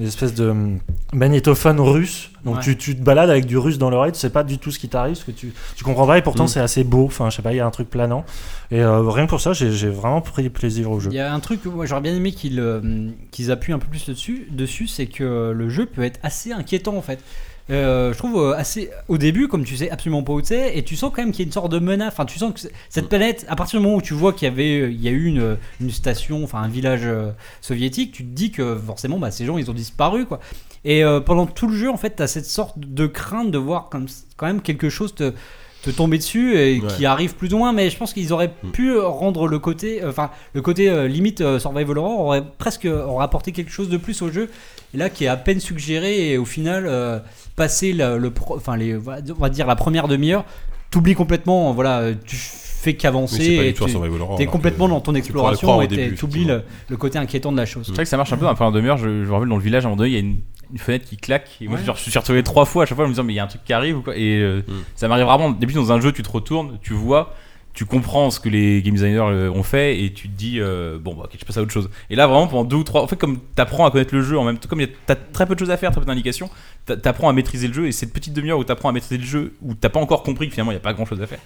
S7: une espèce de hum, magnétophone russe. Donc
S16: Ouais.
S7: tu, tu te balades avec du russe dans l'oreille, tu sais pas du tout ce qui t'arrive, ce que tu, tu comprends pas. Et pourtant,
S2: Mm.
S7: c'est assez beau. Enfin, je sais pas, il y a un truc planant. Et euh, rien que pour ça, j'ai j'ai vraiment pris plaisir au jeu.
S2: Il y a un truc que moi j'aurais bien aimé qu'ils euh, qu'ils appuient un peu plus dessus, dessus c'est que le jeu peut être assez inquiétant en fait. Euh, je trouve euh, assez au début comme tu sais absolument pas où t'es et tu sens quand même qu'il y a une sorte de menace enfin tu sens que c'est-
S7: Mm.
S2: cette planète à partir du moment où tu vois qu'il y avait euh, il y a eu une, une station enfin un village euh, soviétique tu te dis que forcément bah, ces gens ils ont disparu quoi et euh, pendant tout le jeu en fait t'as cette sorte de crainte de voir comme, quand même quelque chose te, te tomber dessus et
S16: Ouais.
S2: qui arrive plus ou moins mais je pense qu'ils auraient
S1: Mm.
S2: pu rendre le côté euh, enfin le côté euh, limite euh, survival horror aurait presque euh, aurait apporté quelque chose de plus au jeu et là qui est à peine suggéré et au final euh, passer la- le pro- enfin les on va dire la première demi-heure t'oublies complètement voilà euh, tu fais
S1: Oui, c'est pas
S2: qu'avancer
S1: du
S2: et
S1: tout un survival horror, hein,
S2: tu- t'es
S1: alors
S2: complètement
S1: que
S2: dans ton
S1: Oh, tu pourrais le
S2: exploration
S1: croire au
S2: et t'es-
S1: début,
S2: t'oublies le, le côté inquiétant de la chose
S3: C'est vrai que ça marche un peu dans la première demi-heure. Je, je me rappelle dans le village, à un moment donné, il y a une, une fenêtre qui claque. Et moi,
S2: Ouais.
S3: genre, je suis retrouvé trois fois à chaque fois en me disant, mais il y a un truc qui arrive ou quoi. Et euh, ça m'arrive rarement. D'habitude, dans un jeu, tu te retournes, tu vois, tu comprends ce que les game designers euh, ont fait et tu te dis, euh, bon, bah, ok, je passe à autre chose. Et là, vraiment, pendant deux ou trois. En fait, comme t'apprends à connaître le jeu, en même temps, comme il y a- t'as très peu de choses à faire, très peu d'indications, t'a- t'apprends à maîtriser le jeu. Et cette petite demi-heure où t'apprends à maîtriser le jeu, où t'as pas encore compris que finalement, il y a pas grand chose à faire.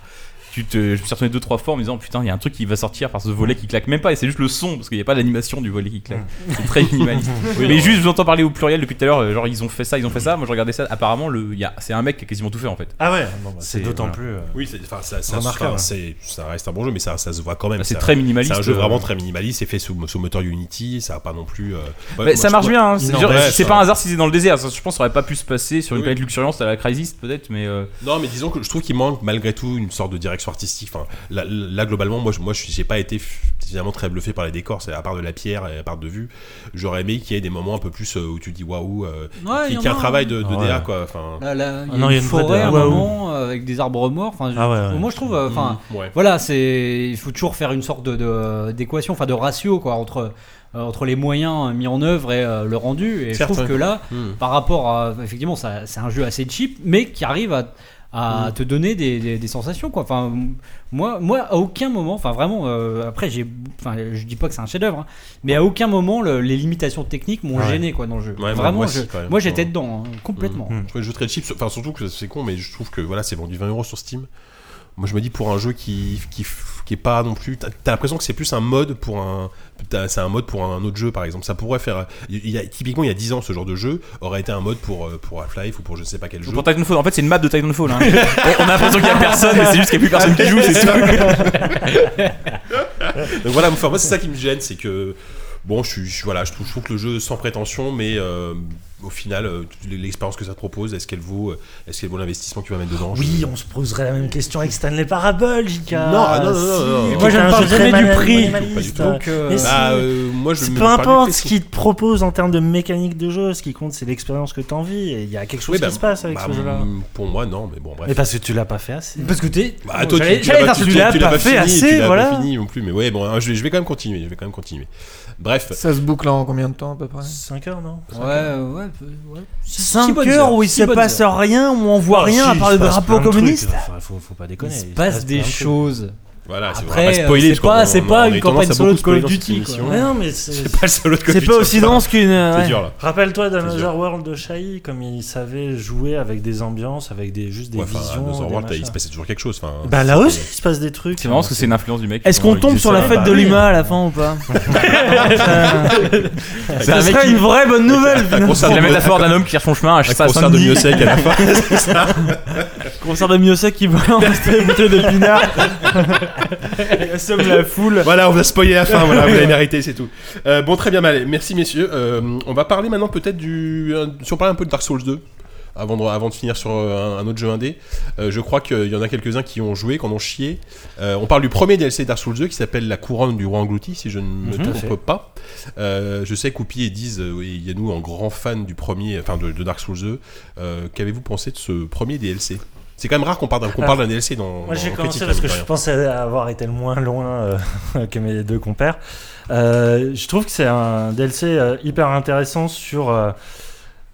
S3: Tu te, je me suis retourné deux trois fois en me disant putain il y a un truc qui va sortir par ce volet qui claque même pas et c'est juste le son parce qu'il n'y a pas l'animation du volet qui claque c'est très minimaliste
S16: Oui,
S3: mais
S16: non.
S3: juste j'entends parler au pluriel depuis tout à l'heure euh, genre ils ont fait ça ils ont fait ça moi je regardais ça apparemment le il y a- c'est un mec qui a quasiment tout fait en fait
S7: Ah ouais,
S1: bon, bah,
S7: c'est d'autant plus, euh,
S1: Oui, c'est- enfin, ça, ça-
S7: remarquable.
S1: enfin, c'est- ça reste un bon jeu, mais ça, ça se voit quand même.
S3: Bah, c'est
S1: Ça-
S3: très minimaliste,
S1: C'est un jeu
S3: euh.
S1: vraiment très minimaliste. C'est fait sous, sous moteur Unity. Ça a pas non plus. euh, ouais,
S3: mais
S1: moi,
S3: ça
S1: je-
S3: marche
S1: moi-
S3: bien hein. c'est
S1: Non,
S3: genre,
S1: ouais,
S3: c'est
S1: ça-
S3: pas un hasard si c'est dans le désert Ça, je pense que ça aurait pas pu se passer sur une
S1: Oui.
S3: planète luxuriante à la Crisis peut-être mais euh,
S1: Non, mais disons que je trouve qu'il manque malgré tout une sorte de direction artistique. Enfin, là, là, globalement, moi, je, moi, je suis- j'ai pas été finalement très bluffé par les décors. C'est à part de la pierre et à part de vue, j'aurais aimé qu'il y ait des moments un peu plus euh, où tu dis waouh, euh,
S2: Ouais,
S1: qu'il
S2: y
S1: qu'il y ait
S2: en
S1: un
S2: a,
S1: travail
S2: hein.
S1: de, de
S2: Ah ouais.
S1: DA quoi. Enfin,
S2: Là, là, il y a
S7: Ah Non,
S2: une,
S7: il y a une vraie
S2: forêt à un
S7: DA, ouais,
S2: moment euh, avec des arbres morts. Enfin, je-
S7: Ah ouais, ouais.
S2: moi je trouve, euh, enfin,
S1: Mm,
S7: Mhm, ouais.
S2: voilà, c'est, il faut toujours faire une sorte de, de- d'équation, enfin de ratio quoi entre euh, entre les moyens mis en œuvre et euh, le rendu. Et
S16: Certes,
S2: je trouve
S16: ouais.
S2: que là,
S1: Mm.
S16: Mhm.
S2: par rapport à, effectivement, ça, c'est un jeu assez cheap, mais qui arrive à
S1: Mm.
S2: à
S16: Mhm.
S2: te donner des, des- des sensations quoi enfin m- moi moi à aucun moment enfin vraiment euh, après j'ai enfin je dis pas que c'est un chef d'œuvre mais à aucun moment le- les limitations techniques m'ont
S1: Ouais.
S2: gêné quoi dans le jeu
S1: Ouais, moi-
S2: vraiment
S1: moi euh,
S2: je-
S1: aussi, quand même.
S2: moi j'étais
S1: Ouais.
S2: dedans hein,
S7: Mm,
S2: complètement
S1: Je trouvais le jeu très cheap, enfin surtout que c'est con, mais je trouve que voilà, c'est vendu 20 euros sur Steam. Moi, je me dis pour un jeu qui qui, qui est pas non plus, t'as t'as l'impression que c'est plus un mode pour un, t'as- c'est un mode pour un autre jeu par exemple. Ça pourrait faire, il y a, typiquement il y a 10 ans ce genre de jeu aurait été un mode pour euh, pour Half-Life ou pour je ne sais pas quel jeu.
S3: pour Titanfall en fait c'est une map de Titanfall hein. on a l'impression qu'il y a personne mais c'est juste qu'il y a plus personne qui joue c'est tout
S1: Donc voilà, enfin, moi c'est ça qui me gêne, c'est que bon, je suis, je- voilà, je trouve, je trouve que le jeu sans prétention, mais euh, au final, euh, l'expérience que ça te propose, est-ce qu'elle vaut, euh, est-ce qu'elle vaut l'investissement que tu vas mettre dedans
S7: Oui, on se poserait la même question avec Stanley Parable, JK.
S1: Non, ah, non, non, non, non.
S7: Moi, je ne parle jamais du prix.
S1: Pas du tout. Bah, euh, moi, je me- je
S7: peu
S1: parle du
S7: importe
S1: PC.
S7: ce qu'ils te proposent en termes de mécanique de jeu, ce qui compte, c'est l'expérience que tu en vis. Et il y a quelque chose
S1: Oui, bah,
S7: qui se passe avec
S1: bah,
S7: ce jeu-là.
S1: mm, Pour moi, non, mais bon, bref.
S7: Mais parce que tu l'as pas fait assez.
S2: Parce que t'es.
S1: Bah, toi, tu,
S7: J'allais-
S1: tu
S7: j'allais
S1: l'as
S7: dire,
S1: pas, tu-
S7: tu
S1: tu-
S7: l'as
S1: tu l'as
S7: pas
S1: pas
S7: fait
S1: fini, tu
S7: assez,
S1: l'as
S7: voilà.
S1: pas fini non plus, mais ouais, bon, hein, je, vais- je vais quand même continuer, je vais quand même continuer. Bref.
S6: Ça se boucle en combien de temps à peu près
S7: 5 heures, non
S2: Ouais, euh, ouais, peu- ouais. Six- six
S4: 5
S2: bonnes
S4: heures où il
S2: six
S4: se
S2: bonnes
S4: passe
S2: heures.
S4: rien, où on voit
S7: Ah,
S4: rien
S7: si,
S4: à part le
S7: il se passe
S4: drapeau
S7: plein de hein.
S4: communiste.
S7: trucs. Enfin, faut, faut pas déconner.
S2: Il se
S7: il
S2: passe
S7: plein
S2: des
S7: de trucs.
S2: choses.
S1: Voilà, c'est- on va
S2: Après,
S1: pas spoiler,
S2: euh,
S1: parce
S2: c'est
S1: qu'on-
S2: pas-
S1: on-
S2: c'est
S1: on
S2: pas
S1: a
S2: une
S1: tendance à
S2: campagne solo
S1: beaucoup
S2: de Call
S1: spoiler
S2: of
S1: dans cette
S2: Duty, quoi.
S1: émission.
S2: Ouais, non,
S7: mais
S1: c'est pas le solo de Call
S7: C'est
S1: of
S7: pas
S1: Duty,
S7: aussi
S1: ça.
S7: dense qu'une. euh,
S1: C'est
S7: ouais.
S1: dur, là.
S7: Rappelle-toi
S1: C'est
S7: d'Another
S1: dur.
S7: World de Shai, comme il savait jouer avec des ambiances, avec des juste des
S1: Ouais, enfin,
S7: visions.
S1: Another
S7: des
S1: World, il se
S7: machins.
S1: passait toujours quelque chose, enfin,
S7: bah là
S1: c'est-
S7: aussi, il se passe des trucs.
S3: C'est marrant parce que c'est une influence du mec.
S7: Est-ce qu'on
S3: Comment il
S7: tombe
S3: dit
S7: sur
S3: ça
S7: la fête
S3: Bah
S7: de
S3: oui.
S7: l'humain
S6: à la fin ou pas
S3: C'est
S7: Ça
S3: un mec
S7: serait
S3: Bah, qui-
S7: une vraie bonne nouvelle.
S3: C'est
S7: finalement.
S3: la métaphore d'un homme qui cherche son chemin à
S1: Un concert
S3: Saint-Denis.
S1: de Miossec à la fin, c'est ça.
S4: Concert de Miosec qui balance des bouteilles de pinard. Il assomme la foule.
S1: Voilà, on va spoiler la fin, voilà, vous l'avez mérité, c'est tout. Euh, bon, très bien, mal. merci messieurs. Euh, on va parler maintenant peut-être du. euh, si on parle un peu de Dark Souls 2, avant de, avant de finir sur euh, un, un autre jeu indé, euh, je crois qu'il y en a quelques-uns qui ont joué, qui en ont chié. Euh, on parle du premier DLC Dark Souls 2 qui s'appelle La couronne du roi englouti, si je ne me
S7: Mhm. Tout à fait.
S1: trompe pas. Euh, je sais qu'Oupi et Diz, euh, oui, il y a nous, un grand fan du premier, enfin de, de Dark Souls 2, euh, qu'avez-vous pensé de ce premier DLC c'est quand même rare qu'on parle d'un qu'on
S7: Alors,
S1: parle d'un DLC dans.
S7: Ah. Moi, j'ai
S1: dans
S7: commencé
S1: critique,
S7: parce
S1: hein,
S7: que
S1: mine de
S7: je
S1: rien.
S7: pensais avoir été le moins loin euh, que mes deux compères. Euh, je trouve que c'est un DLC euh, hyper intéressant sur euh,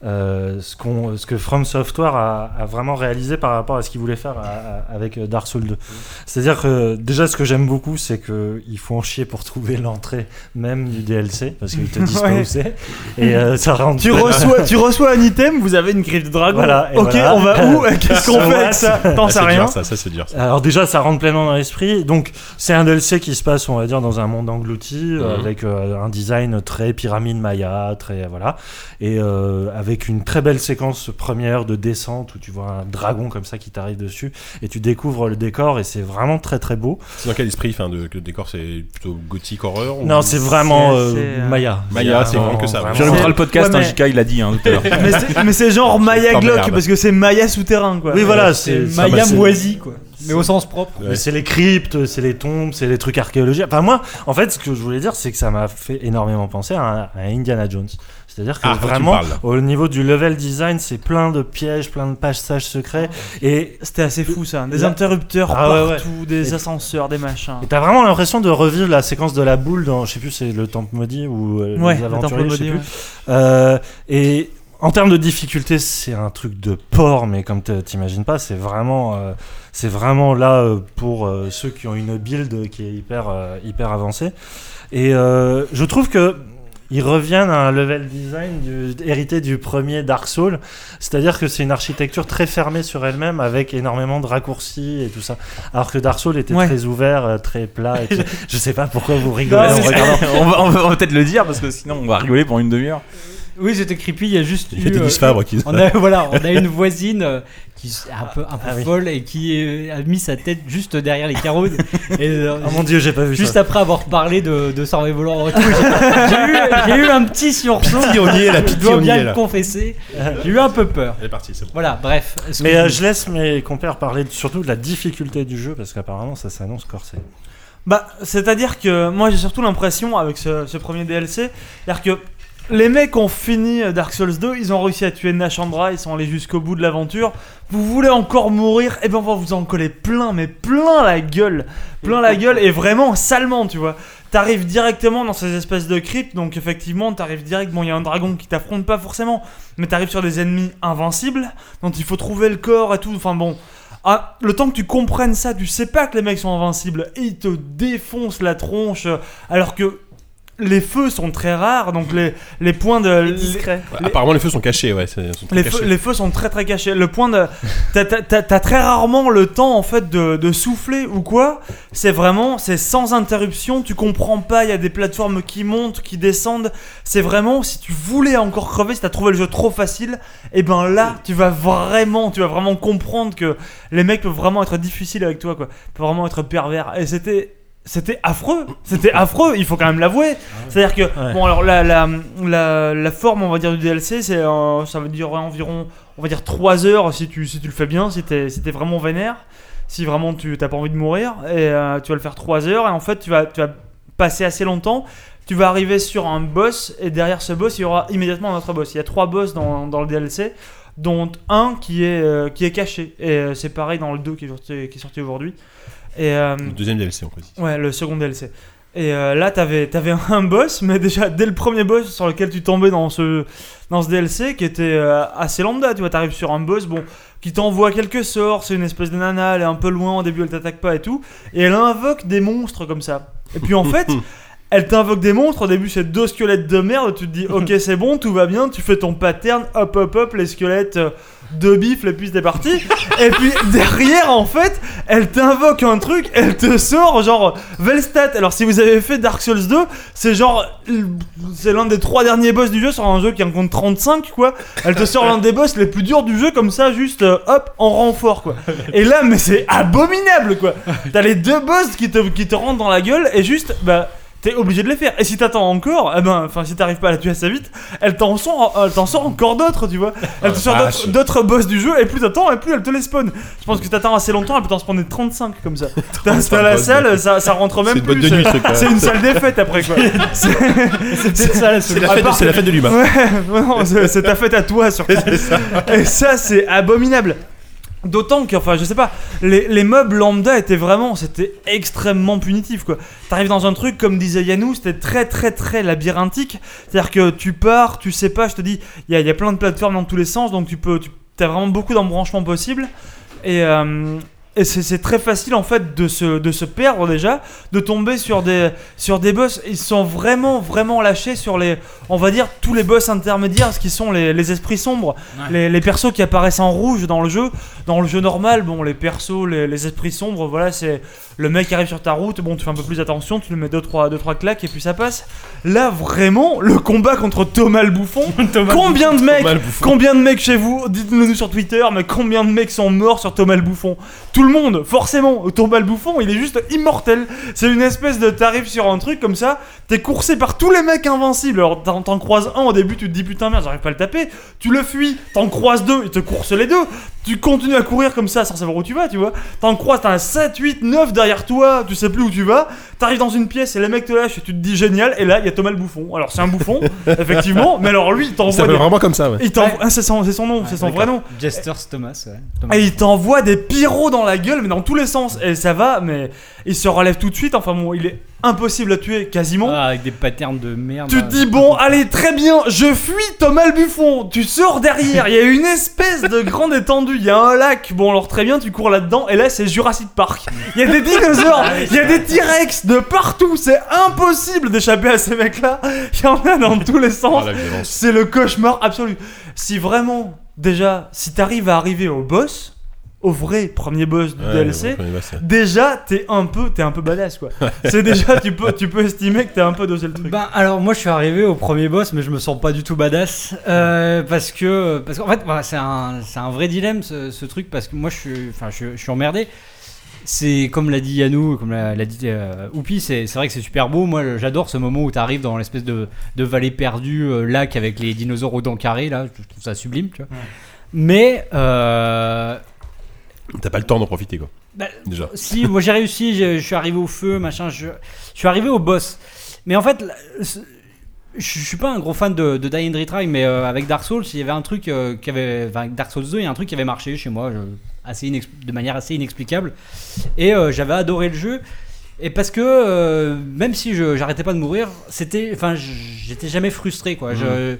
S7: euh, ce, qu'on- ce que From Software a, a vraiment réalisé par rapport à ce qu'il voulait faire à- à- avec euh, Dark Souls 2. C'est-à-dire que déjà, ce que j'aime beaucoup, c'est qu'il faut en chier pour trouver l'entrée même du DLC parce qu'ils te disent pas
S4: Ouais.
S7: où c'est. Et euh, ça rend
S4: Tu reçois, tu reçois un item, vous avez une griffe de dragon.
S7: Voilà, et
S4: ok,
S7: voilà.
S4: on va où Qu'est-ce qu'on
S7: So
S4: fait
S7: what
S4: avec ça T'en
S7: Ah,
S4: sais
S7: c'est
S4: rien.
S7: dur,
S1: Ça, ça c'est dur. ça.
S7: Alors déjà, ça rentre pleinement dans l'esprit. Donc c'est un DLC qui se passe, on va dire, dans un monde englouti, euh,
S1: Mhm.
S7: avec euh, un design très pyramide Maya, très voilà, et euh, avec une très belle séquence première de descente où tu vois un dragon comme ça qui t'arrive dessus et tu découvres le décor et c'est vraiment très très beau.
S1: C'est dans quel esprit enfin, de, que le décor c'est plutôt gothique horreur ou-
S7: Non, c'est vraiment
S1: Oh, C'est-
S7: euh,
S1: c'est, euh,
S7: Maya.
S1: Maya, c'est vraiment que ça. Je remettrai le
S3: podcast,
S1: Ouais,
S3: hein,
S1: mais-
S3: JK, il l'a dit hein, tout à l'heure.
S4: Mais c'est- Mais c'est genre Maya
S3: Formidable.
S4: Glock parce que c'est Maya souterrain quoi. Euh,
S7: Oui, voilà, c'est ça, bah,
S4: Maya
S7: c'est-
S4: moisi quoi.
S2: Mais au sens propre.
S7: Mais c'est les cryptes, c'est les tombes, c'est les trucs archéologiques. Enfin, moi, en fait, ce que je voulais dire, c'est que ça m'a fait énormément penser à, à Indiana Jones. C'est-à-dire que
S1: Ah, tu me
S7: vraiment,
S1: parles.
S7: au niveau du level design, c'est plein de pièges, plein de passages secrets. Et
S4: c'était assez fou ça. Des
S7: La-
S4: interrupteurs
S7: Ah, ouais,
S4: partout,
S7: ouais.
S4: des
S7: Et-
S4: ascenseurs, des machins.
S7: et t'as vraiment l'impression de revivre la séquence de la boule dans, je sais plus, c'est le Temple Maudit ou euh,
S4: Ouais,
S7: les
S4: le
S7: Aventuriers,
S4: Temple
S7: je sais
S4: Maudit,
S7: plus. Euh, et en termes de difficulté, c'est un truc de porc, mais comme t- t'imagines pas, c'est vraiment, euh, c'est vraiment là euh, pour euh, ceux qui ont une build qui est hyper, euh, hyper avancée. Et euh, je trouve que ils reviennent à un level design du- hérité du premier Dark Souls, c'est-à-dire que c'est une architecture très fermée sur elle-même avec énormément de raccourcis et tout ça, alors que Dark Souls était
S4: Ouais.
S7: très ouvert, euh, très plat. et tout ça. Je sais pas pourquoi vous rigolez
S3: Ouais,
S7: en
S3: c'est-
S7: regardant.
S3: on va, on va- on va peut-être le dire parce que sinon on va rigoler pendant une demi-heure.
S2: Oui, c'était creepy. Il y a juste.
S3: Il y a
S2: eu,
S3: Denis
S2: euh,
S3: Fabre qui-
S2: On a, voilà, on a une voisine euh, qui est un peu, un peu
S7: Ah oui.
S2: folle et qui euh, a mis sa tête juste derrière les carreaux. Et, euh,
S7: Oh mon Dieu, j'ai pas vu
S2: Juste
S7: ça.
S2: après avoir parlé de, de Sarvé Volant en retour, j'ai- j'ai eu, j'ai eu un petit sursaut.
S7: Pitié, on y est, là,
S2: Je
S7: pitié,
S2: dois
S7: on y
S2: bien
S7: est,
S2: le
S7: là.
S2: confesser. J'ai eu un peu peur.
S1: Elle est partie, c'est bon.
S2: Voilà, bref. Est-ce
S7: Mais
S2: que
S7: euh,
S2: vous-
S7: je laisse mes compères parler de- surtout de la difficulté du jeu parce qu'apparemment ça s'annonce corsé.
S4: Bah, c'est-à-dire que moi j'ai surtout l'impression avec ce, ce premier DLC, c'est-à-dire que les mecs ont fini Dark Souls 2, ils ont réussi à tuer Nashandra, ils sont allés jusqu'au bout de l'aventure. Vous voulez encore mourir Eh ben on va vous en coller plein, mais plein la gueule, plein la gueule et vraiment salement, tu vois. T'arrives directement dans ces espèces de cryptes, donc effectivement t'arrives direct. Bon, il y a un dragon qui t'affronte pas forcément, mais t'arrives sur des ennemis invincibles, donc il faut trouver le corps et tout. Enfin bon. Ah, le temps que tu comprennes ça, tu sais pas que les mecs sont invincibles et ils te défoncent la tronche euh, alors que les feux sont très rares donc les, les points de. Les
S1: Ouais,
S4: les-
S1: Apparemment, les feux sont cachés, ouais. c'est- sont très
S4: les,
S1: cachés.
S4: feux, les feux sont très très cachés. Le point de. T'as, t'as- t'as- t'as très rarement le temps en fait de, de souffler ou quoi. C'est vraiment. C'est sans interruption. Tu comprends pas. Il y a des plateformes qui montent, qui descendent. C'est vraiment. Si tu voulais encore crever, si t'as trouvé le jeu trop facile, et ben là, tu vas vraiment. Tu vas vraiment comprendre que les mecs peuvent vraiment être difficiles avec toi quoi. Ils peuvent vraiment être pervers. Et c'était. C'était affreux, c'était affreux, il faut quand même l'avouer. C'est-à-dire que, bon, alors la, la, la, la forme, on va dire, du DLC, c'est, euh, ça va durer environ, on va dire, 3 heures si tu, si tu le fais bien, si t'es, si t'es vraiment vénère, si vraiment tu t'as pas envie de mourir, et euh, tu vas le faire 3 heures, et en fait, tu vas, tu vas passer assez longtemps, tu vas arriver sur un boss, et derrière ce boss, il y aura immédiatement un autre boss. Il y a 3 boss dans, dans le DLC, dont un qui est, euh, qui est caché, et euh, c'est pareil dans le 2 qui est sorti, qui est sorti aujourd'hui. Et, euh,
S1: Le deuxième DLC, on peut dire.
S4: Ouais, le second DLC. Et euh, là, t'avais, t'avais un boss, mais déjà, dès le premier boss sur lequel tu tombais dans ce, dans ce DLC, qui était euh, assez lambda, tu vois, t'arrives sur un boss, bon, qui t'envoie quelques sorts, c'est une espèce de nana, elle est un peu loin au début, elle t'attaque pas et tout, et elle invoque des monstres comme ça. Et puis en fait, elle t'invoque des monstres, au début c'est deux squelettes de merde, tu te dis ok c'est bon, tout va bien, tu fais ton pattern, hop hop hop, les squelettes, euh, deux bifs, les puces des parties, et puis derrière en fait, elle t'invoque un truc, elle te sort genre Velstat, alors si vous avez fait Dark Souls 2, c'est genre, c'est l'un des trois derniers boss du jeu sur un jeu qui en compte 35 quoi, elle te sort l'un des boss les plus durs du jeu comme ça, juste euh, hop, en renfort quoi. Et là mais c'est abominable quoi, t'as les deux boss qui te, qui te rentrent dans la gueule et juste bah t'es obligé de les faire. Et si t'attends encore, eh ben, enfin, si t'arrives pas à la tuer assez vite, elle t'en sort, elle t'en sort encore d'autres, tu vois. Elle te sort d'autres-
S1: vache.
S4: d'autres boss du jeu, et plus t'attends, et plus elle te les spawn. Je pense que t'attends assez longtemps, elle peut t'en spawner 35 comme ça. T'as t'as la
S1: boss,
S4: salle,
S1: d'accord.
S4: ça, ça rentre même
S1: C'est une
S4: plus.
S1: boîte de nuit, ce truc-là.
S4: C'est une salle des fêtes après, quoi. C'est peut-être ça, la
S1: c'est la fête-
S4: à part-
S1: c'est la fête de l'humain.
S4: Ouais, vraiment, c'est c'est ta fête à toi, surtout. Et ça, c'est abominable. D'autant que, enfin, je sais pas, les, les meubles lambda étaient vraiment, c'était extrêmement punitif quoi. T'arrives dans un truc, comme disait Yanou, c'était très très très labyrinthique. C'est-à-dire que tu pars, tu sais pas, je te dis, il y a, il y a plein de plateformes dans tous les sens, donc tu peux, tu, t'as vraiment beaucoup d'embranchements possibles. Et, euh, et c'est, c'est très facile en fait de se, de se perdre déjà, de tomber sur des, sur des boss. Ils sont vraiment vraiment lâchés sur les, on va dire, tous les boss intermédiaires, ce qui sont les, les esprits sombres,
S2: Ouais.
S4: les, les persos qui apparaissent en rouge dans le jeu. Dans le jeu normal, bon, les persos, les, les esprits sombres, voilà, c'est le mec qui arrive sur ta route, bon, tu fais un peu plus attention, tu lui mets 2-3 deux, trois, deux, trois claques et puis ça passe. Là, vraiment, le combat contre Thomas le Bouffon, combien de mecs, combien de mecs chez vous, dites-le nous sur Twitter, mais combien de mecs sont morts sur Thomas le Bouffon Tout le monde, forcément, Thomas le Bouffon, il est juste immortel. C'est une espèce de tarif sur un truc comme ça, t'es coursé par tous les mecs invincibles. Alors t'en t'en croises un au début, tu te dis putain merde, j'arrive pas à le taper, tu le fuis, t'en croises deux, ils te coursent les deux, tu continues à courir comme ça sans savoir où tu vas, tu vois. T'en croises, t'as un 7, 8, 9 derrière toi, tu sais plus où tu vas, t'arrives dans une pièce et les mecs te lâchent et tu te dis génial, et là il y a Thomas le Bouffon. Alors c'est un bouffon, effectivement, mais alors lui il
S1: Il
S4: t'envoie.
S1: s'appelle
S4: des-
S1: vraiment comme ça, ouais.
S4: il t'envoie- ah, c'est son, c'est son nom, c'est son vrai nom.
S2: Jesters Thomas, ouais.
S7: Ah,
S2: Thomas.
S4: Et il t'envoie des pyros dans la gueule, mais dans tous les sens. Et ça va, mais il se relève tout de suite. Enfin bon, il est impossible à tuer quasiment.
S2: Ah, bah, avec des patterns de merde.
S4: Tu te dis bon, allez, très bien, je fuis Thomas le Buffon. Tu sors derrière, il y a une espèce de grande étendue, il y a un lac. Bon, alors très bien, tu cours là-dedans, et là, c'est Jurassic Park. Il y a des dinosaures, il y a des T-Rex de partout, c'est impossible d'échapper à ces mecs-là. Il y en a dans tous les sens. c'est le cauchemar absolu. Si vraiment, déjà, si t'arrives à arriver au boss, au vrai premier boss du
S1: Ouais, le
S4: DLC,
S1: vrai premier boss, ouais.
S4: déjà, t'es un peu, t'es un peu badass, quoi. c'est déjà, tu peux, tu peux estimer que t'as un peu dosé le truc.
S2: Ben, alors moi je suis arrivé au premier boss mais je me sens pas du tout badass euh, parce que parce qu'en fait voilà, c'est un c'est un vrai dilemme ce, ce truc parce que moi je suis enfin je, je suis emmerdé. C'est comme l'a dit Yanou, comme l'a l'a dit euh, Oupi, c'est c'est vrai que c'est super beau. Moi le- j'adore ce moment où t'arrives dans l'espèce de, de vallée perdue, euh, lac avec les dinosaures aux dents carrées là, je trouve ça sublime, tu vois. Mais euh,
S1: T'as pas le temps d'en profiter, quoi.
S2: bah,
S1: Déjà.
S2: Si, moi j'ai réussi, je, je suis arrivé au feu, machin, je, je suis arrivé au boss. Mais en fait, la- ce- je, je suis pas un gros fan de, de Die and Retry, mais euh, avec Dark Souls, il y avait un truc euh, qui avait. enfin, avec Dark Souls 2, il y a un truc qui avait marché chez moi, je- assez inex- de manière assez inexplicable. Et euh, j'avais adoré le jeu. Et parce que euh, même si je- j'arrêtais pas de mourir, c'était, enfin, j- j'étais jamais frustré quoi. Je-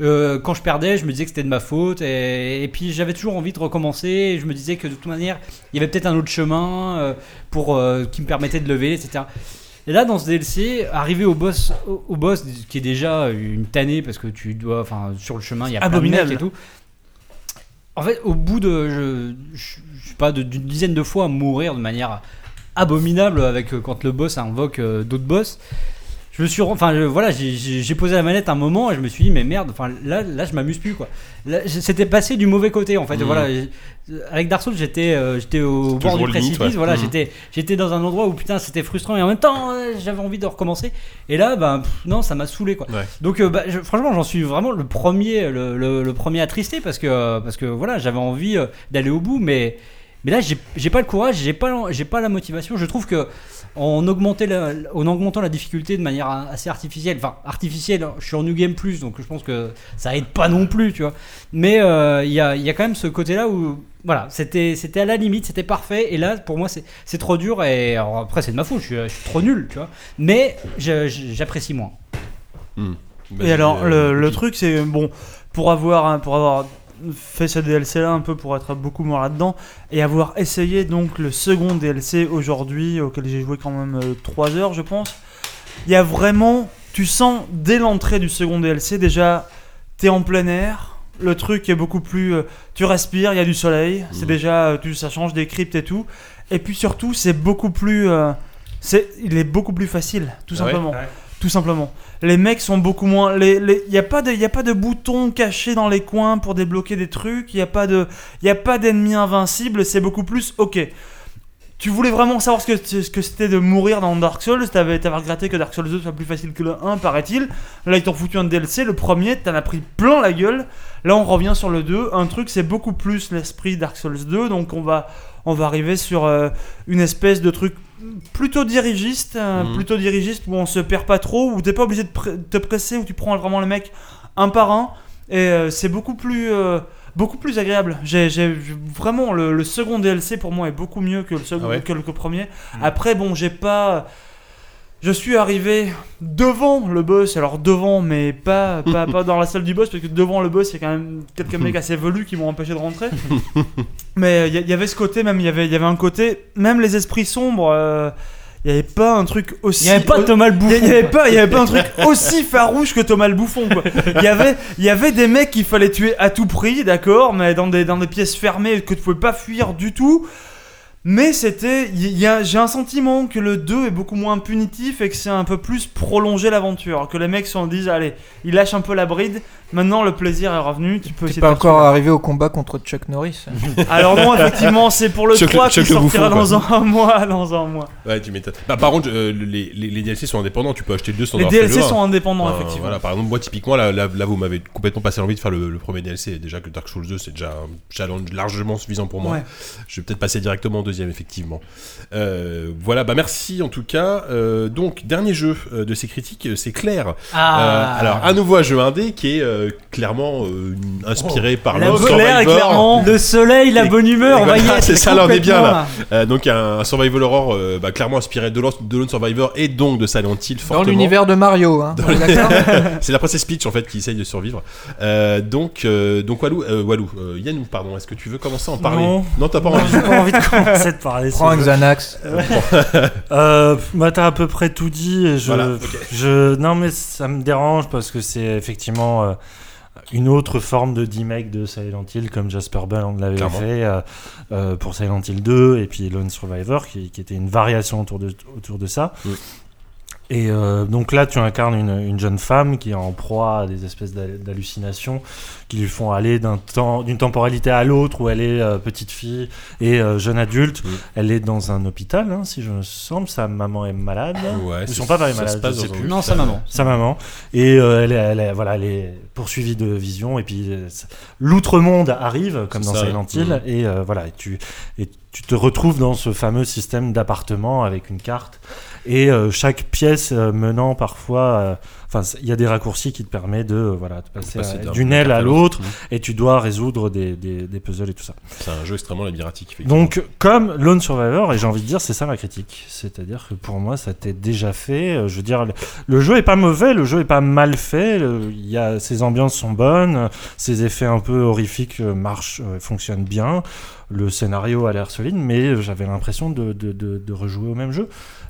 S2: euh, quand je perdais, je me disais que c'était de ma faute, et, et puis j'avais toujours envie de recommencer. et je me disais que de toute manière, il y avait peut-être un autre chemin euh, pour euh, qui me permettait de lever, etc. Et là, dans ce DLC, arrivé au boss, au, au boss qui est déjà une tannée parce que tu dois, enfin, sur le chemin, il y a plein de mecs
S4: Abominable.
S2: et tout. En fait, au bout de, je, je- je sais pas, de- d'une dizaine de fois mourir de manière abominable avec euh, quand le boss invoque euh, d'autres boss. Je me suis, ren- enfin, je- voilà, j'ai- j'ai j'ai posé la manette un moment et je me suis dit, mais merde, enfin, là, là, je m'amuse plus quoi. Là, j- C'était passé du mauvais côté en fait.
S3: Mhm.
S2: Voilà, j- avec Dark Souls, j'étais, euh, j'étais au bord du
S3: toujours
S2: précipice.
S3: limite, ouais.
S2: Voilà,
S3: Mhm.
S2: j'étais, j'étais dans un endroit où putain, c'était frustrant et en même temps, euh, j'avais envie de recommencer. Et là, ben, pff, non, ça m'a saoulé quoi.
S1: Ouais.
S2: Donc euh, bah, je- franchement, j'en suis vraiment le premier, le, le- le premier attristé parce que euh, parce que voilà, j'avais envie euh, d'aller au bout, mais mais là j'ai j'ai pas le courage, j'ai pas l'en- j'ai pas la motivation. Je trouve que en augmentant la, en augmentant la difficulté de manière a- assez artificielle, enfin artificielle, hein, je suis en New Game Plus, donc je pense que ça aide pas non plus, tu vois. Mais euh, il y, a, il y a quand même ce côté-là où voilà, c'était c'était à la limite, c'était parfait, et là pour moi c'est c'est trop dur. Et alors, après c'est de ma faute, je suis, je suis trop nul, tu vois. Mais je- je- j'apprécie moins.
S1: Bah, euh,
S4: Et alors, le, le truc, c'est bon, pour avoir, hein, pour avoir fait ce DLC là un peu pour être beaucoup moins là-dedans et avoir essayé donc le second DLC aujourd'hui auquel j'ai joué quand même 3 heures je pense. Il y a vraiment, tu sens dès l'entrée du second DLC déjà, t'es en plein air, le truc est beaucoup plus, euh, tu respires, il y a du soleil, c'est déjà, euh, tu, ça change des cryptes et tout, et puis surtout c'est beaucoup plus, euh, c'est, il est beaucoup plus facile, tout
S1: Ah ouais
S4: simplement.
S1: Ouais.
S4: Tout simplement. Les mecs sont beaucoup moins. Il les, n'y a, pas de- y a pas de boutons cachés dans les coins pour débloquer des trucs. Il n'y a pas de- y a pas d'ennemis invincibles. C'est beaucoup plus. Ok. Tu voulais vraiment savoir ce que, ce que c'était de mourir dans Dark Souls. T'avais t'avais regretté que Dark Souls 2 soit plus facile que le 1, paraît-il. Là, ils t'ont foutu un DLC. Le premier, t'en as pris plein la gueule. Là, on revient sur le 2. Un truc, c'est beaucoup plus l'esprit Dark Souls 2. Donc, on va, on va arriver sur euh, une espèce de truc plutôt dirigiste, euh,
S1: Mhm.
S4: plutôt dirigiste où on se perd pas trop, où t'es pas obligé de pre- te presser, où tu prends vraiment le mec un par un, et euh, c'est beaucoup plus, euh, beaucoup plus agréable. J'ai, j'ai- j'ai- vraiment le, le second DLC pour moi est beaucoup mieux que le second,
S1: Ah ouais Mhm.
S4: que le que le premier. Après bon, j'ai pas, je suis arrivé devant le boss, alors devant, mais pas, pas, pas dans la salle du boss, parce que devant le boss, il y a quand même quelques mecs assez velus qui m'ont empêché de rentrer. mais il y, a- il y avait ce côté, même, il y avait- il y avait un côté, même les esprits sombres, euh, il n'y avait pas un truc aussi.
S2: Il y avait pas
S4: euh,
S2: Thomas le Bouffon.
S4: Il n'y avait, pas- il y avait pas un truc aussi farouche que Thomas le Bouffon, quoi. Il y avait, il y avait des mecs qu'il fallait tuer à tout prix, d'accord, mais dans des, dans des pièces fermées que tu pouvais pas fuir du tout. Mais c'était. il y a- J'ai un sentiment que le 2 est beaucoup moins punitif et que c'est un peu plus prolonger l'aventure. Que les mecs se disent allez, ils lâchent un peu la bride, maintenant le plaisir est revenu, tu peux
S6: T'es
S4: essayer
S6: pas
S4: de faire
S6: encore arrivé au combat contre Chuck Norris. hein.
S4: celui-là. Alors non, effectivement, c'est pour le
S1: Chuck le-
S4: 3 qui
S1: Chuck le
S4: sortira
S1: bouffon,
S4: dans
S1: quoi.
S4: un mois. Dans un mois.
S1: Ouais, tu m'étonnes. Bah, par contre, euh, les, les- les DLC sont indépendants, tu peux acheter le 2 sans
S4: Les
S1: avoir fait le
S4: DLC
S1: un. Euh,
S4: sont indépendants, effectivement.
S1: Voilà, par exemple, moi, typiquement, là, là, là, vous m'avez complètement passé l'envie de faire le, le premier DLC. Déjà que Dark Souls 2, c'est déjà un challenge largement suffisant pour moi.
S4: Ouais.
S1: Je vais peut-être passer directement au deuxième, effectivement. Euh, voilà, bah merci en tout cas. Euh, donc, dernier jeu euh, de ces critiques, euh, c'est Claire.
S4: Ah.
S1: Euh, alors, à nouveau, un jeu indé qui est euh, clairement euh, inspiré par
S2: Oh, La
S1: le
S2: bonne- Claire est clairement- Le soleil, la bonne humeur, on va y
S1: Voilà,
S2: être
S1: C'est ça, là, on est bien là.
S2: complètement,
S1: Euh, donc un, un survival horror euh, bah, clairement inspiré de Lone, de Lone Survivor et donc de Silent Hill
S6: Dans
S1: fortement.
S6: l'univers de Mario, hein.
S1: Dans
S6: on est
S1: le-
S6: d'accord
S1: c'est la princesse Peach en fait qui essaye de survivre. Euh, donc euh, donc Walou, euh, Walou euh, Yannou, pardon, est-ce que tu veux commencer à en parler
S7: Non.
S1: t'as pas
S7: Non,
S1: envie.
S7: j'ai pas envie de commencer de parler.
S6: Prends
S7: ce
S6: un
S7: jeu.
S6: Xanax.
S7: Euh, euh, bah, t'as à peu près tout dit. et je,
S1: Voilà, ok.
S7: je- non, mais ça me dérange parce que c'est effectivement euh, une autre forme de remake de Silent Hill, comme Jasper Ball l'avait
S1: Clairement.
S7: fait euh, euh, pour Silent Hill 2 et puis Lone Survivor, qui, qui était une variation autour de, autour de ça. Et euh, donc là, tu incarnes une, une jeune femme qui est en proie à des espèces d'hal- d'hallucinations qui lui font aller d'un temps, d'une temporalité à l'autre où elle est euh, petite fille et euh, jeune adulte. Elle est dans un hôpital, hein, si je me semble. Sa maman est malade.
S1: Ouais,
S7: Ou
S1: c'est-
S7: son papa est
S1: ça se
S7: malade.
S1: passe
S7: je sais
S1: dans un
S7: plus.
S2: Non, sa hôpital. maman.
S7: Sa maman. Et euh, elle, est, elle est- voilà, elle est poursuivie de vision. Et puis euh, c'est- l'outre-monde arrive, comme
S1: C'est
S7: dans
S1: ça,
S7: Silent
S1: ouais.
S7: Hill.
S1: Mhm.
S7: Et euh, voilà, et tu, et tu te retrouves dans ce fameux système d'appartement avec une carte. Et euh, chaque pièce euh, menant parfois, euh, enfin, c'est- il y a des raccourcis qui te permettent de euh, voilà, de passer,
S1: passer
S7: à-
S1: d'un-
S7: d'une
S1: d'une
S7: aile
S1: carte
S7: à
S1: à
S7: l'autre,
S1: l'autre.
S7: et tu dois résoudre des, des- des puzzles et tout ça.
S1: C'est un jeu extrêmement labyrinthique. effectivement.
S7: Donc, comme Lone Survivor, et j'ai envie de dire, c'est ça ma critique. C'est-à-dire que pour moi, ça t'est déjà fait. Euh, Je veux dire, le- le jeu est pas mauvais, le jeu est pas mal fait. le- Il y a, ses ambiances sont bonnes, euh, ses effets un peu horrifiques euh, marchent, euh, fonctionnent bien. Le scénario a l'air solide, mais euh, j'avais l'impression de, de- de- de rejouer au même jeu.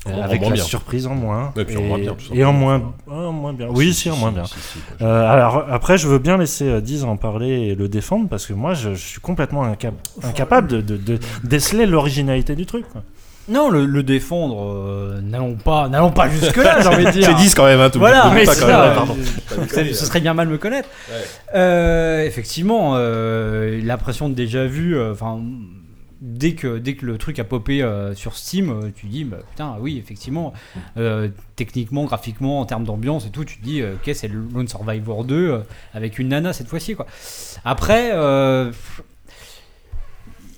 S7: euh,
S1: En- en
S7: avec
S1: moins
S7: la
S1: bien.
S7: surprise en moins.
S1: Et Bah, puis en moins bien, tout
S7: et en
S1: simplement.
S7: moins, en moins bien. Oui, si, en moins bien.
S1: si, si, si,
S7: Euh, alors après, je veux bien laisser euh, Diz en parler et le défendre parce que moi, je, je suis complètement inca- incapable de, de- de déceler l'originalité du truc. quoi.
S2: Non, le, le défendre, euh, n'allons pas, n'allons pas jusque là, j'ai envie de dire.
S7: C'est 10 quand même, hein, tout le monde.
S2: Voilà,
S7: Oublie
S2: mais
S7: pas
S2: c'est
S7: quand même,
S2: ça,
S7: ouais, pardon.
S2: euh,
S7: Pas me
S2: ça-
S7: connaître.
S2: Ce serait bien mal me connaître.
S1: Ouais.
S2: Euh, effectivement, euh, l'impression de déjà vu, euh, enfin. Dès que, dès que le truc a popé euh, sur Steam, euh, tu dis, bah, putain, oui, effectivement, euh, techniquement, graphiquement, en termes d'ambiance et tout, tu te dis, euh, ok, c'est le Lone Survivor 2 euh, avec une nana cette fois-ci, quoi. Après, euh,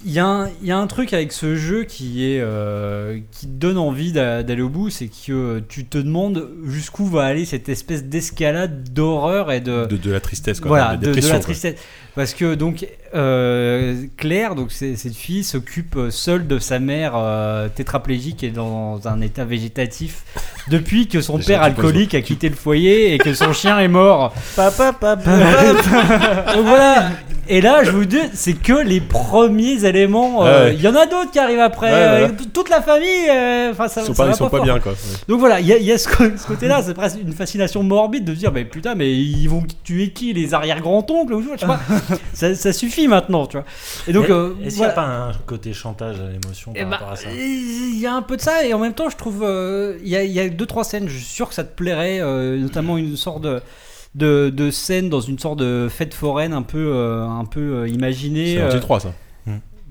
S2: il y, a un- il y a un truc avec ce jeu qui est euh, qui te donne envie d'a- d'aller au bout, c'est que euh, tu te demandes jusqu'où va aller cette espèce d'escalade d'horreur et de
S1: De- de la tristesse, quoi,
S2: Voilà,
S1: de la
S2: de, de
S1: dépression,
S2: la
S1: quoi.
S2: tristesse, parce que donc euh, Claire, donc c'est- cette fille euh, s'occupe seule de sa mère euh, tétraplégique et dans un état végétatif depuis que son
S1: Déjà,
S2: père
S1: tu
S2: alcoolique a quitté le foyer et que son chien est mort.
S5: Papa, papa.
S2: Donc voilà. Et là, je vous dis, c'est que les premiers éléments. euh,
S1: Ah ouais.
S2: Il y en a d'autres qui arrivent après.
S1: Ouais,
S2: euh,
S1: voilà.
S2: Toute la famille. euh, Enfin, ça,
S1: Ils sont
S2: ça
S1: pas-
S2: va
S1: ils sont pas
S2: fort.
S1: bien, quoi. Ouais.
S2: Donc voilà, il y a, il y a ce, co- ce côté-là, c'est presque une fascination morbide de se dire, mais putain, mais ils vont tuer qui Les arrière-grands-oncles ou je sais pas. ça, ça suffit maintenant, tu vois. Et donc,
S7: Mais
S2: euh,
S7: est-ce qu'il
S2: voilà.
S7: n'y a pas un côté chantage à l'émotion
S2: Eh
S7: par euh,
S2: ben,
S7: rapport à ça
S2: Il y a un peu de ça et en même temps je trouve euh, il y, a, il y a deux trois scènes je suis sûr que ça te plairait euh, notamment une sorte de, de, de scène dans une sorte de fête foraine un peu euh, un peu euh, imaginée
S1: C'est Silent Hill
S2: euh,
S1: 3, ça.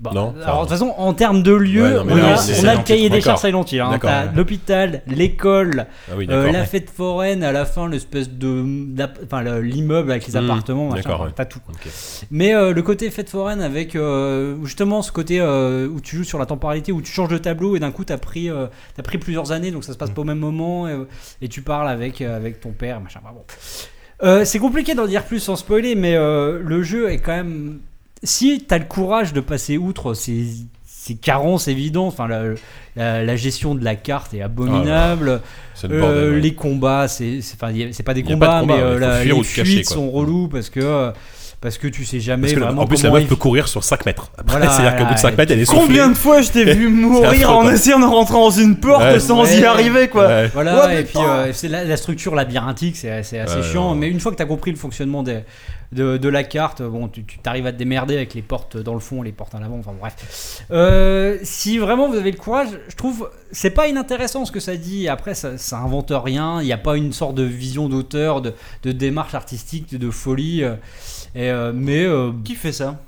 S2: bah,
S1: non
S2: alors, de toute façon, en termes de lieu,
S1: Ouais, non, mais
S2: on,
S1: là,
S2: a,
S1: c'est
S2: on a
S1: Silent
S2: le
S1: Hill,
S2: cahier des
S1: d'accord.
S2: charges Silent Hill. hein.
S1: D'accord,
S2: T'as
S1: ouais.
S2: l'hôpital, l'école,
S1: Ah oui,
S2: euh,
S1: d'accord,
S2: la
S1: ouais.
S2: fête foraine, à la fin, l'espèce de. d'app- Enfin, le- l'immeuble avec les
S1: Hmm,
S2: appartements, machin.
S1: d'accord, ouais.
S2: T'as tout.
S1: Ok.
S2: Mais euh, le côté fête foraine avec euh, justement ce côté euh, où tu joues sur la temporalité, où tu changes de tableau et d'un coup, t'as pris, euh, t'as pris plusieurs années, donc ça se
S1: Mmh.
S2: passe pas au même moment et, euh, et tu parles avec, euh, avec ton père, machin. Bah, bon. Euh, c'est compliqué d'en dire plus sans spoiler, mais euh, le jeu est quand même. Si t'as le courage de passer outre ces, ces carences évidentes, enfin la, la- la gestion de la carte est
S1: Ah
S2: abominable,
S1: C'est le bordel, ouais.
S2: Euh, les combats, c'est c'est- enfin, y a- c'est pas des
S1: Y a pas de
S2: combats,
S1: combat,
S2: mais euh,
S1: ouais, faut
S2: la-
S1: fuir
S2: les
S1: ou te cacher,
S2: fuites
S1: quoi.
S2: sont relous parce que euh, parce que tu sais jamais
S1: Parce que la-
S2: vraiment
S1: en plus, la
S2: comment
S1: meuf
S2: ils-
S1: peut courir sur 5 mètres. Après,
S2: Voilà,
S1: c'est-à-dire qu'au bout de 5 mètres, elle est
S4: Combien de fois je t'ai vu mourir en essayant de rentrer dans une porte
S1: Ouais.
S4: sans y
S2: Ouais.
S4: arriver quoi
S2: Voilà,
S4: Ouais,
S2: et puis
S4: putain.
S2: euh, c'est la, la structure labyrinthique, c'est c'est assez
S1: Ouais,
S2: chiant. Mais une fois que tu as compris le fonctionnement des- de, de la carte, bon, tu tu t'arrives à te démerder avec les portes dans le fond, les portes à l'avant, enfin bref. Euh, si vraiment vous avez le courage, je trouve c'est pas inintéressant ce que ça dit. Après, ça, ça invente rien. Il n'y a pas une sorte de vision d'auteur, de, de démarche artistique, de folie. euh, et, euh, mais
S4: qui fait ça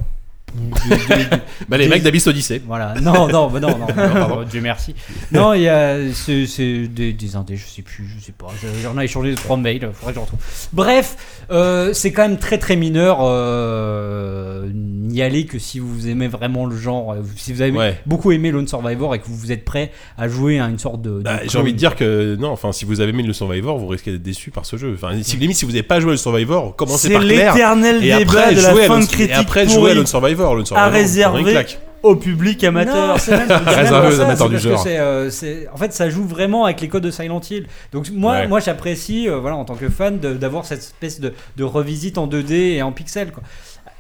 S1: Bah, les mecs d'Abyss Odyssey.
S2: Voilà. Non, non, bah non, non.
S1: pardon.
S2: Dieu merci. Non, il y a c'est c'est des, des indés, je sais plus, je sais pas. Je- J'en ai échangé trois mails, euh, faudrait que je retrouve. Bref, euh, c'est quand même très très mineur. euh, N'y allez que si vous aimez vraiment le genre, euh, si vous avez
S1: Ouais.
S2: beaucoup aimé Lone Survivor et que vous êtes prêt à jouer à une sorte de. de
S1: Bah, j'ai
S2: clone.
S4: euh,
S1: envie de dire que non, enfin, si vous avez aimé le Survivor, vous risquez d'être déçu par ce jeu. Enfin, si, limite, si vous n'avez pas joué à le Survivor, commencez
S4: C'est
S1: par Claire.
S4: l'éternel
S1: et
S4: débat
S1: après,
S4: de la
S1: jouez à
S4: fin de
S1: Lone-
S4: critique
S1: Et après, jouer à
S4: pourrie
S1: Lone Survivor. Lone Survivor,
S4: à
S1: vous prendrez une
S4: réserver
S1: claque.
S4: au public amateur
S2: Non, c'est même- c'est même
S1: Réservé
S2: pas
S1: aux
S2: ça,
S1: amateurs
S2: c'est
S1: du
S2: parce que
S1: genre.
S2: c'est, euh, c'est- en fait, ça joue vraiment avec les codes de Silent Hill. Donc moi,
S1: Ouais.
S2: moi j'apprécie, euh, voilà, en tant que fan, de- d'avoir cette espèce de, de revisite en 2D et en pixel. Quoi.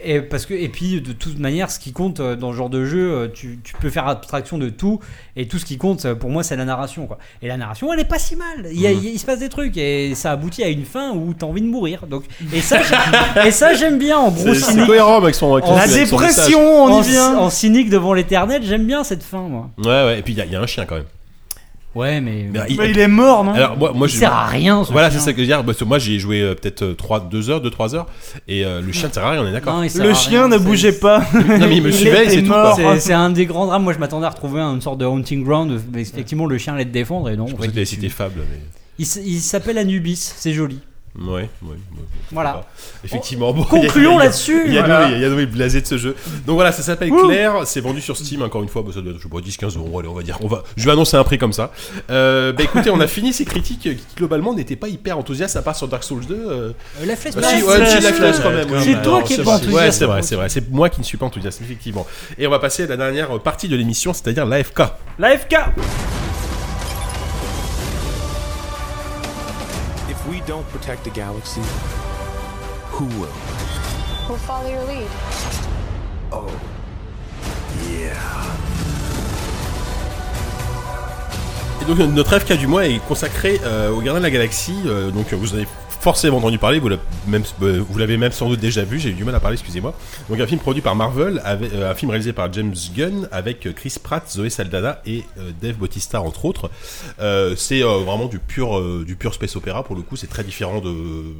S2: Et, parce que, et puis, de toute manière, ce qui compte euh, dans ce genre de jeu, euh, tu, tu peux faire abstraction de tout. Et tout ce qui compte, euh, pour moi, c'est la narration. Quoi. Et la narration, elle est pas si mal. Il, y a-
S1: Mhm.
S2: il se passe des trucs. Et ça aboutit à une fin où t'as envie de mourir. Donc, et ça, j'ai- et ça, j'aime bien en gros
S1: C'est- C'est
S2: cynique.
S1: cohérent avec son. avec son-
S2: La
S1: avec son message.
S4: on y
S2: En-
S4: vient.
S2: En cynique devant l'éternel, j'aime bien cette fin, moi.
S1: Ouais, ouais. Et puis, il y a- il y, a un chien quand même.
S2: Ouais, mais.
S1: Mais
S4: Mais il est mort non
S1: Alors, moi, moi,
S2: Il
S1: je-
S2: sert à rien, ce
S1: Voilà,
S2: chien.
S1: c'est ça que je veux dire. Parce que moi, j'y ai joué euh, peut-être 2 heures, 2-3 heures. Et euh, le chien ne sert à rien, on est d'accord.
S2: Non, il sert à
S4: le
S2: rien,
S4: chien ne
S2: c'est-
S4: bougeait pas
S1: Non, mais il me suivait et
S4: était
S1: c'est tout. quoi.
S4: mort.
S2: C'est c'est un des grands drames. Moi, je m'attendais à retrouver une sorte de hunting ground. Mais effectivement, le chien allait te défendre et non.
S1: Je
S2: en
S1: pensais
S2: fait,
S1: que t'avais
S2: il-
S1: cité Fable. Mais...
S2: Il, s- il s'appelle Anubis, c'est joli.
S1: Ouais, ouais, ouais, pourquoi
S2: Voilà.
S1: pas. Effectivement. bon,
S2: concluons
S1: il y a- il y a-
S2: là-dessus.
S1: Il y a
S2: Voilà.
S1: Noé- il y a Noé blasé de ce jeu. Donc voilà, ça s'appelle
S2: Ouh.
S1: Claire. C'est vendu sur Steam, encore une fois. Bon, ça doit être, je sais pas, 10, 15 euros. Allez, on va dire. On va... Je vais annoncer un prix comme ça. Euh, bah écoutez, on a fini ces critiques qui, globalement, n'étaient pas hyper enthousiastes, à part sur Dark Souls 2. euh,
S2: Euh, Lifeless
S1: Ah,
S2: Lifeless,
S1: si, ouais, si,
S2: Lifeless,
S1: Lifeless, quand même.
S2: C'est
S1: oui,
S2: toi
S1: alors,
S2: qui es
S1: ça,
S2: pas
S1: c'est-
S2: enthousiaste.
S1: Ouais, c'est vrai, c'est vrai. C'est moi qui ne suis pas enthousiaste, effectivement. Et on va passer à la dernière partie de l'émission, c'est-à-dire l'AFK.
S4: l'AFK
S16: If we don't protect the galaxy, who will?
S15: We'll follow your lead.
S16: Oh. Yeah.
S1: Et donc notre FK du mois est consacré euh, aux Gardiens de la Galaxie. euh, donc euh, vous en avez forcément entendu parler, vous l'avez même, euh, vous l'avez même sans doute déjà vu, j'ai eu du mal à parler, excusez-moi. Donc un film produit par Marvel, avec, euh, un film réalisé par James Gunn avec euh, Chris Pratt, Zoé Saldana et euh, Dave Bautista entre autres. Euh, c'est euh, vraiment du pur, euh, du pur space opéra pour le coup, c'est très différent de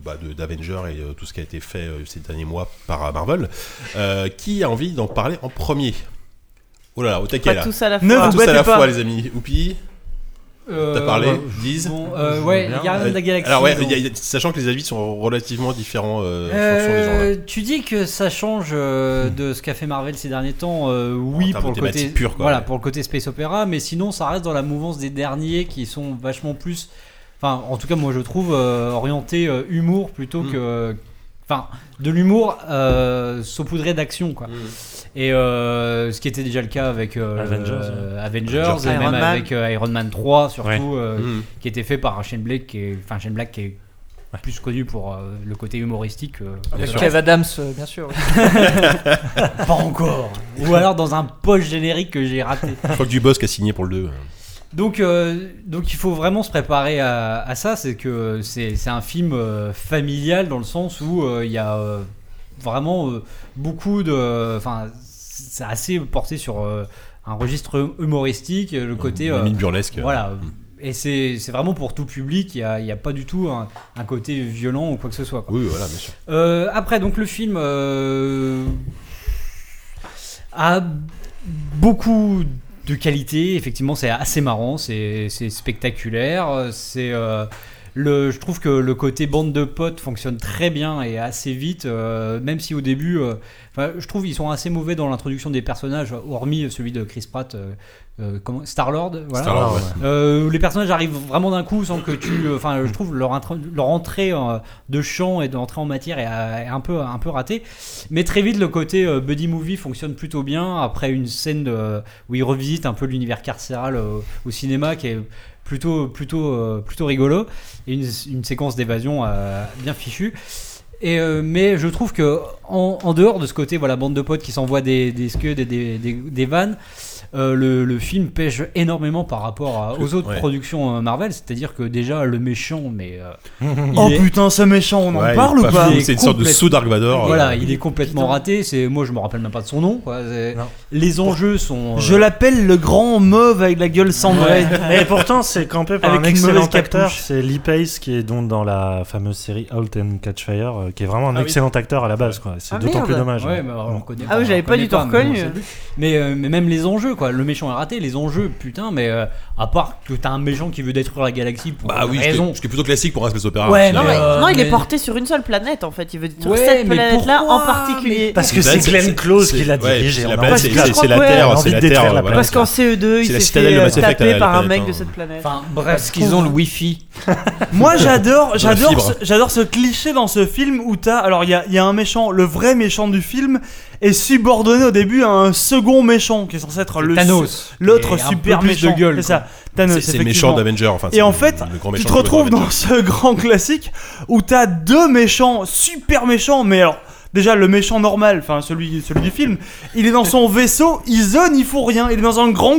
S1: bah, de- d'Avengers et euh, tout ce qui a été fait euh, ces derniers mois par euh, Marvel. Euh, qui a envie d'en parler en premier Oh là là, au taquet
S5: Pas
S1: là.
S5: tous à la
S1: Pas
S5: fois.
S1: tous à la
S5: battez pas.
S1: fois, les amis. Oupi
S2: Euh,
S1: T'as parlé
S2: ouais.
S1: 10
S2: Bon, euh, ouais, les Gardiens de la Galaxie.
S1: Alors ouais,
S2: donc.
S1: y a- y a- sachant que les avis sont relativement différents euh, en fonction des gens. là.
S2: Euh, tu dis que ça change euh, de ce qu'a fait Marvel ces derniers temps, euh, oui
S1: Hmm. termes
S2: pour
S1: de
S2: le côté
S1: thématique pure, quoi,
S2: voilà
S1: ouais.
S2: pour le côté space opéra, mais sinon ça reste dans la mouvance des derniers qui sont
S1: Hmm.
S2: vachement plus, enfin en tout cas moi je trouve euh, orienté euh, humour plutôt que Enfin, de l'humour euh, saupoudré d'action, quoi.
S1: Hmm.
S2: Et euh, ce qui était déjà le cas avec euh,
S7: Avengers,
S1: hein.
S2: euh,
S7: ouais.
S2: Avengers,
S7: Avengers.
S2: et
S7: Iron
S2: même
S7: Man.
S2: avec euh, Iron Man 3, surtout,
S7: Ouais.
S2: euh,
S1: Mmh.
S7: Mhm.
S2: qui était fait par Shane Black, qui est, enfin, Shane Black qui est plus connu pour euh, le côté humoristique. euh,
S6: Ah, bien
S2: que le
S6: sûr. Kev
S2: reste.
S6: Adams, euh, bien sûr.
S2: Pas encore. Ou alors dans un poche générique que j'ai raté.
S1: Je crois que du boss qui a signé pour le 2.
S2: Donc, euh, donc il faut vraiment se préparer à, à ça. C'est que c'est c'est un film euh, familial dans le sens où euh, il y a euh, vraiment euh, beaucoup de. Enfin, c'est assez porté sur euh, un registre humoristique, le côté.
S1: une limite burlesque.
S2: euh, Voilà. Et c'est c'est vraiment pour tout public, il n'y a, il y a pas du tout un, un côté violent ou quoi que ce soit.
S1: Oui, voilà, bien sûr.
S2: Euh, après, donc le film euh, a beaucoup de qualité. Effectivement, c'est assez marrant, c'est c'est spectaculaire. euh, C'est euh, le, je trouve que le côté bande de potes fonctionne très bien et assez vite, euh, même si au début, euh, enfin, je trouve ils sont assez mauvais dans l'introduction des personnages, hormis celui de Chris Pratt, euh, euh, comment- Star-Lord. voilà.
S7: Ah,
S1: Star-Lord, ouais.
S2: Euh, les personnages arrivent vraiment d'un coup sans que tu. euh, Enfin, je trouve leur, intra- leur entrée euh, de champ et d'entrée en matière est, euh, est un peu, un peu ratée. Mais très vite, le côté euh, buddy movie fonctionne plutôt bien. Après une scène euh, où ils revisitent un peu l'univers carcéral euh, au cinéma qui est plutôt, plutôt, euh, plutôt rigolo. Et une, une séquence d'évasion euh, bien fichue. Et euh, mais je trouve que en, en dehors de ce côté, voilà, bande de potes qui s'envoient des, des scuds et des, des, des vannes, euh, le, le film pêche énormément par rapport à- aux autres
S4: Ouais.
S2: productions euh, Marvel. C'est-à-dire que déjà le méchant, mais euh,
S4: Oh
S2: il est-
S4: putain, ce méchant, on
S2: Ouais,
S4: en
S2: il
S4: parle
S2: est
S4: ou
S2: pas
S4: pas
S2: fou,
S1: c'est une sorte de
S2: complète-
S1: saut Dark Vador,
S2: Voilà,
S1: euh,
S2: Oh, il est complètement raté. C'est moi, je me rappelle même pas de son nom. quoi. C'est- Les enjeux sont. euh,
S4: Je l'appelle le grand mauve avec la gueule cendrée.
S2: Ouais.
S7: Et pourtant, c'est campé par
S4: Avec
S7: un
S4: une
S7: excellent
S4: mauvaise
S7: acteur.
S4: capuche.
S7: C'est Lee Pace qui est donc dans la fameuse série Out and Catch Fire, euh, qui est vraiment un
S2: Ah oui.
S7: excellent acteur à la base. quoi. C'est
S2: Ah,
S7: d'autant
S2: merde.
S7: plus dommage.
S2: Ouais,
S7: hein.
S2: mais alors, on connaît
S5: Ah oui,
S2: on
S5: j'avais pas
S2: connaît
S5: du tout
S2: mais bon,
S5: reconnu.
S2: c'est lui. Mais, euh, mais même les enjeux, quoi. Le méchant est raté, les enjeux, putain, mais euh, à part que t'as un méchant qui veut détruire la galaxie pour
S1: Bah
S2: une
S1: oui,
S2: raison.
S1: ce qui est plutôt classique pour un space opéra.
S2: Ouais,
S1: au
S2: non,
S1: final.
S2: mais-
S5: Non, il
S2: mais-
S5: est porté sur une seule planète en fait. Il veut sur
S2: Ouais,
S5: cette
S2: mais
S5: planète-là en
S2: pourquoi
S5: particulier.
S7: Parce que c'est Glenn Close qui l'a
S1: ouais,
S7: dirigé.
S1: c'est la
S7: on a
S1: base,
S7: envie
S1: c'est-
S7: de la-
S1: c'est- c'est la
S7: on a
S1: Terre,
S7: envie
S1: c'est
S7: de
S1: la
S7: détruire
S1: Terre,
S7: la
S1: voilà.
S5: Parce qu'en CE2,
S1: C'est la
S5: il s'est
S1: citadelle
S5: fait
S1: de
S5: euh,
S1: Mass Effect,
S5: taper
S1: la-
S5: par
S1: la
S5: un
S1: planète,
S5: mec de
S1: hein.
S5: cette planète.
S2: Enfin, bref, ce qu'ils ont le wifi.
S4: Moi j'adore, j'adore,
S2: fibre.
S4: ce- j'adore ce cliché dans ce film où t'as, alors il y a, il y a un méchant, le vrai méchant du film est subordonné au début à un second méchant qui est censé être le
S2: Thanos.
S4: su- l'autre
S2: Et un
S4: super
S2: peu plus
S4: méchant.
S2: de gueule,
S4: c'est
S2: quoi.
S4: ça, Thanos.
S1: C'est- c'est le
S4: effectivement.
S1: méchant d'Avenger, enfin, c'est
S4: Et en
S1: le-
S4: fait,
S1: le grand
S4: tu
S1: méchant
S4: te
S1: de
S4: retrouves
S1: Avengers.
S4: dans ce grand classique où t'as deux méchants, super méchants, mais alors. Déjà, le méchant normal, enfin celui, celui du film, il est dans son vaisseau, il zone, il faut rien. Il est dans un grand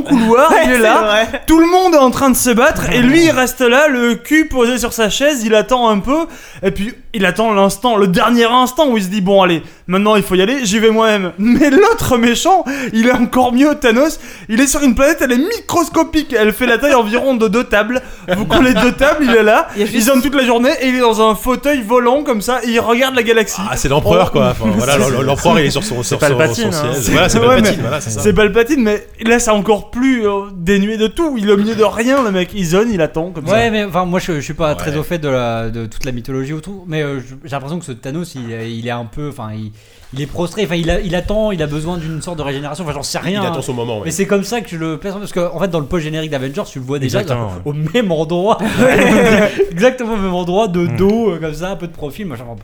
S4: couloir,
S5: Ouais,
S4: il est
S5: c'est
S4: là.
S5: vrai.
S4: Tout le monde est en train de se battre et lui il reste là, le cul posé sur sa chaise, il attend un peu et puis il attend l'instant, le dernier instant où il se dit bon allez, maintenant il faut y aller, j'y vais moi-même. Mais l'autre méchant, il est encore mieux Thanos, il est sur une planète, elle est microscopique, elle fait la taille environ de deux tables. Vous collez deux tables, il est là,
S5: Il y a
S4: il,
S5: juste-
S4: zone toute la journée et il est dans un fauteuil volant comme ça et il regarde la galaxie.
S1: Ah, c'est l'empereur, quoi. Enfin, voilà,
S4: C'est-
S1: l'empereur, il est sur son-
S4: c'est
S1: sur son-
S4: Palpatine,
S1: son
S4: hein.
S1: siège. Voilà, c'est
S4: Ouais,
S1: Palpatine,
S4: mais
S1: voilà, c'est ça.
S4: C'est Palpatine, mais là, c'est encore plus euh, dénué de tout. Il est au milieu de rien, le mec. Il zone, il attend comme
S2: Ouais,
S4: ça.
S2: mais enfin, moi je, je suis pas très
S4: Ouais.
S2: au fait de, la, de toute la mythologie autour, mais euh, je- j'ai l'impression que ce Thanos il, est- il est un peu. Enfin, il, il est prostré, enfin, il, a- il attend, il a besoin d'une sorte de régénération, enfin, j'en sais rien.
S1: Il attend son moment, ouais.
S2: Mais c'est comme ça que je le perçois, parce qu'en en fait, dans le post générique d'Avengers, tu le vois déjà
S1: Exactement,
S2: au même endroit, exactement au même endroit, de dos, euh, comme ça, un peu de profil, machin. enfin,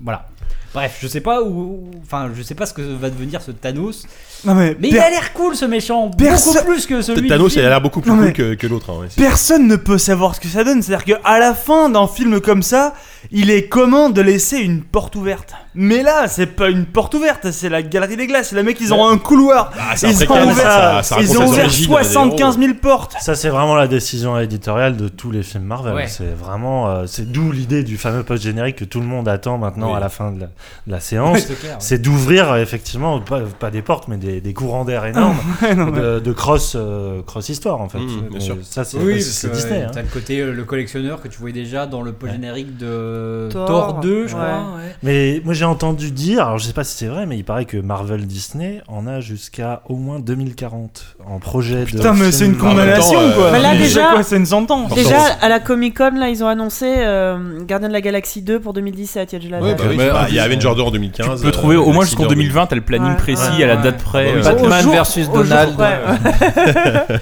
S2: Voilà. Bref, je sais pas où. Enfin, je sais pas ce que va devenir ce Thanos.
S4: Non, mais
S2: il
S4: per-
S2: a l'air cool ce méchant,
S4: Perso-
S2: beaucoup plus que celui.
S1: Thanos, il
S2: du film.
S1: a l'air beaucoup plus
S4: Non,
S1: cool
S4: mais-
S1: que, que l'autre. hein, ouais, c'est-
S4: Personne ne peut savoir ce que ça donne. C'est-à-dire qu'à la fin d'un film comme ça, il est commun de laisser une porte ouverte. Mais là, c'est pas une porte ouverte, c'est la galerie des glaces. Les mecs, ils ont un couloir.
S1: Ah, c'est un
S4: ils
S1: préquel,
S4: ont
S1: ça,
S4: ouvert,
S1: ça- ça raconte
S4: ils ont
S1: les
S4: ouvert
S1: origines des héros.
S4: 75 000 portes.
S7: Ça, c'est vraiment la décision éditoriale de tous les films Marvel.
S4: Ouais.
S7: C'est vraiment, euh, c'est d'où l'idée du fameux post générique que tout le monde attend maintenant
S1: Oui.
S7: à la fin de la, de la séance.
S1: Ouais, c'est clair, ouais.
S7: c'est d'ouvrir euh, effectivement pas, pas des portes, mais des, des courants d'air énormes
S4: Ouais, non, mais-
S7: de, de cross euh, cross histoire en fait.
S3: Mmh,
S1: Mm, bien
S7: Mais
S1: sûr.
S7: Ça, c'est
S2: oui,
S7: c'est
S2: parce que,
S7: Disney.
S2: euh,
S7: hein.
S2: T'as le côté euh, le collectionneur que tu voyais déjà dans le post générique de
S5: Thor,
S2: Thor, 2, je
S5: ouais.
S2: crois. ouais.
S7: Mais moi j'ai entendu dire, alors je sais pas si c'est vrai, mais il paraît que Marvel Disney en a jusqu'à au moins 2040 en projet. de
S4: Oh, Putain, mais c'est
S7: film
S4: une
S7: Marvel.
S4: condamnation, quoi.
S5: Mais là,
S4: C'est
S5: déjà-
S4: quoi, c'est une sentence.
S5: Déjà à la Comic Con là ils ont annoncé euh, Gardien de la Galaxie 2 pour 2017 il y a déjà la
S1: Ouais,
S5: date.
S1: bah oui,
S3: Mais
S1: bah,
S3: en
S1: il y a
S3: plus,
S1: Avenger
S3: euh,
S1: 2 en 2015.
S3: Tu peux trouver au moins jusqu'en 2020, t'as le planning
S5: Ouais,
S3: précis
S5: ouais,
S3: à la
S5: ouais.
S3: date près.
S1: Ah oui,
S3: euh,
S1: Batman
S3: au jour-
S6: bah,
S5: versus Donald.
S3: ouais.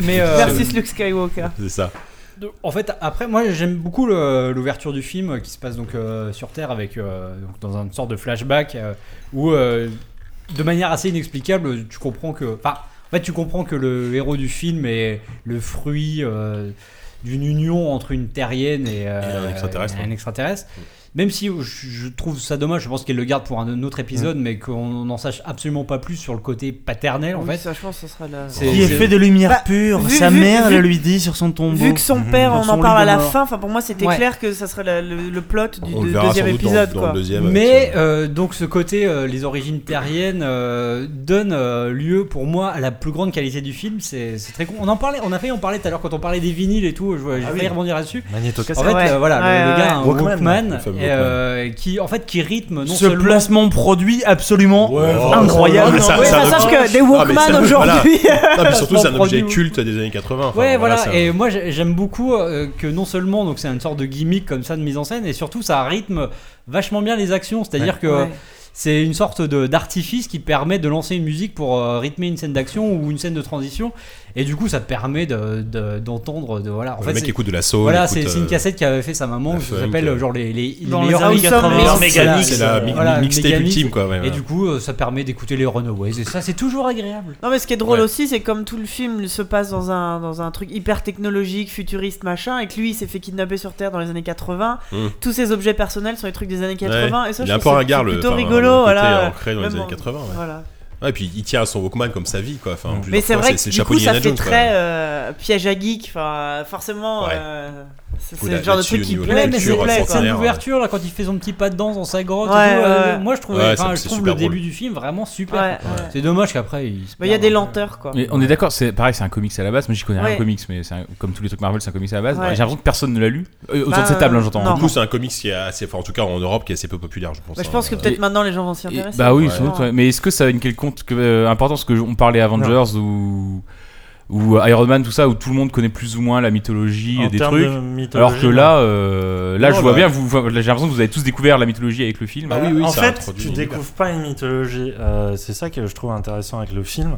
S5: Mais,
S2: euh,
S5: Versus Luke Skywalker.
S1: C'est ça.
S2: En fait, après, moi j'aime beaucoup le- l'ouverture du film euh, qui se passe donc euh, sur Terre avec euh, donc, dans une sorte de flashback euh, où, euh, de manière assez inexplicable, tu comprends que, enfin, en fait, tu comprends que le héros du film est le fruit euh, d'une union entre une terrienne et, euh,
S1: Et un extraterrestre. hein. Mm.
S2: et un extraterrestre. Même si euh, je, je trouve ça dommage, je pense qu'elle le garde pour un autre
S1: Mm.
S2: épisode, mais qu'on n'en sache absolument pas plus sur le côté paternel en
S5: Oui,
S2: fait.
S5: ça, je pense que ce sera la-
S2: C'est-
S4: Qui est
S2: c'est-
S4: fait de lumière
S5: Bah,
S4: pure.
S5: vu-
S4: Sa
S5: vu-
S4: mère
S5: vu-
S4: le lui dit sur son tombeau.
S5: Vu que son
S1: Mhm.
S5: père,
S4: Sur
S5: on
S4: son
S5: en
S4: lit
S5: parle
S4: de
S5: à la
S4: mort.
S5: fin. Enfin, pour moi, c'était
S2: Ouais.
S5: clair que ça serait la- le, le plot du
S1: On
S5: de-
S1: le verra
S5: deuxième
S1: sans doute dans-
S5: épisode.
S1: dans
S5: quoi.
S1: le deuxième.
S2: Mais euh, donc ce côté, euh, les origines terriennes euh, donnent euh, lieu pour moi à la plus grande qualité du film. C'est c'est très con. On en parlait, on a failli en parler tout à l'heure quand on parlait des vinyles et tout. Je vois- J'ai
S7: Ah
S2: failli
S7: oui.
S2: rebondir là-dessus.
S3: Ah
S7: Magnétocassette.
S2: En fait,
S7: Ouais.
S2: euh, voilà, le-
S7: Ouais,
S2: le,
S7: ouais,
S2: gars a un
S7: ouais.
S2: Walkman,
S7: Walkman. Le fameux
S2: et,
S7: Walkman.
S2: euh, qui en fait qui rythme non
S4: Ce
S2: seulement
S4: placement produit absolument incroyable.
S5: Ouais, ça sache que
S1: Ah,
S5: des Walkman aujourd'hui-
S1: Non, mais surtout, c'est un objet
S2: Produit.
S1: culte des années 80. enfin,
S2: ouais, voilà.
S1: c'est un-
S2: Et moi, j'ai- j'aime beaucoup euh, que non seulement donc c'est une sorte de gimmick comme ça de mise en scène, et surtout ça rythme vachement bien les actions. C'est-à-dire
S1: Ouais.
S2: que
S1: Ouais.
S2: c'est une sorte de d'artifice qui permet de lancer une musique pour euh, rythmer une scène d'action ou une scène de transition. Et du coup, ça permet de- de- d'entendre. De, voilà. En
S1: Le
S2: fait,
S1: mec
S2: c'est-
S1: écoute de la soul,
S2: Voilà,
S1: écoute,
S2: c'est c'est une
S1: euh,
S2: cassette qu'avait fait sa maman. qui
S1: funk,
S2: s'appelle
S1: euh.
S2: euh, genre les les
S1: Dans
S2: les
S1: les
S2: Orson
S1: années
S2: Welles,
S1: 80,
S2: voilà,
S1: c'est
S2: voilà,
S1: la- c'est la mi- mixtape
S2: Megamix.
S1: ultime, quoi, ouais,
S2: Et
S1: ouais.
S2: du coup, euh, ça permet d'écouter les Runaways. Et ça, c'est toujours agréable.
S5: Non, mais ce qui est drôle
S2: Ouais.
S5: aussi, c'est que comme tout le film se passe dans un, dans un truc hyper technologique, futuriste, machin, et que lui, il s'est fait kidnapper sur Terre dans les années 80,
S1: Mm.
S5: tous ses objets personnels sont des trucs des années 80,
S1: Ouais.
S5: et ça,
S1: il
S5: je
S1: a un
S5: trouve que
S1: peu un
S5: c'est
S1: regard, le,
S5: plutôt
S1: enfin,
S5: rigolo.
S1: le côté euh,
S5: voilà.
S1: ancré dans les
S5: Même
S1: années
S5: en-
S1: 80. Ouais.
S5: voilà.
S1: Ouais, et puis il tient à son Walkman comme sa vie, quoi. Enfin, en
S5: Mais
S1: plusieurs
S5: c'est
S1: fois,
S5: vrai que
S1: c'est
S5: du
S1: chapeau
S5: coup, ça
S1: Indiana
S5: fait
S1: Jones, quoi.
S5: très euh, piège à geek. Enfin, forcément, euh, c'est
S1: Oui,
S5: c'est le
S1: là-
S5: genre de
S1: là-dessus,
S5: truc
S1: au
S5: qui
S1: niveau
S5: plaît,
S1: de la
S5: mais c'est
S1: culture,
S5: plaît.
S1: c'est
S5: quoi.
S2: Scène
S1: Clair.
S2: d'ouverture là quand il fait son petit pas de danse dans sa grotte. et
S5: Ouais,
S2: tout, euh,
S5: ouais.
S2: Moi je trouve,
S5: Ouais,
S2: enfin,
S5: ça,
S2: je
S5: c'est
S2: trouve
S5: super
S2: le début
S5: drôle.
S2: du film vraiment super.
S5: Ouais,
S2: quoi.
S5: ouais.
S2: C'est dommage qu'après il se
S5: Mais il y a
S2: perde.
S5: des lenteurs, quoi.
S3: Mais on est d'accord, c'est pareil, c'est un comics à la base. Moi, j'y connais rien
S5: Ouais.
S3: aux comics, mais c'est un- comme tous les trucs Marvel, c'est un comics à la base.
S5: Ouais.
S3: J'ai l'impression que personne ne l'a lu Euh, autour
S5: Bah,
S3: de cette table, hein, j'entends.
S1: Du coup, c'est un comics qui est assez, enfin, en tout cas en Europe, qui est assez peu populaire, je pense.
S5: Bah, je
S1: hein.
S5: pense que peut-être maintenant les gens vont s'y intéresser.
S3: Bah oui,
S1: Ouais.
S3: sans doute, ouais. mais est-ce que ça a une quelconque euh, importance que je- on parlait Avengers ou ou euh, Iron Man tout ça où tout le monde connaît plus ou moins la mythologie
S7: En
S3: des
S7: termes
S3: trucs
S7: de mythologie,
S3: alors que
S7: non.
S3: là euh, là
S7: Non,
S3: je vois
S7: bah,
S3: bien vous vous- j'ai l'impression que vous avez tous découvert la mythologie avec le film.
S7: Bah, en fait, tu découvres pas une mythologie. Euh, c'est ça que je trouve intéressant avec le film.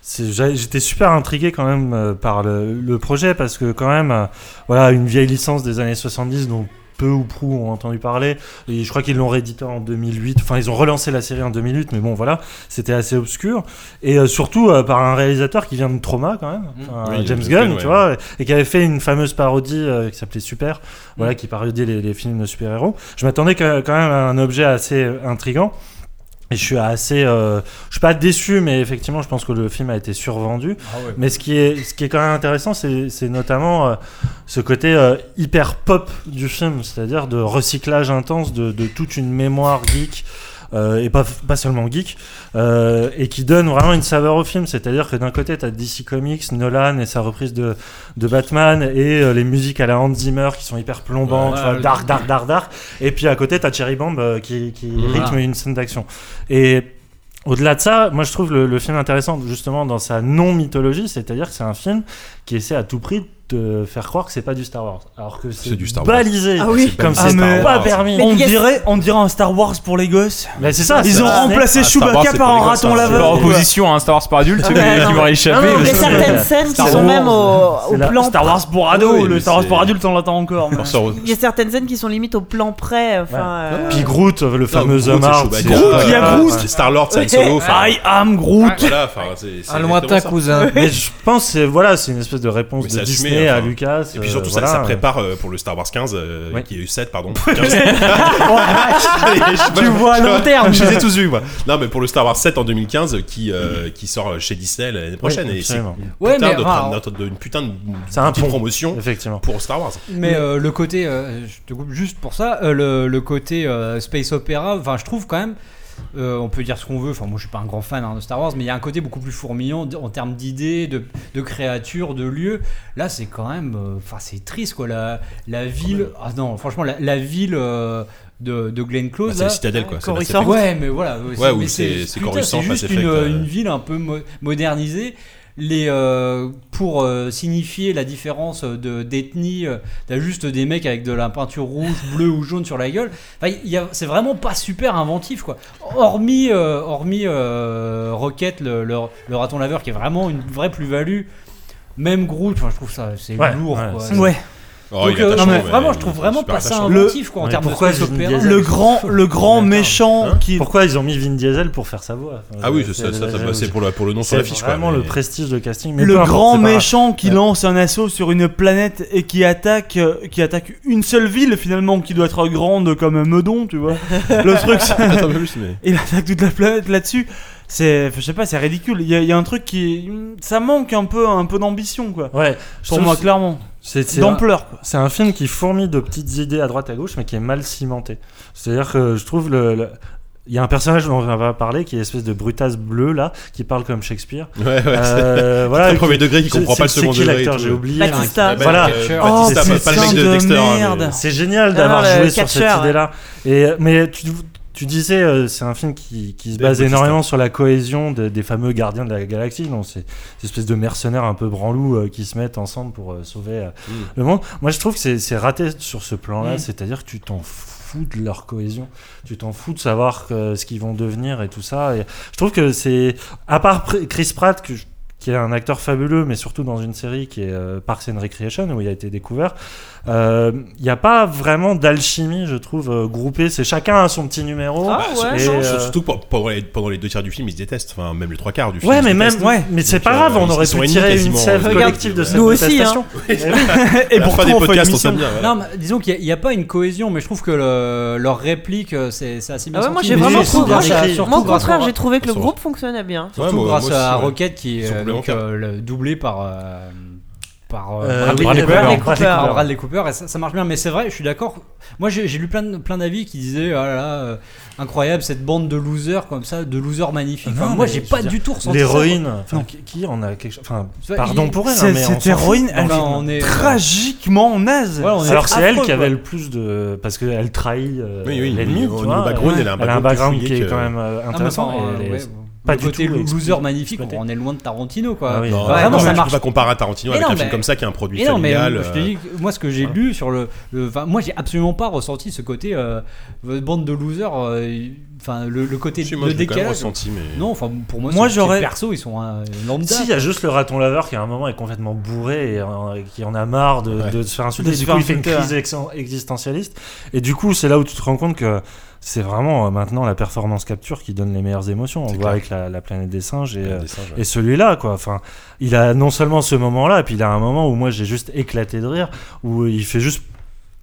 S7: C'est- j'a- J'étais super intrigué quand même euh, par le, le projet parce que quand même, euh, voilà, une vieille licence des années 70 dont peu ou prou ont entendu parler. Et je crois qu'ils l'ont réédité en 2008. Enfin, ils ont relancé la série en 2008, mais bon, voilà, c'était assez obscur. Et euh, surtout euh, par un réalisateur qui vient de Trauma quand même, Enfin,
S1: Oui, James
S7: James
S1: Gunn,
S7: Gunn,
S1: ouais.
S7: tu vois, et qui avait fait une fameuse parodie euh, qui s'appelait Super, voilà, qui parodiait les, les films de super-héros. Je m'attendais que- quand même à un objet assez euh, intrigant. Et je suis assez, euh, je suis pas déçu, mais effectivement, je pense que le film a été survendu.
S2: ouais.
S7: Mais ce qui est, ce qui est quand même intéressant, c'est c'est notamment euh, ce côté euh, hyper pop du film, c'est-à-dire de recyclage intense de, de toute une mémoire geek. euh, et pas, pas seulement geek, euh, et qui donne vraiment une saveur au film. C'est-à-dire que d'un côté, tu as DC Comics, Nolan et sa reprise de, de Batman, et euh, les musiques à la Hans Zimmer qui sont hyper plombantes,
S1: Ouais,
S7: tu vois,
S1: le-
S7: dark, dark, dark, dark. Et puis à côté, tu as Cherry Bomb euh, qui, qui
S1: Voilà.
S7: rythme une scène d'action. Et au-delà de ça, moi je trouve le, le film intéressant justement dans sa non-mythologie, c'est-à-dire que c'est un film qui essaie à tout prix de faire croire que c'est pas du Star Wars, alors que c'est
S1: du Star Wars.
S7: balisé,
S1: Ah oui.
S7: comme
S1: Ah,
S7: c'est
S1: mais-
S7: pas permis.
S4: On dirait, on dirait un Star Wars pour les gosses.
S7: Mais c'est ça,
S4: Ils
S7: c'est-
S4: ont
S7: Ah,
S4: remplacé
S7: ah, Star Wars,
S4: Chewbacca
S7: c'est
S4: par
S7: pour
S4: un
S7: les gosses,
S4: raton
S7: ça, c'est
S4: laveur.
S7: pas
S3: en
S7: Ouais.
S3: opposition à un Star Wars par adulte
S4: Ah,
S3: qui
S4: mais non,
S3: m'aurait
S4: mais-
S3: échappé.
S4: non, non,
S3: parce
S4: mais
S3: que-
S4: certaines
S5: scènes
S3: Star
S5: qui sont
S3: Wars.
S5: même au, au
S4: C'est la-
S5: plan.
S4: Star Wars pour
S1: Ah
S4: ado,
S1: oui,
S4: le
S1: mais
S4: Star Wars
S1: c'est-
S4: pour adulte, on l'attend encore. mais-
S1: Enfin, ça-
S5: Il y a certaines scènes qui sont limite au plan près. Enfin, euh,
S7: Puis Groot, le fameux
S1: Ah. Groot,
S7: homme
S1: c'est
S7: art.
S1: Chewbacca.
S7: c'est-
S1: Groot, il y a
S7: Ah,
S1: Groot.
S7: ouais.
S1: C'est Star-Lord, c'est Han Solo, enfin.
S4: I am Groot.
S1: Voilà, enfin, c'est- c'est
S6: Un lointain
S1: exactement ça.
S6: cousin.
S7: Mais je pense que c'est- voilà, c'est une espèce de réponse
S1: Mais
S7: de
S1: c'est assumé,
S7: Disney à
S1: enfin.
S7: Lucas.
S1: Et puis surtout,
S7: euh,
S1: ça- ça,
S7: voilà.
S1: prépare euh, pour le Star Wars 15, euh, qui est eu 7, pardon. 15.
S4: Tu vois à long terme.
S1: Je les ai tous vus, moi. Non, mais pour le Star Wars 7 en 2015, qui, euh, qui sort chez Disney l'année prochaine. et c'est une
S7: absolument.
S2: Ouais,
S1: putain
S2: mais,
S1: de-
S2: enfin,
S1: notre- de- une putain de
S7: C'est un
S1: petite
S7: pont.
S1: promotion
S7: Effectivement.
S1: pour Star Wars.
S2: Mais euh, le côté, euh, je te coupe juste pour ça, euh, le, le côté euh, space opéra, enfin je trouve quand même, euh, on peut dire ce qu'on veut, enfin moi je suis pas un grand fan hein, de Star Wars, mais il y a un côté beaucoup plus fourmillant d- en termes d'idées, de, de créatures, de lieux. Là c'est quand même, euh, enfin c'est triste quoi, la, la ville, ah non franchement la, la ville euh, de, de Glen Close.
S1: Bah, c'est
S2: là.
S1: la citadelle, quoi, c'est la
S2: Coruscant.
S1: Mass Effect.
S2: Ouais mais voilà,
S1: Ouais,
S2: c'est-
S1: où
S2: mais
S1: c'est- c'est
S2: putain,
S1: Coruscant, Mass
S2: juste une,
S1: Effect, euh.
S2: une ville un peu mo- modernisée. Les, euh, pour euh, signifier la différence de- d'ethnie, euh, t'as juste des mecs avec de la peinture rouge, bleue ou jaune sur la gueule. Enfin, il y a- c'est vraiment pas super inventif, quoi. Hormis, euh, hormis euh, Rocket, le, le- le raton laveur, qui est vraiment une vraie plus-value Même Groot, enfin, je trouve ça c'est
S7: Ouais,
S2: lourd.
S7: ouais,
S2: quoi.
S7: c'est- Ouais.
S1: Oh,
S2: Donc,
S1: il est
S2: euh, non, mais
S1: attachant, ouais,
S2: vraiment,
S1: il
S2: je
S1: est
S2: trouve vraiment
S1: super
S2: pas ça
S1: attachant.
S2: inventif quoi, en termes de space opéra.
S4: Le grand- le grand méchant
S7: qui. Pourquoi ils ont mis Vin Diesel pour faire sa voix Euh, Enfin,
S1: Ah oui, c'est ça, ça, ça, bah, c'est pour le- pour le nom sur l'affiche,
S7: C'est
S1: quoi,
S7: vraiment
S1: mais-
S7: le prestige de casting. mais
S4: le
S7: peu importe,
S4: grand
S7: c'est pas grave.
S4: méchant qui lance un assaut sur une planète et qui attaque, euh, qui attaque une seule ville finalement, qui doit être grande comme un Meudon, tu vois. le truc, c'est-
S1: Peut-être un peu plus, mais-
S4: il attaque toute la planète là-dessus. C'est, je sais pas, c'est ridicule. Il y, a- il y a un truc qui, ça manque un peu, un peu d'ambition, quoi.
S7: Ouais,
S4: Pour
S7: je
S4: moi,
S7: trouve-
S4: clairement.
S7: C'est c'est
S4: d'ampleur.
S7: un- C'est un film qui fourmille de petites idées à droite à gauche, mais qui est mal cimenté. C'est-à-dire que je trouve le. le- Il y a un personnage dont on va parler qui est espèce de brutasse bleu là, qui parle comme Shakespeare.
S1: Ouais, ouais,
S7: Euh,
S1: c'est-
S7: voilà,
S1: c'est le premier degré qui
S7: c'est-
S1: comprend pas
S7: c'est-
S1: le second
S7: c'est qui
S1: degré et
S7: l'acteur,
S1: tout.
S7: j'ai oublié. hein,
S1: Batista.
S7: Mais- Voilà.
S1: Batista, Oh, Batista, pas- pas le mec de
S7: putain
S1: Dexter, hein, mais-
S7: C'est génial
S1: Ah,
S7: d'avoir
S1: le
S7: joué sur cette
S1: catcheur, ouais.
S7: idée-là. Et euh, mais tu, tu disais, euh, c'est un film qui, qui se base
S1: Bautista.
S7: énormément sur la cohésion de- des fameux gardiens de la galaxie. Donc c'est ces espèces de mercenaires un peu branlous euh, qui se mettent ensemble pour euh, sauver euh,
S1: Mm.
S7: le monde. Moi, je trouve que c'est- c'est raté sur ce plan-là.
S1: Mm.
S7: C'est-à-dire que tu t'en fous de leur cohésion. Tu t'en fous de savoir euh, ce qu'ils vont devenir et tout ça. Et je trouve que c'est à part Pr- Chris Pratt que je- qui est un acteur fabuleux, mais surtout dans une série qui est euh, Parks and Recreation, où il a été découvert. euh, Il n'y a pas vraiment d'alchimie, je trouve, euh, groupée. C'est chacun a son petit numéro.
S1: Bah, sur-
S7: Et,
S1: sur-
S7: euh,
S1: Surtout pour- pendant les, pendant les deux tiers du film, ils se détestent. Enfin, même les trois quarts du film.
S7: Ouais,
S1: ils se
S7: mais même,
S1: détestent.
S7: ouais, mais c'est
S1: hein, Donc,
S7: pas
S1: euh,
S7: grave, on
S1: ils-
S7: aurait
S1: ils sont
S7: pu
S1: ennemis
S7: tirer une
S1: quasiment,
S7: sève
S1: euh,
S7: collective de
S1: ouais.
S7: cette détestation.
S1: À la fin des podcasts, on s'aime bien. voilà.
S2: Non, mais disons qu'il n'y a, pas une cohésion, mais je trouve que le- leur réplique, euh, c'est c'est assez bien
S5: Ah ouais, moi
S2: sorti.
S5: j'ai
S2: Mais
S5: vraiment
S2: surtout
S5: trouvé.
S2: grâce à- surtout
S5: Moi au
S2: grâce à-
S5: contraire, j'ai trouvé que le
S2: Surtout
S5: groupe fonctionnait bien.
S2: Surtout
S1: moi-
S2: grâce
S1: moi aussi,
S2: à
S1: ouais.
S2: Rocket qui
S1: Ils
S2: est
S1: sont
S2: euh, donc,
S1: complémentaires.
S2: euh, le- doublé par. euh, par euh,
S1: Euh,
S2: Bradley,
S1: Bradley Cooper.
S2: Cooper, Par
S1: Bradley Cooper.
S2: Bradley Cooper, et ça, ça marche bien mais c'est vrai je suis d'accord moi j'ai j'ai lu plein de- plein d'avis qui disaient ah là là, euh, incroyable cette bande de losers comme ça de losers magnifiques Enfin,
S7: Non,
S2: moi
S7: mais
S2: j'ai
S7: je
S2: pas
S7: veux dire,
S2: du tout ressenti ça, quoi.
S7: L'héroïne, enfin, qui, qui en a quelque chose. Enfin,
S2: Tu vois,
S7: pardon
S2: il-
S7: pour elle,
S2: c'est-
S7: hein, mais on
S2: cette
S7: s'en fout.
S2: héroïne, elle
S7: Dans le
S2: est
S7: film.
S2: on est-
S4: tragiquement naze.
S2: Ouais, on est
S7: Alors c'est
S2: affreux,
S7: elle qui
S2: quoi.
S7: avait le plus de parce qu'elle trahit euh,
S1: Oui, oui,
S7: l'ennemi.
S1: oui,
S7: tu
S1: au
S7: vois,
S1: niveau background, elle a un background plus
S7: qui est
S1: fouillé
S7: quand
S1: que-
S7: même euh,
S1: Ah, mais
S7: intéressant.
S2: Enfin,
S7: et
S2: euh,
S7: elle
S2: ouais,
S7: est
S2: pas
S7: pas
S2: du côté
S7: du tout
S2: lo-
S7: expli-
S2: loser magnifique, on est loin de Tarantino quoi.
S7: Ah oui. Non,
S2: Enfin,
S7: non,
S2: vraiment,
S7: non,
S2: ça
S7: mais
S1: je peux
S2: marche.
S1: pas comparer à Tarantino
S2: Mais
S1: avec
S2: non,
S1: un film
S2: mais-
S1: comme ça qui est un produit
S2: mais non, mais
S1: familial,
S2: je
S1: euh,
S2: te dis que moi ce que j'ai lu sur le, le- enfin, moi j'ai absolument pas ressenti ce côté euh, bande de losers, euh, enfin le, le côté
S1: Si,
S2: de
S1: moi, je l'ai quand même
S2: décalage.
S1: ressenti, mais-
S2: Non, enfin pour moi,
S4: Moi,
S2: ces-
S4: j'aurais-
S2: ces persos ils sont euh, lambda.
S7: Si, il y a juste le raton laveur qui à un moment est complètement bourré et euh, qui en a marre de, de se faire insulter.
S4: De se
S7: du
S4: faire
S7: coup, il fait une
S4: insulter,
S7: crise
S4: ouais.
S7: ex- existentialiste. Et du coup, c'est là où tu te rends compte que c'est vraiment euh, maintenant la performance capture qui donne les meilleures émotions. On le voit avec la, la planète des singes et,
S1: planète
S7: euh,
S1: des singes, ouais.
S7: et celui-là, quoi. Enfin, il a non seulement ce moment-là, puis il a un moment où moi j'ai juste éclaté de rire, où il fait juste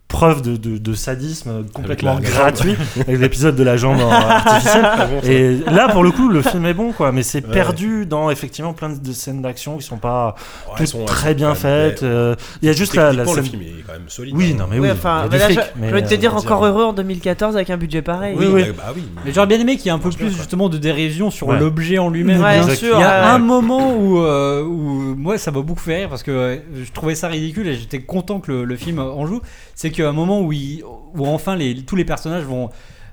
S7: preuve de, de- de sadisme complètement
S1: la- la
S7: gratuit
S1: jambe.
S7: avec l'épisode de la jambe en- artificielle
S1: Ah bon, ça.
S7: et là pour le coup le film est bon quoi mais c'est
S1: Ouais.
S7: perdu dans effectivement plein de scènes d'action qui sont pas toutes
S1: elles sont- elles
S7: très
S1: sont
S7: bien
S1: quand même
S7: faites
S1: belles.
S7: euh, il y a juste la, la
S1: Techniquement,
S7: scène
S1: le film est quand même solide,
S7: oui
S1: hein.
S7: non mais
S1: Oui,
S7: Eh oui,
S1: enfin,
S7: il y a
S5: Voilà,
S7: du
S5: bah, je,
S7: fric, mais,
S5: je vais te
S7: euh,
S5: dire
S7: on
S5: encore heureux en 2014 avec un budget pareil.
S7: Oui, oui.
S1: Bah oui, mais-
S2: Mais j'aurais bien aimé qu'il y ait un peu plus justement de dérision sur
S7: Ouais.
S2: l'objet en lui-même.
S7: Ouais, Bien sûr,
S5: euh,
S2: Il y a
S7: ouais.
S2: un moment où, euh, où moi ça m'a beaucoup fait rire parce que euh, je trouvais ça ridicule et j'étais content que le, le film en joue. C'est qu'à un moment où, il- où enfin les, tous les personnages vont.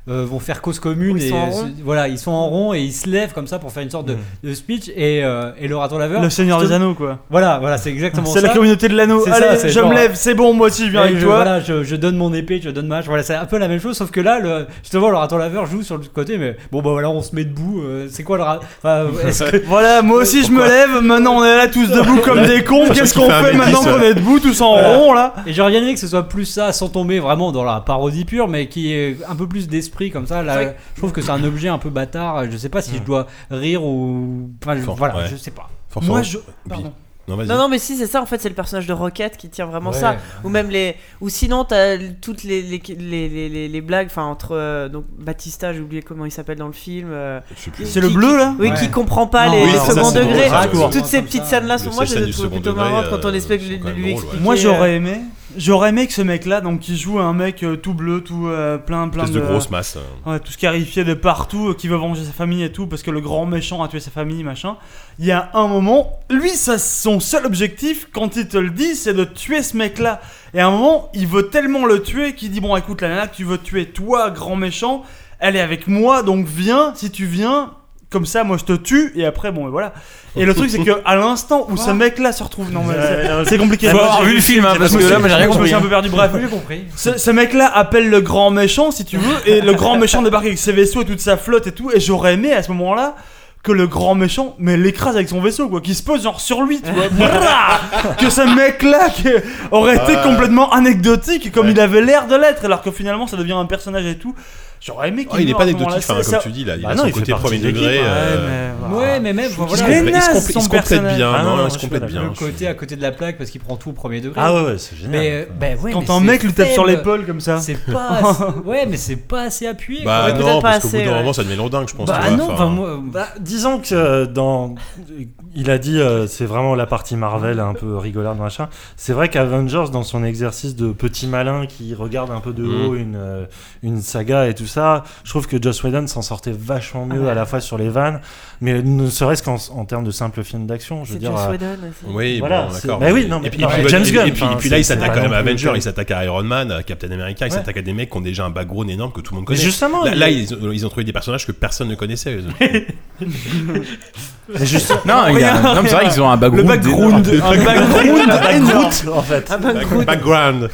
S2: euh, vont faire cause commune
S5: Où ils
S2: et
S5: sont en
S2: euh,
S5: rond.
S2: se- voilà ils sont en rond et ils se lèvent comme ça pour faire une sorte de, de speech et, euh, et le raton laveur
S4: Le Seigneur
S2: je te-
S4: des Anneaux, quoi.
S2: voilà voilà c'est exactement
S4: C'est
S2: ça.
S4: la communauté de l'anneau.
S2: C'est ça,
S4: Allez,
S2: c'est
S4: je
S2: genre-
S4: me lève, c'est bon, moi aussi je viens
S2: et
S4: avec
S2: je-
S4: toi.
S2: Voilà, je, je donne mon épée, je donne ma hache. Voilà, c'est un peu la même chose, sauf que là, le, justement, le raton laveur joue sur le côté, mais bon, bah voilà, on se met debout. euh, c'est quoi le raton
S4: Voilà, moi aussi je me lève, maintenant on est là tous debout comme des cons, qu'est-ce qu'on fait maintenant qu'on est debout tous en
S2: Voilà.
S4: rond là
S2: Et j'aurais bien aimé que ce soit plus ça, sans tomber vraiment dans la parodie pure, mais qui est un peu plus d'esprit comme ça. Là, je trouve que c'est un objet un peu bâtard. Je sais pas si je dois rire ou. enfin, je-
S1: Mm. Fort,
S2: voilà,
S1: ouais.
S2: je sais pas.
S1: Fort,
S2: Moi,
S1: fort.
S2: je.
S1: Bi-
S2: Pardon.
S1: Non, vas-y.
S5: Non, non, mais si, c'est ça, en fait, c'est le personnage de Rocket qui tient vraiment
S1: Ouais.
S5: ça. Ou même les. Ou sinon, t'as toutes les, les, les, les, les- les blagues, enfin, entre. euh, donc, Batista, j'ai oublié comment il s'appelle dans le film. euh, qui-
S4: C'est le
S5: qui-
S4: bleu, là
S5: Oui,
S4: Ouais.
S5: qui comprend pas
S4: Non,
S5: les,
S4: oui,
S5: les
S4: non, ça,
S5: second
S4: c'est
S5: degrés.
S4: drôle, ça,
S5: Toutes
S4: c'est
S5: ces
S4: drôle.
S5: petites scènes-là, sont-
S1: Les
S5: moi, je
S1: scènes
S5: les
S1: du
S5: trouve
S1: second
S5: plutôt
S1: degré,
S5: marrantes quand on
S1: euh,
S5: espère
S1: sont
S5: lui,
S1: quand même
S5: lui
S1: drôles, ouais.
S5: expliquer.
S4: Moi
S5: euh,
S4: j'aurais aimé, j'aurais aimé que ce mec là, donc qui joue un mec euh, tout bleu, tout euh, plein plein
S1: Espèce de grosse masse, euh.
S4: Ouais, tout scarifié de partout, euh, qui veut venger sa famille et tout parce que le grand méchant a tué sa famille, machin. Il y a un moment, lui ça, son seul objectif quand il te le dit, c'est de tuer ce mec là. Et à un moment, il veut tellement le tuer qu'il dit bon écoute la nana que tu veux tuer toi grand méchant, elle est avec moi donc viens, si tu viens comme ça, moi je te tue et après bon et voilà. Et le truc c'est que à l'instant où ce mec là se retrouve non mais
S3: Ouais,
S4: c'est-
S3: ouais,
S4: c'est compliqué.
S3: Faut avoir vu le film, hein,
S4: C'est
S3: parce
S4: pas
S3: que là,
S4: possible.
S3: moi, j'ai rien
S4: Je me suis
S3: compris,
S4: un peu perdu.
S3: hein.
S4: Bref,
S3: J'ai compris.
S4: Ce, ce mec-là appelle le grand méchant, si tu veux, et le grand méchant débarque avec ses vaisseaux et toute sa flotte et tout. Et j'aurais aimé à ce moment-là que le grand méchant, mais l'écrase avec son vaisseau, quoi, qui se pose genre sur lui, tu vois, Brrrah que ce mec-là qui aurait été
S1: Ouais.
S4: complètement anecdotique, comme
S1: Ouais.
S4: il avait l'air de l'être, alors que finalement ça devient un personnage et tout. J'aurais aimé qu'il
S1: Oh, il est
S4: meure
S1: pas
S4: à ce moment-là.
S1: anecdotique, enfin,
S4: C'est-
S1: comme
S4: ça-
S1: tu dis là, il
S4: Bah
S1: a
S4: non,
S1: son
S4: fait
S1: côté
S4: partie
S1: premier
S4: de l'équipe,
S1: degré.
S4: ouais,
S1: euh,
S4: mais voilà.
S2: Ouais, mais même,
S4: Il
S2: voilà, il
S4: est
S2: se
S4: naze,
S1: complé-
S4: son
S1: il se complète
S4: personnage.
S1: bien,
S4: Ah
S1: non, il
S4: je
S1: se
S4: suis
S1: complète
S4: d'accord.
S1: bien.
S2: Le côté à côté de la plaque parce qu'il prend tout au premier degré.
S4: Ah ouais, ouais, c'est génial.
S2: Mais, euh, ben ouais,
S4: Quand
S2: mais
S4: un
S2: c'est
S4: mec lui tape sur
S2: faible.
S4: l'épaule comme
S7: hein.
S4: ça.
S2: C'est pas. assez- Ouais, mais c'est pas assez appuyé.
S1: Bah
S2: quoi.
S1: non, parce qu'au bout d'un moment, ça devient lourdingue, je pense.
S2: Bah
S1: tu vois,
S2: non,
S1: enfin.
S2: enfin, moi,
S7: Bah, disons que euh, dans. Il a dit, euh, c'est vraiment la partie Marvel un peu rigolade, machin. C'est vrai qu'Avengers, dans son exercice de petit malin qui regarde un peu de
S2: Mm.
S1: Mhm.
S7: haut une, euh, une saga et tout ça, je trouve que Joss Whedon s'en sortait vachement mieux
S5: Ah ouais.
S7: à la fois sur les vannes, mais ne serait-ce qu'en en termes de simple film d'action. Je veux
S5: C'est
S7: dire.
S5: Joss
S7: euh,
S5: Whedon aussi.
S1: Oui,
S7: voilà,
S1: bon,
S7: c'est-
S1: d'accord.
S7: bah oui, non, mais
S1: et puis, et
S7: pareil,
S1: puis-
S7: James
S1: et puis-
S7: Gunn,
S1: et puis-
S7: enfin,
S1: et puis là, il
S7: c'est- c'est
S1: s'attaque
S7: pas
S1: quand
S7: non
S1: même à
S7: plus
S1: Avengers,
S7: James.
S1: il s'attaque à Iron Man, à Captain America, il
S7: Ouais.
S1: s'attaque à des mecs qui ont déjà un background énorme que tout le monde
S7: Mais
S1: connaît.
S7: justement,
S1: là,
S7: il-
S1: là, ils, ont, ils ont trouvé des personnages que personne ne connaissait.
S7: Mais juste-
S3: hein. Non, il y a- non, mais c'est vrai qu'ils ont un background
S7: Le background,
S3: énorme.
S7: un background, énorme, en fait.
S5: Ah bah.
S1: Back- Background.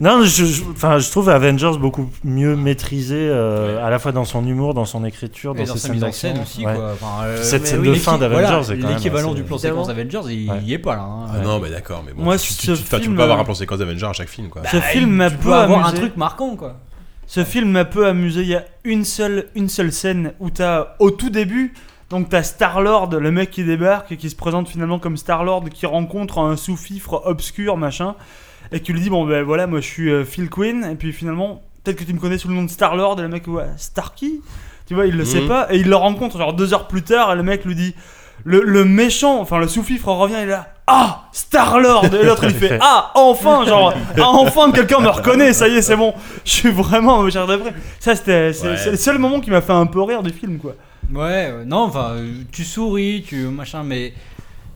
S7: Non, je, je- enfin, je trouve Avengers beaucoup mieux maîtrisé, euh, à la fois dans son humour, dans son écriture,
S2: Et
S7: dans
S2: dans
S7: ses
S2: sa
S7: scènes
S2: mise en
S7: d'action.
S2: scène aussi.
S7: Ouais.
S2: Quoi. Enfin, euh,
S7: Cette
S2: mais
S7: scène
S2: oui,
S7: de
S2: l'équi-
S7: fin d'Avengers
S2: voilà,
S7: est quand même
S2: L'équivalent
S7: assez-
S2: du plan
S5: Évidemment.
S2: séquence Avengers, il
S7: Ouais.
S2: y est pas là. hein.
S1: Ah non, mais d'accord, mais bon,
S4: Moi,
S1: tu, tu,
S4: ce
S1: tu- enfin, tu
S4: film,
S1: peux pas avoir
S4: euh,
S1: un plan séquence Avengers à chaque film, quoi.
S4: Ce film m'a
S2: tu
S4: peu
S2: peux avoir un
S4: amusé.
S2: truc marquant quoi.
S4: Ce film m'a peu amusé. Il y a une seule, une seule scène où t'as au tout début, donc t'as Star Lord, le mec qui débarque et qui se présente finalement comme Star Lord, qui rencontre un sous-fifre obscur, machin, et qui lui dit bon ben voilà, moi je suis euh, Phil Quinn, et puis finalement peut-être que tu me connais sous le nom de Star Lord, et le mec ouais Starkey, tu vois il le sait
S1: Mhm.
S4: pas, et il le rencontre genre deux heures plus tard, et le mec lui dit le, le méchant, enfin le sous-fifre revient il est là. Ah, Star Lord Et l'autre il fait Ah, enfin Genre, ah, enfin quelqu'un me reconnaît, ça y est, c'est bon. Je suis vraiment au cher d'après. Ça, c'était c'est
S2: Ouais.
S4: c'est le seul moment qui m'a fait un peu rire du film, quoi.
S2: Ouais, euh, non, enfin, euh, tu souris, tu machin, mais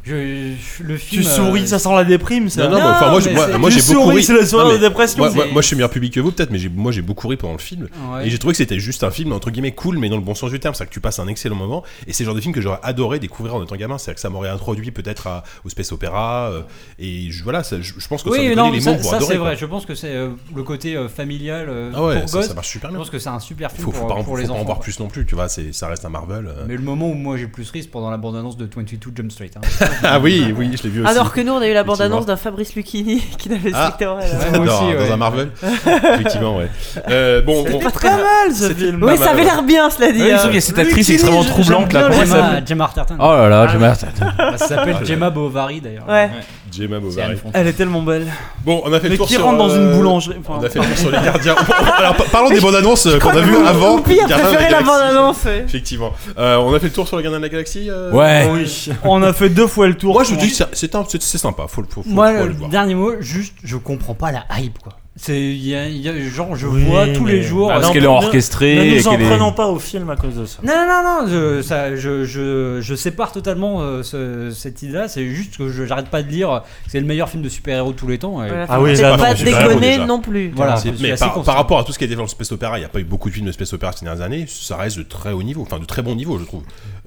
S2: je, je- le film.
S4: Tu souris, ça
S2: ça
S4: sent la déprime, ça.
S1: euh, Non, non, mais enfin, moi, je-
S2: mais
S1: moi,
S2: c'est-
S1: moi,
S4: le
S1: j'ai beaucoup
S4: sourire,
S1: ri.
S4: c'est le sourire
S1: Non,
S4: de
S1: mais
S4: dépression,
S1: Moi,
S4: c'est-
S1: moi, moi, je suis meilleur public que vous, peut-être, mais j'ai- moi, j'ai beaucoup ri pendant le film.
S2: euh, Ouais.
S1: Et j'ai trouvé que c'était juste un film, entre guillemets, cool, mais dans le bon sens du terme. C'est-à-dire que tu passes un excellent moment. Et c'est le genre de film que j'aurais adoré découvrir en étant gamin. C'est-à-dire que ça m'aurait introduit peut-être à- au Space Opera. euh, et je, voilà, ça- je, je pense que ça
S2: Oui,
S1: aurait
S2: non,
S1: donné les
S2: ça,
S1: mots pour
S2: ça,
S1: adorer.
S2: c'est
S1: quoi.
S2: vrai. Je pense que c'est euh, le côté euh, familial euh,
S1: Ah ouais,
S2: pour
S1: ça, ça
S2: gosses.
S1: marche super
S2: Je pense que c'est un super film
S1: Faut, faut
S2: pour, euh,
S1: pas, en-
S2: pour
S1: faut
S2: les
S1: pas
S2: enfants.
S1: en voir plus non plus, tu vois. c'est- Ça reste un Marvel. euh.
S2: Mais le moment où moi j'ai le plus ri, c'est pendant la bande-annonce de 22 Jump Street. hein.
S1: ah oui, oui, je l'ai vu aussi.
S5: Alors que nous, on a eu la
S1: Effectivement.
S5: bande-annonce d'un Fabrice Lucchini qui n'avait
S1: Ah.
S5: strictement rien à voir.
S2: Ouais, moi
S1: dans,
S2: aussi,
S1: dans
S2: ouais.
S1: un Marvel. Effectivement, ouais. Euh, bon,
S5: C'était
S1: bon,
S5: pas très mal ce
S1: C'était
S5: film. bah, Ah,
S1: pas
S5: Oui,
S1: mal,
S5: ça avait
S1: ouais.
S5: l'air bien, cela dit.
S3: Oui,
S5: hein.
S3: sauf qu'il y a cette actrice extrêmement
S2: je-
S3: troublante
S2: j'aime bien
S3: là. Comment elle
S2: Gemma-
S3: s'appelle
S2: euh, Gemma Arterton.
S3: Oh là là,
S2: Ah,
S3: Gemma
S2: ouais.
S3: Arterton.
S2: Bah, Ça s'appelle
S1: Ah,
S2: Gemma Bovary d'ailleurs.
S5: Ouais.
S1: Gemma
S2: C'est Anne
S1: Bovary.
S2: Fontaine.
S4: Elle est tellement belle.
S1: Bon, on a fait
S4: Mais
S1: le tour
S4: qui
S1: sur,
S4: rentre dans
S1: euh,
S4: une boulangerie. enfin,
S1: On a fait le tour sur les gardiens. Alors, par- parlons des bandes annonces euh, qu'on
S5: crois
S1: a
S5: que
S1: vues
S5: Oupi a
S1: avant. Gardiens de
S5: préféré la
S1: Galaxie.
S5: bande-annonce, ouais.
S1: Effectivement. Euh, on a fait le tour sur les Gardiens de la Galaxie. euh,
S3: Ouais.
S1: oui.
S4: On a fait deux fois le tour.
S1: Moi, je vous dis que c'est- c'est un- c'est- c'est sympa. Faut, le- faut, faut,
S2: Moi,
S1: faut
S2: le
S1: le voir.
S2: dernier mot, juste, je comprends pas la hype quoi. C'est, il y a- il y a- genre, je
S7: Oui,
S2: vois tous
S7: mais-
S2: les jours.
S3: Parce
S7: Non,
S3: qu'elle est
S7: ne-
S3: orchestrée
S7: Ne
S3: et
S7: nous en
S3: qu'elle est-
S7: prenons pas au film à cause de ça.
S2: Non, non, non, non, je, ça, je, je, je sépare totalement euh, ce- cette idée-là. C'est juste que je- j'arrête pas de dire que c'est le meilleur film de super-héros de tous les temps. et-
S5: Voilà,
S7: Ah oui,
S5: faut
S7: là,
S5: peut-être
S7: non,
S5: pas
S7: c'est super
S1: beau,
S5: déconner
S1: déjà.
S5: non plus.
S2: Voilà,
S1: C'est-
S2: je suis
S1: mais
S2: assez
S1: par,
S2: constant.
S1: par rapport à tout ce qui a été fait dans le space opéra, il n'y a pas eu beaucoup de films de space opéra ces dernières années. Ça reste de très haut niveau, enfin de très bon niveau, je trouve.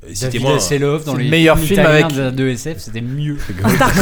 S1: Et
S2: David
S1: un-
S2: Hasselhoff dans
S3: C'est le
S2: les
S3: meilleur
S2: films
S3: film
S2: italiens
S3: avec-
S2: de, de SF, c'était mieux.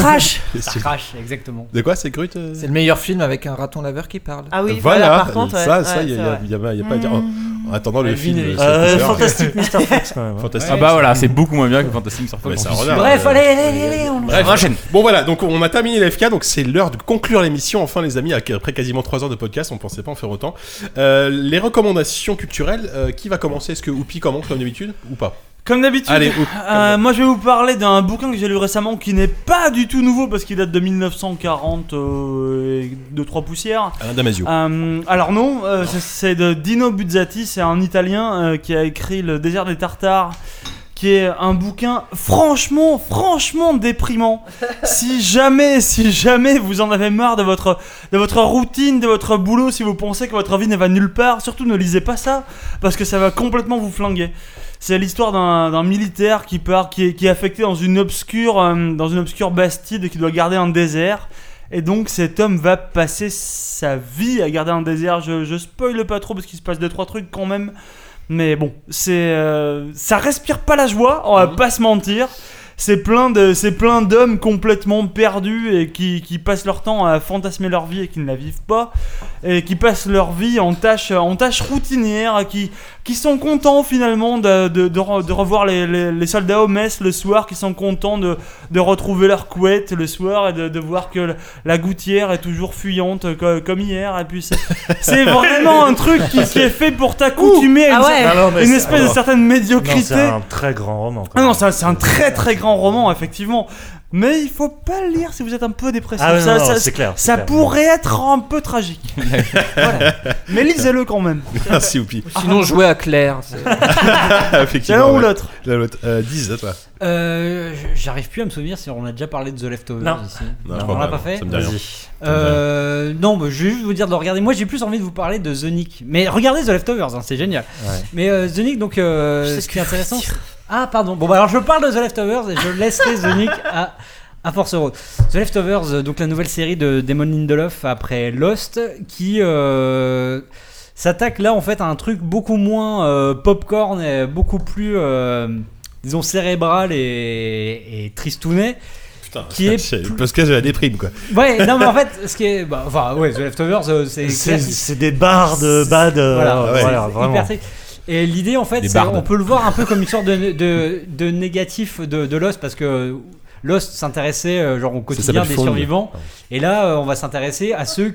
S5: Star Crash
S2: Ça crache, exactement.
S1: De quoi c'est Grut euh
S6: C'est le meilleur film avec un raton laveur qui parle.
S5: Ah oui, voilà,
S1: Voilà,
S5: par contre. ouais,
S1: ça,
S5: ouais,
S1: ça, il
S5: c'est
S1: n'y a,
S5: vrai.
S1: y a pas y a pas à dire. En, en attendant le
S2: Alvin
S1: film.
S2: et
S1: euh,
S2: les
S1: sur
S7: Euh,
S1: Twitter.
S7: Fantastic Mr. Fox quand même. hein.
S1: Fantastique.
S3: Ah bah voilà, c'est beaucoup moins bien que Fantastic Mr.
S1: Mais
S3: Fox.
S1: ça
S3: j'en suis
S1: regarde.
S3: sûr.
S6: Bref,
S1: Euh,
S6: allez, allez, allez, allez, on
S1: Bref,
S3: Enchaîne.
S1: Bon voilà, donc on a terminé les FK, donc c'est l'heure de conclure l'émission enfin les amis, après quasiment 3 heures de podcast, on pensait pas en faire autant. Euh, les recommandations culturelles, euh, qui va commencer Est-ce que Oupi commence comme d'habitude ou pas
S4: Comme d'habitude,
S1: Allez, Oupi,
S4: euh, moi je vais vous parler d'un bouquin que j'ai lu récemment qui n'est pas du tout nouveau parce qu'il date de 1940 euh, et de trois poussières.
S1: Alain Damasio.
S4: Euh, alors non, euh, c'est- c'est de Dino Buzzati, c'est un Italien euh, qui a écrit Le désert des Tartares, qui est un bouquin franchement, franchement déprimant. si jamais, si jamais vous en avez marre de votre, de votre routine, de votre boulot, si vous pensez que votre vie ne va nulle part, surtout ne lisez pas ça, parce que ça va complètement vous flinguer. C'est l'histoire d'un d'un militaire qui part, qui est, qui est affecté dans une obscure, euh, dans une obscure bastide et qui doit garder un désert. Et donc cet homme va passer sa vie à garder un désert. Je, je spoile pas trop parce qu'il se passe deux trois trucs quand même. Mais bon, c'est euh, ça respire pas la joie, on va pas se mentir. C'est plein de c'est plein d'hommes complètement perdus et qui, qui passent leur temps à fantasmer leur vie et qui ne la vivent pas et qui passent leur vie en tâches en tâches routinières qui
S2: qui sont contents finalement de, de, de re- de revoir les, les- les soldats au mess le soir, qui sont contents de, de retrouver leur couette le soir et de, de voir que le- la gouttière est toujours fuyante co- comme, hier. Et puis c'est, c'est vraiment un truc qui, qui est fait pour t'accoutumer à une,
S7: Ouh, ah ouais. Ah non, mais
S2: une
S7: c'est-
S2: espèce de
S7: alors-
S2: certaine médiocrité.
S7: Non, c'est un très grand roman.
S2: Ah non, c'est un, c'est un très très grand roman, effectivement. Mais il faut pas le lire si vous êtes un peu dépressif.
S7: Ah ouais,
S2: ça
S7: non, non,
S2: ça-
S7: c'est clair, c'est
S2: ça
S7: clair.
S2: pourrait être un peu tragique. Voilà. Mais lisez-le quand même.
S1: Merci, Oupi.
S6: Sinon, jouez à Claire.
S1: Effectivement.
S2: L'un ou
S1: ouais.
S2: l'autre
S1: L'un ou l'autre. Euh, 10, toi.
S4: Euh, j- J'arrive plus à me souvenir si on a déjà parlé de The Leftovers
S1: Non.
S4: ici.
S1: Non, je
S4: on
S1: crois
S4: l'a
S1: pas,
S4: pas
S1: non.
S4: fait.
S1: Ça me dit rien.
S4: Vas-y.
S1: Ça me dit
S4: Euh, non, bah, je vais juste vous dire de le regarder. Moi, j'ai plus envie de vous parler de The Nick. Mais regardez The Leftovers, hein, c'est génial.
S6: Ouais.
S4: Mais euh, The Nick, donc, euh,
S6: Je sais
S4: ce
S6: ce
S4: qui est
S6: que je veux
S4: intéressant. Ah, pardon. Bon, bah alors je parle de The Leftovers et je laisserai The Nick à. À Force Road. The Leftovers, euh, donc la nouvelle série de Damon Lindelof après Lost, qui euh, s'attaque là en fait à un truc beaucoup moins euh, popcorn, et beaucoup plus, euh, disons, cérébral et, et tristounet. qui est
S1: C'est- Parce que j'ai la déprime, quoi.
S4: Ouais, non, mais en fait, ce qui est. bah, enfin, ouais, The Leftovers, euh, c'est.
S7: C'est-
S4: classique.
S7: c'est des barres de bad, euh,
S4: Voilà,
S7: ouais.
S4: c'est
S7: voilà,
S4: hyper
S7: vraiment.
S4: tri- Et l'idée, en fait,
S7: Des
S4: c'est
S7: bardes.
S4: on peut le voir un peu comme une sorte de, de, de négatif de, de Lost, parce que Lost s'intéressait euh, genre au quotidien
S6: s'appelle
S4: des
S6: Fold.
S4: survivants. Et là, euh, on va s'intéresser à ceux.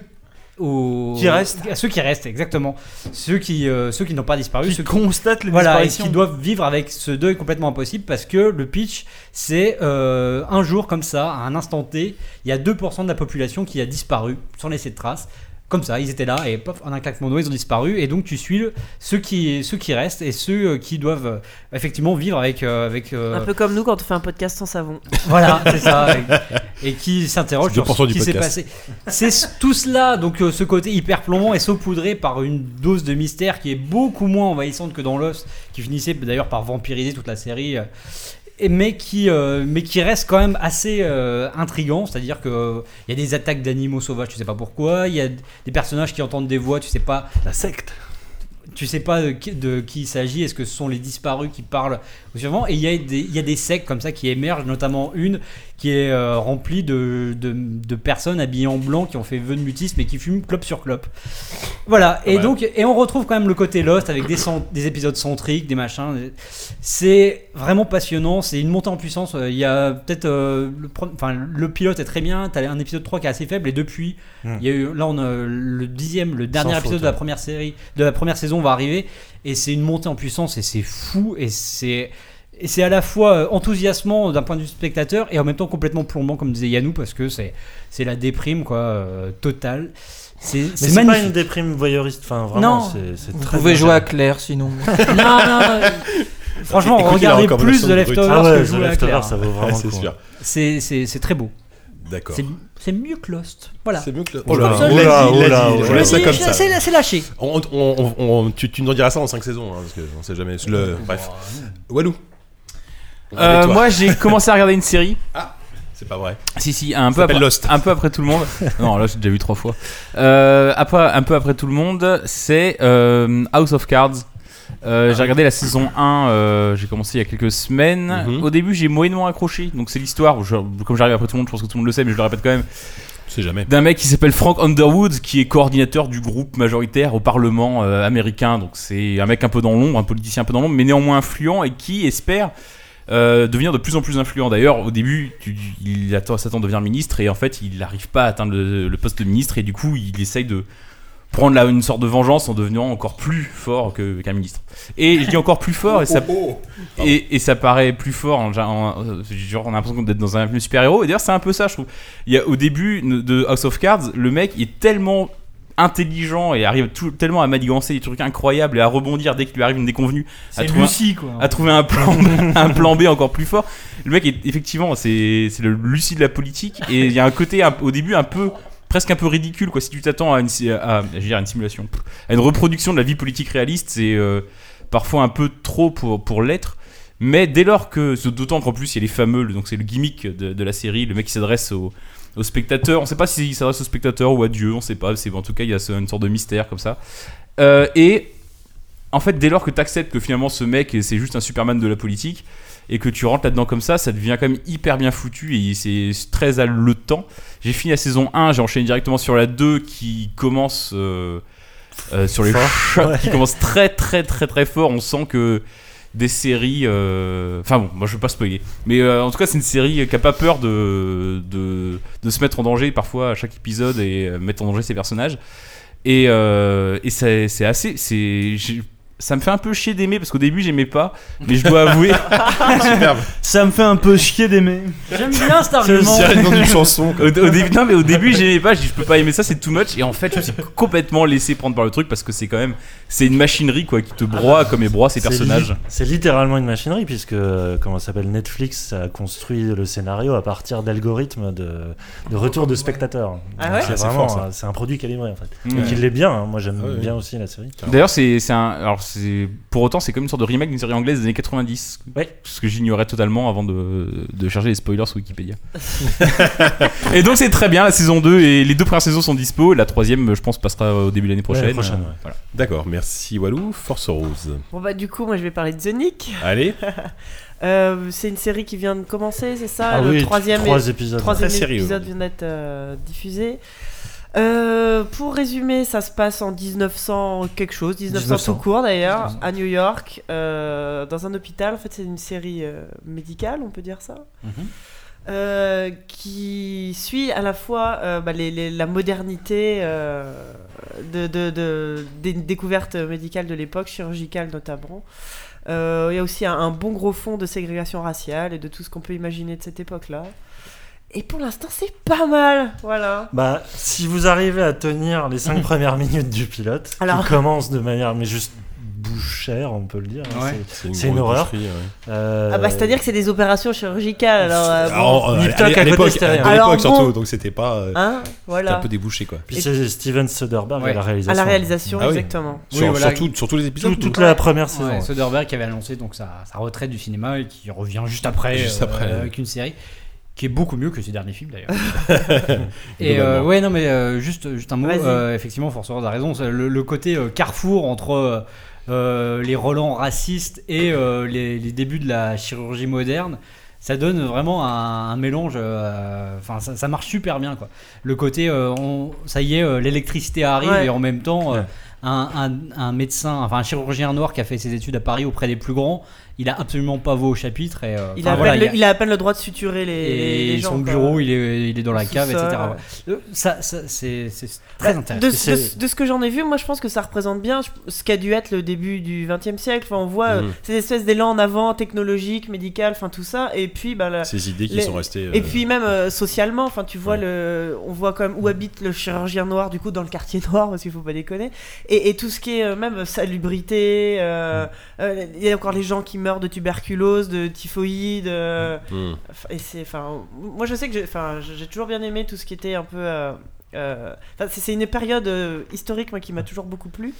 S4: Aux...
S2: Qui restent.
S4: à ceux qui restent exactement ceux qui euh, ceux qui n'ont pas disparu
S2: Qui
S4: ceux
S2: constatent les
S4: voilà, et
S2: disparitions.
S4: qui doivent vivre avec ce deuil complètement impossible parce que le pitch, c'est euh, un jour comme ça, à un instant T, il y a 2% de la population qui a disparu sans laisser de traces. Comme ça, ils étaient là et pof, en un claquement de doigts, ils ont disparu. Et donc, tu suis le- ceux, qui, ceux qui restent et ceux euh, qui doivent euh, effectivement vivre avec. euh, avec euh,
S5: Un peu comme nous quand on fait un podcast sans savon.
S4: voilà, c'est ça. Et, et qui s'interroge
S1: C'est
S4: sur
S1: 2%
S4: ce
S1: du
S4: qui s'est
S1: podcast.
S4: passé. C'est ce- tout cela, donc euh, ce côté hyper plombant est saupoudré par une dose de mystère qui est beaucoup moins envahissante que dans Lost, qui finissait d'ailleurs par vampiriser toute la série. euh, et- mais qui, euh, mais qui reste quand même assez euh, intrigant, c'est-à-dire que euh, il y a des attaques d'animaux sauvages, tu sais pas pourquoi, il y a d- des personnages qui entendent des voix, tu sais pas. La secte tu sais pas de qui, de qui il s'agit, est-ce que ce sont les disparus qui parlent au suivant Et il y, a des- il y a des sectes comme ça qui émergent, notamment une qui est euh, remplie de, de- de personnes habillées en blanc qui ont fait vœu de mutisme et qui fument clope sur clope. Voilà, et donc et on retrouve quand même le côté Lost avec des, cent- des épisodes centriques, des machins. des- C'est vraiment passionnant, c'est une montée en puissance. Euh, Il y a peut-être. euh, le, pro- enfin, le pilote est très bien, t'as un épisode 3 qui est assez faible, et depuis,
S6: Mm.
S4: il y a eu, là on a le dixième, le dernier
S6: Sans
S4: épisode
S6: faute,
S4: de la
S6: ouais.
S4: première série, de la première saison va arriver, et c'est une montée en puissance, et c'est fou, et c'est et c'est à la fois euh, enthousiasmant d'un point de vue spectateur et en même temps complètement plombant, comme disait Yannou, parce que c'est c'est la déprime quoi euh, totale. C'est
S7: Mais
S4: c'est
S7: c'est pas
S4: magnifique.
S7: une déprime voyeuristes Enfin, vraiment,
S4: Non.
S7: c'est- c'est
S4: Vous
S7: très
S6: pouvez
S7: bien
S6: jouer
S7: géré.
S6: à Claire, sinon.
S4: non, non, franchement,
S6: Écoutez la
S4: regardez plus
S6: recommandation
S4: de
S6: de
S4: Leftovers
S6: Brutus. Ah ouais,
S4: que
S6: The
S4: jouer à
S6: Leftovers,
S4: Claire.
S6: ça vaut vraiment
S1: Ouais, c'est le coup, sûr. hein.
S4: C'est- C'est c'est très beau.
S1: D'accord.
S4: C'est- C'est mieux que Lost. Voilà.
S1: C'est mieux que Lost.
S4: Je
S1: Oula,
S4: pense que-
S1: oula,
S4: je l'ai dit,
S1: oula,
S4: je l'ai dit,
S1: oula.
S4: je l'ai
S1: Laisse ça
S4: dit,
S1: comme
S4: je-
S1: ça.
S4: c'est- C'est lâché.
S1: On, on- on- on- tu, tu nous en diras ça en 5 saisons, hein, parce qu'on sait jamais. Le, bref. Walou.
S3: Euh,
S1: Avec toi.
S3: moi, j'ai commencé à regarder une série.
S1: Ah, c'est pas vrai.
S3: Si si, un
S1: Ça
S3: peu
S1: s'appelle
S3: après,
S1: Lost.
S3: un peu après tout le monde. non, là j'ai déjà vu trois fois. Euh, après, un peu après tout le monde, c'est euh, House of Cards. Euh, J'ai regardé la saison 1, euh, j'ai commencé il y a quelques semaines. Au début, j'ai moyennement accroché. Donc, c'est l'histoire, je- comme j'arrive après tout le monde, je pense que tout le monde le sait, mais je le répète quand même.
S1: C'est jamais.
S3: D'un mec qui s'appelle Frank Underwood, qui est coordinateur du groupe majoritaire au Parlement euh, américain. Donc, c'est un mec un peu dans l'ombre, un politicien un peu dans l'ombre, mais néanmoins influent et qui espère euh, devenir de plus en plus influent. D'ailleurs, au début, tu- il attend- s'attend à devenir ministre et en fait, il n'arrive pas à atteindre le, le poste de ministre et du coup, il essaye de prendre là une sorte de vengeance en devenant encore plus fort que- qu'un ministre. Et je dis encore plus fort et ça,
S1: Oh,
S3: et, et ça paraît plus fort. en- en- euh, genre, on a l'impression d'être dans un film de super-héros. Et d'ailleurs, c'est un peu ça, je trouve. Il y a, au début de House of Cards, le mec est tellement intelligent et arrive tout- tellement à manigancer des trucs incroyables et à rebondir dès qu'il lui arrive une déconvenue à
S2: C'est
S3: trouver,
S2: Lucy,
S3: un,
S2: quoi.
S3: à trouver un plan un plan B encore plus fort le mec est effectivement c'est c'est le Lucy de la politique et il y a un côté un- au début un peu presque un peu ridicule quoi si tu t'attends à une si- à, je veux dire, à une simulation pff, à une reproduction de la vie politique réaliste c'est euh, parfois un peu trop pour pour l'être mais dès lors que d'autant qu'en plus il y a les fameux donc c'est le gimmick de, de la série le mec qui s'adresse aux aux spectateurs on sait pas s'il s'adresse aux spectateurs ou à Dieu on sait pas c'est en tout cas il y a ce- une sorte de mystère comme ça Euh, et en fait, dès lors que tu acceptes que finalement ce mec c'est juste un Superman de la politique et que tu rentres là-dedans comme ça, ça devient quand même hyper bien foutu et c'est très haletant. J'ai fini la saison 1, j'ai enchaîné directement sur la 2 qui commence. euh, euh, sur les
S7: Fort.
S3: chocs qui
S7: Ouais.
S3: commencent très très très très fort. On sent que des séries. euh, Enfin bon, moi je veux pas spoiler. Mais euh, en tout cas, c'est une série qui a pas peur de, de, de se mettre en danger parfois à chaque épisode et euh, mettre en danger ses personnages. Et, euh, et c'est c'est assez. c'est j'ai- Ça me fait un peu chier d'aimer parce qu'au début j'aimais pas, mais je dois avouer.
S4: Superbe. Ça me fait un peu chier d'aimer.
S2: J'aime bien cet
S4: argument.
S3: C'est Au, au début, non, mais au début, j'aimais pas. Je dis, je peux pas aimer ça, c'est too much. Et en fait, je me suis complètement laissé prendre par le truc parce que c'est quand même, c'est une machinerie quoi qui te broie comme ébroie ces
S7: C'est
S3: personnages.
S7: li- C'est littéralement une machinerie puisque euh, comment ça s'appelle Netflix a construit le scénario à partir d'algorithmes de, de retour de spectateurs.
S5: Ah
S7: Donc
S5: ouais
S7: c'est
S5: C'est
S7: vraiment
S5: fort, ça.
S7: euh, c'est un produit calibré en fait.
S3: hein. Ouais.
S7: Et qui l'est bien. hein. Moi j'aime
S3: Ah ouais.
S7: bien aussi la série.
S3: D'ailleurs, c'est c'est un, alors c'est pour autant, c'est comme une sorte de remake d'une série anglaise des années 90. Ce que j'ignorais totalement avant de, de chercher les spoilers sur Wikipédia. et donc c'est très bien la saison 2 et les deux premières saisons sont dispo. La troisième, je pense, passera au début de l'année prochaine.
S7: l'année prochaine, ouais.
S3: Voilà.
S1: D'accord, merci Walou, Force Rose.
S5: Bon bah du coup moi je vais parler de The Nick.
S1: Allez.
S5: Euh, c'est une série qui vient de commencer, c'est ça
S1: Ah
S5: Le
S1: oui,
S5: troisième,
S1: trois épisodes.
S5: troisième
S1: Très sérieux hein.
S5: épisode
S1: aujourd'hui.
S5: vient d'être euh, diffusé. Euh, pour résumer, ça se passe en 1900 quelque chose, 1900,
S6: 1900.
S5: tout court d'ailleurs, à New York, euh, dans un hôpital. En fait, c'est une série euh, médicale, on peut dire ça.
S1: Mhm.
S5: Euh, qui suit à la fois euh, bah, les- les- la modernité euh, de, de- de- des découvertes médicales de l'époque, chirurgicales notamment. Euh, Il y a aussi un, un bon gros fond de ségrégation raciale et de tout ce qu'on peut imaginer de cette époque-là. Et pour l'instant, c'est pas mal, voilà.
S7: Bah, si vous arrivez à tenir les 5 premières minutes du pilote,
S5: Alors-
S7: qui commence de manière mais juste bouchère, on peut le dire, hein,
S1: Ouais.
S7: c'est-
S1: C'est une
S7: c'est une,
S1: grosse
S7: horreur.
S1: boucherie, ouais.
S7: Euh,
S5: Ah bah c'est-à-dire que c'est des opérations chirurgicales, alors... euh, bon.
S1: Alors, euh,
S7: Nip
S1: à
S7: Tuck
S1: l'é-
S7: à
S1: à
S7: côté
S1: l'époque,
S7: extérieur.
S1: à
S5: Alors,
S1: l'époque
S5: bon.
S1: surtout, donc c'était pas. euh,
S5: Hein, voilà.
S1: C'était un peu débouché quoi.
S7: Puis c'est Steven Soderbergh à la réalisation.
S5: À la réalisation,
S1: Ah oui.
S5: exactement.
S1: Sur- sur tous les épisodes,
S7: toute la première saison, ouais.
S2: Soderbergh qui avait annoncé donc sa, sa retraite du cinéma et qui revient juste après,
S1: Juste
S2: euh,
S1: après, ouais.
S2: avec une série qui est beaucoup mieux que ses derniers films d'ailleurs. et
S1: Globalement.
S2: euh, ouais non mais euh, juste juste un mot
S5: Vas-y.
S2: euh, effectivement Force Rose a raison c'est le, le côté euh, carrefour entre euh, euh, les relents racistes et euh, les, les débuts de la chirurgie moderne ça donne vraiment un, un mélange. euh, Enfin, ça, ça marche super bien, quoi. Le côté, euh, on- ça y est, euh, l'électricité arrive
S5: Ouais.
S2: et en même temps, euh, un, un- un médecin, enfin un chirurgien noir qui a fait ses études à Paris auprès des plus grands, il a absolument pas voix au chapitre. Et, euh,
S5: Il,
S2: enfin,
S5: a à peine
S2: voilà,
S5: le-
S2: il a-
S5: il a à peine le droit de suturer les, les- euh,
S2: et
S5: les gens.
S2: son
S5: quoi.
S2: bureau, il est, il est dans la
S5: Sous-sol,
S2: cave, etc.
S5: ouais.
S2: Euh, Ça, ça, c'est c'est très
S5: Bah,
S2: intéressant.
S5: De, de- de ce que j'en ai vu, moi je pense que ça représente bien je- ce qu'a dû être le début du 20 e siècle. Enfin, on voit euh,
S1: Mhm.
S5: ces espèces d'élan en avant technologique, médical, enfin tout ça. Et puis, bah, la-
S1: Ces idées qui sont restées, euh,
S5: Et puis même euh, socialement, enfin tu vois le, on voit quand même où habite le chirurgien noir du coup dans le quartier noir parce qu'il faut pas déconner. Et, et tout ce qui est euh, même salubrité, euh, euh, il y a encore les gens qui meurent de tuberculose, de typhoïde. euh,
S1: Mhm.
S5: et c'est enfin moi je sais que j'ai enfin, j'ai toujours bien aimé tout ce qui était un peu euh, euh, enfin, c'est c'est une période euh, historique moi qui m'a toujours beaucoup plu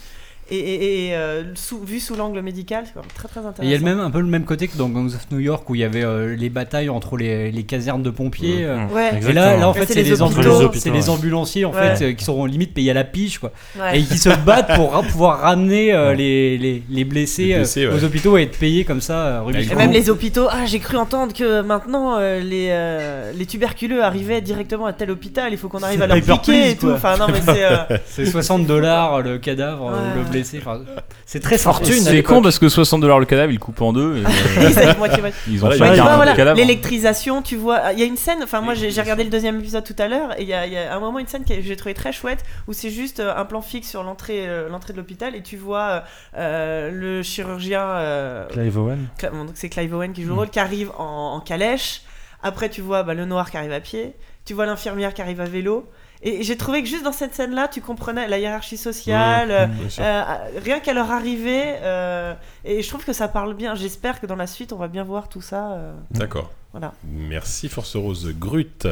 S5: et, et- et, euh, sous, vu sous l'angle médical c'est quand même très très intéressant
S2: Et Il y a le même, un peu le même côté que dans Gangs of New York où il y avait euh, les batailles entre les, les casernes de pompiers.
S5: Mmh.
S2: euh,
S5: Ouais.
S2: Et là, là, en
S5: Exactement.
S2: fait,
S5: C'est
S2: c'est
S5: les
S2: les,
S5: hôpitaux.
S2: ambulanciers-
S5: Les hôpitaux,
S2: c'est les
S5: ouais.
S2: ambulanciers en
S5: Ouais.
S2: fait, euh, qui seront limite payés à la piche quoi.
S5: Ouais.
S2: Et qui se battent pour ra- pouvoir ramener euh, les, les, les blessés,
S1: Les blessés,
S2: euh,
S1: ouais.
S2: aux hôpitaux et être payés comme ça. euh, rubis
S5: Et
S2: sur
S5: même
S2: le
S5: les hôpitaux, ah j'ai cru entendre que maintenant euh, les, euh, les tuberculeux arrivaient directement à tel hôpital, il faut qu'on arrive à leur
S2: Paper
S5: piquer et
S2: please,
S5: tout.
S2: quoi.
S5: Enfin non mais c'est... euh,
S2: C'est 60 dollars le cadavre, euh, le
S5: Ouais.
S2: blessé. enfin, c'est très fortune. à
S3: C'est
S2: l'époque.
S3: con parce que 60 dollars le cadavre, ils le coupent en deux. et, euh,
S5: Ils avaient moitié- moitié.
S3: Ils ont
S5: Ouais,
S3: fait
S5: tu
S3: un
S5: vois,
S3: cadavre.
S5: voilà, L'électrisation, tu vois. Il y a une scène, enfin, moi j'ai j'ai regardé le deuxième épisode tout à l'heure, et il y, a- il y a un moment, une scène que j'ai trouvé très chouette où c'est juste euh, un plan fixe sur l'entrée euh, l'entrée de l'hôpital et tu vois euh, euh, le chirurgien. euh,
S7: Clive Owen.
S5: Cla- bon, donc c'est Clive Owen qui
S3: Mm.
S5: joue le rôle, qui arrive en, en calèche. Après, tu vois bah, le noir qui arrive à pied, tu vois l'infirmière qui arrive à vélo. Et j'ai trouvé que juste dans cette scène-là, tu comprenais la hiérarchie sociale,
S1: Mmh,
S3: Mm.
S5: euh,
S1: bien sûr.
S5: euh, rien qu'à leur arrivée. euh, et je trouve que ça parle bien. J'espère que dans la suite, on va bien voir tout ça. euh,
S1: D'accord.
S5: Voilà.
S1: Merci Force Rose Grut.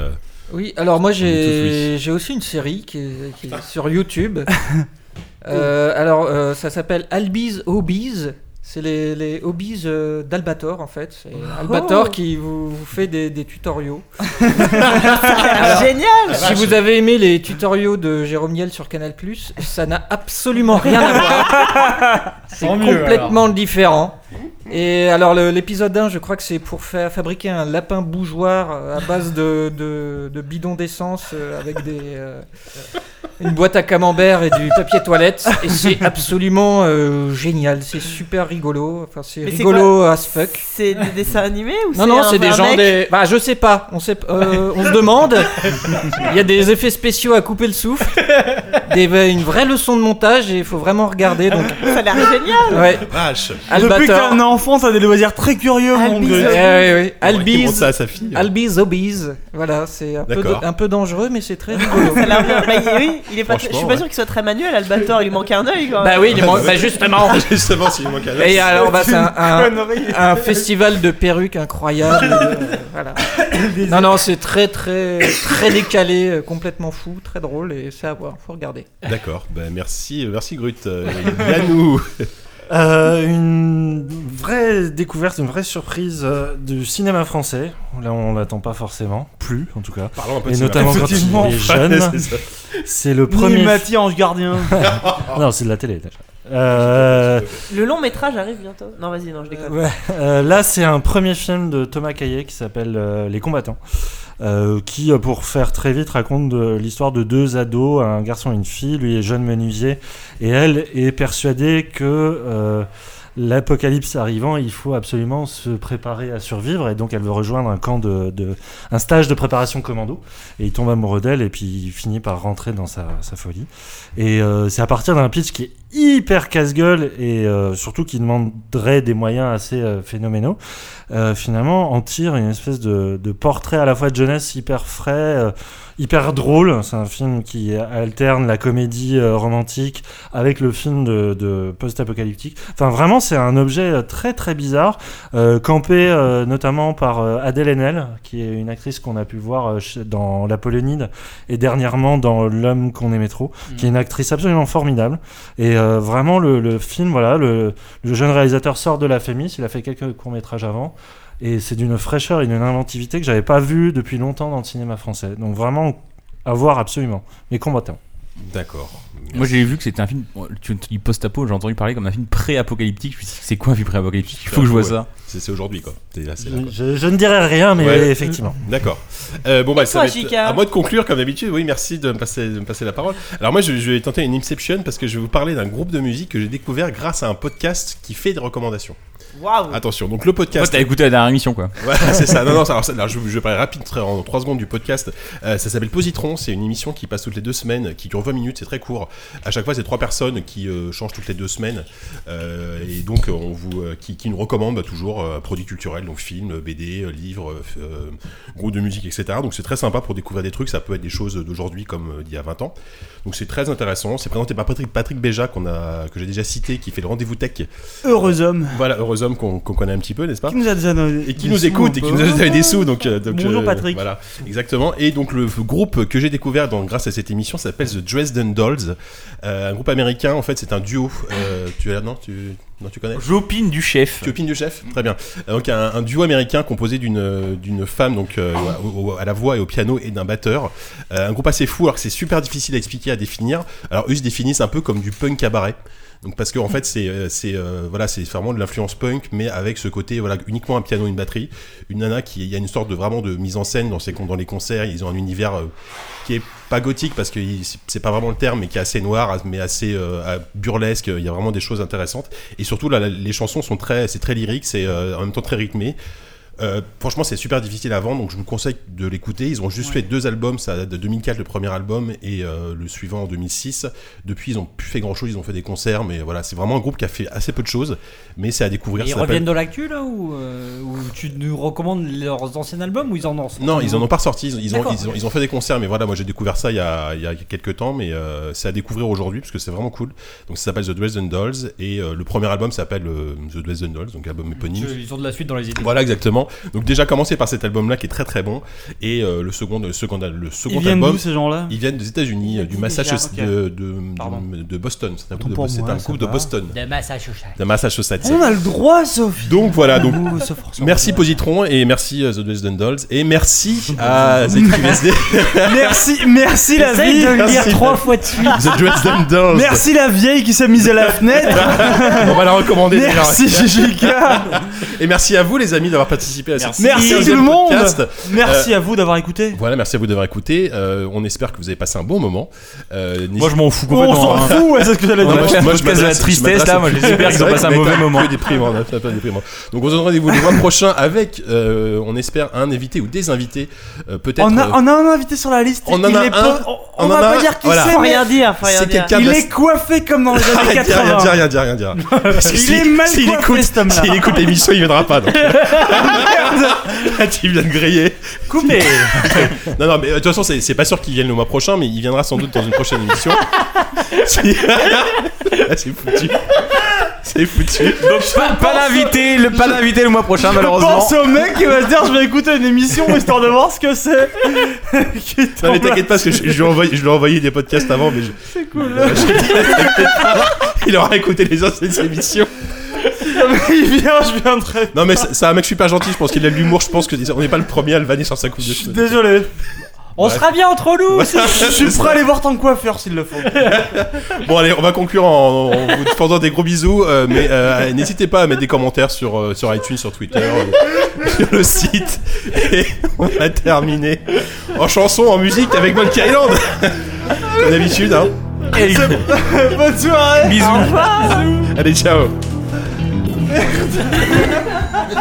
S6: Oui, alors moi j'ai
S1: On
S6: j'ai aussi une série qui est, qui est sur YouTube. Euh, alors euh, ça s'appelle Albies Hobbies. C'est les, les hobbies euh, d'Albator en fait. C'est Albator
S5: Oh.
S6: qui vous, vous fait des, des tutoriaux.
S5: Génial
S6: Si vous avez aimé les tutoriaux de Jérôme Niel sur Canal, ça n'a absolument rien à voir. C'est
S2: Tant mieux,
S6: complètement différent. Et alors le- l'épisode 1, je crois que c'est pour faire fabriquer un lapin bougeoir euh, à base de, de, de bidons d'essence euh, avec des, euh, une boîte à camembert et du papier toilette. Et c'est absolument euh, génial. C'est super rigolo. Enfin, c'est
S5: Mais c'est
S6: rigolo
S5: quoi
S6: as fuck.
S5: C'est des dessins animés ou
S6: Non, non,
S5: un-
S6: c'est des
S5: un
S6: gens.
S5: mec
S6: Des... Bah, je sais pas. On, sait... euh, on se demande. Il y a des effets spéciaux à couper le souffle. Des... Une vraie leçon de montage et il faut vraiment regarder. Donc...
S5: Ça a l'air génial.
S6: Ouais.
S1: Vache.
S4: Depuis que
S6: Albator.
S4: t'es un enfant, t'as des loisirs très curieux, mon
S6: Albiz,
S4: dieu.
S6: eh oui, oui.
S1: Il montre
S6: Albiz,
S1: ça à sa fille. hein.
S6: Albiz obese. Voilà, c'est un, peu
S1: D'accord.
S6: de- un peu dangereux, mais c'est très rigolo.
S5: Ça a l'air bien. Bah, il- oui, il est pas. Je
S6: Franchement,
S5: suis pas
S6: ouais.
S5: sûr qu'il soit très manuel, Albator. Il lui manque un œil. quand
S6: Bah
S5: même.
S6: oui, il manque- bah justement.
S1: justement, s'il manque un
S6: Et alors, bah, c'est un, un-
S5: connerie.
S6: un festival de perruques incroyable. euh, voilà. Non, non, c'est très, très, très décalé, euh, complètement fou, très drôle, et c'est à voir, faut regarder.
S1: D'accord, bah, merci, merci Grut. Euh, Yannou.
S7: Euh, une vraie découverte, une vraie surprise euh, du cinéma français. Là, on l'attend pas forcément, plus en tout cas.
S1: Parlons un peu de
S7: Et
S1: cinéma.
S7: notamment quand
S1: Effectivement,
S7: il est
S1: ouais,
S7: jeune.
S1: c'est ça.
S7: C'est le
S4: Ni
S7: premier.
S4: Mati, Ange Gardien.
S7: non, c'est de la télé déjà. Euh,
S5: Le long métrage arrive bientôt. Non, vas-y, non, je déconne.
S7: Ouais, euh, là, c'est un premier film de Thomas Caillet qui s'appelle euh, Les combattants, euh, qui, euh, pour faire très vite, raconte de- l'histoire de deux ados, un garçon et une fille. Lui est jeune menuisier et elle est persuadée que euh, l'apocalypse arrivant, il faut absolument se préparer à survivre. Et donc, elle veut rejoindre un camp de, de- un stage de préparation commando. Et il tombe amoureux d'elle et puis il finit par rentrer dans sa, sa folie. Et euh, c'est à partir d'un pitch qui est hyper casse-gueule et euh, surtout qui demanderait des moyens assez euh, phénoménaux, euh, finalement en tire une espèce de, de portrait à la fois de jeunesse hyper frais, euh, hyper drôle. C'est un film qui alterne la comédie euh, romantique avec le film de, de post-apocalyptique. Enfin, vraiment, c'est un objet euh, très très bizarre, euh, campé euh, notamment par euh, Adèle Haenel, qui est une actrice qu'on a pu voir euh, chez- dans La Polonide et dernièrement dans L'homme qu'on aimait trop, qui est une actrice absolument formidable. Et euh, vraiment, le, le film, voilà, le, le jeune réalisateur sort de la Fémis, il a fait quelques courts-métrages avant. Et c'est d'une fraîcheur et d'une inventivité que j'avais pas vu depuis longtemps dans le cinéma français. Donc vraiment, à voir absolument. Les combattants.
S1: D'accord.
S3: Moi j'ai vu que c'était un film, bon, tu tu dis post-apo, j'ai entendu parler comme un film pré-apocalyptique. Je me suis dit, c'est quoi un film pré-apocalyptique Il faut que je vois
S1: Ouais.
S3: ça.
S1: C'est c'est aujourd'hui quoi. C'est là, c'est là, quoi.
S7: Je, je ne dirais rien, mais
S1: Ouais.
S7: effectivement.
S1: D'accord. Euh, bon, bah, ça
S5: toi,
S1: va être
S5: Chica
S1: à moi de conclure, comme d'habitude. Oui, merci de me passer, de me passer la parole. Alors, moi, je, je vais tenter une Inception parce que je vais vous parler d'un groupe de musique que j'ai découvert grâce à un podcast qui fait des recommandations.
S5: Waouh.
S1: Attention, donc le podcast.
S3: En fait, t'as écouté la dernière émission quoi.
S1: Ouais, c'est ça. Non, non, ça- alors, ça- alors, je, je vais parler rapide très- en 3 secondes du podcast. Euh, ça s'appelle Positron. C'est une émission qui passe toutes les deux semaines, qui dure 20 minutes. C'est très court. À chaque fois, c'est trois personnes qui euh, changent toutes les deux semaines. Euh, et donc, euh, on vous, euh, qui, qui nous recommandent bah, toujours euh, produits culturels, donc films, BD, euh, livres, euh, f- euh, groupes de musique, etc. Donc, c'est très sympa pour découvrir des trucs. Ça peut être des choses d'aujourd'hui comme euh, d'il y a 20 ans. Donc, c'est très intéressant. C'est présenté par Patrick, Patrick Béja, qu'on a, que j'ai déjà cité, qui fait le rendez-vous tech.
S4: Heureux homme.
S1: Voilà, heureux homme qu'on qu'on connaît un petit peu, n'est-ce pas
S4: Qui nous a déjà donné euh,
S1: et qui
S4: des
S1: nous
S4: sous,
S1: écoute
S4: un
S1: et qui
S4: peu.
S1: nous a donné des sous. Donc, euh, donc,
S4: Bonjour, Patrick.
S1: Voilà, exactement. Et donc le groupe que j'ai découvert dans- grâce à cette émission s'appelle The Dresden Dolls, Euh, un groupe américain. En fait, c'est un duo. Euh, tu as non, tu non, tu connais.
S3: J'opine du chef.
S1: Tu opines du chef Très bien. Euh, Donc un, un duo américain composé d'une euh, d'une femme donc euh, au- au- à la voix et au piano et d'un batteur. Euh, un groupe assez fou alors que c'est super difficile à expliquer à définir. Alors eux se définissent un peu comme du punk cabaret. Donc parce que en fait c'est euh, c'est euh, voilà c'est vraiment de l'influence punk mais avec ce côté voilà uniquement un piano et une batterie une nana qui il y a une sorte de vraiment de mise en scène dans ces dans les concerts ils ont un univers euh, qui est pas gothique parce que il- c'est- c'est pas vraiment le terme mais qui est assez noir mais assez euh, à- burlesque il y a vraiment des choses intéressantes et surtout là, la- les chansons sont très c'est très lyrique c'est euh, en même temps très rythmé Euh, franchement, c'est super difficile à vendre, donc je vous conseille de l'écouter. Ils ont juste fait deux albums, ça date de 2004 le premier album et euh, le suivant en 2006. Depuis, ils ont plus fait grand chose, ils ont fait des concerts, mais voilà, c'est vraiment un groupe qui a fait assez peu de choses, mais c'est à découvrir.
S2: Et ils
S1: ça s'appelle-
S2: reviennent dans l'actu là ou, euh, ou tu nous recommandes leurs anciens albums ou ils en ont sorti
S1: Non, ils en ont pas sorti. Ils, ils ont,
S2: D'accord.
S1: ils, ont, ils ont fait des concerts, mais voilà, moi j'ai découvert ça il y a, il y a quelques temps, mais euh, c'est à découvrir aujourd'hui parce que c'est vraiment cool. Donc ça s'appelle The Dresden Dolls et euh, le premier album s'appelle euh, The Dresden Dolls, donc album éponyme.
S2: Ils ont de la suite dans les idées.
S1: Voilà exactement. Donc déjà commencé par cet album-là qui est très très bon et euh, le second le second le second
S4: Ils viennent
S1: album.
S4: d'où, ces gens-là
S1: Ils viennent des États-Unis, euh, du
S4: déjà,
S1: Massachusetts,
S4: ok.
S1: de, de, de- de Boston. C'est un
S4: Autant
S1: groupe de,
S4: pour
S1: Bo- c'est
S4: moi,
S1: un
S4: ça
S1: groupe de
S4: va.
S1: Boston.
S2: De Massachusetts.
S1: De Massachusetts.
S4: On a le droit, Sophie.
S1: Donc voilà, donc
S4: Ouh, ce forçant.
S1: merci Positron et merci euh, The Dresden Dolls et merci à ZQSD.
S4: Merci, merci la
S2: Essaye
S4: vie.
S2: de le
S1: Merci.
S2: dire trois fois de suite.
S1: The Dresden Dolls.
S4: Merci la vieille qui s'est mise à la fenêtre.
S1: Bah, On va la recommander.
S4: Merci
S1: déjà.
S4: Jika
S1: Et merci à vous, les amis, d'avoir participé à cette
S4: Merci
S1: série
S4: tout le
S1: de
S4: monde.
S1: podcasts.
S4: Merci
S1: Euh,
S4: à vous d'avoir écouté.
S1: Voilà, merci à vous d'avoir écouté. Euh, on espère que vous avez passé un bon moment. Euh, n'hésitez-
S3: Moi, je m'en fous complètement,
S4: On s'en hein. fout, ouais, c'est ce que j'allais
S1: Non,
S4: dire.
S1: moi, je-
S3: On
S1: moi,
S3: va
S1: je
S3: faire de la
S1: m'adresse- je
S3: tristesse,
S1: m'adresse
S3: là,
S1: aux
S3: moi,
S1: plus-
S3: j'espère
S1: C'est
S3: qu'ils ont
S1: vrai
S3: passé
S1: qu'on
S3: un
S1: est
S3: mauvais
S1: pas
S3: moment.
S1: que déprimant, on a fait un peu déprimant. Donc, on se donne rendez-vous le mois prochain avec, euh, on espère, un invité ou des invités. euh, Peut-être.
S4: On a,
S1: euh,
S4: on a un invité sur la liste.
S1: On en
S4: il
S1: a
S4: est
S1: un,
S4: peu- on,
S1: on
S4: on
S1: en
S4: va
S1: a
S4: pas
S1: un,
S4: dire qui
S1: voilà.
S4: c'est.
S1: Faut
S4: mais
S1: rien dire, faut rien C'est dire. quelqu'un de
S4: Il
S1: la-
S4: est coiffé comme dans les années
S1: Arrête, dis
S4: 80.
S1: rien, dis rien, dis rien, dis rien. Parce que
S4: Il
S1: si-
S4: est mal
S1: s'il
S4: coiffé,
S1: écoute-
S4: cet homme-là.
S1: S'il écoute l'émission, il viendra pas. donc. Ah, tu viens de griller.
S4: Coupé.
S1: non, non, mais euh, de toute façon, c'est c'est pas sûr qu'il vienne le mois prochain, mais il viendra sans doute dans une prochaine émission. Si- Ah, c'est foutu. C'est foutu.
S3: Donc, pas, pas l'invité, le, pas l'invité le mois prochain, malheureusement.
S4: Pense au mec qui va se dire je vais écouter une émission histoire de voir ce que c'est.
S1: Non, mais t'inquiète pas, parce que je, je lui ai envoyé- je lui ai envoyé des podcasts avant, mais je-
S4: C'est cool. hein.
S1: il aura écouté les anciennes émissions.
S4: il vient, je viendrai.
S1: Non, mais c'est c'est un mec super gentil, je pense qu'il a de l'humour, je pense que on n'est pas le premier à le vanner sur sa coupe de cheveux.
S4: Désolé. On
S1: Ouais.
S4: sera bien entre nous.
S1: Ouais,
S4: je
S1: c'est
S4: suis prêt
S1: ça.
S4: à aller voir ton coiffeur s'il le faut.
S1: Bon allez, on va conclure en, en vous faisant des gros bisous, euh, mais euh, n'hésitez pas à mettre des commentaires sur, euh, sur iTunes, sur Twitter, euh, sur le site. Et on a terminé en chanson, en musique avec Monkey Island. Comme d'habitude, hein.
S3: Et-
S4: Bonne soirée.
S3: Bisous.
S4: Au revoir.
S1: Allez, ciao.
S4: Bisous.